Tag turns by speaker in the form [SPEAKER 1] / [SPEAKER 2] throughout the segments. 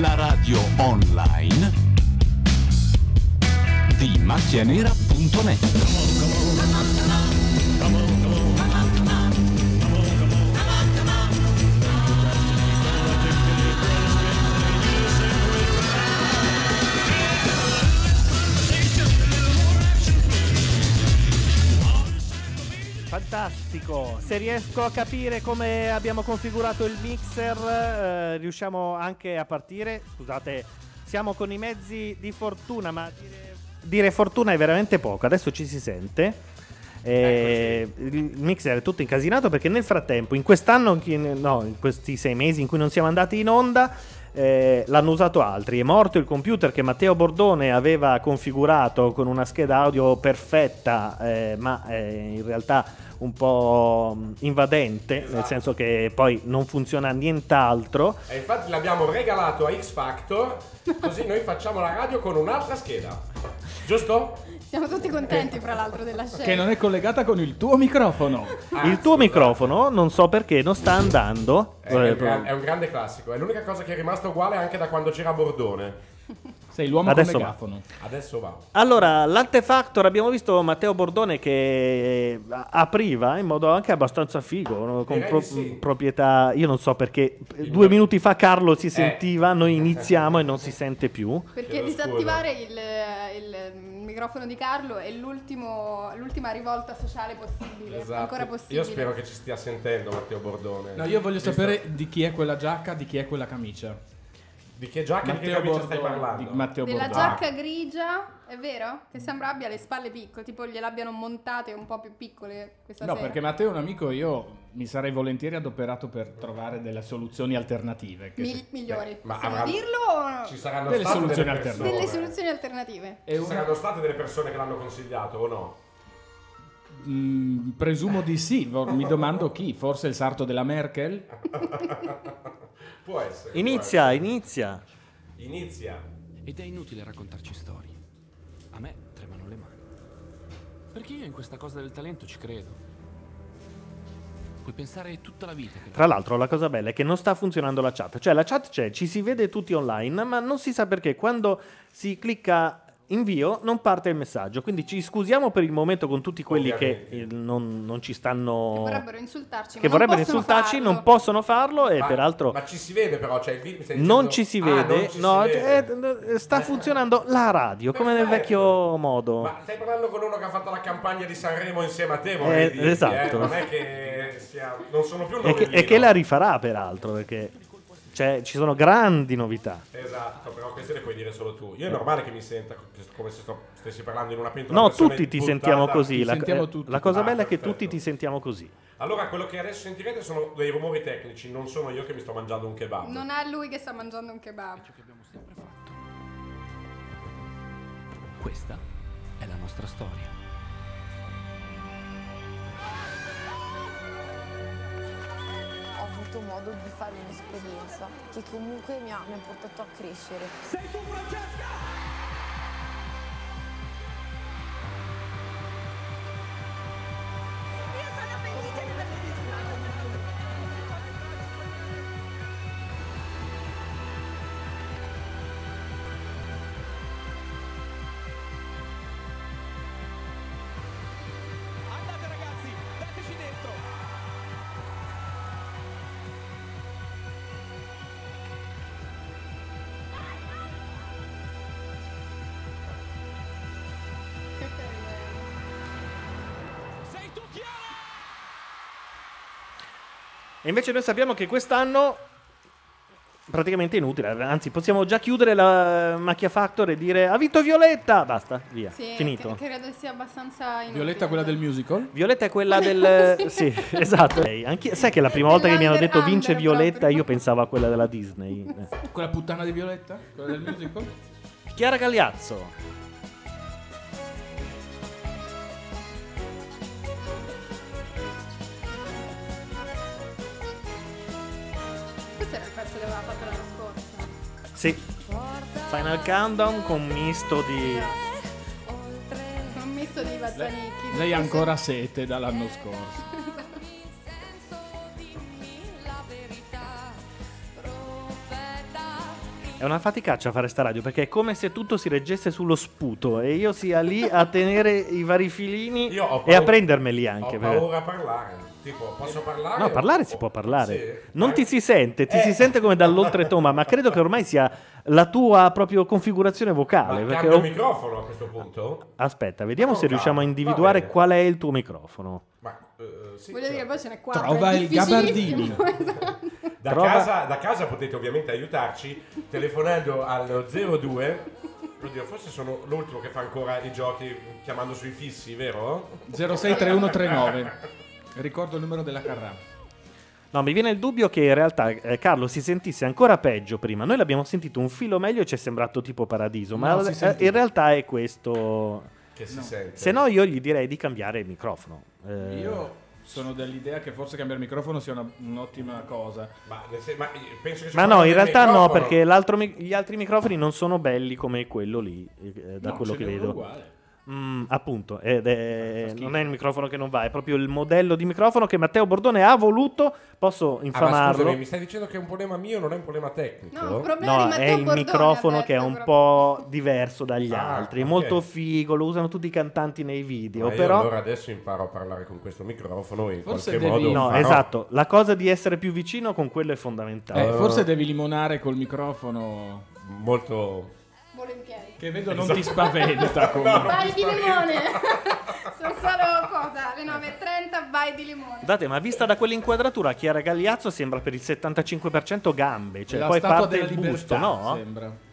[SPEAKER 1] la radio online di macchianera.net.
[SPEAKER 2] Fantastico! Se riesco a capire come abbiamo configurato il mixer, eh, riusciamo anche a partire. Scusate, siamo con i mezzi di fortuna, ma dire, dire fortuna è veramente poco. Adesso ci si sente. Eh, il mixer è tutto incasinato perché nel frattempo, in quest'anno, in- no, in questi sei mesi in cui non siamo andati in onda, eh, l'hanno usato altri. È morto il computer che Matteo Bordone aveva configurato con una scheda audio perfetta, eh, ma eh, in realtà un po' mh, invadente, nel senso che poi non funziona nient'altro.
[SPEAKER 3] E infatti l'abbiamo regalato a X Factor, così noi facciamo la radio con un'altra scheda. Giusto?
[SPEAKER 4] Siamo tutti contenti, fra l'altro, della scelta.
[SPEAKER 5] Che non è collegata con il tuo microfono.
[SPEAKER 2] Ah, il tuo microfono, non so perché, non sta andando. Eh,
[SPEAKER 3] È, è un, gran- è un grande classico, è l'unica cosa che è rimasta uguale anche da quando c'era Bordone.
[SPEAKER 5] Sei l'uomo
[SPEAKER 2] Adesso
[SPEAKER 5] con
[SPEAKER 2] va.
[SPEAKER 5] megafono.
[SPEAKER 3] Adesso va.
[SPEAKER 2] Allora, l'Artefactor abbiamo visto Matteo Bordone che eh, apriva in modo anche abbastanza figo, no? con
[SPEAKER 3] Direi
[SPEAKER 2] pro-
[SPEAKER 3] di sì.
[SPEAKER 2] proprietà, io non so perché, eh, due minuti fa Carlo si
[SPEAKER 3] Eh.
[SPEAKER 2] sentiva, noi iniziamo e non si sente più.
[SPEAKER 4] Perché
[SPEAKER 3] Chiedo
[SPEAKER 4] disattivare il, il microfono di Carlo è l'ultimo- l'ultima rivolta sociale possibile, ancora possibile.
[SPEAKER 3] Esatto. Io spero che ci stia sentendo Matteo Bordone.
[SPEAKER 5] No, io voglio
[SPEAKER 3] Visto-
[SPEAKER 5] sapere di chi è quella giacca, di chi è quella camicia.
[SPEAKER 3] Di che giacca e di che
[SPEAKER 5] Matteo
[SPEAKER 3] camicia
[SPEAKER 5] Bordone.
[SPEAKER 3] stai parlando?
[SPEAKER 5] Di Matteo
[SPEAKER 4] Della
[SPEAKER 5] Bordone.
[SPEAKER 4] giacca grigia, è vero? Che sembra abbia le spalle piccole, tipo gliel'abbiano montate un po' più piccole questa
[SPEAKER 5] No,
[SPEAKER 4] sera.
[SPEAKER 5] perché Matteo è un amico, io mi sarei volentieri adoperato per trovare delle soluzioni alternative. che
[SPEAKER 4] Mi-
[SPEAKER 5] se-
[SPEAKER 4] migliori.
[SPEAKER 3] Beh, ma
[SPEAKER 4] Possiamo
[SPEAKER 3] avrà-
[SPEAKER 4] dirlo o no?
[SPEAKER 3] Ci saranno
[SPEAKER 5] Delle
[SPEAKER 3] state
[SPEAKER 5] soluzioni
[SPEAKER 3] delle
[SPEAKER 5] alterne.
[SPEAKER 3] persone.
[SPEAKER 4] Delle soluzioni alternative.
[SPEAKER 5] È
[SPEAKER 3] Ci
[SPEAKER 5] una-
[SPEAKER 3] saranno state delle persone che l'hanno consigliato o no?
[SPEAKER 5] Mm, presumo di sì, vor- mi domando chi, forse il sarto della Merkel?
[SPEAKER 3] Ah, Può essere. può
[SPEAKER 2] Inizia,
[SPEAKER 3] essere.
[SPEAKER 2] inizia.
[SPEAKER 3] Inizia.
[SPEAKER 6] Ed è inutile raccontarci storie. A me tremano le mani. Perché io in questa cosa del talento ci credo. Puoi pensare tutta la vita che
[SPEAKER 2] Tra l'altro la cosa bella è che non sta funzionando la chat, cioè la chat c'è, ci si vede tutti online, ma non si sa perché quando si clicca invio non parte il messaggio, quindi ci scusiamo per il momento con tutti quelli che eh, non, non ci stanno...
[SPEAKER 4] Vorrebbero insultarci. ma
[SPEAKER 2] che
[SPEAKER 4] non
[SPEAKER 2] vorrebbero
[SPEAKER 4] possono
[SPEAKER 2] insultarci,
[SPEAKER 4] farlo.
[SPEAKER 2] non possono farlo e
[SPEAKER 3] Ma-
[SPEAKER 2] peraltro
[SPEAKER 3] Ma ci si vede però, cioè il film mi stai
[SPEAKER 2] non
[SPEAKER 3] dicendo-
[SPEAKER 2] ci si
[SPEAKER 3] Ah,
[SPEAKER 2] vede.
[SPEAKER 3] non ci
[SPEAKER 2] no,
[SPEAKER 3] si vede.
[SPEAKER 2] eh, eh, sta funzionando la radio come nel
[SPEAKER 3] Perfetto.
[SPEAKER 2] vecchio modo.
[SPEAKER 3] Ma stai parlando con uno che ha fatto la campagna di Sanremo insieme a te, vorrei
[SPEAKER 2] Eh,
[SPEAKER 3] dirti,
[SPEAKER 2] esatto.
[SPEAKER 3] eh. Non è che sia... non sono più un
[SPEAKER 2] e, che,
[SPEAKER 3] novellino.
[SPEAKER 2] e che la rifarà peraltro perché cioè, ci sono grandi novità.
[SPEAKER 3] Esatto, però queste le puoi dire solo tu. Io è normale che mi senta co- come se sto- stessi parlando in una pentola.
[SPEAKER 2] Eh. No,
[SPEAKER 3] pressione
[SPEAKER 2] tutti ti
[SPEAKER 3] buttata.
[SPEAKER 2] sentiamo così.
[SPEAKER 5] Ti
[SPEAKER 2] la,
[SPEAKER 5] sentiamo
[SPEAKER 2] eh,
[SPEAKER 5] tutti.
[SPEAKER 2] la cosa
[SPEAKER 3] Ah,
[SPEAKER 2] bella è che
[SPEAKER 3] perfetto.
[SPEAKER 2] tutti ti sentiamo così.
[SPEAKER 3] Allora, quello che adesso sentirete sono dei rumori tecnici, non sono io che mi sto mangiando un kebab.
[SPEAKER 4] Non è lui che sta mangiando un kebab.
[SPEAKER 6] ciò che abbiamo sempre fatto. Questa è la nostra storia.
[SPEAKER 7] ho avuto modo di fare un'esperienza che comunque mi ha, mi ha portato a crescere.
[SPEAKER 8] Andate ragazzi, dateci dentro. Sei tu Chiara!
[SPEAKER 2] E invece noi sappiamo che quest'anno praticamente è inutile, anzi possiamo già chiudere la macchia factor e dire ha vinto Violetta, basta, via,
[SPEAKER 4] Sì,
[SPEAKER 2] finito.
[SPEAKER 4] che- credo sia abbastanza inutile.
[SPEAKER 5] Violetta quella del musical?
[SPEAKER 2] Violetta è quella del... sì, esatto. Lei, anch'io- sai che la prima volta che mi hanno detto
[SPEAKER 4] Dell'under
[SPEAKER 2] vince
[SPEAKER 4] under
[SPEAKER 2] Violetta
[SPEAKER 4] proprio.
[SPEAKER 2] io pensavo a quella della Disney. Eh.
[SPEAKER 5] Quella puttana di Violetta? Quella del musical?
[SPEAKER 2] Chiara Gagliazzo.
[SPEAKER 4] Questo era il pezzo che aveva fatto l'anno scorso.
[SPEAKER 2] Sì. Final Countdown con misto di...
[SPEAKER 4] Con un misto di Bazzanicchi.
[SPEAKER 5] Lei ha ancora sete dall'anno scorso.
[SPEAKER 2] È È una faticaccia fare sta radio perché è come se tutto si reggesse sullo sputo e io sia lì a tenere i vari filini
[SPEAKER 3] Io ho
[SPEAKER 2] e a
[SPEAKER 3] paura-
[SPEAKER 2] prendermeli anche.
[SPEAKER 3] Ho
[SPEAKER 2] perché-
[SPEAKER 3] paura a parlare. Tipo, posso parlare?
[SPEAKER 2] No, parlare si
[SPEAKER 3] O-
[SPEAKER 2] può parlare.
[SPEAKER 3] Sì. Eh?
[SPEAKER 2] Non ti si sente, ti si sente come dall'oltretoma, ma credo che ormai sia la tua proprio configurazione vocale.
[SPEAKER 3] Ma
[SPEAKER 2] perché
[SPEAKER 3] cambio
[SPEAKER 2] ho-
[SPEAKER 3] microfono a questo punto?
[SPEAKER 2] Aspetta, vediamo
[SPEAKER 3] Ma
[SPEAKER 2] se
[SPEAKER 3] non
[SPEAKER 2] riusciamo a
[SPEAKER 3] cambio, va
[SPEAKER 2] individuare
[SPEAKER 3] bene.
[SPEAKER 2] qual è il tuo microfono.
[SPEAKER 3] Ma eh, sì,
[SPEAKER 4] Voglio
[SPEAKER 3] certo.
[SPEAKER 4] dire che poi ce n'è quattro.
[SPEAKER 5] Trova
[SPEAKER 4] è
[SPEAKER 5] il
[SPEAKER 4] difficilissimo.
[SPEAKER 3] da,
[SPEAKER 2] trova-
[SPEAKER 3] casa, da casa potete ovviamente aiutarci telefonando al 02. Oddio, forse sono l'ultimo che fa ancora i giochi chiamando sui fissi, vero? Ah,
[SPEAKER 5] 063139. Ricordo il numero della carrà.
[SPEAKER 2] No, mi viene il dubbio che in realtà eh, Carlo si sentisse ancora peggio prima. Noi l'abbiamo sentito un filo meglio e ci è sembrato tipo paradiso, ma
[SPEAKER 5] No, si
[SPEAKER 2] eh,
[SPEAKER 5] sentiva.
[SPEAKER 2] in realtà è questo.
[SPEAKER 3] Che si sente.
[SPEAKER 2] Se no, io gli direi di cambiare il microfono. Eh,
[SPEAKER 5] Io sono dell'idea che forse cambiare microfono sia una- un'ottima cosa.
[SPEAKER 3] Ma, nel sen- ma eh, penso che si
[SPEAKER 2] Ma
[SPEAKER 3] parla
[SPEAKER 2] no, in
[SPEAKER 3] del
[SPEAKER 2] realtà no,
[SPEAKER 3] microfono.
[SPEAKER 2] perché l'altro mi- gli altri microfoni non sono belli come quello lì, eh, da
[SPEAKER 5] No,
[SPEAKER 2] quello
[SPEAKER 5] ce
[SPEAKER 2] che
[SPEAKER 5] n'è uno
[SPEAKER 2] vedo.
[SPEAKER 5] uguale.
[SPEAKER 2] Mm, appunto, ed è-
[SPEAKER 5] Fa schifo.
[SPEAKER 2] non è il microfono che non va, è proprio il modello di microfono che Matteo Bordone ha voluto. Posso
[SPEAKER 3] Ah, ma
[SPEAKER 2] infamarlo?
[SPEAKER 3] scusami, mi stai dicendo che è un problema mio, non è un problema tecnico?
[SPEAKER 4] No, un problema di
[SPEAKER 2] No, è
[SPEAKER 4] Matteo
[SPEAKER 2] il
[SPEAKER 4] Bordone,
[SPEAKER 2] microfono
[SPEAKER 4] ha
[SPEAKER 2] che è
[SPEAKER 4] detto
[SPEAKER 2] un
[SPEAKER 4] proprio.
[SPEAKER 2] po' diverso dagli
[SPEAKER 3] Ah,
[SPEAKER 2] altri,
[SPEAKER 3] ok.
[SPEAKER 2] molto figo, lo usano tutti i cantanti nei video,
[SPEAKER 3] Ma io
[SPEAKER 2] però...
[SPEAKER 3] allora adesso imparo a parlare con questo microfono e in
[SPEAKER 5] Forse
[SPEAKER 3] qualche
[SPEAKER 5] devi-
[SPEAKER 3] modo
[SPEAKER 2] No,
[SPEAKER 3] farò-
[SPEAKER 2] esatto, la cosa di essere più vicino con quello è
[SPEAKER 5] Eh,
[SPEAKER 2] fondamentale.
[SPEAKER 3] Allora-
[SPEAKER 5] forse devi limonare col microfono Cioè,
[SPEAKER 3] molto
[SPEAKER 4] Volentieri.
[SPEAKER 5] che vedo
[SPEAKER 3] Esatto.
[SPEAKER 5] non ti spaventa come
[SPEAKER 4] Vai di limone! Sono solo cosa? Le 9.30, vai di limone.
[SPEAKER 2] Guardate, ma vista da quell'inquadratura, Chiara Gagliazzo sembra per il 75% gambe, cioè
[SPEAKER 5] la
[SPEAKER 2] poi
[SPEAKER 5] statua
[SPEAKER 2] parte
[SPEAKER 5] della
[SPEAKER 2] il busto,
[SPEAKER 5] libertà,
[SPEAKER 2] no?
[SPEAKER 5] sembra.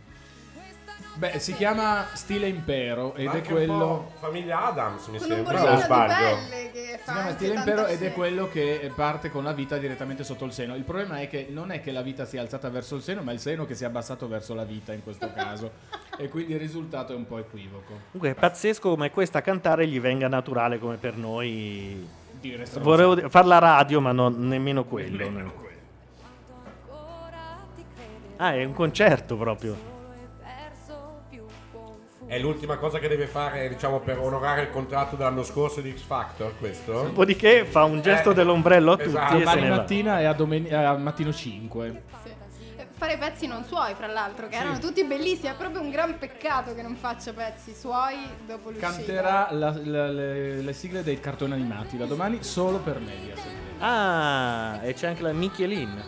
[SPEAKER 5] Beh, si chiama Stile Impero ed è
[SPEAKER 3] Anche un
[SPEAKER 5] quello
[SPEAKER 3] po' famiglia Adams, mi
[SPEAKER 4] Con un
[SPEAKER 3] sembra, o
[SPEAKER 4] bollino di
[SPEAKER 3] sbaglio?
[SPEAKER 4] pelle che
[SPEAKER 5] Si
[SPEAKER 4] fa
[SPEAKER 5] chiama
[SPEAKER 4] anche
[SPEAKER 5] Stile
[SPEAKER 4] tanta
[SPEAKER 5] Impero ed è
[SPEAKER 4] scena.
[SPEAKER 5] quello che eh, parte con la vita direttamente sotto il seno. Il problema è che non è che la vita sia alzata verso il seno, ma il seno che si è abbassato verso la vita in questo caso. e quindi il risultato è un po' equivoco.
[SPEAKER 2] Comunque è pazzesco come questa a cantare gli venga naturale come per noi.
[SPEAKER 5] Dire
[SPEAKER 2] Volevo
[SPEAKER 5] stronzate.
[SPEAKER 2] di- far la radio, ma non- nemmeno quello. no. Ah, è un concerto proprio.
[SPEAKER 3] È l'ultima cosa che deve fare, diciamo, per onorare il contratto dell'anno scorso di X Factor, questo?
[SPEAKER 2] Dopodiché fa un gesto
[SPEAKER 3] Eh,
[SPEAKER 2] dell'ombrello a tutti
[SPEAKER 3] esatto.
[SPEAKER 2] e se
[SPEAKER 5] Domani
[SPEAKER 2] ne va.
[SPEAKER 5] mattina e a, domen- e a mattino 5.
[SPEAKER 4] Sì. Eh, Fare pezzi non suoi, fra l'altro, che erano tutti bellissimi. È proprio un gran peccato che non faccia pezzi suoi dopo l'uscita.
[SPEAKER 5] Canterà la- la- le, le sigle dei cartoni animati da domani solo per Mediaset.
[SPEAKER 2] Ah, e c'è anche la Michelin.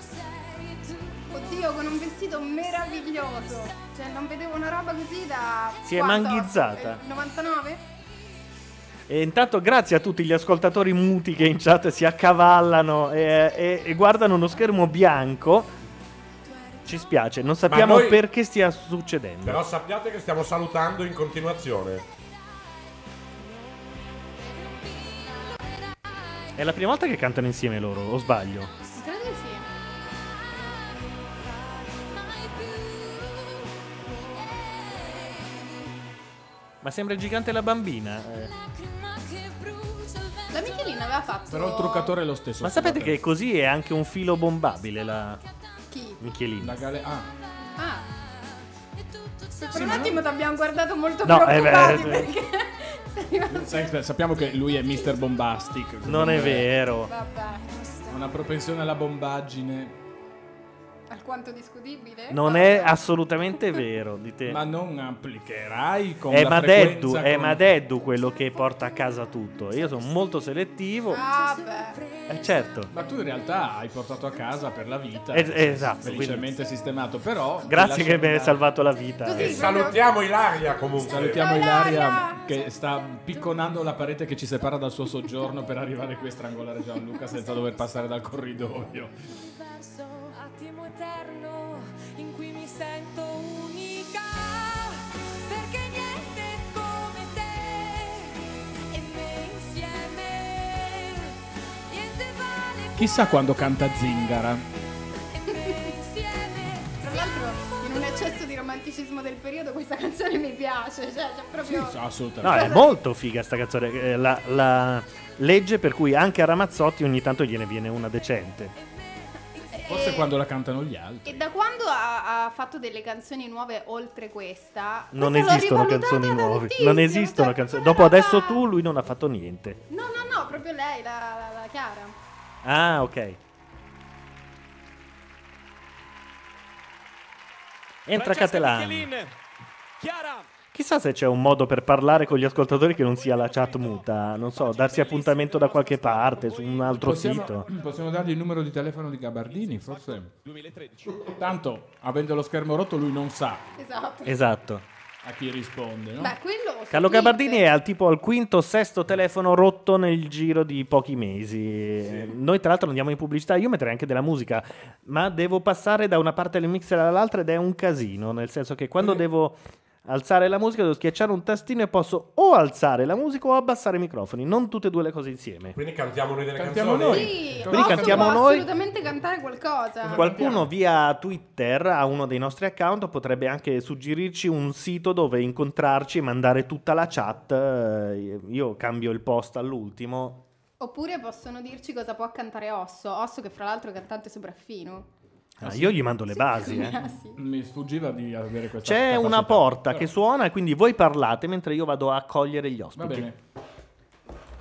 [SPEAKER 4] Oddio, con un vestito meraviglioso. Cioè, non vedevo una roba così da.
[SPEAKER 2] Si è
[SPEAKER 4] quanto?
[SPEAKER 2] manghizzata.
[SPEAKER 4] Eh, 99?
[SPEAKER 2] E intanto grazie a tutti gli ascoltatori muti che in chat si accavallano e, e- e guardano uno schermo bianco. Ci spiace, non sappiamo
[SPEAKER 3] noi-
[SPEAKER 2] perché stia succedendo.
[SPEAKER 3] Però sappiate che stiamo salutando in continuazione.
[SPEAKER 2] È la prima volta che cantano insieme loro, o sbaglio?
[SPEAKER 4] Credo di sì.
[SPEAKER 2] Ma sembra il gigante e la bambina. eh.
[SPEAKER 4] La Michelina aveva fatto.
[SPEAKER 5] Però il truccatore è lo stesso.
[SPEAKER 2] Ma sapete
[SPEAKER 5] scusate.
[SPEAKER 2] che così è anche un filo bombabile la
[SPEAKER 4] Chi?
[SPEAKER 5] La
[SPEAKER 2] Michelin.
[SPEAKER 5] gale- ah,
[SPEAKER 4] Ah. Per un attimo ti abbiamo guardato molto
[SPEAKER 2] No, eh beh,
[SPEAKER 4] preoccupati
[SPEAKER 2] eh.
[SPEAKER 4] perché. sei rimasto-
[SPEAKER 5] sai- sappiamo che lui è Mr. Bombastic.
[SPEAKER 2] Non è
[SPEAKER 5] quindi, eh,
[SPEAKER 2] vero.
[SPEAKER 4] Vabbè.
[SPEAKER 5] ha Una propensione alla bombaggine.
[SPEAKER 4] Alquanto discutibile.
[SPEAKER 2] Non è assolutamente vero. Dite.
[SPEAKER 5] Ma non applicherai con
[SPEAKER 2] È
[SPEAKER 5] la
[SPEAKER 2] Madeddu,
[SPEAKER 5] frequenza
[SPEAKER 2] è
[SPEAKER 5] con-
[SPEAKER 2] Madeddu quello che porta a casa tutto. Io sono molto selettivo.
[SPEAKER 4] Ah, beh.
[SPEAKER 2] Eh, certo.
[SPEAKER 5] Ma tu in realtà hai portato a casa per la vita.
[SPEAKER 2] Es- esatto,
[SPEAKER 5] Felicemente sistemato, però... ti
[SPEAKER 2] Grazie che
[SPEAKER 5] lascio
[SPEAKER 2] mi hai
[SPEAKER 5] andare. Esatto.
[SPEAKER 2] salvato la vita.
[SPEAKER 4] Così.
[SPEAKER 3] E
[SPEAKER 2] eh.
[SPEAKER 3] salutiamo Ilaria comunque.
[SPEAKER 5] Salutiamo
[SPEAKER 4] Ciao,
[SPEAKER 5] Ilaria
[SPEAKER 4] Ilaria!
[SPEAKER 5] che sta picconando la parete che ci separa dal suo soggiorno per arrivare qui a strangolare Gianluca senza dover passare dal corridoio.
[SPEAKER 9] verso attimo eterno in cui mi sento unica perché niente è come te e me insieme niente vale
[SPEAKER 5] Chissà quando canta Zingara.
[SPEAKER 9] e me insieme
[SPEAKER 4] Tra l'altro, in un eccesso di romanticismo del periodo, questa canzone mi piace. Cioè, c'è proprio.
[SPEAKER 5] Assolutamente.
[SPEAKER 2] No, è molto figa sta canzone. eh, La, la legge per cui anche a Ramazzotti ogni tanto gliene viene una decente.
[SPEAKER 5] Forse
[SPEAKER 4] e-
[SPEAKER 5] quando la cantano gli altri.
[SPEAKER 4] Eh, E da quando ha, ha fatto delle canzoni nuove oltre questa?
[SPEAKER 2] Non
[SPEAKER 4] questa l'ho
[SPEAKER 2] esistono
[SPEAKER 4] rivalutata
[SPEAKER 2] canzoni nuove.
[SPEAKER 4] tantissimo,
[SPEAKER 2] Non esistono
[SPEAKER 4] cioè,
[SPEAKER 2] canzoni. Dopo
[SPEAKER 4] proprio una
[SPEAKER 2] adesso
[SPEAKER 4] roba-
[SPEAKER 2] tu, lui non ha fatto niente.
[SPEAKER 4] No, no, no, proprio lei, la, la, la Chiara.
[SPEAKER 2] Ah, ok. Entra
[SPEAKER 8] Francesca
[SPEAKER 2] Catalan.
[SPEAKER 8] Michelin. Chiara,
[SPEAKER 2] Chissà se c'è un modo per parlare con gli ascoltatori che non sia la chat muta. Non so, darsi appuntamento da qualche parte, su un altro
[SPEAKER 5] Possiamo,
[SPEAKER 2] sito.
[SPEAKER 5] possiamo dargli il numero di telefono di Gabardini, forse. 2013. Tanto, avendo lo schermo rotto, lui non sa
[SPEAKER 4] Esatto.
[SPEAKER 2] Esatto.
[SPEAKER 5] a chi risponde. No?
[SPEAKER 4] Beh, quello
[SPEAKER 2] Carlo
[SPEAKER 4] su
[SPEAKER 2] Gabardini è al tipo al quinto o sesto telefono rotto nel giro di pochi mesi. Eh, Noi, tra l'altro, andiamo in pubblicità. Io metterei anche della musica, ma devo passare da una parte del mixer all'altra ed è un casino. Nel senso che
[SPEAKER 5] Eh.
[SPEAKER 2] quando devo alzare la musica, devo schiacciare un tastino e posso o alzare la musica o abbassare i microfoni. Non tutte e due le cose insieme.
[SPEAKER 3] Quindi cantiamo noi delle
[SPEAKER 5] Cantiamo
[SPEAKER 3] canzoni.
[SPEAKER 5] noi.
[SPEAKER 4] Sì,
[SPEAKER 5] Quindi
[SPEAKER 4] posso,
[SPEAKER 2] cantiamo
[SPEAKER 4] può
[SPEAKER 2] noi.
[SPEAKER 4] assolutamente cantare qualcosa.
[SPEAKER 2] Qualcuno via Twitter a uno dei nostri account potrebbe anche suggerirci un sito dove incontrarci e mandare tutta la chat. Eh, Io cambio il post all'ultimo.
[SPEAKER 4] Oppure possono dirci cosa può cantare Osso. Osso che fra l'altro è cantante sopraffino.
[SPEAKER 2] Ah, io gli mando le basi. eh.
[SPEAKER 4] Ah, sì.
[SPEAKER 5] Mi sfuggiva di avere questa
[SPEAKER 2] C'è
[SPEAKER 5] capacità.
[SPEAKER 2] una porta
[SPEAKER 5] Però-
[SPEAKER 2] che suona e quindi voi parlate mentre io vado a accogliere gli
[SPEAKER 5] Va
[SPEAKER 2] ospiti.
[SPEAKER 5] bene.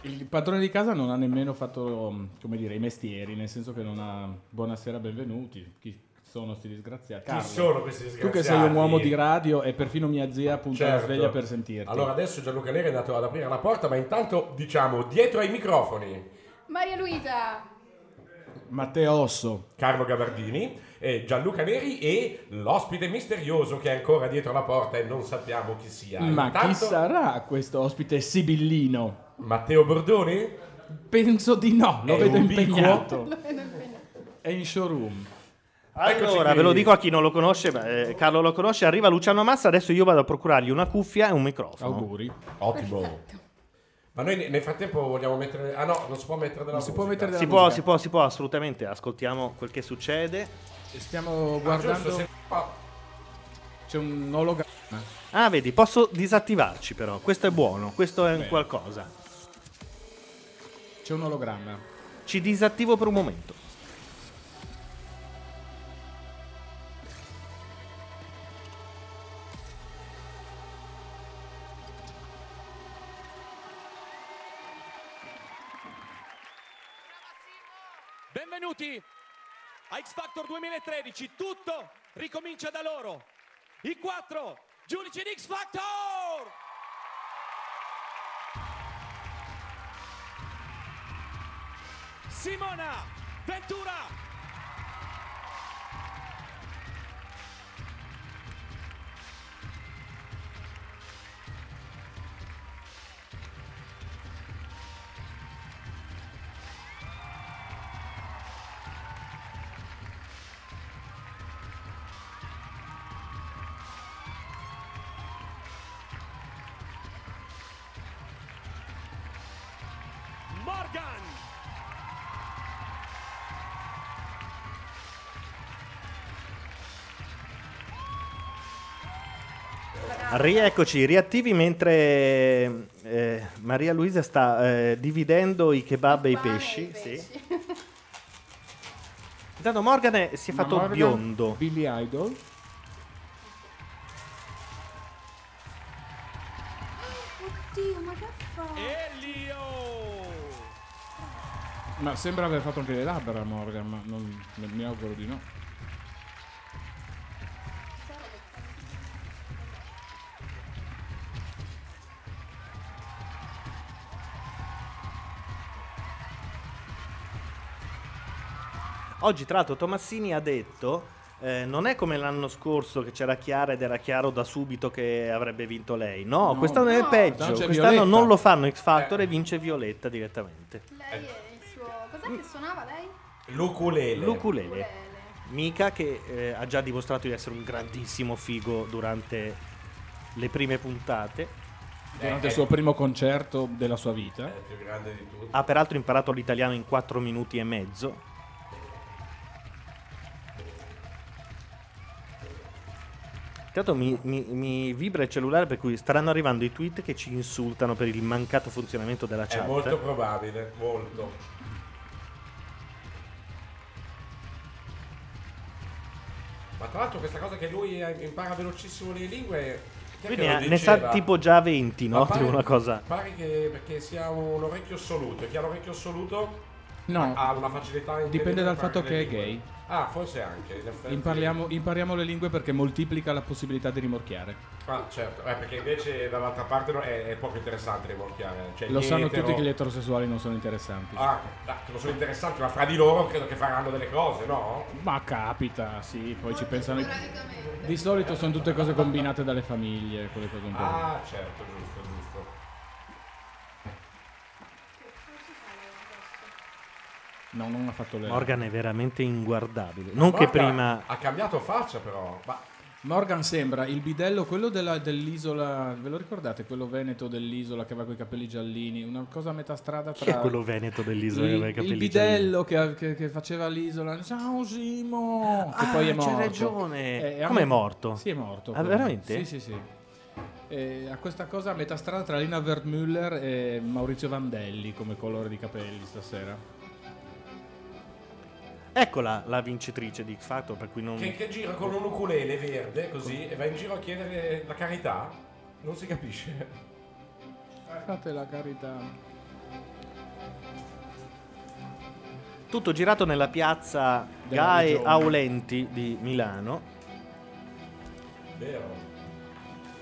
[SPEAKER 5] Il padrone di casa non ha nemmeno fatto, mm, come dire, i mestieri, nel senso che non ha buonasera, benvenuti. Chi sono sti disgraziati?
[SPEAKER 3] Chi
[SPEAKER 5] Carlo,
[SPEAKER 3] sono questi
[SPEAKER 5] Tu
[SPEAKER 3] disgraziati?
[SPEAKER 5] che sei un uomo di radio e perfino mia zia punta la
[SPEAKER 3] Certo.
[SPEAKER 5] sveglia per sentirti.
[SPEAKER 3] Allora adesso Gianluca Neri è andato ad aprire la porta, ma intanto diciamo dietro ai microfoni
[SPEAKER 4] Maria Luisa,
[SPEAKER 5] Matteo Osso.
[SPEAKER 3] Carlo Gabardini, eh, Gianluca Neri e l'ospite misterioso che è ancora dietro la porta e non sappiamo chi sia.
[SPEAKER 5] Ma chi
[SPEAKER 3] Intanto,
[SPEAKER 5] sarà questo ospite sibillino?
[SPEAKER 3] Matteo Bordoni?
[SPEAKER 5] Penso di no, lo
[SPEAKER 3] È
[SPEAKER 5] vedo
[SPEAKER 3] ubiquo.
[SPEAKER 5] impegnato.
[SPEAKER 4] vedo impegnato.
[SPEAKER 5] È in showroom.
[SPEAKER 3] Eccoci
[SPEAKER 2] Allora,
[SPEAKER 3] qui.
[SPEAKER 2] ve lo dico a chi non lo conosce, ma, eh, Carlo lo conosce, arriva Luciano Massa, adesso io vado a procurargli una cuffia e un microfono.
[SPEAKER 5] Auguri.
[SPEAKER 2] Esatto.
[SPEAKER 3] Ottimo. Boh. Ma noi ne- nel frattempo vogliamo mettere... Ah no, non si può mettere della
[SPEAKER 5] Non si può
[SPEAKER 3] musica.
[SPEAKER 5] mettere della
[SPEAKER 2] Si può,
[SPEAKER 5] musica.
[SPEAKER 2] si può, si può, assolutamente, ascoltiamo quel che succede.
[SPEAKER 5] Stiamo
[SPEAKER 3] Ah, giusto,
[SPEAKER 5] guardando.
[SPEAKER 3] se- ah,
[SPEAKER 5] C'è un eh? ologramma.
[SPEAKER 2] Ah, vedi, posso disattivarci però, questo è buono, questo è un qualcosa.
[SPEAKER 5] C'è un ologramma.
[SPEAKER 2] Ci disattivo per un momento.
[SPEAKER 8] benvenuti a X Factor 2013. Tutto ricomincia da loro. I quattro giudici di X Factor. Simona Ventura. Morgan.
[SPEAKER 2] Rieccoci, riattivi mentre eh, Maria Luisa sta eh, dividendo i kebab e i
[SPEAKER 4] Pane e
[SPEAKER 2] pesci. Sì.
[SPEAKER 4] pesci.
[SPEAKER 2] Intanto Morgan è- si è fatto
[SPEAKER 5] Morgan,
[SPEAKER 2] biondo.
[SPEAKER 5] Billy Idol.
[SPEAKER 9] Oddio, ma che fa?
[SPEAKER 8] Elio.
[SPEAKER 5] Ma sembra aver fatto anche le labbra Morgan, ma non, mi auguro di no.
[SPEAKER 2] Oggi, tra l'altro, Tomassini ha detto. eh, non è come l'anno scorso che c'era Chiara ed era chiaro da subito che avrebbe vinto lei. No,
[SPEAKER 5] No.
[SPEAKER 2] quest'anno è
[SPEAKER 4] No.
[SPEAKER 2] peggio.
[SPEAKER 5] Quest'anno c'è
[SPEAKER 2] Quest'anno
[SPEAKER 5] Violetta. Eh.
[SPEAKER 2] non lo fanno X Factor e vince Violetta direttamente.
[SPEAKER 4] Lei è il suo... Cos'è che suonava lei?
[SPEAKER 3] L'ukulele.
[SPEAKER 2] L'Ukulele.
[SPEAKER 4] Ukulele.
[SPEAKER 2] Mica che eh, ha già dimostrato di essere un grandissimo figo durante le prime puntate.
[SPEAKER 5] Durante
[SPEAKER 3] Eh,
[SPEAKER 5] il suo primo concerto della sua
[SPEAKER 3] È
[SPEAKER 5] vita.
[SPEAKER 3] Eh, il più grande di tutti.
[SPEAKER 2] Ha peraltro imparato l'italiano in 4 minuti e mezzo. Intanto mi, mi- mi vibra il cellulare per cui staranno arrivando i tweet che ci insultano per il mancato funzionamento della
[SPEAKER 3] È
[SPEAKER 2] chat.
[SPEAKER 3] molto probabile, molto. Ma tra l'altro questa cosa che lui eh, impara velocissimo le lingue... chi è che
[SPEAKER 2] Quindi
[SPEAKER 3] lo
[SPEAKER 2] ne, ne
[SPEAKER 3] diceva?
[SPEAKER 2] sa tipo già 20,
[SPEAKER 3] Ma
[SPEAKER 2] no?
[SPEAKER 3] pare-
[SPEAKER 2] Tipo una cosa.
[SPEAKER 3] Pare che perché sia un orecchio assoluto. E chi ha l'orecchio assoluto
[SPEAKER 5] No.
[SPEAKER 3] Ha una facilità in
[SPEAKER 5] Dipende dal fatto
[SPEAKER 3] imparare le
[SPEAKER 5] che è
[SPEAKER 3] lingue. Ah, forse anche. in effetti.
[SPEAKER 5] Impariamo, impariamo le lingue perché moltiplica la possibilità di rimorchiare.
[SPEAKER 3] Ah, certo, eh, perché invece dall'altra parte no, è, è poco interessante rimorchiare. Cioè,
[SPEAKER 5] Lo
[SPEAKER 3] gli
[SPEAKER 5] sanno
[SPEAKER 3] etero-
[SPEAKER 5] tutti che gli eterosessuali non sono interessanti.
[SPEAKER 3] Ah, ah, che non sono interessanti, ma fra di loro credo che faranno delle cose, no?
[SPEAKER 5] Ma capita, sì, poi ci pensano. i- Di solito sono tutte cose combinate dalle famiglie, quelle cose un po'.
[SPEAKER 3] Ah, certo, giusto, giusto.
[SPEAKER 5] No, non ha fatto lei.
[SPEAKER 2] Morgan è veramente inguardabile. Non che
[SPEAKER 3] Guarda,
[SPEAKER 2] prima.
[SPEAKER 3] Ha cambiato faccia però. Ma
[SPEAKER 5] Morgan sembra il bidello, quello della- dell'isola. Ve lo ricordate? Quello veneto dell'isola che aveva quei capelli giallini? Una cosa a metà strada tra.
[SPEAKER 2] Chi è quello veneto dell'isola che
[SPEAKER 5] il,
[SPEAKER 2] aveva i capelli
[SPEAKER 5] il bidello che, che- che faceva l'isola. Ciao Simo! Che
[SPEAKER 2] Ah,
[SPEAKER 5] poi è
[SPEAKER 2] c'è
[SPEAKER 5] morto.
[SPEAKER 2] ragione.
[SPEAKER 5] a
[SPEAKER 2] Come
[SPEAKER 5] me-
[SPEAKER 2] è morto?
[SPEAKER 5] Sì, è morto.
[SPEAKER 2] Ah,
[SPEAKER 5] quello.
[SPEAKER 2] veramente?
[SPEAKER 5] Sì, sì, sì. Eh, a questa cosa a metà strada tra Lina Wertmüller e Maurizio Vandelli come colore di capelli stasera.
[SPEAKER 2] Eccola la vincitrice di X Factor, per cui non.
[SPEAKER 3] che, che gira con un ukulele verde così e va in giro a chiedere la carità? Non si capisce.
[SPEAKER 5] Fate la carità.
[SPEAKER 2] Tutto girato nella piazza
[SPEAKER 5] Della
[SPEAKER 2] Gae
[SPEAKER 5] regione.
[SPEAKER 2] Aulenti di Milano.
[SPEAKER 3] Vero.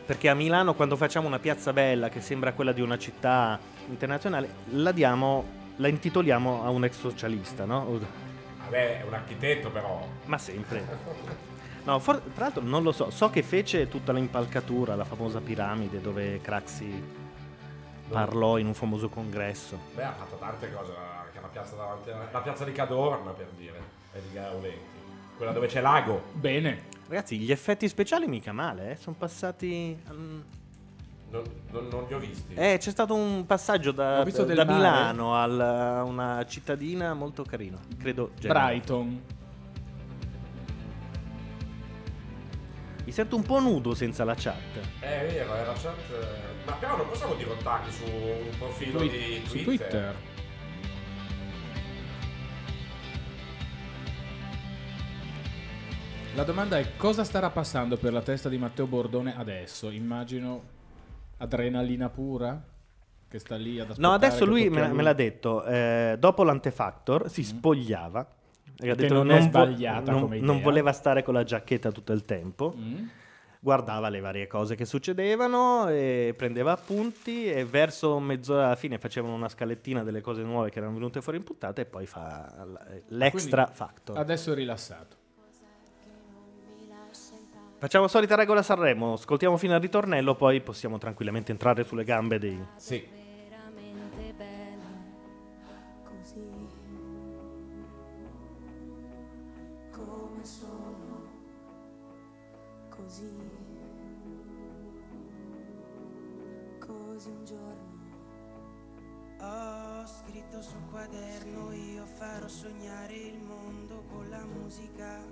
[SPEAKER 2] Perché a Milano, quando facciamo una piazza bella che sembra quella di una città internazionale, la diamo. La intitoliamo a un ex socialista, no?
[SPEAKER 3] Vabbè, è un architetto però.
[SPEAKER 2] Ma sempre. No, for- tra l'altro non lo so, so che fece tutta l'impalcatura, la famosa piramide dove Craxi parlò in un famoso congresso.
[SPEAKER 3] Beh, ha fatto tante cose, anche la piazza davanti alla- la piazza di Cadorna per dire, è di Gaulenti. Quella dove c'è l'ago.
[SPEAKER 5] Bene.
[SPEAKER 2] Ragazzi, gli effetti speciali mica male, eh? sono passati... mm,
[SPEAKER 3] Non, non- non li ho visti.
[SPEAKER 2] Eh, c'è stato un passaggio da,
[SPEAKER 5] Ho visto del
[SPEAKER 2] da
[SPEAKER 5] mare.
[SPEAKER 2] Milano al- a una cittadina molto carina, credo. Genova.
[SPEAKER 5] Brighton.
[SPEAKER 2] Mi sento un po' nudo senza la chat.
[SPEAKER 3] Eh, È vero, è la chat. eh, Ma però non possiamo dirottarli su un profilo di
[SPEAKER 5] Twi- su
[SPEAKER 3] Twitter.
[SPEAKER 5] Twitter. La domanda è cosa starà passando per la testa di Matteo Bordone adesso? Immagino adrenalina pura che sta lì ad aspettare.
[SPEAKER 2] No, adesso
[SPEAKER 5] che
[SPEAKER 2] lui
[SPEAKER 5] tocchi a
[SPEAKER 2] me, me l'ha detto, eh, dopo l'antefactor si spogliava. E ha
[SPEAKER 5] Che
[SPEAKER 2] detto
[SPEAKER 5] non
[SPEAKER 2] che
[SPEAKER 5] è
[SPEAKER 2] vo-
[SPEAKER 5] sbagliata
[SPEAKER 2] non-
[SPEAKER 5] come idea.
[SPEAKER 2] non voleva stare con la giacchetta tutto il tempo.
[SPEAKER 5] Mm?
[SPEAKER 2] guardava le varie cose che succedevano e prendeva appunti e verso mezz'ora alla fine facevano una scalettina delle cose nuove che erano venute fuori in puntata e poi fa l- Eh, l'extra
[SPEAKER 5] Quindi,
[SPEAKER 2] factor.
[SPEAKER 5] Adesso è rilassato.
[SPEAKER 2] Facciamo solita regola Sanremo, ascoltiamo fino al ritornello, poi possiamo tranquillamente entrare sulle gambe dei...
[SPEAKER 3] Sì.
[SPEAKER 9] veramente bella così come sono così così un giorno
[SPEAKER 10] Ho scritto sul quaderno io farò sognare il mondo con la musica.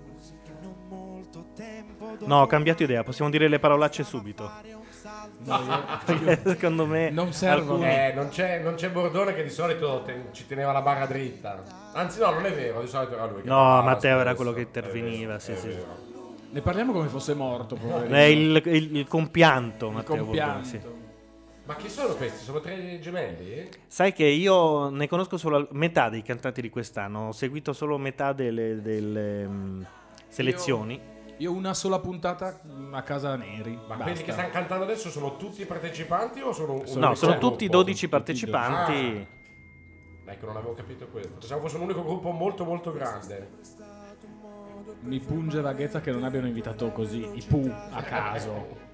[SPEAKER 10] Non molto tempo dopo
[SPEAKER 2] No, ho cambiato idea, possiamo dire le parolacce subito.
[SPEAKER 10] fare un salto.
[SPEAKER 2] Perché Cioè, secondo me...
[SPEAKER 5] Non servono.
[SPEAKER 2] alcuni-
[SPEAKER 3] Eh, non c'è, non c'è Bordone che di solito te- ci teneva la barra dritta. Anzi, no, non è vero, di solito era lui. Che
[SPEAKER 2] No,
[SPEAKER 3] parlava
[SPEAKER 2] Matteo era
[SPEAKER 3] spesso.
[SPEAKER 2] quello che
[SPEAKER 3] È
[SPEAKER 2] interveniva,
[SPEAKER 3] vero,
[SPEAKER 2] sì,
[SPEAKER 3] è
[SPEAKER 2] sì.
[SPEAKER 3] vero.
[SPEAKER 5] Ne parliamo come fosse morto, poverino.
[SPEAKER 2] È il, il- il compianto, Matteo Bordone,
[SPEAKER 5] compianto.
[SPEAKER 2] sì.
[SPEAKER 3] Ma chi sono questi? Sono tre gemelli?
[SPEAKER 2] Sai che io ne conosco solo al- metà dei cantanti di quest'anno, ho seguito solo metà delle, delle, mm, selezioni.
[SPEAKER 5] Io una sola puntata mm, a casa Neri.
[SPEAKER 3] Ma
[SPEAKER 5] basta.
[SPEAKER 3] quelli che stanno cantando adesso sono tutti partecipanti o sono un
[SPEAKER 2] no,
[SPEAKER 3] un
[SPEAKER 2] sono
[SPEAKER 3] gruppo?
[SPEAKER 2] tutti 12 partecipanti.
[SPEAKER 5] Ah,
[SPEAKER 3] Ecco, non avevo capito questo. Pensavo fosse un unico gruppo molto molto grande.
[SPEAKER 5] Mi punge vaghezza che non abbiano invitato così i Pooh a caso.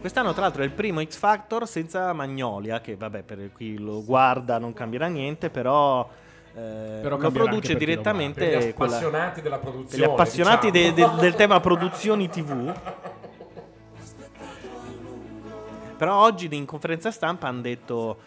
[SPEAKER 2] Quest'anno, tra l'altro, è il primo X Factor senza Magnolia, che vabbè, per chi lo guarda non cambierà niente, però, eh, lo
[SPEAKER 5] cambierà anche
[SPEAKER 2] produce
[SPEAKER 5] per chi lo
[SPEAKER 3] Per gli
[SPEAKER 2] direttamente quella-
[SPEAKER 3] appassionati della
[SPEAKER 2] per
[SPEAKER 3] produzione.
[SPEAKER 2] gli appassionati de-
[SPEAKER 3] diciamo.
[SPEAKER 2] de- del tema produzioni TV. Però oggi in conferenza stampa hanno detto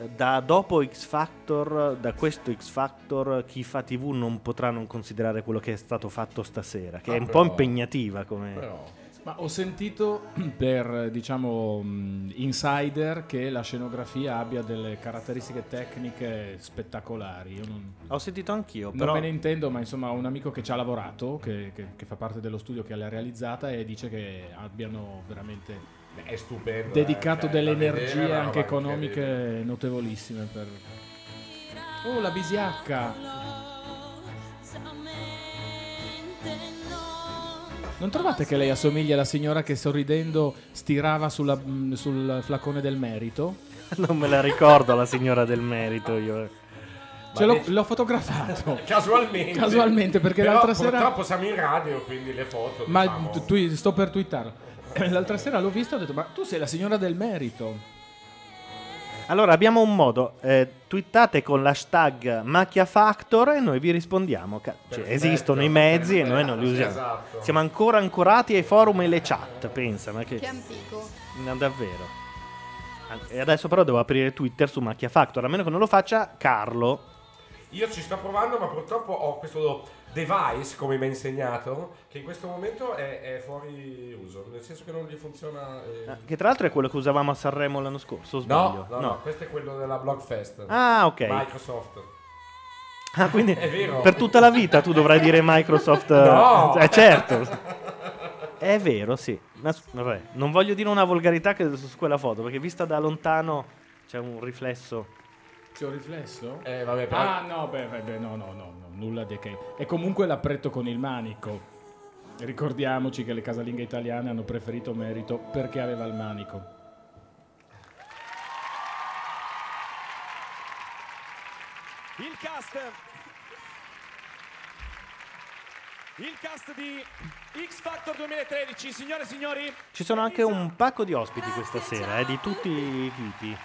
[SPEAKER 2] eh, da dopo X Factor, da questo X Factor, chi fa TV non potrà non considerare quello che è stato fatto stasera, che
[SPEAKER 3] Ah,
[SPEAKER 2] è un
[SPEAKER 3] però-
[SPEAKER 2] po' impegnativa come...
[SPEAKER 3] Però,
[SPEAKER 5] Ma ho sentito per diciamo mh, insider che la scenografia abbia delle caratteristiche tecniche spettacolari. Io non,
[SPEAKER 2] Ho sentito anch'io,
[SPEAKER 5] non
[SPEAKER 2] però...
[SPEAKER 5] me ne intendo, ma insomma, ho un amico che ci ha lavorato, che, che- che fa parte dello studio che l'ha realizzata e dice che abbiano veramente
[SPEAKER 3] È stupendo.
[SPEAKER 5] dedicato
[SPEAKER 3] eh, cioè,
[SPEAKER 5] delle
[SPEAKER 3] da vedere è
[SPEAKER 5] energie
[SPEAKER 3] una roba
[SPEAKER 5] anche
[SPEAKER 3] incredibile.
[SPEAKER 5] economiche notevolissime per... Oh, la bisiacca! Non trovate che lei assomiglia alla signora che sorridendo stirava sulla- mh, sul flacone del merito?
[SPEAKER 2] Non me la ricordo la signora del merito io.
[SPEAKER 5] Ce Cioè, l'ho, l'ho fotografato.
[SPEAKER 3] Casualmente.
[SPEAKER 5] Casualmente, perché
[SPEAKER 3] Però
[SPEAKER 5] l'altra sera...
[SPEAKER 3] Purtroppo siamo in radio, quindi le foto.
[SPEAKER 5] Ma
[SPEAKER 3] diciamo,
[SPEAKER 5] tu- tu- sto per twittarlo. L'altra sera l'ho vista e ho detto, ma tu sei la signora del merito.
[SPEAKER 2] Allora abbiamo un modo, eh, twittate con l'hashtag macchiafactor e noi vi rispondiamo. Ca- cioè, esistono i mezzi e noi non li usiamo.
[SPEAKER 3] Esatto.
[SPEAKER 2] Siamo ancora ancorati ai forum e alle chat, pensa, ma che...
[SPEAKER 4] Che antico.
[SPEAKER 2] No, davvero. An- E adesso però devo aprire Twitter su Macchia Factor, a meno che non lo faccia Carlo.
[SPEAKER 3] Io ci sto provando, ma purtroppo ho questo device, come mi ha insegnato, che in questo momento è, è fuori uso, nel senso che non gli funziona. eh,
[SPEAKER 2] Che tra l'altro è quello che usavamo a Sanremo l'anno scorso, o sbaglio?
[SPEAKER 3] No, no, no, questo è quello della Blockfest.
[SPEAKER 2] Ah, ok.
[SPEAKER 3] Microsoft.
[SPEAKER 2] Ah, quindi
[SPEAKER 3] È vero.
[SPEAKER 2] per tutta la vita tu dovrai dire Microsoft. eh,
[SPEAKER 3] No.
[SPEAKER 2] eh, certo. È vero, sì. Ma s- vabbè, non voglio dire una volgarità che su quella foto, perché vista da lontano c'è un riflesso.
[SPEAKER 5] C'è un riflesso?
[SPEAKER 3] Eh, vabbè, però-
[SPEAKER 5] Ah, no, beh, beh, beh, no, no, no, no, nulla di che. E comunque l'appretto con il manico. Ricordiamoci che le casalinghe italiane hanno preferito merito perché aveva il manico.
[SPEAKER 8] Il cast. Il cast di X Factor 2013, signore e signori.
[SPEAKER 2] Ci sono anche un pacco di ospiti questa sera, eh, di tutti i tipi.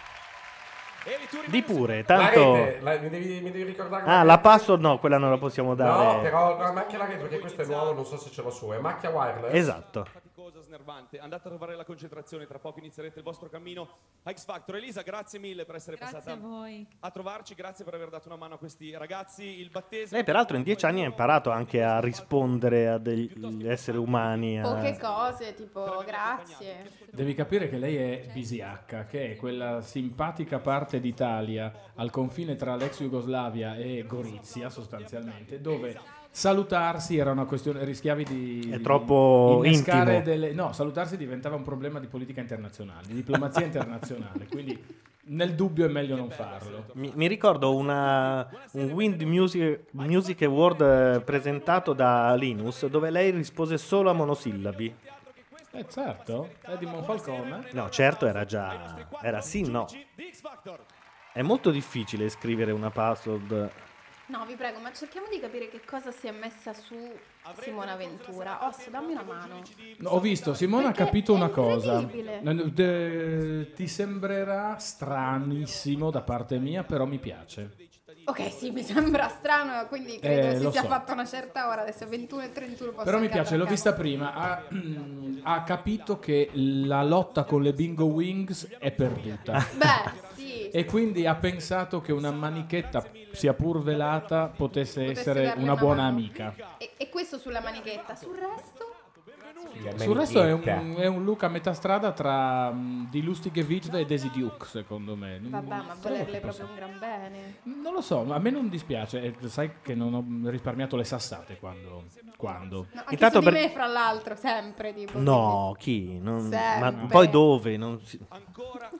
[SPEAKER 2] Di pure,
[SPEAKER 3] La
[SPEAKER 2] Eh, tanto...
[SPEAKER 3] rete, la- mi, devi, mi devi ricordare.
[SPEAKER 2] Ah,
[SPEAKER 3] rete.
[SPEAKER 2] la passo? No, quella non la possiamo dare.
[SPEAKER 3] No, però no, ma anche la rete, perché questo è nuovo, non so se ce l'ho su. È macchia wireless.
[SPEAKER 2] Esatto.
[SPEAKER 8] Faticosa, snervante. Andate a trovare la concentrazione, tra poco inizierete il vostro cammino a X Factor. Elisa, grazie mille per essere
[SPEAKER 11] Grazie a
[SPEAKER 8] passata
[SPEAKER 11] voi.
[SPEAKER 8] a trovarci, grazie per aver dato una mano a questi ragazzi. Il battesimo
[SPEAKER 2] Lei peraltro in dieci anni ha imparato anche a rispondere a degli esseri umani. a-
[SPEAKER 4] Poche cose, tipo grazie.
[SPEAKER 5] Devi capire che lei è Bisiacca, che è quella simpatica parte d'Italia al confine tra l'ex Jugoslavia e Gorizia, sostanzialmente, dove salutarsi era una questione, rischiavi di.
[SPEAKER 2] È
[SPEAKER 5] di
[SPEAKER 2] troppo
[SPEAKER 5] innescare
[SPEAKER 2] intimo.
[SPEAKER 5] delle- no, salutarsi diventava un problema di politica internazionale, di diplomazia internazionale. Quindi nel dubbio è meglio non farlo.
[SPEAKER 2] Mi, mi ricordo una- un Wind Music, Music Award eh, presentato da Linus dove lei rispose solo a monosillabi.
[SPEAKER 5] Eh, certo, è di Monfalcone.
[SPEAKER 2] No, certo, era già. Era sì, no. È molto difficile scrivere una password.
[SPEAKER 4] No, vi prego, ma cerchiamo di capire che cosa si è messa su Simona Ventura. Osso, dammi una mano.
[SPEAKER 5] No, ho visto, Simone ha capito una cosa.
[SPEAKER 4] incredibile.
[SPEAKER 5] No, no, de- ti sembrerà stranissimo da parte mia, però mi piace.
[SPEAKER 4] Ok, sì, mi sembra strano, quindi credo
[SPEAKER 5] Eh,
[SPEAKER 4] si
[SPEAKER 5] lo
[SPEAKER 4] sia
[SPEAKER 5] so.
[SPEAKER 4] fatta una certa ora, adesso è 21 e 31 posso
[SPEAKER 5] Però mi
[SPEAKER 4] anche
[SPEAKER 5] piace, l'ho
[SPEAKER 4] attaccare.
[SPEAKER 5] vista prima. Ha, ha capito che la lotta con le bingo wings è perduta.
[SPEAKER 4] Beh, sì.
[SPEAKER 5] E quindi ha pensato che una manichetta, sia pur velata, potesse essere
[SPEAKER 4] darle
[SPEAKER 5] una
[SPEAKER 4] una
[SPEAKER 5] buona
[SPEAKER 4] mano.
[SPEAKER 5] amica.
[SPEAKER 4] E, e questo sulla manichetta, sul resto?
[SPEAKER 5] Sul resto è un, è un look a metà strada tra mm, di Lustighevich e Daisy Duke, secondo me. Non-
[SPEAKER 4] Vabbè, ma
[SPEAKER 5] non so
[SPEAKER 4] volerle
[SPEAKER 5] che possa-
[SPEAKER 4] proprio un gran bene.
[SPEAKER 5] Non lo so, a me non dispiace. eh, Sai che non ho risparmiato le sassate quando. quando.
[SPEAKER 4] No, anche su di me, fra l'altro, sempre tipo.
[SPEAKER 2] No, chi? Non- ma
[SPEAKER 4] Sempre.
[SPEAKER 2] poi dove? Non si-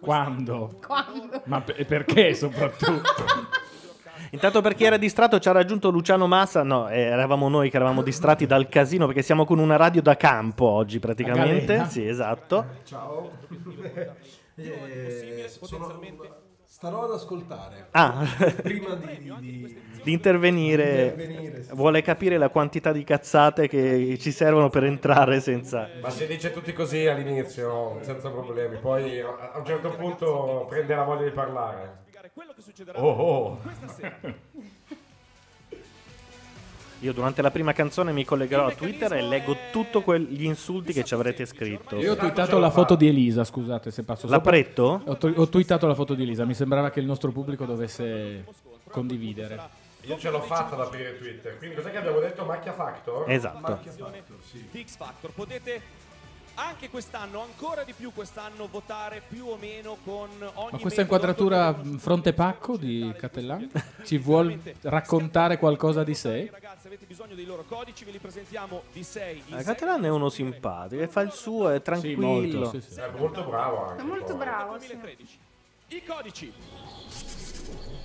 [SPEAKER 5] Quando?
[SPEAKER 4] Quando?
[SPEAKER 5] Ma pe- perché soprattutto?
[SPEAKER 2] Intanto per chi era distratto ci ha raggiunto Luciano Massa, no, eh, eravamo noi che eravamo distratti dal casino perché siamo con una radio da campo oggi praticamente.
[SPEAKER 12] galena.
[SPEAKER 2] Sì, esatto.
[SPEAKER 12] Ciao. Eh, sono, starò ad ascoltare.
[SPEAKER 2] Ah.
[SPEAKER 12] Prima di... di-
[SPEAKER 2] Di intervenire,
[SPEAKER 12] Intervenire, sì.
[SPEAKER 2] vuole capire la quantità di cazzate che ci servono per entrare senza...
[SPEAKER 3] Ma si dice tutti così all'inizio, senza problemi. Poi a a un certo punto prende la voglia di parlare. Oh oh.
[SPEAKER 2] Io durante la prima canzone mi collegherò a Twitter e leggo tutti gli insulti che ci avrete scritto.
[SPEAKER 5] Io ho twittato la foto di Elisa, scusate se passo sopra.
[SPEAKER 2] L'appretto?
[SPEAKER 5] Ho, tu- ho twittato la foto di Elisa, mi sembrava che il nostro pubblico dovesse condividere.
[SPEAKER 3] Io ce l'ho fatta ad aprire Twitter. Quindi cos'è che abbiamo detto? Macchia Factor?
[SPEAKER 5] Esatto.
[SPEAKER 3] Macchia Factor, sì.
[SPEAKER 8] di X Factor. Potete anche quest'anno, ancora di più quest'anno, votare più o meno con ogni
[SPEAKER 5] Ma questa inquadratura mh, fronte pacco di Catellà ci vuol raccontare qualcosa di sé?
[SPEAKER 8] Ragazzi, avete bisogno bisogno dei loro codici, ve li presentiamo di 6 in 6.
[SPEAKER 2] Eh, Catalan è uno simpatico, e fa il suo, è tranquillo.
[SPEAKER 5] molto, sì, sì.
[SPEAKER 3] È molto bravo anche.
[SPEAKER 4] È molto
[SPEAKER 3] poi.
[SPEAKER 4] bravo, sì.
[SPEAKER 8] 2013. I codici.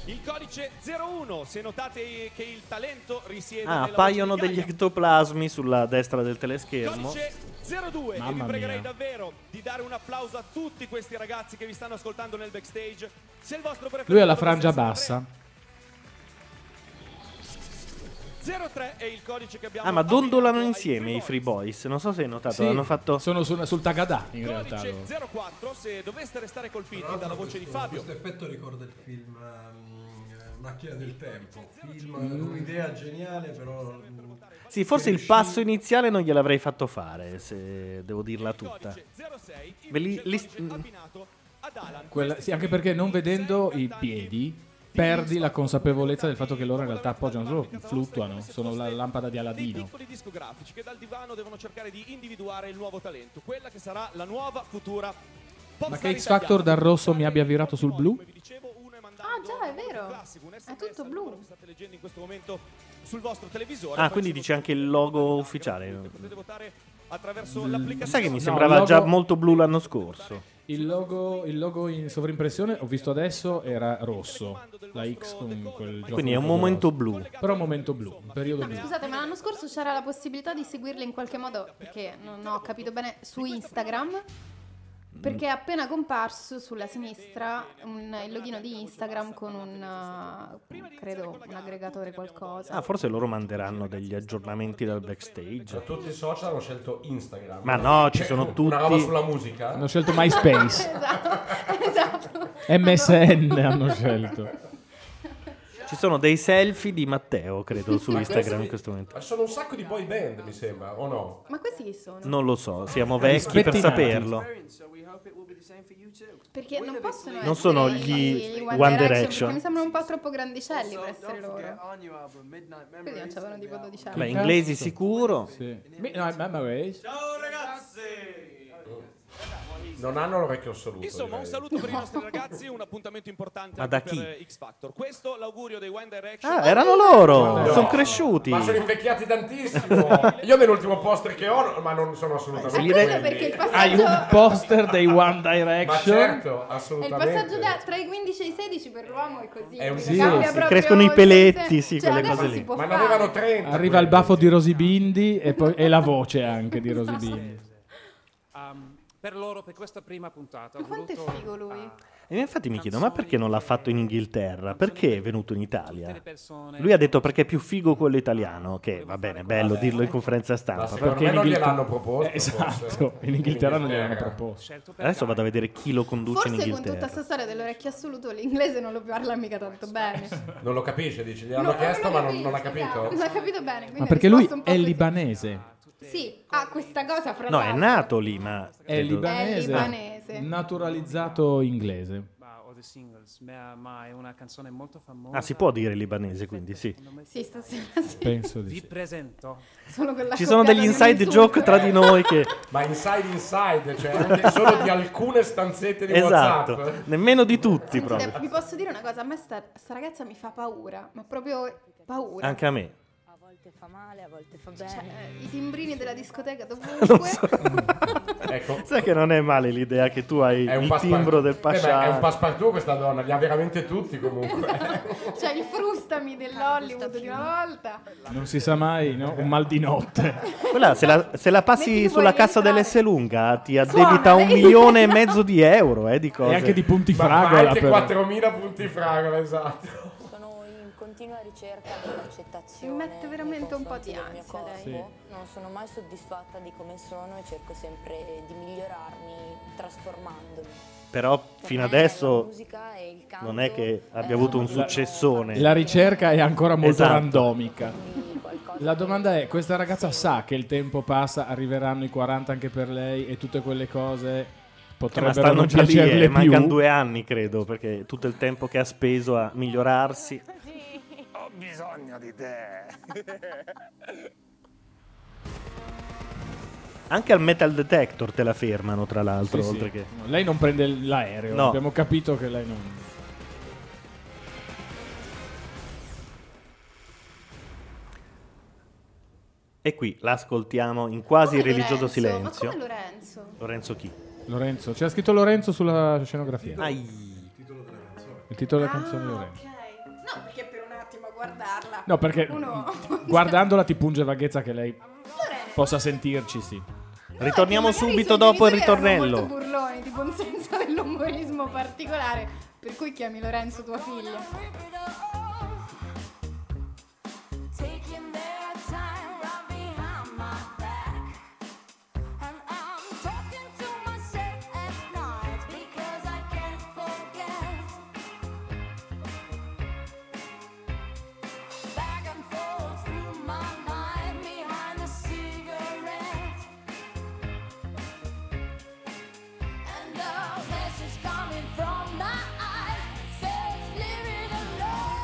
[SPEAKER 8] Il codice 01, se notate che il talento risiede
[SPEAKER 2] Ah,
[SPEAKER 8] nella
[SPEAKER 2] appaiono
[SPEAKER 8] voce di
[SPEAKER 2] degli ectoplasmi sulla destra del teleschermo.
[SPEAKER 8] Codice 02 e vi
[SPEAKER 2] Mamma
[SPEAKER 8] pregherei
[SPEAKER 2] mia.
[SPEAKER 8] davvero di dare un applauso a tutti questi ragazzi che vi stanno ascoltando nel backstage. Se il vostro
[SPEAKER 5] Lui ha
[SPEAKER 8] preferito
[SPEAKER 5] la frangia bassa.
[SPEAKER 8] 03 è il codice che abbiamo
[SPEAKER 2] Ah, ma dondolano insieme i Free Boys. Non so se hai notato,
[SPEAKER 5] Sì,
[SPEAKER 2] hanno fatto.
[SPEAKER 5] Sono su- sul Tagadà in realtà.
[SPEAKER 8] Codice
[SPEAKER 5] loro.
[SPEAKER 8] 04, se doveste restare colpiti
[SPEAKER 12] Tra l'altro
[SPEAKER 8] dalla voce di
[SPEAKER 12] questo-
[SPEAKER 8] Fabio.
[SPEAKER 12] Questo effetto ricorda il film ehm, eh, Macchina del Tempo. Film
[SPEAKER 2] Mm.
[SPEAKER 12] con un'idea geniale, però. mm,
[SPEAKER 2] Sì, forse il passo iniziale non gliel'avrei fatto fare, se devo dirla tutta. Beh, lì- lì-
[SPEAKER 5] Quella- sì, anche perché non vedendo i piedi perdi la consapevolezza del fatto che loro in realtà appoggiano solo, fluttuano, sono la lampada di Aladino.
[SPEAKER 8] piccoli discografici che dal divano devono cercare di individuare il nuovo talento, quella che sarà la nuova futura pop
[SPEAKER 5] Ma che X Factor dal rosso mi abbia virato sul blu?
[SPEAKER 4] Ah, già, è vero. È tutto blu.
[SPEAKER 8] leggendo in questo momento sul vostro televisore.
[SPEAKER 2] Ah,
[SPEAKER 8] Poi
[SPEAKER 2] quindi dice anche il logo ufficiale.
[SPEAKER 8] attraverso
[SPEAKER 2] Sai
[SPEAKER 8] l'applicazione.
[SPEAKER 2] che mi
[SPEAKER 5] No,
[SPEAKER 2] sembrava
[SPEAKER 5] logo-
[SPEAKER 2] già molto blu l'anno scorso.
[SPEAKER 5] Il logo, il logo in sovrimpressione, ho visto adesso, era rosso, la X con quel gioco
[SPEAKER 2] Quindi è un
[SPEAKER 5] rosso.
[SPEAKER 2] momento blu.
[SPEAKER 5] Però un momento blu, un periodo blu.
[SPEAKER 4] Scusate, ma l'anno scorso c'era la possibilità di seguirle in qualche modo, perché non ho capito bene, su Instagram? Perché è appena comparso sulla sinistra un- il loghino di Instagram con un, eh, credo, un aggregatore qualcosa.
[SPEAKER 2] Ah, forse loro manderanno degli aggiornamenti dal
[SPEAKER 3] Cioè,
[SPEAKER 2] backstage.
[SPEAKER 3] tutti i social hanno scelto Instagram. Cioè,
[SPEAKER 2] Ma no, ci sono tutti-
[SPEAKER 3] Una roba sulla musica.
[SPEAKER 5] Hanno scelto MySpace,
[SPEAKER 4] esatto, esatto.
[SPEAKER 5] MSN hanno scelto.
[SPEAKER 2] Ci sono dei selfie di Matteo, credo, su Instagram in questo momento.
[SPEAKER 3] Ma sono un sacco di boy band, mi sembra, o no? Eh,
[SPEAKER 4] Ma questi chi sono?
[SPEAKER 2] Non lo so, siamo vecchi per
[SPEAKER 5] Spettinati.
[SPEAKER 2] saperlo.
[SPEAKER 4] Perché non possono
[SPEAKER 2] Non sono
[SPEAKER 4] essere
[SPEAKER 2] gli
[SPEAKER 4] i
[SPEAKER 2] One
[SPEAKER 4] Perché
[SPEAKER 2] Direction.
[SPEAKER 4] mi sembrano un po' troppo grandicelli per essere loro. Quindi non c'avevano tipo 12 anni.
[SPEAKER 2] Beh, inglesi sicuro.
[SPEAKER 5] Mi- no, Memories.
[SPEAKER 3] Non hanno l'orecchio assoluto.
[SPEAKER 8] Insomma, un
[SPEAKER 3] direi.
[SPEAKER 8] saluto per i nostri ragazzi, un appuntamento importante
[SPEAKER 2] Ma da
[SPEAKER 8] anche
[SPEAKER 2] chi?
[SPEAKER 8] per eh, X Factor. Questo l'augurio dei One Direction.
[SPEAKER 2] Ah, erano loro.
[SPEAKER 3] No.
[SPEAKER 2] Sono cresciuti.
[SPEAKER 3] Ma sono invecchiati tantissimo. Io vedo l'ultimo poster che ho, ma non sono Ah, assolutamente.
[SPEAKER 2] Li vedi?
[SPEAKER 3] quelli.
[SPEAKER 4] perché il passaggio-
[SPEAKER 2] Hai un poster dei One
[SPEAKER 3] Ma
[SPEAKER 2] Direction.
[SPEAKER 3] certo,
[SPEAKER 4] È il
[SPEAKER 3] assolutamente.
[SPEAKER 4] passaggio da, tra i 15 e i 16 per l'uomo è così.
[SPEAKER 3] È un
[SPEAKER 4] perché
[SPEAKER 3] sì,
[SPEAKER 4] cambia
[SPEAKER 3] sì.
[SPEAKER 4] proprio
[SPEAKER 2] Crescono i
[SPEAKER 4] il
[SPEAKER 2] peletti,
[SPEAKER 4] senso.
[SPEAKER 2] sì,
[SPEAKER 4] Cioè,
[SPEAKER 2] quelle
[SPEAKER 4] adesso
[SPEAKER 2] cose
[SPEAKER 4] si
[SPEAKER 2] lì.
[SPEAKER 4] può
[SPEAKER 3] Ma ne
[SPEAKER 4] fare.
[SPEAKER 3] avevano 30.
[SPEAKER 5] Arriva il baffo di Rosibindi e poi e la voce anche di Rosibindi.
[SPEAKER 11] Um, per loro, per questa prima puntata. ho
[SPEAKER 4] Ma quanto è
[SPEAKER 11] voluto,
[SPEAKER 4] figo lui?
[SPEAKER 11] ah,
[SPEAKER 2] E infatti mi chiedo, ma perché non l'ha fatto in Inghilterra? Perché è venuto in Italia?
[SPEAKER 11] persone-
[SPEAKER 2] Lui ha detto perché è più figo quello italiano, che va bene, bello dirlo in conferenza
[SPEAKER 3] Ma
[SPEAKER 2] stampa.
[SPEAKER 3] secondo
[SPEAKER 2] Perché
[SPEAKER 3] me
[SPEAKER 2] in
[SPEAKER 3] non
[SPEAKER 2] Inghilterra...
[SPEAKER 3] gliel'hanno proposto.
[SPEAKER 5] Eh, esatto,
[SPEAKER 3] forse.
[SPEAKER 5] in Inghilterra non gliel'hanno
[SPEAKER 3] Inghilterra. Certo,
[SPEAKER 5] proposto.
[SPEAKER 2] Adesso vado a vedere chi lo conduce in
[SPEAKER 4] Forse con tutta
[SPEAKER 2] Inghilterra.
[SPEAKER 4] questa storia dell'orecchio assoluto l'inglese non lo parla mica tanto bene.
[SPEAKER 3] Non lo capisce, dici. Gliel'hanno
[SPEAKER 4] No,
[SPEAKER 3] chiesto, ma
[SPEAKER 4] capisco,
[SPEAKER 3] non, non ha
[SPEAKER 4] esatto, Non
[SPEAKER 3] capito.
[SPEAKER 4] ha capito bene. quindi
[SPEAKER 5] Ma
[SPEAKER 4] ha
[SPEAKER 5] perché lui
[SPEAKER 4] risposto un po'
[SPEAKER 5] è
[SPEAKER 4] così.
[SPEAKER 5] libanese.
[SPEAKER 4] Sì, ha questa cosa fra
[SPEAKER 2] No, è
[SPEAKER 4] l'altro.
[SPEAKER 2] nato lì, ma...
[SPEAKER 5] È
[SPEAKER 2] credo-
[SPEAKER 5] libanese,
[SPEAKER 4] libanese.
[SPEAKER 5] naturalizzato inglese.
[SPEAKER 11] ma ho dei singles, ma, ma è una canzone molto famosa.
[SPEAKER 2] Ah, si può dire libanese, quindi sì.
[SPEAKER 4] Sì, stasera sì.
[SPEAKER 5] Penso
[SPEAKER 11] Vi presento.
[SPEAKER 4] Solo con la
[SPEAKER 2] Ci sono
[SPEAKER 4] coppiata
[SPEAKER 2] degli
[SPEAKER 4] di un
[SPEAKER 2] inside
[SPEAKER 4] insulto.
[SPEAKER 2] joke tra di noi che...
[SPEAKER 3] Ma inside inside, cioè anche solo di alcune stanzette di
[SPEAKER 2] Esatto,
[SPEAKER 3] WhatsApp.
[SPEAKER 2] nemmeno di tutti
[SPEAKER 4] Sentite,
[SPEAKER 2] proprio.
[SPEAKER 4] vi posso dire una cosa, a me sta, sta ragazza mi fa paura, ma proprio paura.
[SPEAKER 2] Anche a me.
[SPEAKER 13] A volte fa male, a volte fa
[SPEAKER 4] Cioè,
[SPEAKER 13] bene.
[SPEAKER 4] eh, I timbrini della discoteca
[SPEAKER 2] Non
[SPEAKER 4] dovunque.
[SPEAKER 2] so.
[SPEAKER 3] Ecco.
[SPEAKER 2] Sai che non è male l'idea che tu hai
[SPEAKER 3] È un
[SPEAKER 2] il
[SPEAKER 3] passepartout.
[SPEAKER 2] timbro del
[SPEAKER 3] Eh, ma È un
[SPEAKER 2] pascià.
[SPEAKER 3] passepartout questa donna, li ha veramente tutti comunque.
[SPEAKER 4] cioè il frustami dell'Hollywood di una volta.
[SPEAKER 5] Non si sa mai, no? Un mal di notte.
[SPEAKER 2] Quella, se la, se la
[SPEAKER 4] Metti
[SPEAKER 2] passi
[SPEAKER 4] che
[SPEAKER 2] sulla
[SPEAKER 4] vuoi
[SPEAKER 2] cassa
[SPEAKER 4] rientrare.
[SPEAKER 2] dell'S lunga ti
[SPEAKER 4] Suona,
[SPEAKER 2] addebita un
[SPEAKER 4] vedi?
[SPEAKER 2] milione e mezzo di euro eh, di cose.
[SPEAKER 5] E anche di punti
[SPEAKER 3] Ma
[SPEAKER 5] fragola.
[SPEAKER 3] anche
[SPEAKER 5] però.
[SPEAKER 3] 4000 punti fragola, esatto.
[SPEAKER 13] Sono in continua ricerca
[SPEAKER 4] Mi
[SPEAKER 13] dell'accettazione.
[SPEAKER 4] mette veramente un po' di
[SPEAKER 13] nei confronti del
[SPEAKER 4] ansia,
[SPEAKER 13] mio
[SPEAKER 4] lei.
[SPEAKER 13] corpo. Non sono mai soddisfatta di come sono e cerco sempre di migliorarmi trasformandomi.
[SPEAKER 2] Però fino
[SPEAKER 13] Per me la
[SPEAKER 2] adesso
[SPEAKER 13] musica e il canto eh,
[SPEAKER 2] non è che abbia avuto un successone.
[SPEAKER 5] La ricerca è ancora molto
[SPEAKER 2] Esatto.
[SPEAKER 5] randomica. La domanda è, questa ragazza sa che il tempo passa, arriveranno i 40 anche per lei e tutte quelle cose
[SPEAKER 2] Eh, ma
[SPEAKER 5] potrebbero
[SPEAKER 2] stanno
[SPEAKER 5] non
[SPEAKER 2] già lì, eh,
[SPEAKER 5] piacerle
[SPEAKER 2] mancano
[SPEAKER 5] più.
[SPEAKER 2] due anni credo, perché tutto il tempo che ha speso a migliorarsi.
[SPEAKER 10] Ho bisogno di te.
[SPEAKER 2] Anche al metal detector te la fermano, tra l'altro,
[SPEAKER 5] Sì, sì.
[SPEAKER 2] oltre che...
[SPEAKER 5] No, Lei non prende l'aereo,
[SPEAKER 2] No.
[SPEAKER 5] abbiamo capito che lei non...
[SPEAKER 2] E qui l'ascoltiamo in quasi
[SPEAKER 4] Come
[SPEAKER 2] religioso
[SPEAKER 4] Lorenzo?
[SPEAKER 2] silenzio.
[SPEAKER 4] Ma come Lorenzo?
[SPEAKER 2] Lorenzo chi?
[SPEAKER 5] Lorenzo, c'era scritto Lorenzo sulla scenografia.
[SPEAKER 2] Ai.
[SPEAKER 5] Il titolo della canzone Lorenzo.
[SPEAKER 4] Ah, No, perché per un attimo a guardarla.
[SPEAKER 5] No, perché
[SPEAKER 4] Uno...
[SPEAKER 5] guardandola ti punge vaghezza che lei possa sentirci, sì.
[SPEAKER 2] Ritorniamo
[SPEAKER 4] Magari i
[SPEAKER 2] subito
[SPEAKER 4] suoi
[SPEAKER 2] dopo il
[SPEAKER 4] genitori erano
[SPEAKER 2] ritornello.
[SPEAKER 4] molto burloni, tipo un senso dell'umorismo particolare, per cui chiami Lorenzo tua figlia.
[SPEAKER 9] Taking their time right behind my back. And I'm talking to myself at night because I can't forget. Back and forth through my mind behind the cigarette. And the message coming from my eyes says, Leave it alone.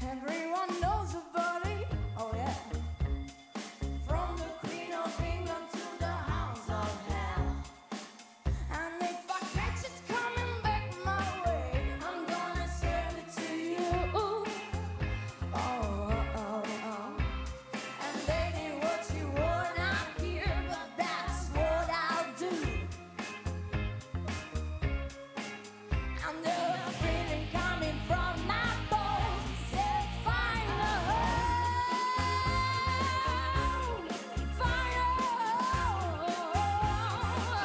[SPEAKER 9] Everyone knows about it, oh yeah. From the Queen of England to the Hounds of Hell. And if I catch it coming back my way, I'm gonna serve it to you. Oh, oh, oh, oh. And they did what you would not hear, but that's what I'll do. I know the feeling coming from my bones. Said, find a home. Find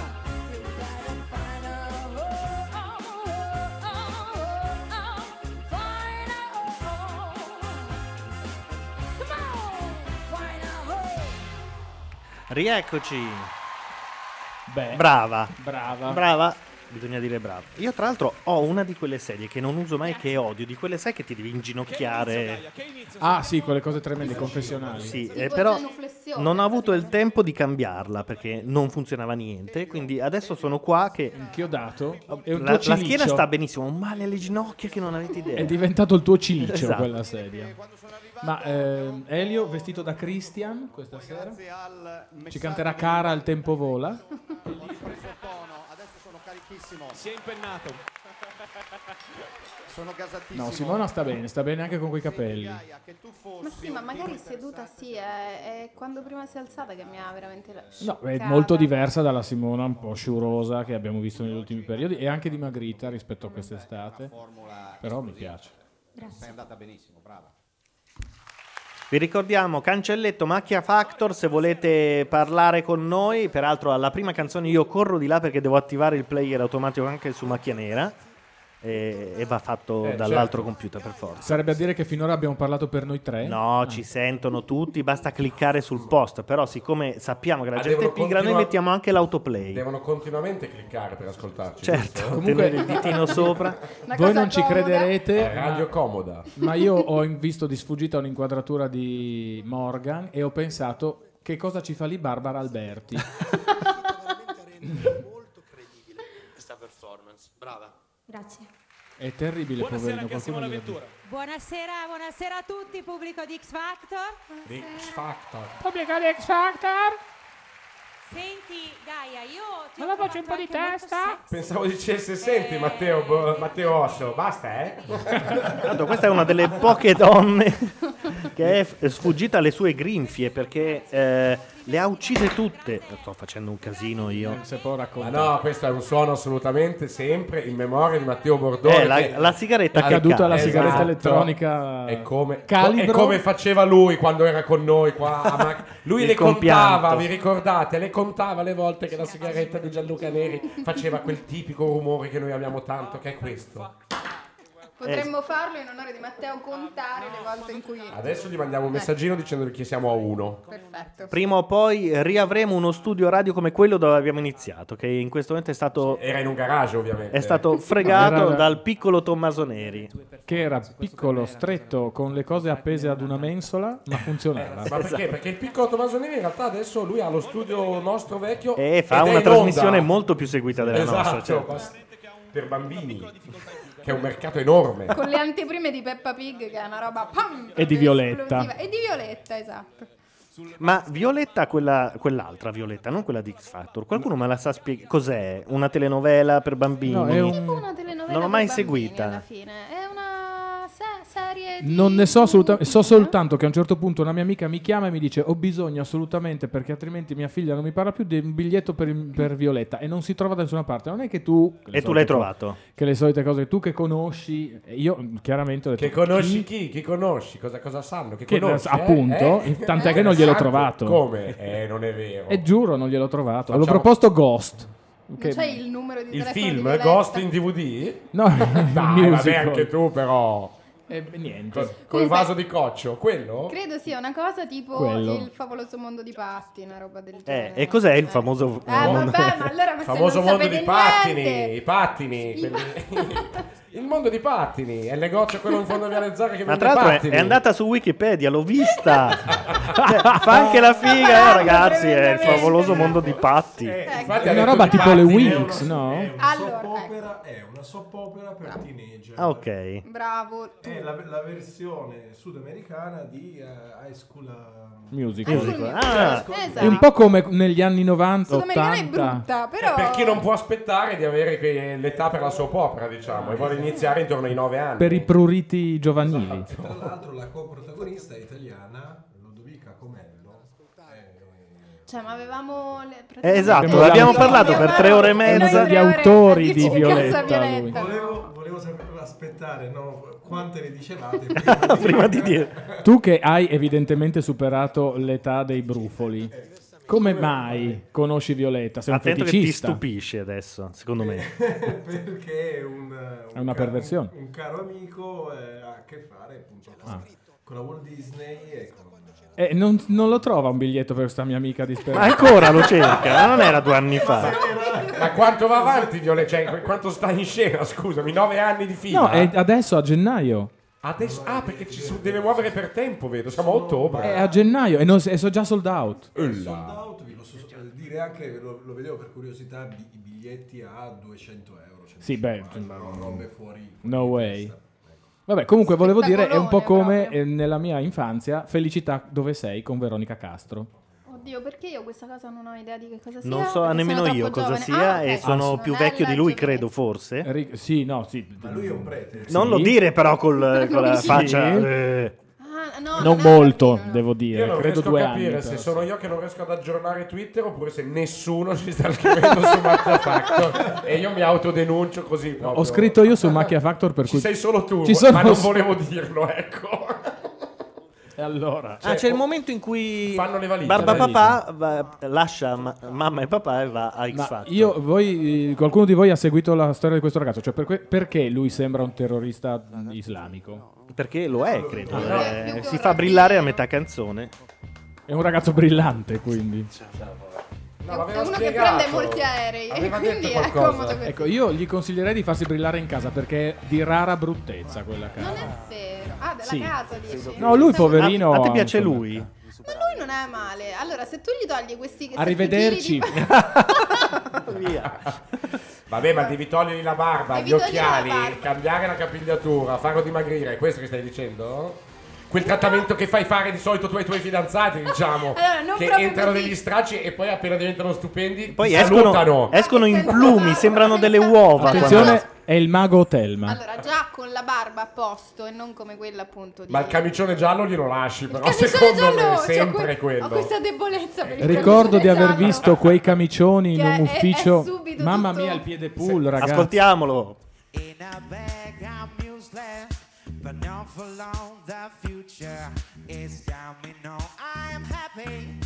[SPEAKER 9] a home. You gotta find a home. Find a home. Come on. Find a home.
[SPEAKER 2] Rieccoci.
[SPEAKER 5] Beh,
[SPEAKER 2] brava.
[SPEAKER 5] brava.
[SPEAKER 2] Brava. Bisogna dire brava. Io tra l'altro ho una di quelle sedie che non uso mai, che odio, di quelle sai che ti devi inginocchiare.
[SPEAKER 5] Ah, sì, quelle cose tremende, confessionali.
[SPEAKER 2] Sì, eh, però non ho avuto il tempo di cambiarla perché non funzionava niente, quindi adesso sono qua che...
[SPEAKER 5] Inchiodato.
[SPEAKER 2] La, la schiena sta benissimo, ho un male alle ginocchia che non avete idea.
[SPEAKER 5] È diventato il tuo cilicio
[SPEAKER 2] Esatto.
[SPEAKER 5] quella sedia. Ma ehm, Elio, vestito da Christian questa sera, ci canterà Cara il tempo vola.
[SPEAKER 14] Adesso sono carichissimo.
[SPEAKER 8] Si è impennato.
[SPEAKER 14] Sono gasatissimo.
[SPEAKER 5] No, Simona sta bene, sta bene anche con quei capelli.
[SPEAKER 4] Ma sì, ma magari seduta sì, è, è quando prima si è alzata che mi ha veramente
[SPEAKER 5] No, è
[SPEAKER 4] scioccata.
[SPEAKER 5] molto diversa dalla Simona un po' sciurosa che abbiamo visto negli ultimi periodi e anche dimagrita rispetto a quest'estate. Però mi piace.
[SPEAKER 14] Sei andata benissimo, brava.
[SPEAKER 2] Vi ricordiamo cancelletto Macchia Factor se volete parlare con noi. Peraltro alla prima canzone io corro di là perché devo attivare il player automatico anche su Macchia Nera e, e va fatto
[SPEAKER 5] Eh,
[SPEAKER 2] dall'altro
[SPEAKER 5] certo.
[SPEAKER 2] computer per forza.
[SPEAKER 5] Sarebbe a dire che finora abbiamo parlato per noi tre. Ah.
[SPEAKER 2] No, ci sentono tutti, basta cliccare sul post, però siccome sappiamo che la
[SPEAKER 3] Ah,
[SPEAKER 2] gente è
[SPEAKER 3] devono
[SPEAKER 2] pigra noi
[SPEAKER 3] continua-
[SPEAKER 2] mettiamo anche l'autoplay.
[SPEAKER 3] Devono continuamente cliccare per ascoltarci.
[SPEAKER 2] Certo,
[SPEAKER 3] giusto?
[SPEAKER 2] Comunque- tenere il ditino sopra.
[SPEAKER 4] Una
[SPEAKER 5] Voi
[SPEAKER 4] cosa
[SPEAKER 5] non ci
[SPEAKER 4] comoda.
[SPEAKER 5] crederete.
[SPEAKER 3] Eh, radio
[SPEAKER 5] ma-
[SPEAKER 3] comoda.
[SPEAKER 5] Ma io ho in- visto di sfuggita un'inquadratura di Morgan e ho pensato che cosa ci fa lì Barbara Alberti.
[SPEAKER 8] Questa performance, brava.
[SPEAKER 15] Grazie.
[SPEAKER 5] È terribile,
[SPEAKER 8] Buonasera
[SPEAKER 5] poverino.
[SPEAKER 8] anche a
[SPEAKER 5] Qualcuno
[SPEAKER 8] Simona
[SPEAKER 5] glielo-
[SPEAKER 8] Ventura.
[SPEAKER 15] Buonasera, buonasera a tutti, pubblico di X Factor.
[SPEAKER 5] Di X
[SPEAKER 2] Eh,
[SPEAKER 5] Factor.
[SPEAKER 15] Pubblico di X Factor. Senti, Gaia, io ti ho la voce un po' di testa.
[SPEAKER 3] Pensavo dicesse,
[SPEAKER 4] Eh.
[SPEAKER 3] senti Matteo, Bo- Matteo Osso, basta eh?
[SPEAKER 2] Tanto Certo, questa è una delle poche donne che è f- è sfuggita alle sue grinfie perché eh, le ha uccise tutte. Sto facendo un casino io.
[SPEAKER 3] Eh,
[SPEAKER 5] Se può
[SPEAKER 3] Ma
[SPEAKER 5] raccontare.
[SPEAKER 3] no, questo è un suono assolutamente sempre in memoria di Matteo Bordone.
[SPEAKER 2] Eh, la-
[SPEAKER 3] che-
[SPEAKER 2] la sigaretta
[SPEAKER 5] È
[SPEAKER 2] che
[SPEAKER 5] caduta
[SPEAKER 2] cade.
[SPEAKER 5] la sigaretta
[SPEAKER 3] Esatto.
[SPEAKER 5] elettronica.
[SPEAKER 3] È come,
[SPEAKER 5] Calibro.
[SPEAKER 3] è come faceva lui quando era con noi qua. a Mac- lui
[SPEAKER 5] Il
[SPEAKER 3] le contava,
[SPEAKER 5] compianto.
[SPEAKER 3] vi ricordate? Le contava le volte che la sigaretta di Gianluca Neri faceva quel tipico rumore che noi amiamo tanto, che è questo.
[SPEAKER 2] Eh,
[SPEAKER 4] Potremmo farlo in onore di Matteo contare le volte in cui...
[SPEAKER 3] Adesso gli mandiamo un messaggino dicendogli che siamo a uno.
[SPEAKER 4] Perfetto.
[SPEAKER 2] Prima o poi riavremo uno studio radio come quello dove abbiamo iniziato, che in questo momento è stato...
[SPEAKER 3] Era in un garage ovviamente.
[SPEAKER 2] È stato fregato
[SPEAKER 5] Era-
[SPEAKER 2] dal piccolo Tommaso Neri.
[SPEAKER 5] Che era piccolo, stretto, con le cose appese ad una mensola, ma funzionava.
[SPEAKER 3] Eh, Ma perché? Perché il piccolo Tommaso Neri in realtà adesso lui ha lo studio nostro vecchio
[SPEAKER 2] E fa
[SPEAKER 3] ed è
[SPEAKER 2] una
[SPEAKER 3] in
[SPEAKER 2] trasmissione
[SPEAKER 3] onda.
[SPEAKER 2] molto più seguita della
[SPEAKER 3] Esatto,
[SPEAKER 2] nostra. certo.
[SPEAKER 3] basta- per bambini, che è un mercato enorme.
[SPEAKER 4] Con le anteprime di Peppa Pig, che è una roba... pam,
[SPEAKER 2] E di Violetta.
[SPEAKER 4] esplosiva. E di Violetta, esatto.
[SPEAKER 2] Ma Violetta, quella- quell'altra Violetta, non quella di X Factor, qualcuno me la sa spiegare? Cos'è? Una telenovela per bambini?
[SPEAKER 5] No, è un-
[SPEAKER 4] Tipo una telenovela
[SPEAKER 2] Non
[SPEAKER 4] per
[SPEAKER 2] l'ho mai
[SPEAKER 4] bambini,
[SPEAKER 2] seguita.
[SPEAKER 4] alla fine. È una Ah, se- serie di...
[SPEAKER 5] Non ne so assolutamente, so soltanto che a un certo punto una mia amica mi chiama e mi dice ho bisogno assolutamente perché altrimenti mia figlia non mi parla più di un biglietto per, per Violetta e non si trova da nessuna parte. Non è che tu...
[SPEAKER 2] E tu l'hai trovato?
[SPEAKER 5] Che le solite cose, tu che conosci, e io chiaramente ho detto...
[SPEAKER 3] Che conosci chi? Chi conosci? Cosa, cosa sanno? Che
[SPEAKER 5] Che
[SPEAKER 3] conosci? eh? Esatto.
[SPEAKER 5] ne- appunto, tant'è che non gliel'ho trovato.
[SPEAKER 3] Come? Eh, non è vero.
[SPEAKER 5] E giuro non gliel'ho trovato. L'ho
[SPEAKER 3] Facciamo-
[SPEAKER 5] proposto Ghost.
[SPEAKER 4] Non c'è il numero di
[SPEAKER 3] Il
[SPEAKER 4] telefono di
[SPEAKER 3] film
[SPEAKER 4] Violetta.
[SPEAKER 3] Ghost in DVD?
[SPEAKER 5] No, il
[SPEAKER 3] Dai, Ah, vabbè,
[SPEAKER 5] musical.
[SPEAKER 3] anche tu però.
[SPEAKER 5] E niente.
[SPEAKER 3] Con, col
[SPEAKER 4] Comunque-
[SPEAKER 3] vaso di coccio, quello?
[SPEAKER 4] Credo sia una cosa tipo
[SPEAKER 2] Quello.
[SPEAKER 4] il favoloso mondo di Patti, una roba del
[SPEAKER 2] Eh,
[SPEAKER 4] genere.
[SPEAKER 2] e cos'è il famoso...
[SPEAKER 4] Ah, vabbè, ma allora
[SPEAKER 3] Il
[SPEAKER 4] se
[SPEAKER 3] famoso
[SPEAKER 4] non
[SPEAKER 3] mondo
[SPEAKER 4] sapete
[SPEAKER 3] di
[SPEAKER 4] niente-
[SPEAKER 3] pattini, i pattini.
[SPEAKER 4] I
[SPEAKER 3] quelli- il mondo di pattini, è il negozio quello in fondo a Via Lezzara che
[SPEAKER 2] Ma
[SPEAKER 3] vende
[SPEAKER 2] tra l'altro è-
[SPEAKER 3] pattini.
[SPEAKER 2] è, andata su Wikipedia, l'ho vista. Cioè, fa anche la figa, eh, ragazzi. È il favoloso mondo di Patti.
[SPEAKER 5] Eh,
[SPEAKER 4] Ecco.
[SPEAKER 5] È una roba tipo le Winx, no?
[SPEAKER 12] Opera è una soap opera per teenager.
[SPEAKER 2] Ah, ok.
[SPEAKER 4] Bravo. tu.
[SPEAKER 12] È la, la versione sudamericana di eh, High School eh,
[SPEAKER 5] Musical.
[SPEAKER 12] Musical. Esatto.
[SPEAKER 5] Ah,
[SPEAKER 12] High School
[SPEAKER 5] è un po' come negli anni 90,
[SPEAKER 4] Sudamericana è
[SPEAKER 5] 80.
[SPEAKER 4] brutta, però...
[SPEAKER 3] Eh, Per chi non può aspettare di avere que- l'età per la soap opera, diciamo, e vuole iniziare intorno ai 9 anni.
[SPEAKER 5] Per i pruriti giovanili.
[SPEAKER 12] Tra
[SPEAKER 2] Esatto.
[SPEAKER 12] l'altro la coprotagonista è italiana, Ludovica Comello.
[SPEAKER 4] Cioè, ma avevamo... le-
[SPEAKER 2] Eh, esatto,
[SPEAKER 5] Abbiamo
[SPEAKER 2] abbiamo
[SPEAKER 5] parlato-
[SPEAKER 2] parlato per tre ore e mezza.
[SPEAKER 5] Noi tre ore- autori di Violetta,
[SPEAKER 12] Volevo, volevo sapere- aspettare no, quante ne dicevate
[SPEAKER 5] Prima di dire. Tu che hai evidentemente superato l'età dei brufoli, come mai conosci Violetta? Sei un
[SPEAKER 2] Attento che ti
[SPEAKER 5] feticista.
[SPEAKER 2] stupisci adesso, secondo me.
[SPEAKER 12] perché un, un
[SPEAKER 5] È una
[SPEAKER 12] ca-
[SPEAKER 5] perversione. Ah.
[SPEAKER 12] Un, un caro amico eh, ha a che fare appunto con, con la Walt Disney ecco. e con
[SPEAKER 5] Eh, non, non lo trova un biglietto per questa mia amica
[SPEAKER 2] Ma
[SPEAKER 5] disperata.
[SPEAKER 2] ancora lo cerca, ma non era due anni fa.
[SPEAKER 3] Ma quanto va avanti, Viole? Cioè, qu- quanto sta in scena, scusami, 9 anni di fila?
[SPEAKER 5] No, è adesso a gennaio.
[SPEAKER 3] Adesso- ah, perché ci si deve muovere per tempo, vedo. Siamo a
[SPEAKER 2] Oh,
[SPEAKER 5] È
[SPEAKER 2] Eh,
[SPEAKER 3] ottobre.
[SPEAKER 5] a gennaio e, non- e so già sold out.
[SPEAKER 12] sold out, vi posso eh, dire anche, lo, lo vedevo per curiosità, bi- i biglietti a 200 euro.
[SPEAKER 5] Sì, beh, mm.
[SPEAKER 12] 150, no, robe fuori.
[SPEAKER 5] No way.
[SPEAKER 2] ecco.
[SPEAKER 5] Vabbè, comunque volevo dire, è un po' come eh, nella mia infanzia, Felicità dove sei con Veronica Castro.
[SPEAKER 4] Oddio, perché io questa cosa non ho idea di che cosa sia?
[SPEAKER 2] Non so
[SPEAKER 4] perché
[SPEAKER 2] nemmeno
[SPEAKER 4] sono
[SPEAKER 2] io
[SPEAKER 4] troppo
[SPEAKER 2] cosa
[SPEAKER 4] giovane.
[SPEAKER 2] sia
[SPEAKER 4] Ah, ok.
[SPEAKER 2] e sono
[SPEAKER 4] Non
[SPEAKER 2] più
[SPEAKER 4] è
[SPEAKER 2] vecchio di
[SPEAKER 4] la
[SPEAKER 2] lui,
[SPEAKER 4] giovinezza.
[SPEAKER 2] credo, forse.
[SPEAKER 5] Ri- sì, no, sì. Ma lui è un prete.
[SPEAKER 2] Non lo dire però col- con la
[SPEAKER 5] Sì.
[SPEAKER 2] faccia... eh.
[SPEAKER 4] Ah, no,
[SPEAKER 5] non
[SPEAKER 4] è
[SPEAKER 5] molto, devo
[SPEAKER 3] Io
[SPEAKER 5] dire,
[SPEAKER 3] non
[SPEAKER 5] credo
[SPEAKER 3] riesco
[SPEAKER 5] due
[SPEAKER 3] a capire
[SPEAKER 5] anni.
[SPEAKER 3] se
[SPEAKER 5] però.
[SPEAKER 3] sono io che non riesco ad aggiornare Twitter oppure se nessuno ci sta scrivendo su Mazza Factor e io mi autodenuncio così.
[SPEAKER 5] Ho scritto io su Macchia Factor per
[SPEAKER 3] Ci
[SPEAKER 5] cui...
[SPEAKER 3] sei solo tu,
[SPEAKER 5] Ci sono-
[SPEAKER 3] ma non volevo dirlo, ecco.
[SPEAKER 5] E allora?
[SPEAKER 2] Ah, c'è il momento in cui
[SPEAKER 3] fanno le valigie.
[SPEAKER 2] Barba
[SPEAKER 3] dai.
[SPEAKER 2] papà va- lascia ma- mamma e papà e va a X
[SPEAKER 5] Ma
[SPEAKER 2] Factor.
[SPEAKER 5] io, voi, eh, qualcuno di voi ha seguito la storia di questo ragazzo? Cioè, per que- perché lui sembra un terrorista islamico?
[SPEAKER 2] Perché lo è, credo.
[SPEAKER 5] No.
[SPEAKER 2] eh, si fa brillare a metà canzone.
[SPEAKER 5] È un ragazzo brillante, quindi.
[SPEAKER 3] No, l'aveva
[SPEAKER 4] È uno che
[SPEAKER 3] spiegato.
[SPEAKER 4] prende molti aerei e
[SPEAKER 3] Aveva
[SPEAKER 4] quindi
[SPEAKER 3] detto
[SPEAKER 4] è
[SPEAKER 3] qualcosa.
[SPEAKER 4] comodo così.
[SPEAKER 5] Ecco, io gli consiglierei di farsi brillare in casa perché è di rara bruttezza quella
[SPEAKER 4] Non
[SPEAKER 5] casa.
[SPEAKER 4] è vero. Ah, della
[SPEAKER 5] Sì.
[SPEAKER 4] casa dici?
[SPEAKER 5] No, lui
[SPEAKER 4] Pensavo-
[SPEAKER 5] poverino...
[SPEAKER 2] A- a te
[SPEAKER 5] ha un
[SPEAKER 2] piace
[SPEAKER 5] solo-
[SPEAKER 2] lui?
[SPEAKER 4] Ma lui non è male. Allora, se tu gli togli questi che
[SPEAKER 5] Arrivederci.
[SPEAKER 2] Via.
[SPEAKER 3] Vabbè, ma devi togliergli la barba,
[SPEAKER 4] Devi
[SPEAKER 3] gli
[SPEAKER 4] togliergli la
[SPEAKER 3] occhiali,
[SPEAKER 4] barba.
[SPEAKER 3] cambiare la capigliatura, farlo dimagrire, è questo che stai dicendo? Quel trattamento che fai fare di solito tu ai tuoi fidanzati, diciamo,
[SPEAKER 4] Allora, non
[SPEAKER 3] che
[SPEAKER 4] proprio
[SPEAKER 3] entrano
[SPEAKER 4] così.
[SPEAKER 3] negli stracci e poi appena diventano stupendi
[SPEAKER 2] Poi
[SPEAKER 3] ti
[SPEAKER 2] escono,
[SPEAKER 3] salutano.
[SPEAKER 2] escono in plumi, sembrano delle uova. quando-
[SPEAKER 5] Attenzione, è il mago Telma.
[SPEAKER 4] Allora, già con la barba a posto e non come quella appunto di...
[SPEAKER 3] Ma il camicione giallo glielo lasci, però
[SPEAKER 4] Cazzo,
[SPEAKER 3] secondo
[SPEAKER 4] sono giallo,
[SPEAKER 3] me è
[SPEAKER 4] cioè,
[SPEAKER 3] sempre
[SPEAKER 4] que-
[SPEAKER 3] quello.
[SPEAKER 4] Ho questa debolezza per il
[SPEAKER 5] Ricordo
[SPEAKER 4] camice
[SPEAKER 5] di aver
[SPEAKER 4] giallo.
[SPEAKER 5] visto quei camicioni in
[SPEAKER 4] Che
[SPEAKER 5] un
[SPEAKER 4] è- è
[SPEAKER 5] ufficio.
[SPEAKER 4] subito
[SPEAKER 5] Mamma
[SPEAKER 4] tutto-
[SPEAKER 5] mia, il piede pull, ragazzi.
[SPEAKER 2] Ascoltiamolo.
[SPEAKER 10] In a bag I'm useless, but not for long. The future is domino. I am happy.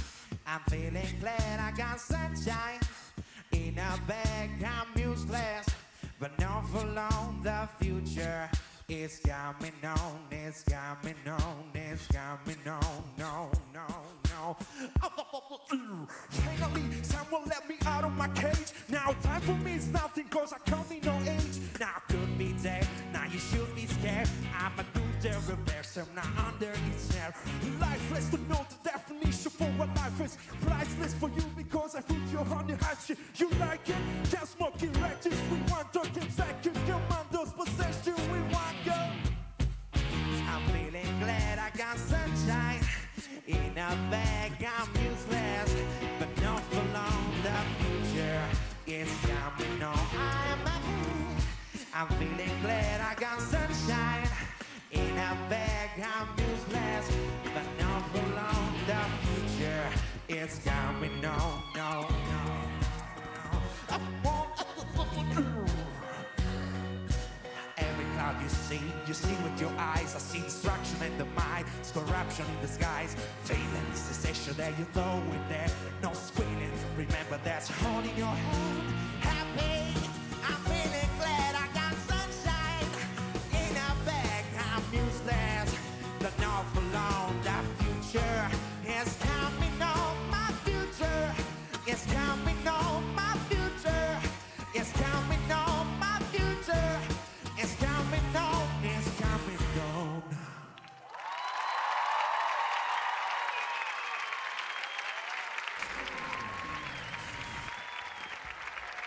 [SPEAKER 10] I'm feeling glad I got sunshine. In a bag I'm useless, but not for long. The future
[SPEAKER 16] It's coming on, it's coming on, it's coming on, no, no, no. Oh, Finally, someone let oh. me out of my cage. Now time for me is nothing, cause I come in no age. Now could be dead, now you should be scared. I'm a good reverse, I'm not under his hair. Lifeless to know the definition for what life is. Priceless for you because I put you on your high shit. You like it? Just smoking wretches. We want to keep seconds, commandos, possession. We want girl. I'm feeling glad I got sunshine in a bag. I'm useless, but not for long. The future is coming on. I'm happy. I'm feeling glad I got sunshine in a bag. I'm useless, but not for long. The future is coming on. No, no, no. Every cloud you see, you see with your eyes. I see destruction and demise, it's corruption in disguise. Feelings, cessation that you throw in there. No squealing, remember that's holding your hand. Happy, I'm feeling glad I got sunshine in a bag. I'm useless, but not for long. The future is coming on. My future is coming on. My future is coming on. My future. It's coming on, it's coming oh. on.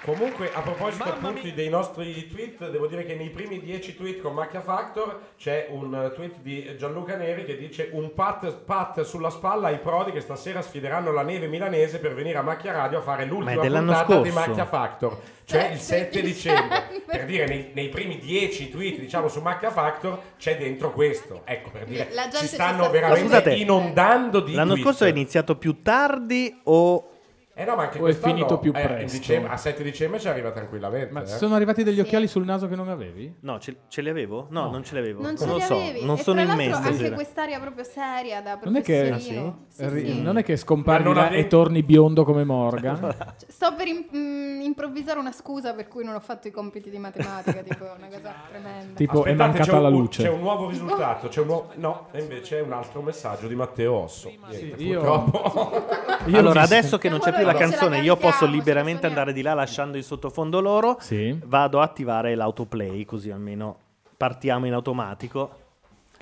[SPEAKER 3] Comunque, a proposito
[SPEAKER 17] Mamma
[SPEAKER 3] appunto
[SPEAKER 17] mia.
[SPEAKER 3] dei nostri tweet, devo dire che nei primi 10 tweet con Macchia Factor c'è un eh, tweet di Gianluca Neri che dice un pat, pat sulla spalla ai prodi che stasera sfideranno la neve milanese per venire a Macchia Radio a fare l'ultima
[SPEAKER 2] dell'anno
[SPEAKER 3] puntata di
[SPEAKER 2] scorso.
[SPEAKER 3] Macchia Factor, cioè il 7 dicembre. Per dire, nei, nei primi 10 tweet, diciamo, su Macchia Factor c'è dentro questo. Ecco, per dire,
[SPEAKER 4] La gente
[SPEAKER 3] ci
[SPEAKER 4] ci
[SPEAKER 3] stanno
[SPEAKER 4] sta
[SPEAKER 3] veramente
[SPEAKER 2] ascoltando.
[SPEAKER 3] inondando di
[SPEAKER 2] L'anno
[SPEAKER 3] tweet.
[SPEAKER 2] scorso è iniziato più tardi o...
[SPEAKER 3] Eh no, ma anche
[SPEAKER 2] O è
[SPEAKER 3] quest'anno,
[SPEAKER 2] finito più
[SPEAKER 3] eh, in
[SPEAKER 2] presto?
[SPEAKER 3] dicembre- a 7 dicembre ci arriva tranquillamente.
[SPEAKER 5] Ma
[SPEAKER 3] eh.
[SPEAKER 5] sono arrivati degli occhiali sul naso che non avevi?
[SPEAKER 2] No, ce, ce li avevo? No, non ce li avevo.
[SPEAKER 4] Non ce
[SPEAKER 2] lo
[SPEAKER 4] li
[SPEAKER 2] so,
[SPEAKER 4] avevi.
[SPEAKER 2] non
[SPEAKER 4] e
[SPEAKER 2] sono
[SPEAKER 4] tra
[SPEAKER 2] in
[SPEAKER 4] l'altro
[SPEAKER 2] me
[SPEAKER 4] anche
[SPEAKER 2] stasera.
[SPEAKER 4] quest'aria proprio seria da
[SPEAKER 5] Non è che, Ah,
[SPEAKER 4] professorino. Ah, Sì,
[SPEAKER 5] ri-
[SPEAKER 4] sì.
[SPEAKER 5] non è che scompari
[SPEAKER 2] Ma non
[SPEAKER 5] là
[SPEAKER 2] avevi-
[SPEAKER 5] e torni biondo come Morgan?
[SPEAKER 4] Cioè, Sto per im- mm, improvvisare una scusa per cui non ho fatto i compiti di matematica, tipo una cosa tremenda.
[SPEAKER 5] tipo, è mancata
[SPEAKER 3] c'è un-
[SPEAKER 5] la luce.
[SPEAKER 3] C'è un nuovo risultato, c'è un nuovo- no, e invece è un altro messaggio di Matteo Osso. Niente,
[SPEAKER 5] Sì, io-
[SPEAKER 3] purtroppo.
[SPEAKER 5] Io
[SPEAKER 2] allora,
[SPEAKER 5] ho visto-
[SPEAKER 2] adesso che non c'è più la canzone, io posso liberamente andare di là lasciando in sottofondo loro. Vado a attivare l'autoplay, così almeno partiamo in automatico.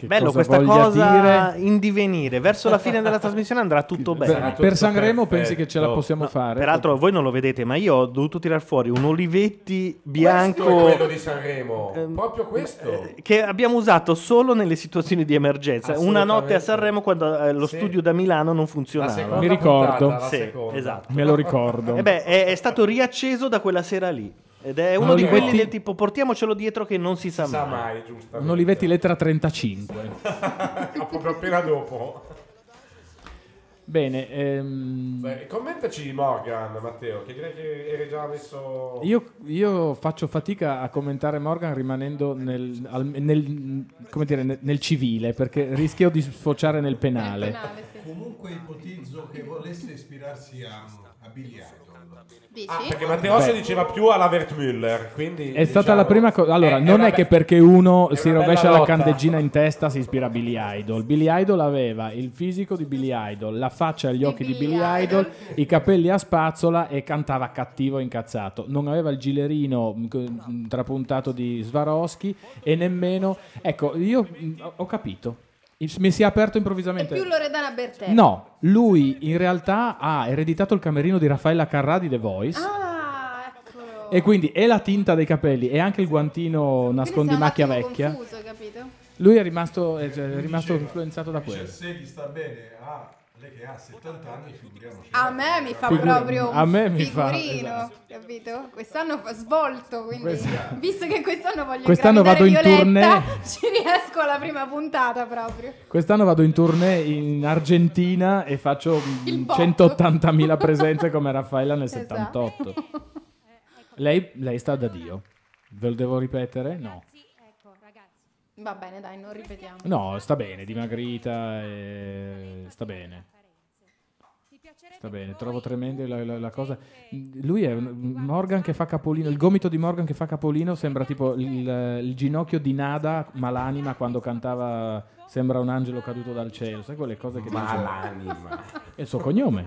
[SPEAKER 2] Bello,
[SPEAKER 5] cosa
[SPEAKER 2] questa
[SPEAKER 5] voglia
[SPEAKER 2] cosa
[SPEAKER 5] dire?
[SPEAKER 2] in divenire. Verso la fine della trasmissione andrà tutto bene.
[SPEAKER 5] Per Sanremo pensi che ce la possiamo
[SPEAKER 2] No,
[SPEAKER 5] fare?
[SPEAKER 2] Peraltro, voi non lo vedete, ma io ho dovuto tirar fuori un Olivetti bianco. Ehm, eh,
[SPEAKER 3] Questo è quello di Sanremo, proprio questo.
[SPEAKER 2] che abbiamo usato solo nelle situazioni di emergenza. Una notte a
[SPEAKER 3] Assolutamente.
[SPEAKER 2] Sanremo quando eh, lo
[SPEAKER 3] Sì.
[SPEAKER 2] studio da Milano non funzionava.
[SPEAKER 3] La seconda Mi ricordo. puntata, la
[SPEAKER 2] Sì,
[SPEAKER 3] seconda.
[SPEAKER 2] esatto.
[SPEAKER 5] Me lo ricordo.
[SPEAKER 2] Eh beh, è, è stato riacceso da quella sera lì. Ed è uno
[SPEAKER 5] Non
[SPEAKER 2] di
[SPEAKER 5] li
[SPEAKER 2] quelli
[SPEAKER 5] metti-
[SPEAKER 2] del tipo portiamocelo dietro che non si sa mai.
[SPEAKER 5] Un Olivetti lettera 35.
[SPEAKER 3] proprio appena dopo.
[SPEAKER 5] Bene, ehm,
[SPEAKER 3] Beh, commentaci Morgan, Matteo, che direi che eri già messo...
[SPEAKER 5] io, io faccio fatica a commentare Morgan rimanendo nel, al- nel- come dire, nel- nel civile perché rischio di sfociare nel penale.
[SPEAKER 12] Comunque ipotizzo che volesse ispirarsi a, a Billy Idol.
[SPEAKER 3] Ah, perché Matteo Osso
[SPEAKER 5] Beh.
[SPEAKER 3] diceva più alla Wertmüller, quindi... diciamo Eh,
[SPEAKER 5] È stata la prima cosa. Allora,
[SPEAKER 3] è
[SPEAKER 5] non
[SPEAKER 3] una
[SPEAKER 5] è
[SPEAKER 3] be-
[SPEAKER 5] che perché uno si
[SPEAKER 3] una
[SPEAKER 5] rovescia
[SPEAKER 3] bella
[SPEAKER 5] la
[SPEAKER 3] lotta.
[SPEAKER 5] candeggina in testa si ispira a Billy Idol. Billy Idol aveva il fisico di Billy Idol, la faccia e gli occhi di Billy Idol, i capelli a spazzola e cantava cattivo e incazzato. Non aveva il gilerino mh, co- mh, trapuntato di Swarovski e nemmeno. Ecco, io mh, ho- ho capito. Il- Mi si è aperto improvvisamente.
[SPEAKER 4] Più Loredana Bertè.
[SPEAKER 5] No, lui in realtà ha ereditato il camerino di Raffaella Carrà di The Voice.
[SPEAKER 4] Ah, eccolo.
[SPEAKER 5] E quindi e la tinta dei capelli e anche il guantino nascondi macchia vecchia.
[SPEAKER 4] Confuso, capito?
[SPEAKER 5] Lui è rimasto, è- cioè, è rimasto influenzato da
[SPEAKER 12] Dice,
[SPEAKER 5] quello.
[SPEAKER 12] se gli sta bene a lei che ha 70 anni, figuriamoci.
[SPEAKER 4] A me mi fa
[SPEAKER 5] Figurino.
[SPEAKER 4] proprio un
[SPEAKER 5] A me mi fa-
[SPEAKER 4] figurino,
[SPEAKER 5] esatto.
[SPEAKER 4] capito? Quest'anno ho svolto, quindi
[SPEAKER 5] Questa-
[SPEAKER 4] visto che quest'anno voglio
[SPEAKER 5] Quest'anno vado in
[SPEAKER 4] ingravidare Violetta,
[SPEAKER 5] tournée.
[SPEAKER 4] ci riesco alla prima puntata proprio.
[SPEAKER 5] Quest'anno vado in tournée in Argentina e faccio
[SPEAKER 4] Il
[SPEAKER 5] mm,
[SPEAKER 4] botto.
[SPEAKER 5] 180.000 presenze come Raffaella nel
[SPEAKER 4] Esatto.
[SPEAKER 5] 78. Lei, lei sta da Dio. Ve lo devo ripetere? No.
[SPEAKER 4] Va bene, dai, non ripetiamo.
[SPEAKER 5] No, sta bene, dimagrita, e... sta bene.
[SPEAKER 15] piacerebbe
[SPEAKER 5] Sta bene, trovo tremenda la, la- la cosa. Lui è un- Morgan che fa capolino, il gomito di Morgan che fa capolino sembra tipo il, il ginocchio di Nada Malanima quando cantava Sembra un angelo caduto dal cielo, sai quelle cose che dice?
[SPEAKER 3] Malanima.
[SPEAKER 5] È il suo cognome.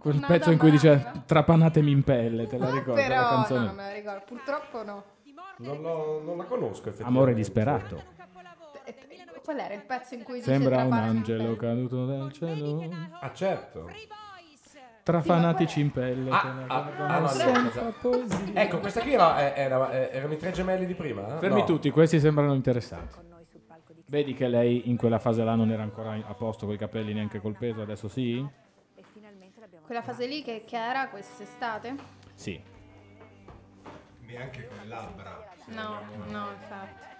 [SPEAKER 5] Quel
[SPEAKER 4] Nada
[SPEAKER 5] pezzo in cui dice
[SPEAKER 4] Malanima.
[SPEAKER 5] trapanatemi in pelle, te la ricordo la
[SPEAKER 4] Però no,
[SPEAKER 5] canzone?
[SPEAKER 4] non me la ricordo. Purtroppo no.
[SPEAKER 3] Non, l'ho- non la conosco effettivamente.
[SPEAKER 5] Amore disperato.
[SPEAKER 4] Qual era il pezzo in cui dice
[SPEAKER 5] Sembra un
[SPEAKER 4] trapana-
[SPEAKER 5] angelo caduto dal cielo.
[SPEAKER 3] Ah, certo.
[SPEAKER 5] Tra fanatici in pelle.
[SPEAKER 3] Ah,
[SPEAKER 5] te la
[SPEAKER 3] ah,
[SPEAKER 5] ricordo.
[SPEAKER 3] ah, no,
[SPEAKER 5] Senza
[SPEAKER 3] aspetta.
[SPEAKER 5] poesia.
[SPEAKER 3] Ecco, questa qui era, eh, era- eh, erano i tre gemelli di prima? eh?
[SPEAKER 5] Fermi
[SPEAKER 3] No.
[SPEAKER 5] tutti, questi sembrano interessanti. Vedi che lei in quella fase là non era ancora a posto con i capelli neanche col peso, adesso sì?
[SPEAKER 4] Quella fase lì che, che era quest'estate?
[SPEAKER 5] Sì.
[SPEAKER 12] Neanche con le labbra. se
[SPEAKER 4] No,
[SPEAKER 12] vogliamo-
[SPEAKER 4] no, infatti.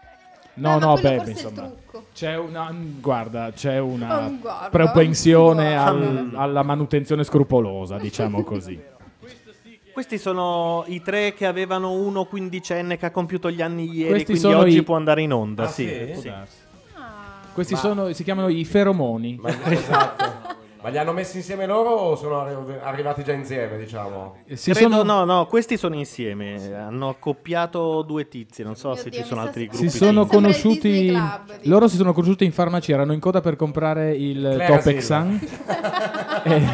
[SPEAKER 5] No,
[SPEAKER 4] Beh, ma
[SPEAKER 5] no,
[SPEAKER 4] quello
[SPEAKER 5] Beppe,
[SPEAKER 4] forse è il
[SPEAKER 5] insomma.
[SPEAKER 4] trucco.
[SPEAKER 5] C'è una, mm, guarda, c'è una
[SPEAKER 4] Non guarda,
[SPEAKER 5] propensione
[SPEAKER 2] non guarda.
[SPEAKER 5] al- alla manutenzione scrupolosa, diciamo così.
[SPEAKER 2] Questi sono i tre che avevano uno quindicenne che ha compiuto gli anni ieri,
[SPEAKER 5] Questi
[SPEAKER 2] quindi
[SPEAKER 5] sono
[SPEAKER 2] oggi
[SPEAKER 5] i-
[SPEAKER 2] può andare in onda.
[SPEAKER 5] Ah,
[SPEAKER 2] sì,
[SPEAKER 5] sì? Può
[SPEAKER 2] sì.
[SPEAKER 5] darsi. Questi sono, si chiamano i feromoni.
[SPEAKER 3] Esatto. Ma li hanno messi insieme loro o sono arri- arrivati già insieme, diciamo?
[SPEAKER 5] Eh,
[SPEAKER 2] Credo- No, no, questi sono insieme. Hanno accoppiato due tizi. Non so
[SPEAKER 4] Mio
[SPEAKER 2] se
[SPEAKER 4] Dio,
[SPEAKER 2] ci
[SPEAKER 4] mi
[SPEAKER 2] sono
[SPEAKER 4] sta
[SPEAKER 2] altri gruppi.
[SPEAKER 5] Si sono
[SPEAKER 2] simili.
[SPEAKER 5] conosciuti. loro si sono conosciuti in farmacia, erano in coda per comprare il
[SPEAKER 2] Clara
[SPEAKER 5] Topexan e,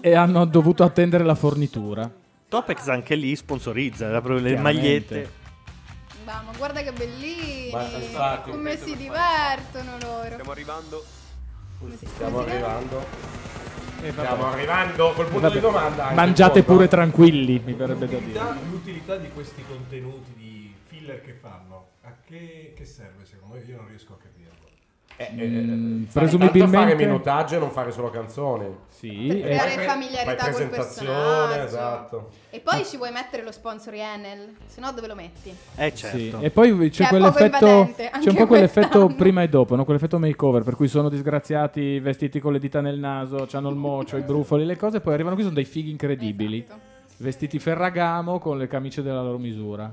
[SPEAKER 5] e hanno dovuto attendere la fornitura.
[SPEAKER 2] Topex anche lì sponsorizza la- le
[SPEAKER 5] Chiaramente.
[SPEAKER 2] magliette.
[SPEAKER 4] Bah, ma guarda che bellini!
[SPEAKER 2] Ma, infatti,
[SPEAKER 4] come
[SPEAKER 2] penso
[SPEAKER 4] si
[SPEAKER 2] per
[SPEAKER 4] divertono loro. Stiamo
[SPEAKER 8] arrivando.
[SPEAKER 3] Stiamo arrivando. Eh, Stiamo
[SPEAKER 5] vabbè.
[SPEAKER 3] arrivando col punto
[SPEAKER 5] Eh, Vabbè,
[SPEAKER 3] di domanda. anche
[SPEAKER 5] Mangiate
[SPEAKER 3] il punto.
[SPEAKER 5] pure tranquilli, mi verrebbe da
[SPEAKER 12] L'utilità,
[SPEAKER 5] dire.
[SPEAKER 12] l'utilità di questi contenuti di filler che fanno, a che, che serve secondo me? Io non riesco a capirlo.
[SPEAKER 3] Eh, eh, eh,
[SPEAKER 5] Mm,
[SPEAKER 3] fare
[SPEAKER 5] presumibilmente-
[SPEAKER 3] tanto fare minutaggio e non fare solo canzoni. Eh,
[SPEAKER 5] Sì,
[SPEAKER 4] Per creare familiarità col personaggio.
[SPEAKER 3] Esatto.
[SPEAKER 4] E poi ci vuoi mettere lo sponsor Enel, se no dove lo metti?
[SPEAKER 2] Eh certo.
[SPEAKER 5] Sì, E poi
[SPEAKER 4] Che
[SPEAKER 5] c'è
[SPEAKER 4] è poco
[SPEAKER 5] quell'effetto,
[SPEAKER 4] invadente, anche
[SPEAKER 5] c'è un po' quell'effetto
[SPEAKER 4] quest'anno.
[SPEAKER 5] prima e dopo, no? quell'effetto makeover, per cui sono disgraziati, vestiti con le dita nel naso, hanno il mocio, i brufoli, le cose, poi arrivano qui sono dei fighi incredibili,
[SPEAKER 4] Esatto.
[SPEAKER 5] vestiti ferragamo con le camicie della loro misura.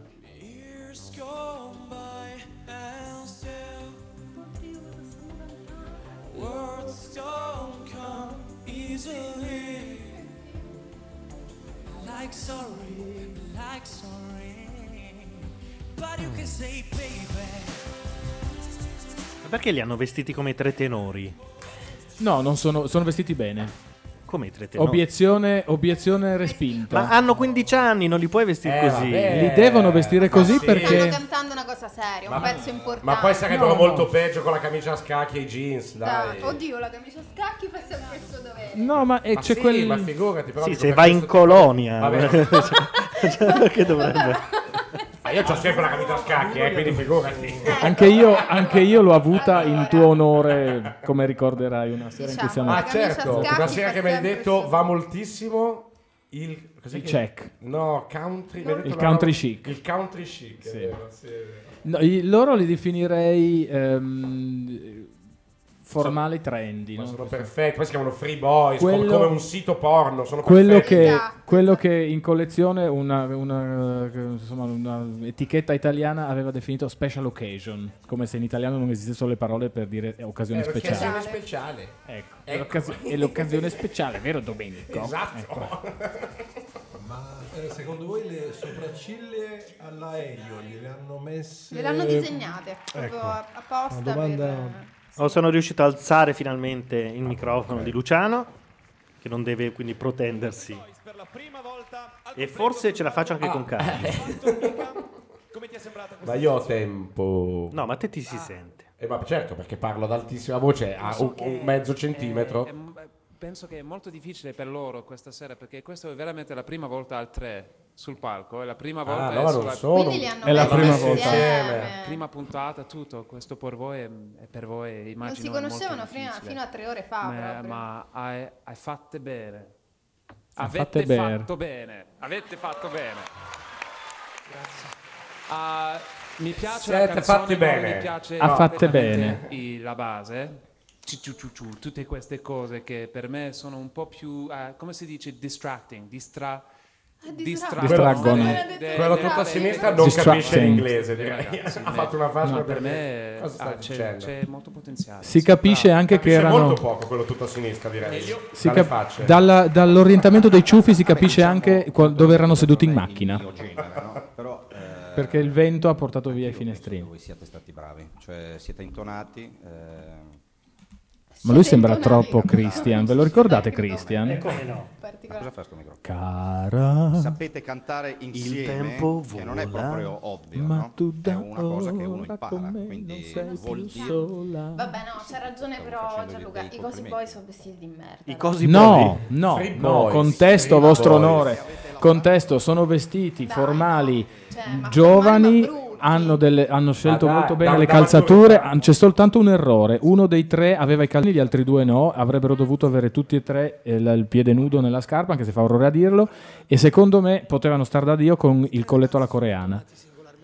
[SPEAKER 9] Words don't come easily. Like sorry, like sorry. But you can say, baby.
[SPEAKER 2] Ma perché li hanno vestiti come i tre tenori?
[SPEAKER 5] Cioè. No, non sono, sono vestiti bene.
[SPEAKER 2] Come i tre tenori?
[SPEAKER 5] Obiezione, obiezione respinta.
[SPEAKER 4] eh,
[SPEAKER 2] Ma hanno 15 anni, non li puoi vestire
[SPEAKER 5] Eh,
[SPEAKER 2] così.
[SPEAKER 5] vabbè. Li devono vestire così
[SPEAKER 3] sì.
[SPEAKER 5] perché-
[SPEAKER 4] Stanno cantando una cosa seria, un
[SPEAKER 3] Ma-
[SPEAKER 4] pezzo importante.
[SPEAKER 3] Ma poi sarebbero
[SPEAKER 5] No, no.
[SPEAKER 3] molto peggio con la camicia a scacchi e i jeans, dai.
[SPEAKER 4] Dai, Oddio, la camicia a scacchi fa sempre il suo dovere.
[SPEAKER 5] No, ma, e
[SPEAKER 3] Ma
[SPEAKER 5] c'è
[SPEAKER 3] sì,
[SPEAKER 5] quel...
[SPEAKER 3] ma figurati, però
[SPEAKER 2] Sì,
[SPEAKER 3] dico,
[SPEAKER 2] se
[SPEAKER 3] per
[SPEAKER 2] vai in
[SPEAKER 3] questo tipo-
[SPEAKER 2] colonia.
[SPEAKER 3] Vabbè.
[SPEAKER 2] Cioè, che dovrebbe.
[SPEAKER 3] Ma Ah, io ho sempre la camicia a scacchi, eh, quindi figurati.
[SPEAKER 5] Anche io, anche io l'ho avuta in tuo onore, come ricorderai, una sera in cui siamo...
[SPEAKER 3] ah, certo, una sera che mi hai detto va moltissimo il, cos'è
[SPEAKER 5] Il
[SPEAKER 3] che-
[SPEAKER 5] check.
[SPEAKER 3] No, country, mi hai detto
[SPEAKER 5] Il
[SPEAKER 3] una
[SPEAKER 5] country
[SPEAKER 3] roba-
[SPEAKER 5] chic.
[SPEAKER 3] Il country chic, eh, è
[SPEAKER 5] Sì.
[SPEAKER 3] vero, sì, è vero.
[SPEAKER 5] No, i- loro li definirei ehm, formali trendy.
[SPEAKER 3] Ma
[SPEAKER 5] no?
[SPEAKER 3] sono perfetti, poi si chiamano free boys, com-
[SPEAKER 5] Quello-
[SPEAKER 3] come un sito porno, sono
[SPEAKER 5] Quello
[SPEAKER 3] perfetti.
[SPEAKER 5] che, quello che in collezione una, una, eh, insomma, una etichetta italiana aveva definito special occasion, come se in italiano non esistessero le parole per dire eh, occasione
[SPEAKER 3] È
[SPEAKER 5] speciale.
[SPEAKER 3] l'occasione speciale.
[SPEAKER 5] Ecco,
[SPEAKER 3] Ecco.
[SPEAKER 5] è l'occas- è ecco. l'occasione speciale, vero Domenico?
[SPEAKER 3] Esatto.
[SPEAKER 12] Ma eh, secondo voi le sopracciglie alla Elio gliele hanno messe? Ecco.
[SPEAKER 4] Le l'hanno disegnate, proprio a- apposta
[SPEAKER 12] Una domanda-
[SPEAKER 4] per...
[SPEAKER 2] Oh, sono riuscito a alzare finalmente il microfono di Luciano, che non deve quindi protendersi. E forse ce la faccio
[SPEAKER 5] Ah.
[SPEAKER 2] anche con Carlo.
[SPEAKER 3] Ma io ho tempo.
[SPEAKER 2] No, ma a te ti
[SPEAKER 5] Ah.
[SPEAKER 2] si sente.
[SPEAKER 3] Eh, ma certo, perché parlo ad altissima voce, a
[SPEAKER 11] Penso
[SPEAKER 3] un,
[SPEAKER 11] che-
[SPEAKER 3] un mezzo centimetro.
[SPEAKER 11] eh, eh, penso che è molto difficile per loro questa sera perché questa è veramente la prima volta al 3 sul palco. È la prima volta.
[SPEAKER 3] no,
[SPEAKER 11] è
[SPEAKER 3] non
[SPEAKER 11] sulla-
[SPEAKER 3] Ah, sono. Quindi li hanno È la messi prima volta. insieme.
[SPEAKER 11] Prima puntata, tutto. Questo per voi è, è per voi, immagino.
[SPEAKER 4] Non si
[SPEAKER 11] è molto
[SPEAKER 4] conoscevano fino a-
[SPEAKER 11] difficile.
[SPEAKER 4] fino a tre ore fa,
[SPEAKER 11] Ma,
[SPEAKER 4] proprio.
[SPEAKER 11] ma hai, hai fatte bene.
[SPEAKER 5] Hai
[SPEAKER 11] Avete
[SPEAKER 5] fatte bene.
[SPEAKER 11] fatto bene. Avete fatto bene. Ah, mi piace la
[SPEAKER 3] Siete
[SPEAKER 11] canzone,
[SPEAKER 3] fatti
[SPEAKER 11] ma non
[SPEAKER 3] bene.
[SPEAKER 11] Mi piace
[SPEAKER 5] Ah, fatte
[SPEAKER 11] completamente i- la base. Ci- ciu- ciu- ciu, tutte queste cose che per me sono un po' più, eh, come si dice, distracting, distra,
[SPEAKER 4] Distraggono.
[SPEAKER 5] Distraggono.
[SPEAKER 3] Quello tutto a sinistra non capisce
[SPEAKER 5] Distraction.
[SPEAKER 3] l'inglese,
[SPEAKER 11] Eh,
[SPEAKER 3] direi.
[SPEAKER 11] ragazzi,
[SPEAKER 3] ha fatto una faccia
[SPEAKER 11] no,
[SPEAKER 3] per
[SPEAKER 11] per me
[SPEAKER 3] dire, cosa sta
[SPEAKER 11] ah, c'è,
[SPEAKER 3] dicendo?
[SPEAKER 11] c'è molto potenziale.
[SPEAKER 5] Si capisce anche che
[SPEAKER 3] Capisce
[SPEAKER 5] erano...
[SPEAKER 3] molto poco quello tutto a sinistra, direi.
[SPEAKER 5] si
[SPEAKER 3] Dalle
[SPEAKER 5] cap-
[SPEAKER 3] facce.
[SPEAKER 5] dalla- dall'orientamento dei ciuffi si capisce anche qua- dove erano seduti in macchina.
[SPEAKER 14] Però eh,
[SPEAKER 5] Perché il vento ha portato via i finestrini.
[SPEAKER 14] voi siete stati bravi, cioè siete intonati. eh,
[SPEAKER 5] Ma lui sembra troppo Christian. Ve lo ricordate Christian?
[SPEAKER 14] E come no? Cosa fa sto microfono?
[SPEAKER 5] Cara.
[SPEAKER 14] Sapete cantare insieme,
[SPEAKER 5] tempo
[SPEAKER 14] che non è
[SPEAKER 5] vola,
[SPEAKER 14] proprio ovvio,
[SPEAKER 5] ma
[SPEAKER 14] no?
[SPEAKER 5] tu
[SPEAKER 14] è
[SPEAKER 5] da
[SPEAKER 14] una cosa che uno
[SPEAKER 5] ora
[SPEAKER 14] impara,
[SPEAKER 5] con me non
[SPEAKER 14] quindi
[SPEAKER 5] sei
[SPEAKER 14] vuol
[SPEAKER 5] più
[SPEAKER 14] dire
[SPEAKER 5] sola.
[SPEAKER 4] Vabbè, no, c'ha ragione però Gianluca. I cosi boy sono vestiti di merda.
[SPEAKER 14] I cosi
[SPEAKER 5] No, no,
[SPEAKER 14] Free
[SPEAKER 5] no,
[SPEAKER 14] boys,
[SPEAKER 5] contesto,
[SPEAKER 14] free
[SPEAKER 5] vostro
[SPEAKER 14] boys.
[SPEAKER 5] onore. Contesto, sono vestiti formali,
[SPEAKER 4] Cioè, ma
[SPEAKER 5] giovani, hanno, delle- hanno scelto
[SPEAKER 3] Ma dai,
[SPEAKER 5] molto bene
[SPEAKER 3] da-
[SPEAKER 5] le
[SPEAKER 3] da
[SPEAKER 5] calzature, an- c'è soltanto un errore, uno dei tre aveva i calzini, gli altri due no, avrebbero dovuto avere tutti e tre eh, la- il piede nudo nella scarpa, anche se fa orrore a dirlo, e secondo me potevano star da Dio con il colletto alla coreana.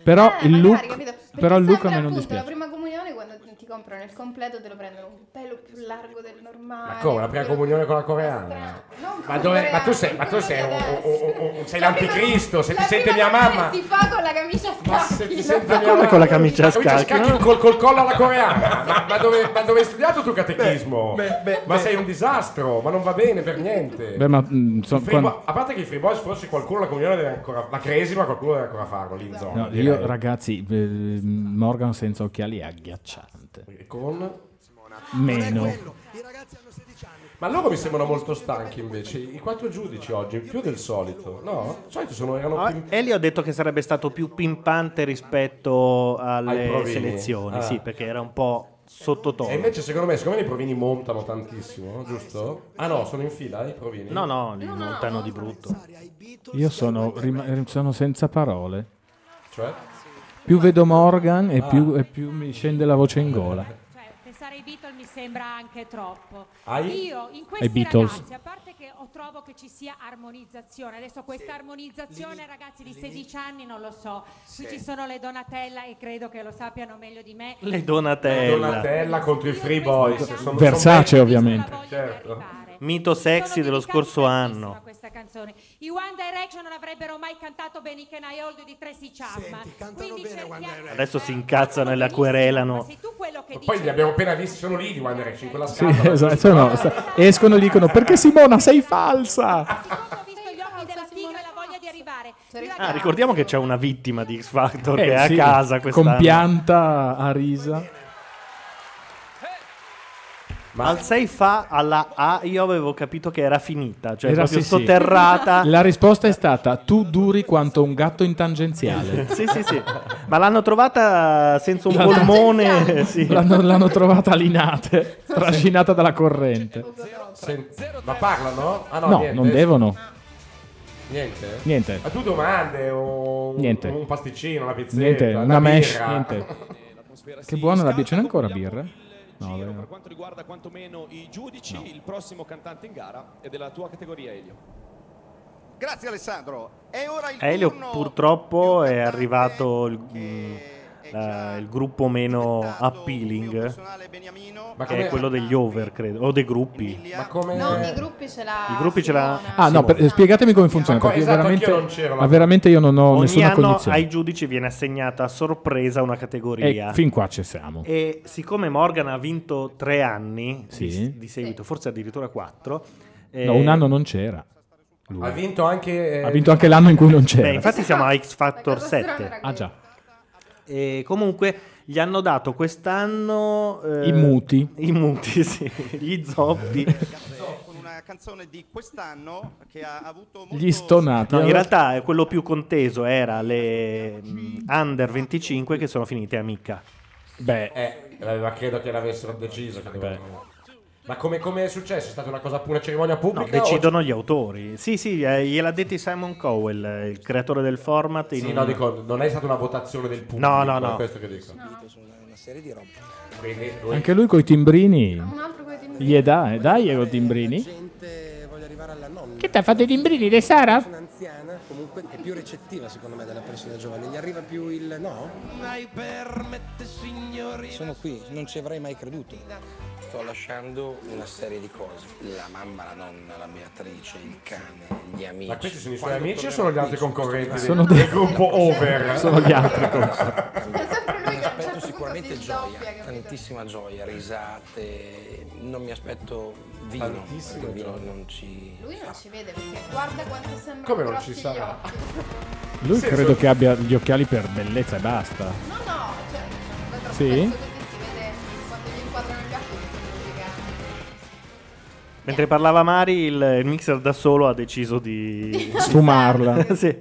[SPEAKER 5] Però il
[SPEAKER 4] Eh, Magari,
[SPEAKER 5] look,
[SPEAKER 4] capito? Perché
[SPEAKER 5] però il look a
[SPEAKER 4] sembra
[SPEAKER 5] me non
[SPEAKER 4] appunto la
[SPEAKER 5] dispiace.
[SPEAKER 4] prima comunione quando ti comprano il completo te lo prendono un pelo più largo del normale.
[SPEAKER 3] Ma come, la prima comunione con la coreana? Ma,
[SPEAKER 4] con
[SPEAKER 3] dove-
[SPEAKER 4] la
[SPEAKER 3] ma tu
[SPEAKER 4] coreana,
[SPEAKER 3] sei, ma tu sei un-
[SPEAKER 4] adesso.
[SPEAKER 3] un- un- un- sei
[SPEAKER 4] La
[SPEAKER 3] l'anticristo, se ti
[SPEAKER 4] La
[SPEAKER 3] sente
[SPEAKER 4] prima
[SPEAKER 3] mia mamma...
[SPEAKER 4] comunione Si fa con la camicia a scacchi.
[SPEAKER 3] Sempre
[SPEAKER 18] come
[SPEAKER 3] mia
[SPEAKER 18] con la
[SPEAKER 3] mamma.
[SPEAKER 18] camicia a scacchi, no?
[SPEAKER 3] Cioè, col, col collo alla coreana. Ma, ma dove, ma dove hai studiato tu catechismo? ma sei un disastro, ma non va bene per niente.
[SPEAKER 5] Beh, ma, mm, insomma,
[SPEAKER 3] I free
[SPEAKER 5] quando-
[SPEAKER 3] bo- a parte che i free boys forse qualcuno la comunione deve ancora la cresima qualcuno deve ancora farlo lì in zona.
[SPEAKER 5] No,
[SPEAKER 3] direi.
[SPEAKER 5] io ragazzi, eh, Morgan senza occhiali è agghiacciante.
[SPEAKER 3] Con-
[SPEAKER 5] Meno.
[SPEAKER 3] Ma loro mi sembrano molto stanchi invece. I quattro giudici oggi, più del solito. No? Di solito sono, erano più
[SPEAKER 2] Ah, Elio ha detto che sarebbe stato più pimpante rispetto
[SPEAKER 3] Ai
[SPEAKER 2] alle
[SPEAKER 3] provini.
[SPEAKER 2] selezioni,
[SPEAKER 3] Ah.
[SPEAKER 2] sì, perché era un po'
[SPEAKER 3] E
[SPEAKER 2] sottotono.
[SPEAKER 3] invece secondo me, secondo me i provini montano tantissimo, giusto? Ah no, sono in fila i provini?
[SPEAKER 2] No, no, li montano di brutto.
[SPEAKER 5] Io sono, rima- eh, sono senza parole.
[SPEAKER 3] Cioè?
[SPEAKER 5] Più vedo Morgan e
[SPEAKER 3] Ah.
[SPEAKER 5] più, e più mi scende la voce in gola.
[SPEAKER 15] Cioè, pensare ai Beatles mi sembra anche troppo.
[SPEAKER 5] Ai-
[SPEAKER 15] Io in
[SPEAKER 5] Ai
[SPEAKER 15] questi
[SPEAKER 5] Beatles.
[SPEAKER 15] ragazzi, a parte che ho- trovo che ci sia armonizzazione, adesso questa armonizzazione ragazzi di 16 anni non lo so, qui ci sono le Donatella e credo che lo sappiano meglio di me.
[SPEAKER 2] Le Eh, Donatella.
[SPEAKER 3] Donatella contro i Free Boys. Sono- sono-
[SPEAKER 2] Versace, ovviamente.
[SPEAKER 3] Certo.
[SPEAKER 2] Mito sexy dello scorso anno.
[SPEAKER 15] questa canzone. I One Direction non avrebbero mai cantato bene i Can I Hold di Tracy Chapman. Quindi cerchiamo-
[SPEAKER 2] Adesso si incazzano e la querelano.
[SPEAKER 3] Ma poi li abbiamo appena visti, sono lì di One Direction, quella
[SPEAKER 5] Sì,
[SPEAKER 3] scatola.
[SPEAKER 5] esatto, sono- sta- escono e dicono perché Simona sei falsa.
[SPEAKER 2] Ah, ricordiamo che c'è una vittima di X Factor
[SPEAKER 5] Eh,
[SPEAKER 2] che è
[SPEAKER 5] sì,
[SPEAKER 2] a casa
[SPEAKER 5] Con
[SPEAKER 2] quest'anno.
[SPEAKER 5] pianta a risa.
[SPEAKER 2] Ma al 6 fa alla A io avevo capito che era finita, cioè
[SPEAKER 5] Era
[SPEAKER 2] proprio
[SPEAKER 5] sì, sì.
[SPEAKER 2] sotterrata.
[SPEAKER 5] La risposta è stata tu duri quanto un gatto in tangenziale.
[SPEAKER 2] sì, sì, sì. Ma l'hanno trovata senza un
[SPEAKER 5] L'hanno-
[SPEAKER 2] polmone. sì.
[SPEAKER 5] L'hanno, l'hanno trovata a Linate, trascinata dalla corrente.
[SPEAKER 3] Sen- ma parlano? Ah no,
[SPEAKER 5] No,
[SPEAKER 3] niente.
[SPEAKER 5] non devono.
[SPEAKER 3] Niente?
[SPEAKER 5] Niente.
[SPEAKER 3] Ma tu domande o un,
[SPEAKER 5] Niente.
[SPEAKER 3] un pasticcino, una pizzetta,
[SPEAKER 5] Niente,
[SPEAKER 3] una,
[SPEAKER 5] una mesh,
[SPEAKER 3] birra?
[SPEAKER 5] niente. Che buono la birra, ce n'è ancora birra? No, beh, no.
[SPEAKER 16] quanto riguarda quantomeno i giudici, il prossimo cantante in gara è della tua categoria, Elio.
[SPEAKER 14] Grazie Alessandro. È ora il
[SPEAKER 2] Elio
[SPEAKER 14] turno
[SPEAKER 2] purtroppo è arrivato il, mm, la- il gruppo meno appealing,
[SPEAKER 3] Ma
[SPEAKER 2] che
[SPEAKER 3] com'è?
[SPEAKER 2] è quello degli over, credo, o dei gruppi.
[SPEAKER 3] Ma come...
[SPEAKER 4] No, i gruppi ce l'ha.
[SPEAKER 2] I gruppi ce l'ha...
[SPEAKER 5] Ah, no, per- spiegatemi come funziona.
[SPEAKER 2] Ma co-
[SPEAKER 5] Perché
[SPEAKER 2] esatto,
[SPEAKER 5] veramente,
[SPEAKER 2] anch'io non c'ero,
[SPEAKER 5] ma veramente io non ho
[SPEAKER 2] Ogni
[SPEAKER 5] nessuna Eh,
[SPEAKER 2] anno
[SPEAKER 5] cognizione.
[SPEAKER 2] ai giudici viene assegnata a sorpresa una categoria.
[SPEAKER 5] E Eh, fin qua ci siamo.
[SPEAKER 2] E siccome Morgan ha vinto tre anni di-
[SPEAKER 5] Ecco. Sì.
[SPEAKER 2] di, seguito, forse addirittura quattro.
[SPEAKER 5] No,
[SPEAKER 2] eh,
[SPEAKER 5] un anno non c'era.
[SPEAKER 3] Ha vinto anche... eh,
[SPEAKER 5] Ha vinto anche l'anno in cui non c'era.
[SPEAKER 2] Beh, infatti siamo a X Factor
[SPEAKER 5] cosa strana
[SPEAKER 2] 7.
[SPEAKER 5] Ah già,
[SPEAKER 2] E comunque gli hanno dato quest'anno eh,
[SPEAKER 5] I muti.
[SPEAKER 2] I muti, sì, gli zoppi.
[SPEAKER 14] con una canzone di quest'anno che ha avuto
[SPEAKER 5] gli stonati.
[SPEAKER 2] No, in realtà eh, quello più conteso era le mm, under 25 che sono finite a mica.
[SPEAKER 5] Beh,
[SPEAKER 3] eh, ma credo che l'avessero deciso. che dovevano- Ma come, come è successo? È stata una, cosa, una cerimonia
[SPEAKER 2] No,
[SPEAKER 3] pubblica? o...
[SPEAKER 2] decidono gli autori. Sì, sì, eh, gliel'ha detto Simon Cowell, eh, il creatore del format. in
[SPEAKER 3] Sì,
[SPEAKER 2] un-
[SPEAKER 3] no, dico, non è stata una votazione del pubblico.
[SPEAKER 2] No, no, no.
[SPEAKER 3] È questo che dico.
[SPEAKER 10] Una serie di robe.
[SPEAKER 3] Quindi lui-
[SPEAKER 5] Anche lui coi timbrini. Gli è dai, dai, eh, coi timbrini.
[SPEAKER 10] Gente, voglio arrivare alla nonna.
[SPEAKER 5] Che t'ha fatto i timbrini di Sara?
[SPEAKER 10] Una persona anziana comunque è più ricettiva secondo me della persona giovane, gli arriva più il no. Sono qui, non ci avrei mai creduto.
[SPEAKER 18] Sto lasciando una serie di cose. La mamma, la nonna, la Beatrice, il cane, gli amici.
[SPEAKER 3] Ma questi sono i suoi
[SPEAKER 18] Quando
[SPEAKER 3] amici o
[SPEAKER 18] tornerò
[SPEAKER 3] sono gli altri
[SPEAKER 18] qui,
[SPEAKER 3] concorrenti
[SPEAKER 5] Sono
[SPEAKER 3] del,
[SPEAKER 5] dei-
[SPEAKER 3] del gruppo over?
[SPEAKER 5] Sono gli altri concorrenti.
[SPEAKER 18] Mi aspetto sicuramente gioia, tantissima gioia, risate. Non mi aspetto vino, perché il vino non ci
[SPEAKER 4] Lui non ci vede perché guarda quanto sembra
[SPEAKER 18] Come non
[SPEAKER 4] grossi
[SPEAKER 18] ci sarà?
[SPEAKER 4] gli occhi.
[SPEAKER 5] Lui
[SPEAKER 18] Sì,
[SPEAKER 5] credo
[SPEAKER 18] sono-
[SPEAKER 5] che abbia gli occhiali per bellezza e basta.
[SPEAKER 4] No, no, cioè, va troppo
[SPEAKER 5] Sì?
[SPEAKER 4] spesso così si vede quando gli inquadrano gli occhi che sono intrigati.
[SPEAKER 2] Mentre parlava Mari, il, il mixer da solo ha deciso di
[SPEAKER 5] Sfumarla.
[SPEAKER 2] sì.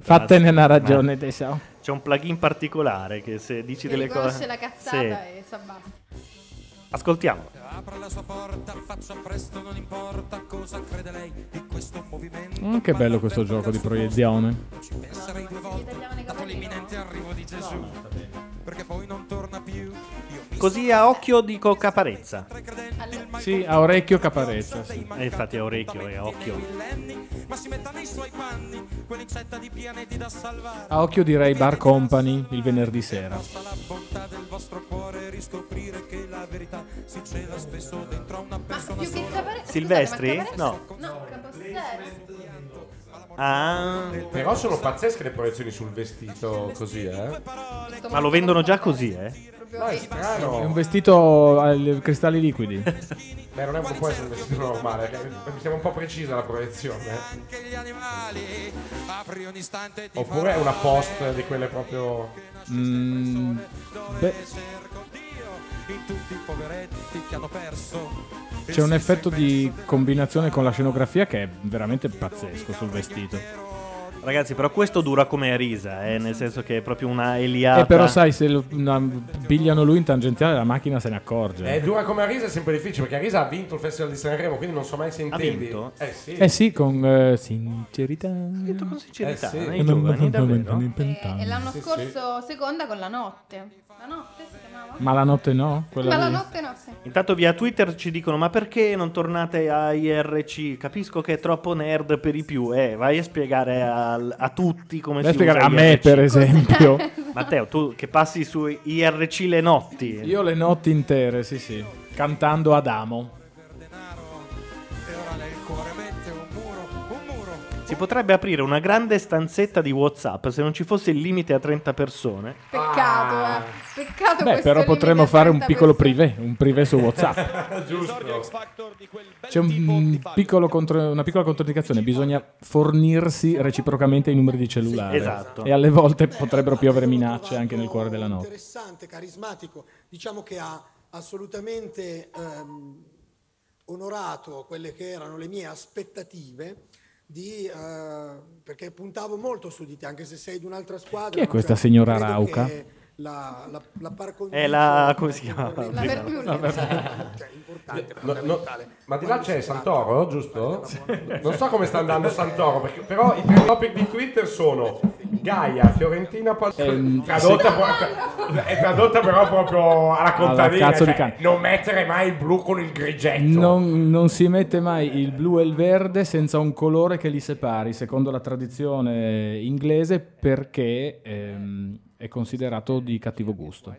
[SPEAKER 5] Fattene una
[SPEAKER 2] Ma-
[SPEAKER 5] ragione, tesoro.
[SPEAKER 2] C'è un plugin particolare che se dici
[SPEAKER 4] Che
[SPEAKER 2] delle
[SPEAKER 4] riconosce
[SPEAKER 2] cose.
[SPEAKER 4] la cazzata
[SPEAKER 2] Sì.
[SPEAKER 4] e si abbassa.
[SPEAKER 2] Ascoltiamo.
[SPEAKER 19] Apra la sua porta, faccia presto, non importa cosa crede lei di questo movimento.
[SPEAKER 5] Mm, che bello questo gioco di proiezione.
[SPEAKER 19] Penserei due volte, dato l'imminente arrivo di Gesù. Perché poi non torna più.
[SPEAKER 2] Così a occhio dico caparezza.
[SPEAKER 5] Sì, a orecchio caparezza. Sì.
[SPEAKER 2] E infatti a orecchio e a occhio.
[SPEAKER 19] Ma si metta nei suoi panni, quell'incetta di pianeti da salvare.
[SPEAKER 5] A occhio direi Bar Company il venerdì sera.
[SPEAKER 19] La bontà del vostro cuore, riscoprire che la verità si cela spesso dentro a
[SPEAKER 4] Ah,
[SPEAKER 19] una persona
[SPEAKER 4] Più che
[SPEAKER 19] sola.
[SPEAKER 4] capare...
[SPEAKER 2] Silvestri?
[SPEAKER 4] scusate, ma capare- No,
[SPEAKER 2] Ah.
[SPEAKER 3] Però sono pazzesche le proiezioni sul vestito così, eh?
[SPEAKER 2] Ma lo vendono già così, eh?
[SPEAKER 3] No, è
[SPEAKER 5] È un
[SPEAKER 3] strano.
[SPEAKER 5] vestito ai cristalli liquidi.
[SPEAKER 3] Beh, non è un po' questo un vestito normale, perché siamo un po' precisa la proiezione. eh. Oppure è una post di quelle proprio...
[SPEAKER 5] Mm, beh,
[SPEAKER 19] Poveretti che hanno perso.
[SPEAKER 5] c'è un effetto di combinazione con la scenografia che è veramente pazzesco sul vestito.
[SPEAKER 2] Ragazzi, però questo dura come risa, eh? Nel senso che è proprio una eliata.
[SPEAKER 5] E però sai, se lo- na- pigliano lui in tangenziale la macchina se ne
[SPEAKER 3] È
[SPEAKER 5] accorge.
[SPEAKER 3] dura come Arisa è sempre difficile, perché Arisa ha vinto il Festival di Sanremo, quindi non so mai se intendi. vinto? Eh sì.
[SPEAKER 5] Eh sì, con eh, sincerità. con
[SPEAKER 3] sincerità, Eh sì. nei
[SPEAKER 2] giovani,
[SPEAKER 4] Eh, E l'anno
[SPEAKER 5] Sì, sì.
[SPEAKER 4] scorso seconda con la notte. La notte si chiamava?
[SPEAKER 5] Ma la notte no? Quella
[SPEAKER 4] Ma la
[SPEAKER 5] lì?
[SPEAKER 4] notte no, sì.
[SPEAKER 2] Intanto via Twitter ci dicono: Ma perché non tornate a IRC? Capisco che è troppo nerd per i più. Eh, vai a spiegare al- a tutti come
[SPEAKER 5] Vai a
[SPEAKER 2] si usa
[SPEAKER 5] spiegare a me,
[SPEAKER 2] IRC.
[SPEAKER 5] per esempio.
[SPEAKER 4] Esatto.
[SPEAKER 2] Matteo, tu che passi su IRC le notti.
[SPEAKER 5] Io le notti intere, sì sì, cantando Adamo.
[SPEAKER 2] Si potrebbe aprire una grande stanzetta di WhatsApp se non ci fosse il limite a 30 persone.
[SPEAKER 4] Peccato, eh. Peccato
[SPEAKER 5] Beh,
[SPEAKER 4] questo
[SPEAKER 5] però
[SPEAKER 4] limite
[SPEAKER 5] potremmo fare un
[SPEAKER 4] 30
[SPEAKER 5] piccolo
[SPEAKER 4] persone.
[SPEAKER 5] privé, un privé su WhatsApp.
[SPEAKER 3] Giusto.
[SPEAKER 5] C'è un piccolo contro- una piccola controindicazione, bisogna fornirsi reciprocamente i numeri di cellulare.
[SPEAKER 2] esatto.
[SPEAKER 5] E alle volte potrebbero piovere minacce anche nel cuore della notte.
[SPEAKER 20] interessante, carismatico, diciamo che ha assolutamente ehm, onorato quelle che erano le mie aspettative. di, eh, perché puntavo molto su di te, anche se sei di un'altra squadra.
[SPEAKER 5] Chi è
[SPEAKER 20] ma
[SPEAKER 5] questa
[SPEAKER 20] cioè,
[SPEAKER 5] signora
[SPEAKER 20] credo
[SPEAKER 5] Rauca?
[SPEAKER 20] che La, la, la par
[SPEAKER 2] È
[SPEAKER 20] condicio-
[SPEAKER 2] la. come si chiama?
[SPEAKER 20] La Vermiulla. La Vermiulla. Cioè, importante,
[SPEAKER 3] No, no,
[SPEAKER 20] fondamentale.
[SPEAKER 3] ma di là c'è Santoro, giusto? Non so come sta andando Santoro, perché- però i tre topic di Twitter sono Gaia, Fiorentina, Pal-
[SPEAKER 2] Ehm,
[SPEAKER 3] tradotta, pro- è tradotta però proprio alla contadina,
[SPEAKER 5] cazzo di
[SPEAKER 3] cioè,
[SPEAKER 5] cane.
[SPEAKER 3] non mettere mai il blu con il grigetto.
[SPEAKER 5] Non, non si mette mai il blu e il verde senza un colore che li separi, secondo la tradizione inglese, perché ehm, è considerato di cattivo gusto.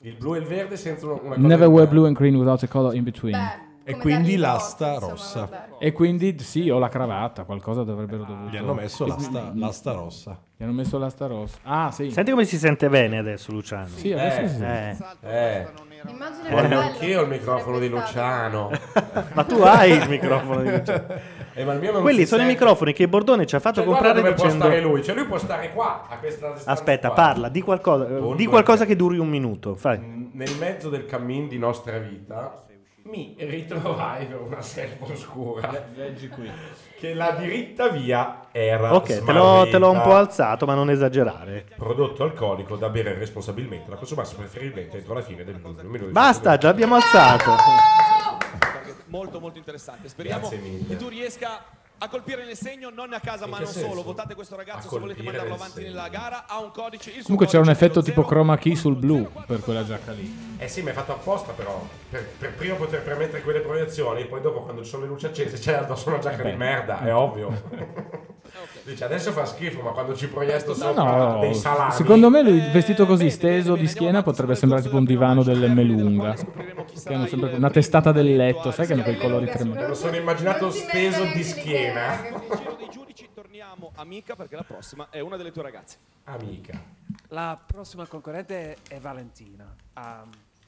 [SPEAKER 3] Il blu e il verde senza una una cosa
[SPEAKER 5] Never
[SPEAKER 3] di-
[SPEAKER 5] wear blue and green without a color in between.
[SPEAKER 12] E quindi l'asta rossa.
[SPEAKER 5] E quindi sì, ho la cravatta, qualcosa dovrebbero dovuto.
[SPEAKER 12] Gli hanno messo l'asta, l'asta rossa.
[SPEAKER 5] Gli hanno messo l'asta rossa. Ah, sì.
[SPEAKER 2] Senti come si sente bene adesso, Luciano.
[SPEAKER 5] Sì, adesso sì.
[SPEAKER 3] Eh.
[SPEAKER 4] Immagino
[SPEAKER 3] Voglio
[SPEAKER 2] che bello
[SPEAKER 3] anch'io il microfono di Luciano.
[SPEAKER 2] Ma tu hai il microfono di Luciano.
[SPEAKER 3] Eh, ma il mio non
[SPEAKER 2] Quelli
[SPEAKER 3] si
[SPEAKER 2] sono i
[SPEAKER 3] sente.
[SPEAKER 2] microfoni che Bordone ci ha fatto
[SPEAKER 3] Cioè, guarda
[SPEAKER 2] comprare
[SPEAKER 3] dove può
[SPEAKER 2] dicendo
[SPEAKER 3] stare lui, cioè lui può stare qua a questa distanza
[SPEAKER 2] Aspetta,
[SPEAKER 3] qua.
[SPEAKER 2] parla di qualcosa, eh, di qualcosa che duri un minuto. Fai.
[SPEAKER 3] Nel mezzo del cammin di nostra vita mi ritrovai per una selva oscura.
[SPEAKER 5] Leggi qui.
[SPEAKER 3] Che la diritta via era
[SPEAKER 2] Ok, te l'ho, te l'ho un po'
[SPEAKER 3] smarrita.
[SPEAKER 2] alzato, ma non esagerare.
[SPEAKER 3] Prodotto alcolico da bere responsabilmente, da consumarsi preferibilmente entro la fine del 2020.
[SPEAKER 2] Basta, già abbiamo alzato.
[SPEAKER 8] Molto molto interessante. Speriamo
[SPEAKER 3] Grazie mille.
[SPEAKER 8] che tu riesca a colpire nel segno, non a casa, ma
[SPEAKER 3] che
[SPEAKER 8] non solo.
[SPEAKER 3] senso?
[SPEAKER 8] Votate questo ragazzo
[SPEAKER 3] A
[SPEAKER 8] se volete
[SPEAKER 3] colpire
[SPEAKER 8] mandarlo
[SPEAKER 3] nel
[SPEAKER 8] avanti
[SPEAKER 3] segno.
[SPEAKER 8] nella gara. Ha un codice. Il suo
[SPEAKER 5] Comunque c'era un
[SPEAKER 8] codice è
[SPEAKER 5] effetto
[SPEAKER 8] lo
[SPEAKER 5] tipo
[SPEAKER 8] 0.
[SPEAKER 5] chroma key sul blu per quella giacca lì.
[SPEAKER 3] Eh sì, mi hai fatto apposta però, per, per prima poter permettere quelle proiezioni, poi dopo quando ci sono le luci accese cioè, c'è addosso una giacca
[SPEAKER 5] Beh.
[SPEAKER 3] di merda, è ovvio. Dice, adesso fa schifo, ma quando ci proietto
[SPEAKER 5] No,
[SPEAKER 3] sopra
[SPEAKER 5] no,
[SPEAKER 3] Ah, dei salami... Eh,
[SPEAKER 5] secondo me il vestito così steso di schiena potrebbe sembrare tipo un divano dell'M lunga. Che hanno sempre una testata del letto, sai che hanno quei colori tremendi.
[SPEAKER 3] Me lo sono immaginato speso di
[SPEAKER 6] eh,
[SPEAKER 3] schiena.
[SPEAKER 8] Torniamo amica perché la prossima è una delle tue ragazze.
[SPEAKER 3] Amica.
[SPEAKER 14] La prossima concorrente è Valentina. Ah,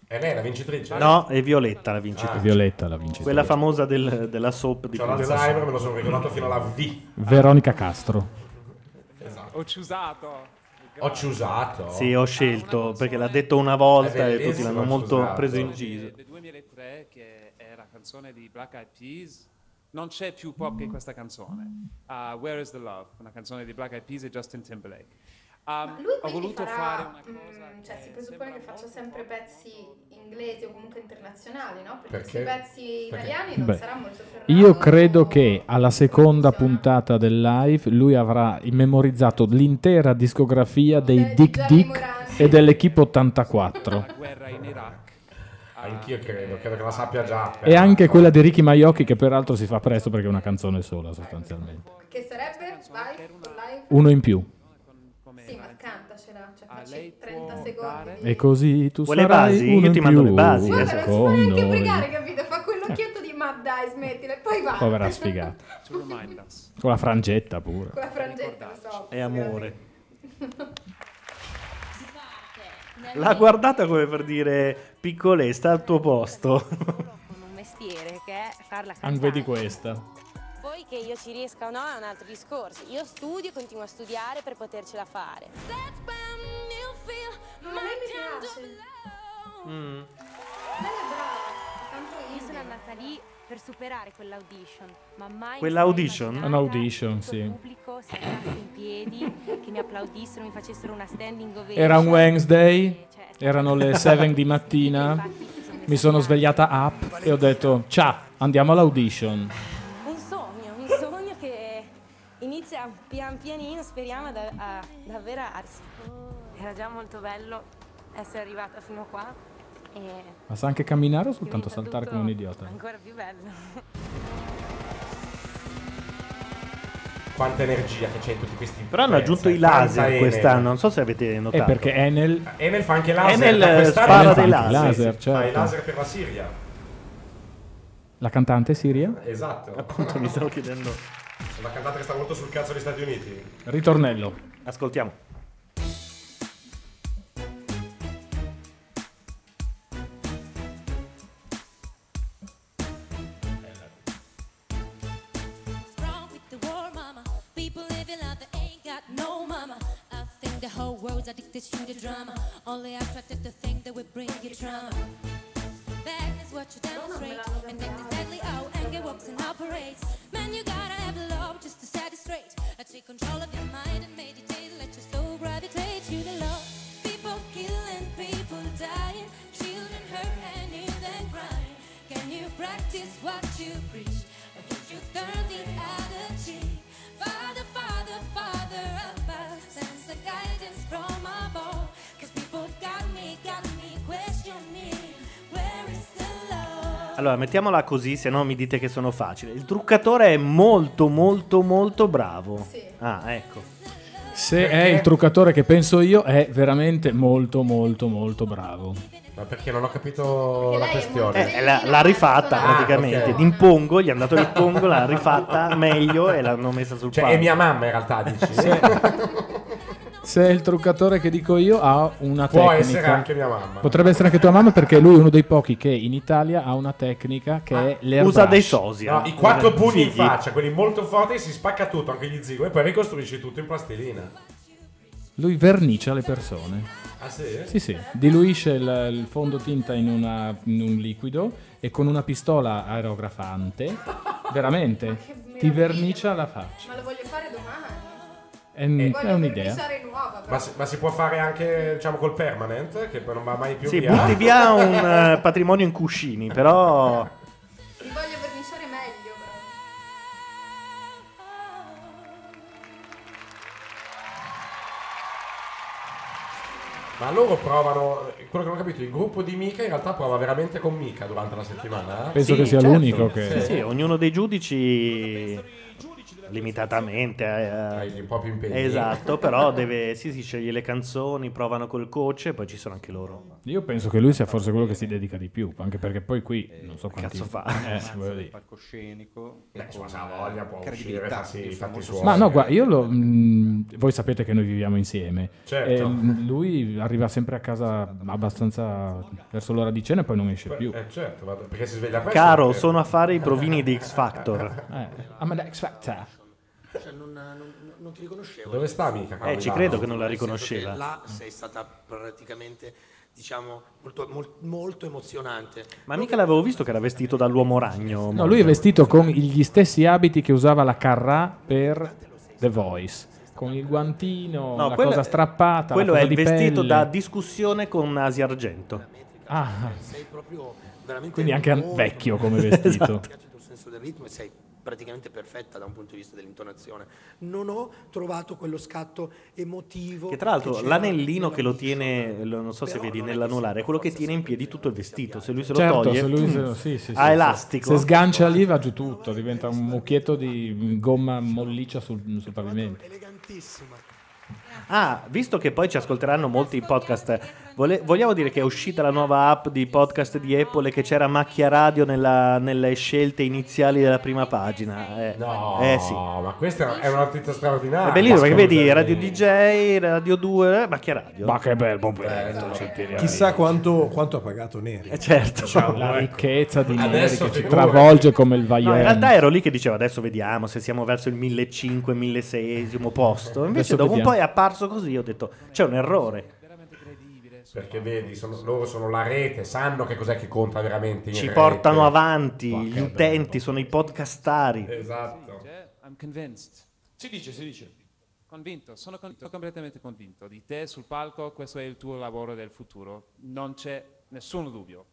[SPEAKER 3] E lei è Eh, la vincitrice?
[SPEAKER 2] No, è Violetta la vincitrice.
[SPEAKER 5] Ah. Violetta la vincitrice.
[SPEAKER 2] Quella famosa del- della soap di
[SPEAKER 3] C'ho
[SPEAKER 2] Prince.
[SPEAKER 3] l'Alzheimer, me lo sono ricordato fino alla V.
[SPEAKER 5] Veronica Castro.
[SPEAKER 11] Esatto.
[SPEAKER 14] Ho ciusato.
[SPEAKER 3] Ho ciusato.
[SPEAKER 2] Sì, ho scelto perché l'ha detto una volta
[SPEAKER 3] Ah,
[SPEAKER 2] e
[SPEAKER 3] È
[SPEAKER 2] tutti l'hanno
[SPEAKER 3] bellissimo,
[SPEAKER 2] molto
[SPEAKER 3] scusate.
[SPEAKER 2] preso in giro.
[SPEAKER 14] Del 2003 che è la canzone di Black Eyed Peas. Non c'è più pop che questa canzone. Ah, Where is the Love? Una canzone di Black Eyed Peas e Justin Timberlake. Ah, ho
[SPEAKER 4] Quindi
[SPEAKER 14] voluto
[SPEAKER 4] farà,
[SPEAKER 14] fare una
[SPEAKER 4] mm, cioè, si presuppone che faccia sempre pezzi inglesi o comunque internazionali, no? Perché,
[SPEAKER 3] Perché?
[SPEAKER 4] sui pezzi
[SPEAKER 3] Perché?
[SPEAKER 4] italiani non
[SPEAKER 5] Beh,
[SPEAKER 4] sarà molto ferrato.
[SPEAKER 5] Io credo che alla seconda puntata del live lui avrà memorizzato l'intera discografia dei Dick Dick e dell'Equipe 84
[SPEAKER 14] guerra in Iraq.
[SPEAKER 3] Anch'io credo, credo che la sappia già.
[SPEAKER 5] e anche quella di Ricky Maiocchi che peraltro si fa presto perché è una canzone sola sostanzialmente.
[SPEAKER 4] Che sarebbe? Vai, live?
[SPEAKER 5] Uno in più.
[SPEAKER 4] Sì, ma cantacela,
[SPEAKER 3] Ah,
[SPEAKER 4] cioè facci
[SPEAKER 14] lei
[SPEAKER 4] 30
[SPEAKER 14] può
[SPEAKER 4] secondi.
[SPEAKER 5] E così tu
[SPEAKER 2] Vuole
[SPEAKER 5] sarai
[SPEAKER 2] basi?
[SPEAKER 5] uno
[SPEAKER 2] Io
[SPEAKER 5] in
[SPEAKER 2] ti mando le
[SPEAKER 5] più,
[SPEAKER 2] basi,
[SPEAKER 5] un
[SPEAKER 2] eh.
[SPEAKER 4] Guarda, non si può neanche
[SPEAKER 5] secondo.
[SPEAKER 4] brigare, capito? Fa quell'occhietto di ma dai, smettila e poi va.
[SPEAKER 5] Povera sfigata.
[SPEAKER 14] To remind us.
[SPEAKER 5] Con la frangetta pure.
[SPEAKER 4] Con la frangetta, lo so.
[SPEAKER 2] È amore. L'ha guardata come per dire piccole, sta al tuo posto.
[SPEAKER 21] con un mestiere che è farla
[SPEAKER 5] Anche
[SPEAKER 21] cantare.
[SPEAKER 5] Ah, vedi questa.
[SPEAKER 21] Poi che io ci riesca o no è un altro discorso. Io studio e continuo a studiare per potercela fare.
[SPEAKER 4] Non a me mi piace.
[SPEAKER 21] Io sono andata lì per superare quell'audition, ma mai
[SPEAKER 2] Quell'audition?
[SPEAKER 5] È un'audition, sì.
[SPEAKER 21] pubblico si alzasse in piedi, che mi applaudissero, mi facessero una standing ovation.
[SPEAKER 5] Era un Wednesday, erano le 7 di mattina, mi sono svegliata up e ho detto ciao, andiamo all'audition.
[SPEAKER 21] Un sogno, un sogno che inizia pian pianino, speriamo ad, a- ad avverarsi. Era già molto bello essere arrivata fino qua e
[SPEAKER 5] Ma sa anche camminare o soltanto saltare come un idiota?
[SPEAKER 21] ancora più bello.
[SPEAKER 3] Quanta energia che c'è in tutti questi.
[SPEAKER 2] Però hanno aggiunto i laser quest'anno, non so se avete notato.
[SPEAKER 5] Eh, È perché Enel...
[SPEAKER 3] Enel fa anche laser.
[SPEAKER 2] Enel,
[SPEAKER 3] da quest'anno
[SPEAKER 2] spara
[SPEAKER 3] fa
[SPEAKER 2] dei
[SPEAKER 3] anche
[SPEAKER 2] laser.
[SPEAKER 5] Laser,
[SPEAKER 3] Sì, Fa i
[SPEAKER 5] certo.
[SPEAKER 3] laser per la Siria.
[SPEAKER 5] La cantante Siria?
[SPEAKER 3] Esatto.
[SPEAKER 2] Appunto, mi stavo chiedendo.
[SPEAKER 3] Una cantata che sta molto sul cazzo degli Stati Uniti.
[SPEAKER 5] Ritornello.
[SPEAKER 2] Ascoltiamo.
[SPEAKER 9] What's wrong with the war, mama? People living life that ain't got no mama. I think the whole world's addicted to the drama. Only attracted to think that would bring you trauma. That is what you demonstrate. And then they sadly, oh, anger walks and operates. Man, you gotta have love just to set it straight. I take control of your mind and meditate. Let your soul gravitate to the love. People killing, people dying. Children hurt and you then crying. Can you practice what you preach? Or did you turn the other cheek? Father, Father, Father above, send the guidance from above. Cause people got me, got me questioning. Where is the love?
[SPEAKER 2] Allora, mettiamola così, se no mi dite che sono facile. Il truccatore è molto, molto, molto bravo. Ah, ecco.
[SPEAKER 5] Se è il truccatore che penso io, è veramente molto, molto, molto bravo.
[SPEAKER 3] Ma perché non ho capito la questione?
[SPEAKER 2] Eh, eh, l'ha, l'ha rifatta
[SPEAKER 3] Ah,
[SPEAKER 2] praticamente.
[SPEAKER 3] ok.
[SPEAKER 2] D'impongo, gli è andato l'impongo, l'ha rifatta meglio e l'hanno messa sul
[SPEAKER 3] Cioè,
[SPEAKER 2] palco.
[SPEAKER 3] è mia mamma in realtà, dici.
[SPEAKER 5] Se è il truccatore che dico io, ha una
[SPEAKER 3] Può
[SPEAKER 5] tecnica.
[SPEAKER 3] essere anche mia mamma.
[SPEAKER 5] Potrebbe essere anche tua mamma perché lui è uno dei pochi che in Italia ha una tecnica che è l'airbrush.
[SPEAKER 2] Ah, usa dei sosia.
[SPEAKER 3] No, I quattro pugni in
[SPEAKER 2] Fighi.
[SPEAKER 3] faccia, quelli molto forti, si spacca tutto, anche gli zigomi, e poi ricostruisci tutto in plastilina.
[SPEAKER 5] Lui vernicia le persone.
[SPEAKER 3] Ah, sì?
[SPEAKER 5] Sì, sì. Diluisce il, il fondotinta in, una- in un liquido e con una pistola aerografante, veramente, ti vernicia la faccia.
[SPEAKER 4] Ma lo voglio fare domani.
[SPEAKER 5] È, un-
[SPEAKER 4] Voglio
[SPEAKER 5] è un'idea.
[SPEAKER 4] verniciare nuova, però.
[SPEAKER 3] Ma si, ma si può fare anche, diciamo, col permanent, che poi non va mai più
[SPEAKER 2] Sì,
[SPEAKER 3] via.
[SPEAKER 2] butti via un eh, patrimonio in cuscini, però...
[SPEAKER 4] Li voglio verniciare meglio, però.
[SPEAKER 3] Ma loro provano, quello che non ho capito, il gruppo di Mika in realtà prova veramente con Mika
[SPEAKER 2] certo.
[SPEAKER 3] durante la settimana? eh?
[SPEAKER 5] Penso che sia l'unico che-
[SPEAKER 2] Sì, sì, ognuno dei giudici limitatamente. Hai
[SPEAKER 3] un po' più impegni.
[SPEAKER 2] Esatto, però deve, sì, sì, sceglie le canzoni, provano col coach e poi ci sono anche loro.
[SPEAKER 5] Io penso che lui sia forse quello che si dedica di più, anche perché poi qui non so quanti
[SPEAKER 2] cazzo fa?
[SPEAKER 5] Eh,
[SPEAKER 2] Cazzo
[SPEAKER 5] voglio
[SPEAKER 1] del
[SPEAKER 5] dire.
[SPEAKER 1] palcoscenico
[SPEAKER 3] Beh, insomma, se ha voglia può
[SPEAKER 1] credibilità,
[SPEAKER 3] uscire, farsi-
[SPEAKER 1] il
[SPEAKER 3] fatti
[SPEAKER 1] famoso
[SPEAKER 3] suoi.
[SPEAKER 5] Ma no, guarda, io lo, mm, voi sapete che noi viviamo insieme.
[SPEAKER 3] Certo.
[SPEAKER 5] E l- lui arriva sempre a casa abbastanza verso l'ora di cena e poi non esce più.
[SPEAKER 3] Eh, certo, vado- perché si sveglia presto.
[SPEAKER 2] Caro,
[SPEAKER 3] perché-
[SPEAKER 2] sono a fare i provini di X Factor.
[SPEAKER 5] Eh, ah, ma da X Factor.
[SPEAKER 20] Cioè, non, non- non ti riconoscevo.
[SPEAKER 2] Dove sta, mica, Paolo? Eh, ci credo che non la riconosceva.
[SPEAKER 20] Nel senso che Là sei stata praticamente, diciamo, molto, mol- molto emozionante.
[SPEAKER 2] Ma mica l'avevo visto che era vestito dall'uomo ragno.
[SPEAKER 5] No, lui è vestito con gli stessi abiti che usava la Carrà per The Voice. Con il guantino, la
[SPEAKER 2] quello-
[SPEAKER 5] cosa strappata,
[SPEAKER 2] Quello
[SPEAKER 5] la
[SPEAKER 2] è
[SPEAKER 5] cosa
[SPEAKER 2] il
[SPEAKER 5] di
[SPEAKER 2] vestito
[SPEAKER 5] pelle.
[SPEAKER 2] da discussione con Asia Argento.
[SPEAKER 5] Ah.
[SPEAKER 20] Sei proprio veramente
[SPEAKER 5] Quindi anche
[SPEAKER 20] molto- Esatto.
[SPEAKER 5] vecchio come vestito.
[SPEAKER 20] Ti piace il tuo senso del ritmo e sei praticamente perfetta da un punto di vista dell'intonazione. Non ho trovato quello scatto emotivo.
[SPEAKER 2] Che tra l'altro
[SPEAKER 20] c'era
[SPEAKER 2] l'anellino che lo tiene, lo- non so se vedi nell'anulare, è quello che tiene in piedi tutto il vestito. Se lui se lo
[SPEAKER 5] certo,
[SPEAKER 2] toglie,
[SPEAKER 5] se lui se lo-
[SPEAKER 2] mm,
[SPEAKER 5] sì, sì, sì,
[SPEAKER 2] a
[SPEAKER 5] sì.
[SPEAKER 2] elastico.
[SPEAKER 5] Se sgancia lì va giù tutto, diventa un mucchietto di gomma molliccia sul, sul pavimento.
[SPEAKER 20] Elegantissima.
[SPEAKER 2] Ah, visto che poi ci ascolteranno molti in podcast, vole- vogliamo dire che è uscita la nuova app di podcast di Apple e che c'era macchia radio nella- nelle scelte iniziali della prima pagina. Eh,
[SPEAKER 3] No,
[SPEAKER 2] eh sì.
[SPEAKER 3] ma questa è una notizia straordinaria.
[SPEAKER 2] È bellissimo perché vedi
[SPEAKER 3] Scusami.
[SPEAKER 2] Radio DJ, Radio 2, eh, macchia radio.
[SPEAKER 5] Ma che bel
[SPEAKER 2] momento.
[SPEAKER 12] Chissà quanto, quanto ha pagato Neri.
[SPEAKER 2] certo.
[SPEAKER 12] Diciamo,
[SPEAKER 5] La
[SPEAKER 12] ecco.
[SPEAKER 5] ricchezza di neri
[SPEAKER 12] Adesso
[SPEAKER 5] che ci
[SPEAKER 12] figurati.
[SPEAKER 5] travolge come il vaiolo.
[SPEAKER 2] No, in realtà ero lì che dicevo adesso vediamo se siamo verso il 1500-1600 posto. Invece
[SPEAKER 5] Adesso
[SPEAKER 2] dopo un
[SPEAKER 5] vediamo.
[SPEAKER 2] po' è apparso così, ho detto c'è un errore.
[SPEAKER 3] Perché vedi, sono- loro sono la rete, sanno che cos'è che conta veramente. in
[SPEAKER 2] Ci
[SPEAKER 3] rete.
[SPEAKER 2] portano avanti,
[SPEAKER 3] Ma
[SPEAKER 2] gli
[SPEAKER 3] che
[SPEAKER 2] utenti sono i podcastari.
[SPEAKER 3] Esatto.
[SPEAKER 11] I'm convinced. Si dice, si dice. Convinto, sono convinto, completamente convinto di te sul palco, questo è il tuo lavoro del futuro, non c'è nessun dubbio.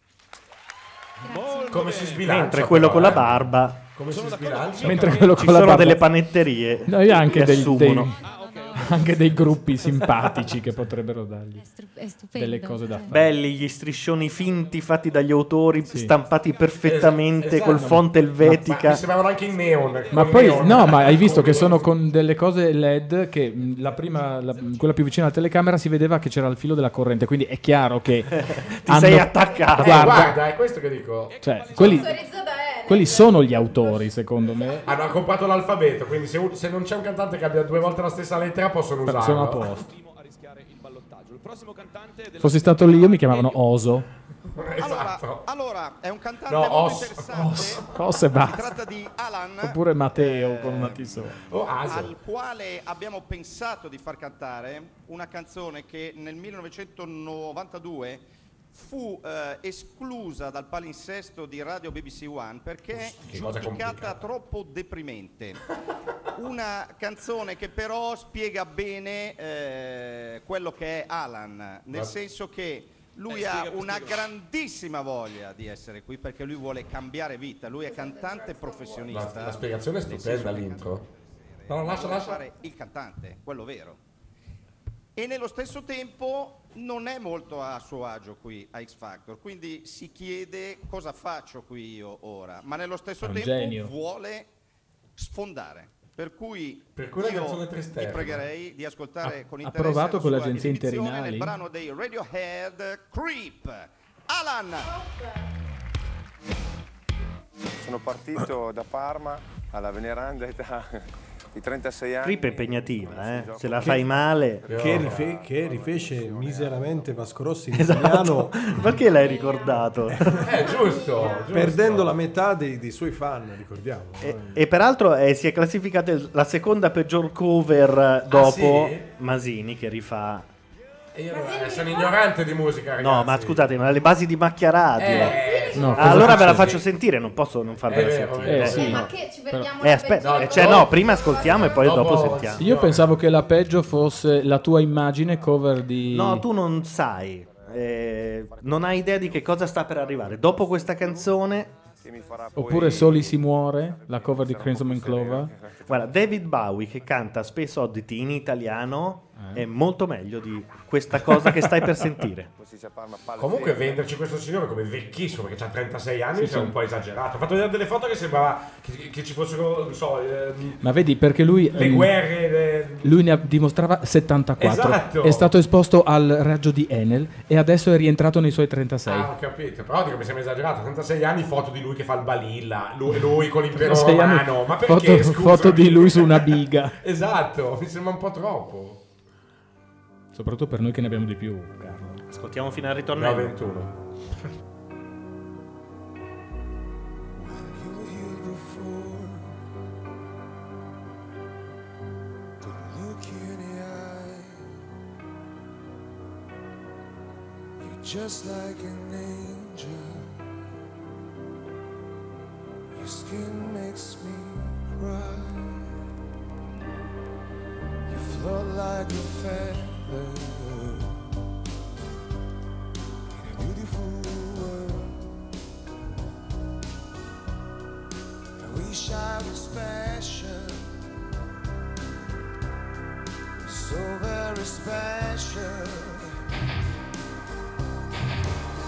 [SPEAKER 3] bello. Come si sbilancia?
[SPEAKER 2] Mentre quello
[SPEAKER 3] però,
[SPEAKER 2] con la
[SPEAKER 3] eh.
[SPEAKER 2] barba.
[SPEAKER 3] Come si sbilancia?
[SPEAKER 5] Mentre quello
[SPEAKER 2] Ci
[SPEAKER 5] con la
[SPEAKER 2] sono
[SPEAKER 5] barba-
[SPEAKER 2] delle panetterie.
[SPEAKER 5] No, io anche
[SPEAKER 2] che
[SPEAKER 5] dei,
[SPEAKER 2] assumono.
[SPEAKER 5] dei- anche dei gruppi simpatici che potrebbero dargli
[SPEAKER 22] È stupendo.
[SPEAKER 5] delle cose da fare.
[SPEAKER 2] Belli gli striscioni finti fatti dagli autori, stampati perfettamente
[SPEAKER 3] Esatto.
[SPEAKER 2] col fonte
[SPEAKER 3] Ma- ma mi
[SPEAKER 2] elvetica.
[SPEAKER 3] sembravano anche in neon.
[SPEAKER 5] Ma
[SPEAKER 3] con
[SPEAKER 5] poi,
[SPEAKER 3] neon.
[SPEAKER 5] no, ma hai visto che sono con delle cose LED che mh, la prima, la- quella più vicina alla telecamera, si vedeva che c'era il filo della corrente, quindi è chiaro che
[SPEAKER 2] Ti sei attaccato.
[SPEAKER 3] Eh,
[SPEAKER 5] Guarda,
[SPEAKER 3] guarda, è questo che dico.
[SPEAKER 5] cioè, quelli,
[SPEAKER 4] Sponsorizzato da Enel.
[SPEAKER 5] quelli sono gli autori, secondo me.
[SPEAKER 3] Hanno comprato l'alfabeto, quindi se, un- se non c'è un cantante che abbia due volte la stessa lettera possono
[SPEAKER 5] Però
[SPEAKER 3] usarlo.
[SPEAKER 5] sono a posto.
[SPEAKER 1] Il prossimo cantante del...
[SPEAKER 5] Fossi stato lì, io mi chiamavano Oso.
[SPEAKER 1] Allora, allora, è un cantante
[SPEAKER 3] No,
[SPEAKER 1] molto
[SPEAKER 3] Os-
[SPEAKER 1] interessante.
[SPEAKER 5] Os- Os e basta.
[SPEAKER 1] Si tratta di Alan.
[SPEAKER 5] Oppure Matteo con una tisola.
[SPEAKER 3] Oh, ah,
[SPEAKER 1] al quale abbiamo pensato di far cantare una canzone che nel 1992 fu eh, esclusa dal palinsesto di Radio BBC One perché
[SPEAKER 3] Che cosa
[SPEAKER 1] giudicata troppo deprimente. Una canzone che però spiega bene eh, quello che è Alan, nel
[SPEAKER 3] Ma-
[SPEAKER 1] senso che lui
[SPEAKER 21] Eh,
[SPEAKER 1] ha
[SPEAKER 21] spiega più
[SPEAKER 1] una
[SPEAKER 21] spiega.
[SPEAKER 1] grandissima voglia di essere qui perché lui vuole cambiare vita, lui è cantante
[SPEAKER 3] La,
[SPEAKER 1] professionista.
[SPEAKER 3] la spiegazione è
[SPEAKER 1] Nel
[SPEAKER 3] stupenda
[SPEAKER 1] senso che
[SPEAKER 3] l'intro. No, lascia,
[SPEAKER 1] Eh, vuole
[SPEAKER 3] lascia.
[SPEAKER 1] fare il cantante, quello vero. E nello stesso tempo non è molto a suo agio qui a X Factor, quindi si chiede cosa faccio qui io ora, ma nello stesso
[SPEAKER 5] È un
[SPEAKER 1] tempo
[SPEAKER 5] genio.
[SPEAKER 1] vuole sfondare. Per cui,
[SPEAKER 3] Per cui una
[SPEAKER 1] io
[SPEAKER 3] canzone eh,
[SPEAKER 1] ti
[SPEAKER 3] tristerna.
[SPEAKER 1] pregherei di ascoltare con
[SPEAKER 5] ha
[SPEAKER 1] interesse
[SPEAKER 5] provato
[SPEAKER 1] la
[SPEAKER 5] con
[SPEAKER 1] sua
[SPEAKER 5] l'agenzia
[SPEAKER 1] esibizione
[SPEAKER 5] interinali?
[SPEAKER 1] nel brano dei Radiohead Creep. Alan!
[SPEAKER 23] Sono partito da Parma alla veneranda età di 36 anni.
[SPEAKER 2] Trip è impegnativa, eh. se la fai male.
[SPEAKER 12] Che, rife- che rifece miseramente Vasco Rossi in
[SPEAKER 2] Esatto.
[SPEAKER 12] italiano,
[SPEAKER 2] Perché l'hai ricordato?
[SPEAKER 3] Eh, giusto, giusto.
[SPEAKER 12] perdendo la metà dei, dei suoi fan, ricordiamo.
[SPEAKER 2] E peraltro eh, si è classificata il- la seconda peggior cover eh, dopo
[SPEAKER 3] Ah, sì?
[SPEAKER 2] Masini che rifà.
[SPEAKER 3] E io, eh, sono ignorante di musica, ragazzi.
[SPEAKER 2] No, ma scusate, ma le basi di macchia radio.
[SPEAKER 3] Eh, sì.
[SPEAKER 2] Ah,
[SPEAKER 3] No, cosa
[SPEAKER 2] allora ve la
[SPEAKER 3] succede?
[SPEAKER 2] faccio sentire, non posso non farvela
[SPEAKER 3] È vero,
[SPEAKER 2] sentire.
[SPEAKER 3] è
[SPEAKER 2] Eh,
[SPEAKER 3] vero.
[SPEAKER 2] sì,
[SPEAKER 3] Ma
[SPEAKER 2] no.
[SPEAKER 4] che ci perdiamo
[SPEAKER 2] Eh,
[SPEAKER 4] una
[SPEAKER 2] aspetta,
[SPEAKER 4] mezz'ora?
[SPEAKER 2] eh, cioè no, prima ascoltiamo e poi dopo
[SPEAKER 3] Dopo-
[SPEAKER 2] sentiamo.
[SPEAKER 5] Io pensavo che la peggio fosse la tua immagine cover di...
[SPEAKER 2] No, tu non sai, eh, non hai idea di che cosa sta per arrivare. Dopo questa canzone
[SPEAKER 23] che mi farà poi...
[SPEAKER 5] Oppure Soli si muore, la cover di Crimson and Clover.
[SPEAKER 2] Guarda, David Bowie che canta Space Oddity in italiano è molto meglio di questa cosa che stai per sentire.
[SPEAKER 23] Come si dice a Parma, palle
[SPEAKER 3] Comunque
[SPEAKER 23] ferme.
[SPEAKER 3] venderci questo signore come vecchissimo perché ha 36 anni
[SPEAKER 5] Sì,
[SPEAKER 3] mi sembra
[SPEAKER 5] sì.
[SPEAKER 3] un po' esagerato. Ho fatto vedere delle foto che sembrava che, che ci fossero, non so, ehm,
[SPEAKER 5] Ma vedi, perché lui...
[SPEAKER 3] le
[SPEAKER 5] ehm,
[SPEAKER 3] guerre... le-
[SPEAKER 5] Lui ne dimostrava 74.
[SPEAKER 3] Esatto.
[SPEAKER 5] È stato esposto al raggio di Enel e adesso è rientrato nei suoi 36.
[SPEAKER 3] Ah, ho capito, però dico mi sembra esagerato. 36 anni, foto di lui che fa il balilla, lui, lui con l'impero
[SPEAKER 5] 36 anni,
[SPEAKER 3] romano. Ma
[SPEAKER 5] foto,
[SPEAKER 3] perché? scusa?
[SPEAKER 5] foto di lui su una biga.
[SPEAKER 3] Esatto, mi sembra un po' troppo.
[SPEAKER 5] Soprattutto per noi che ne abbiamo di più, Carlo.
[SPEAKER 2] Ascoltiamo fino al ritornello.
[SPEAKER 3] 9:21.
[SPEAKER 19] look you in the eye. You're just like an angel. Your skin makes me cry. You float like a feather in a beautiful world. I wish I was special so very special.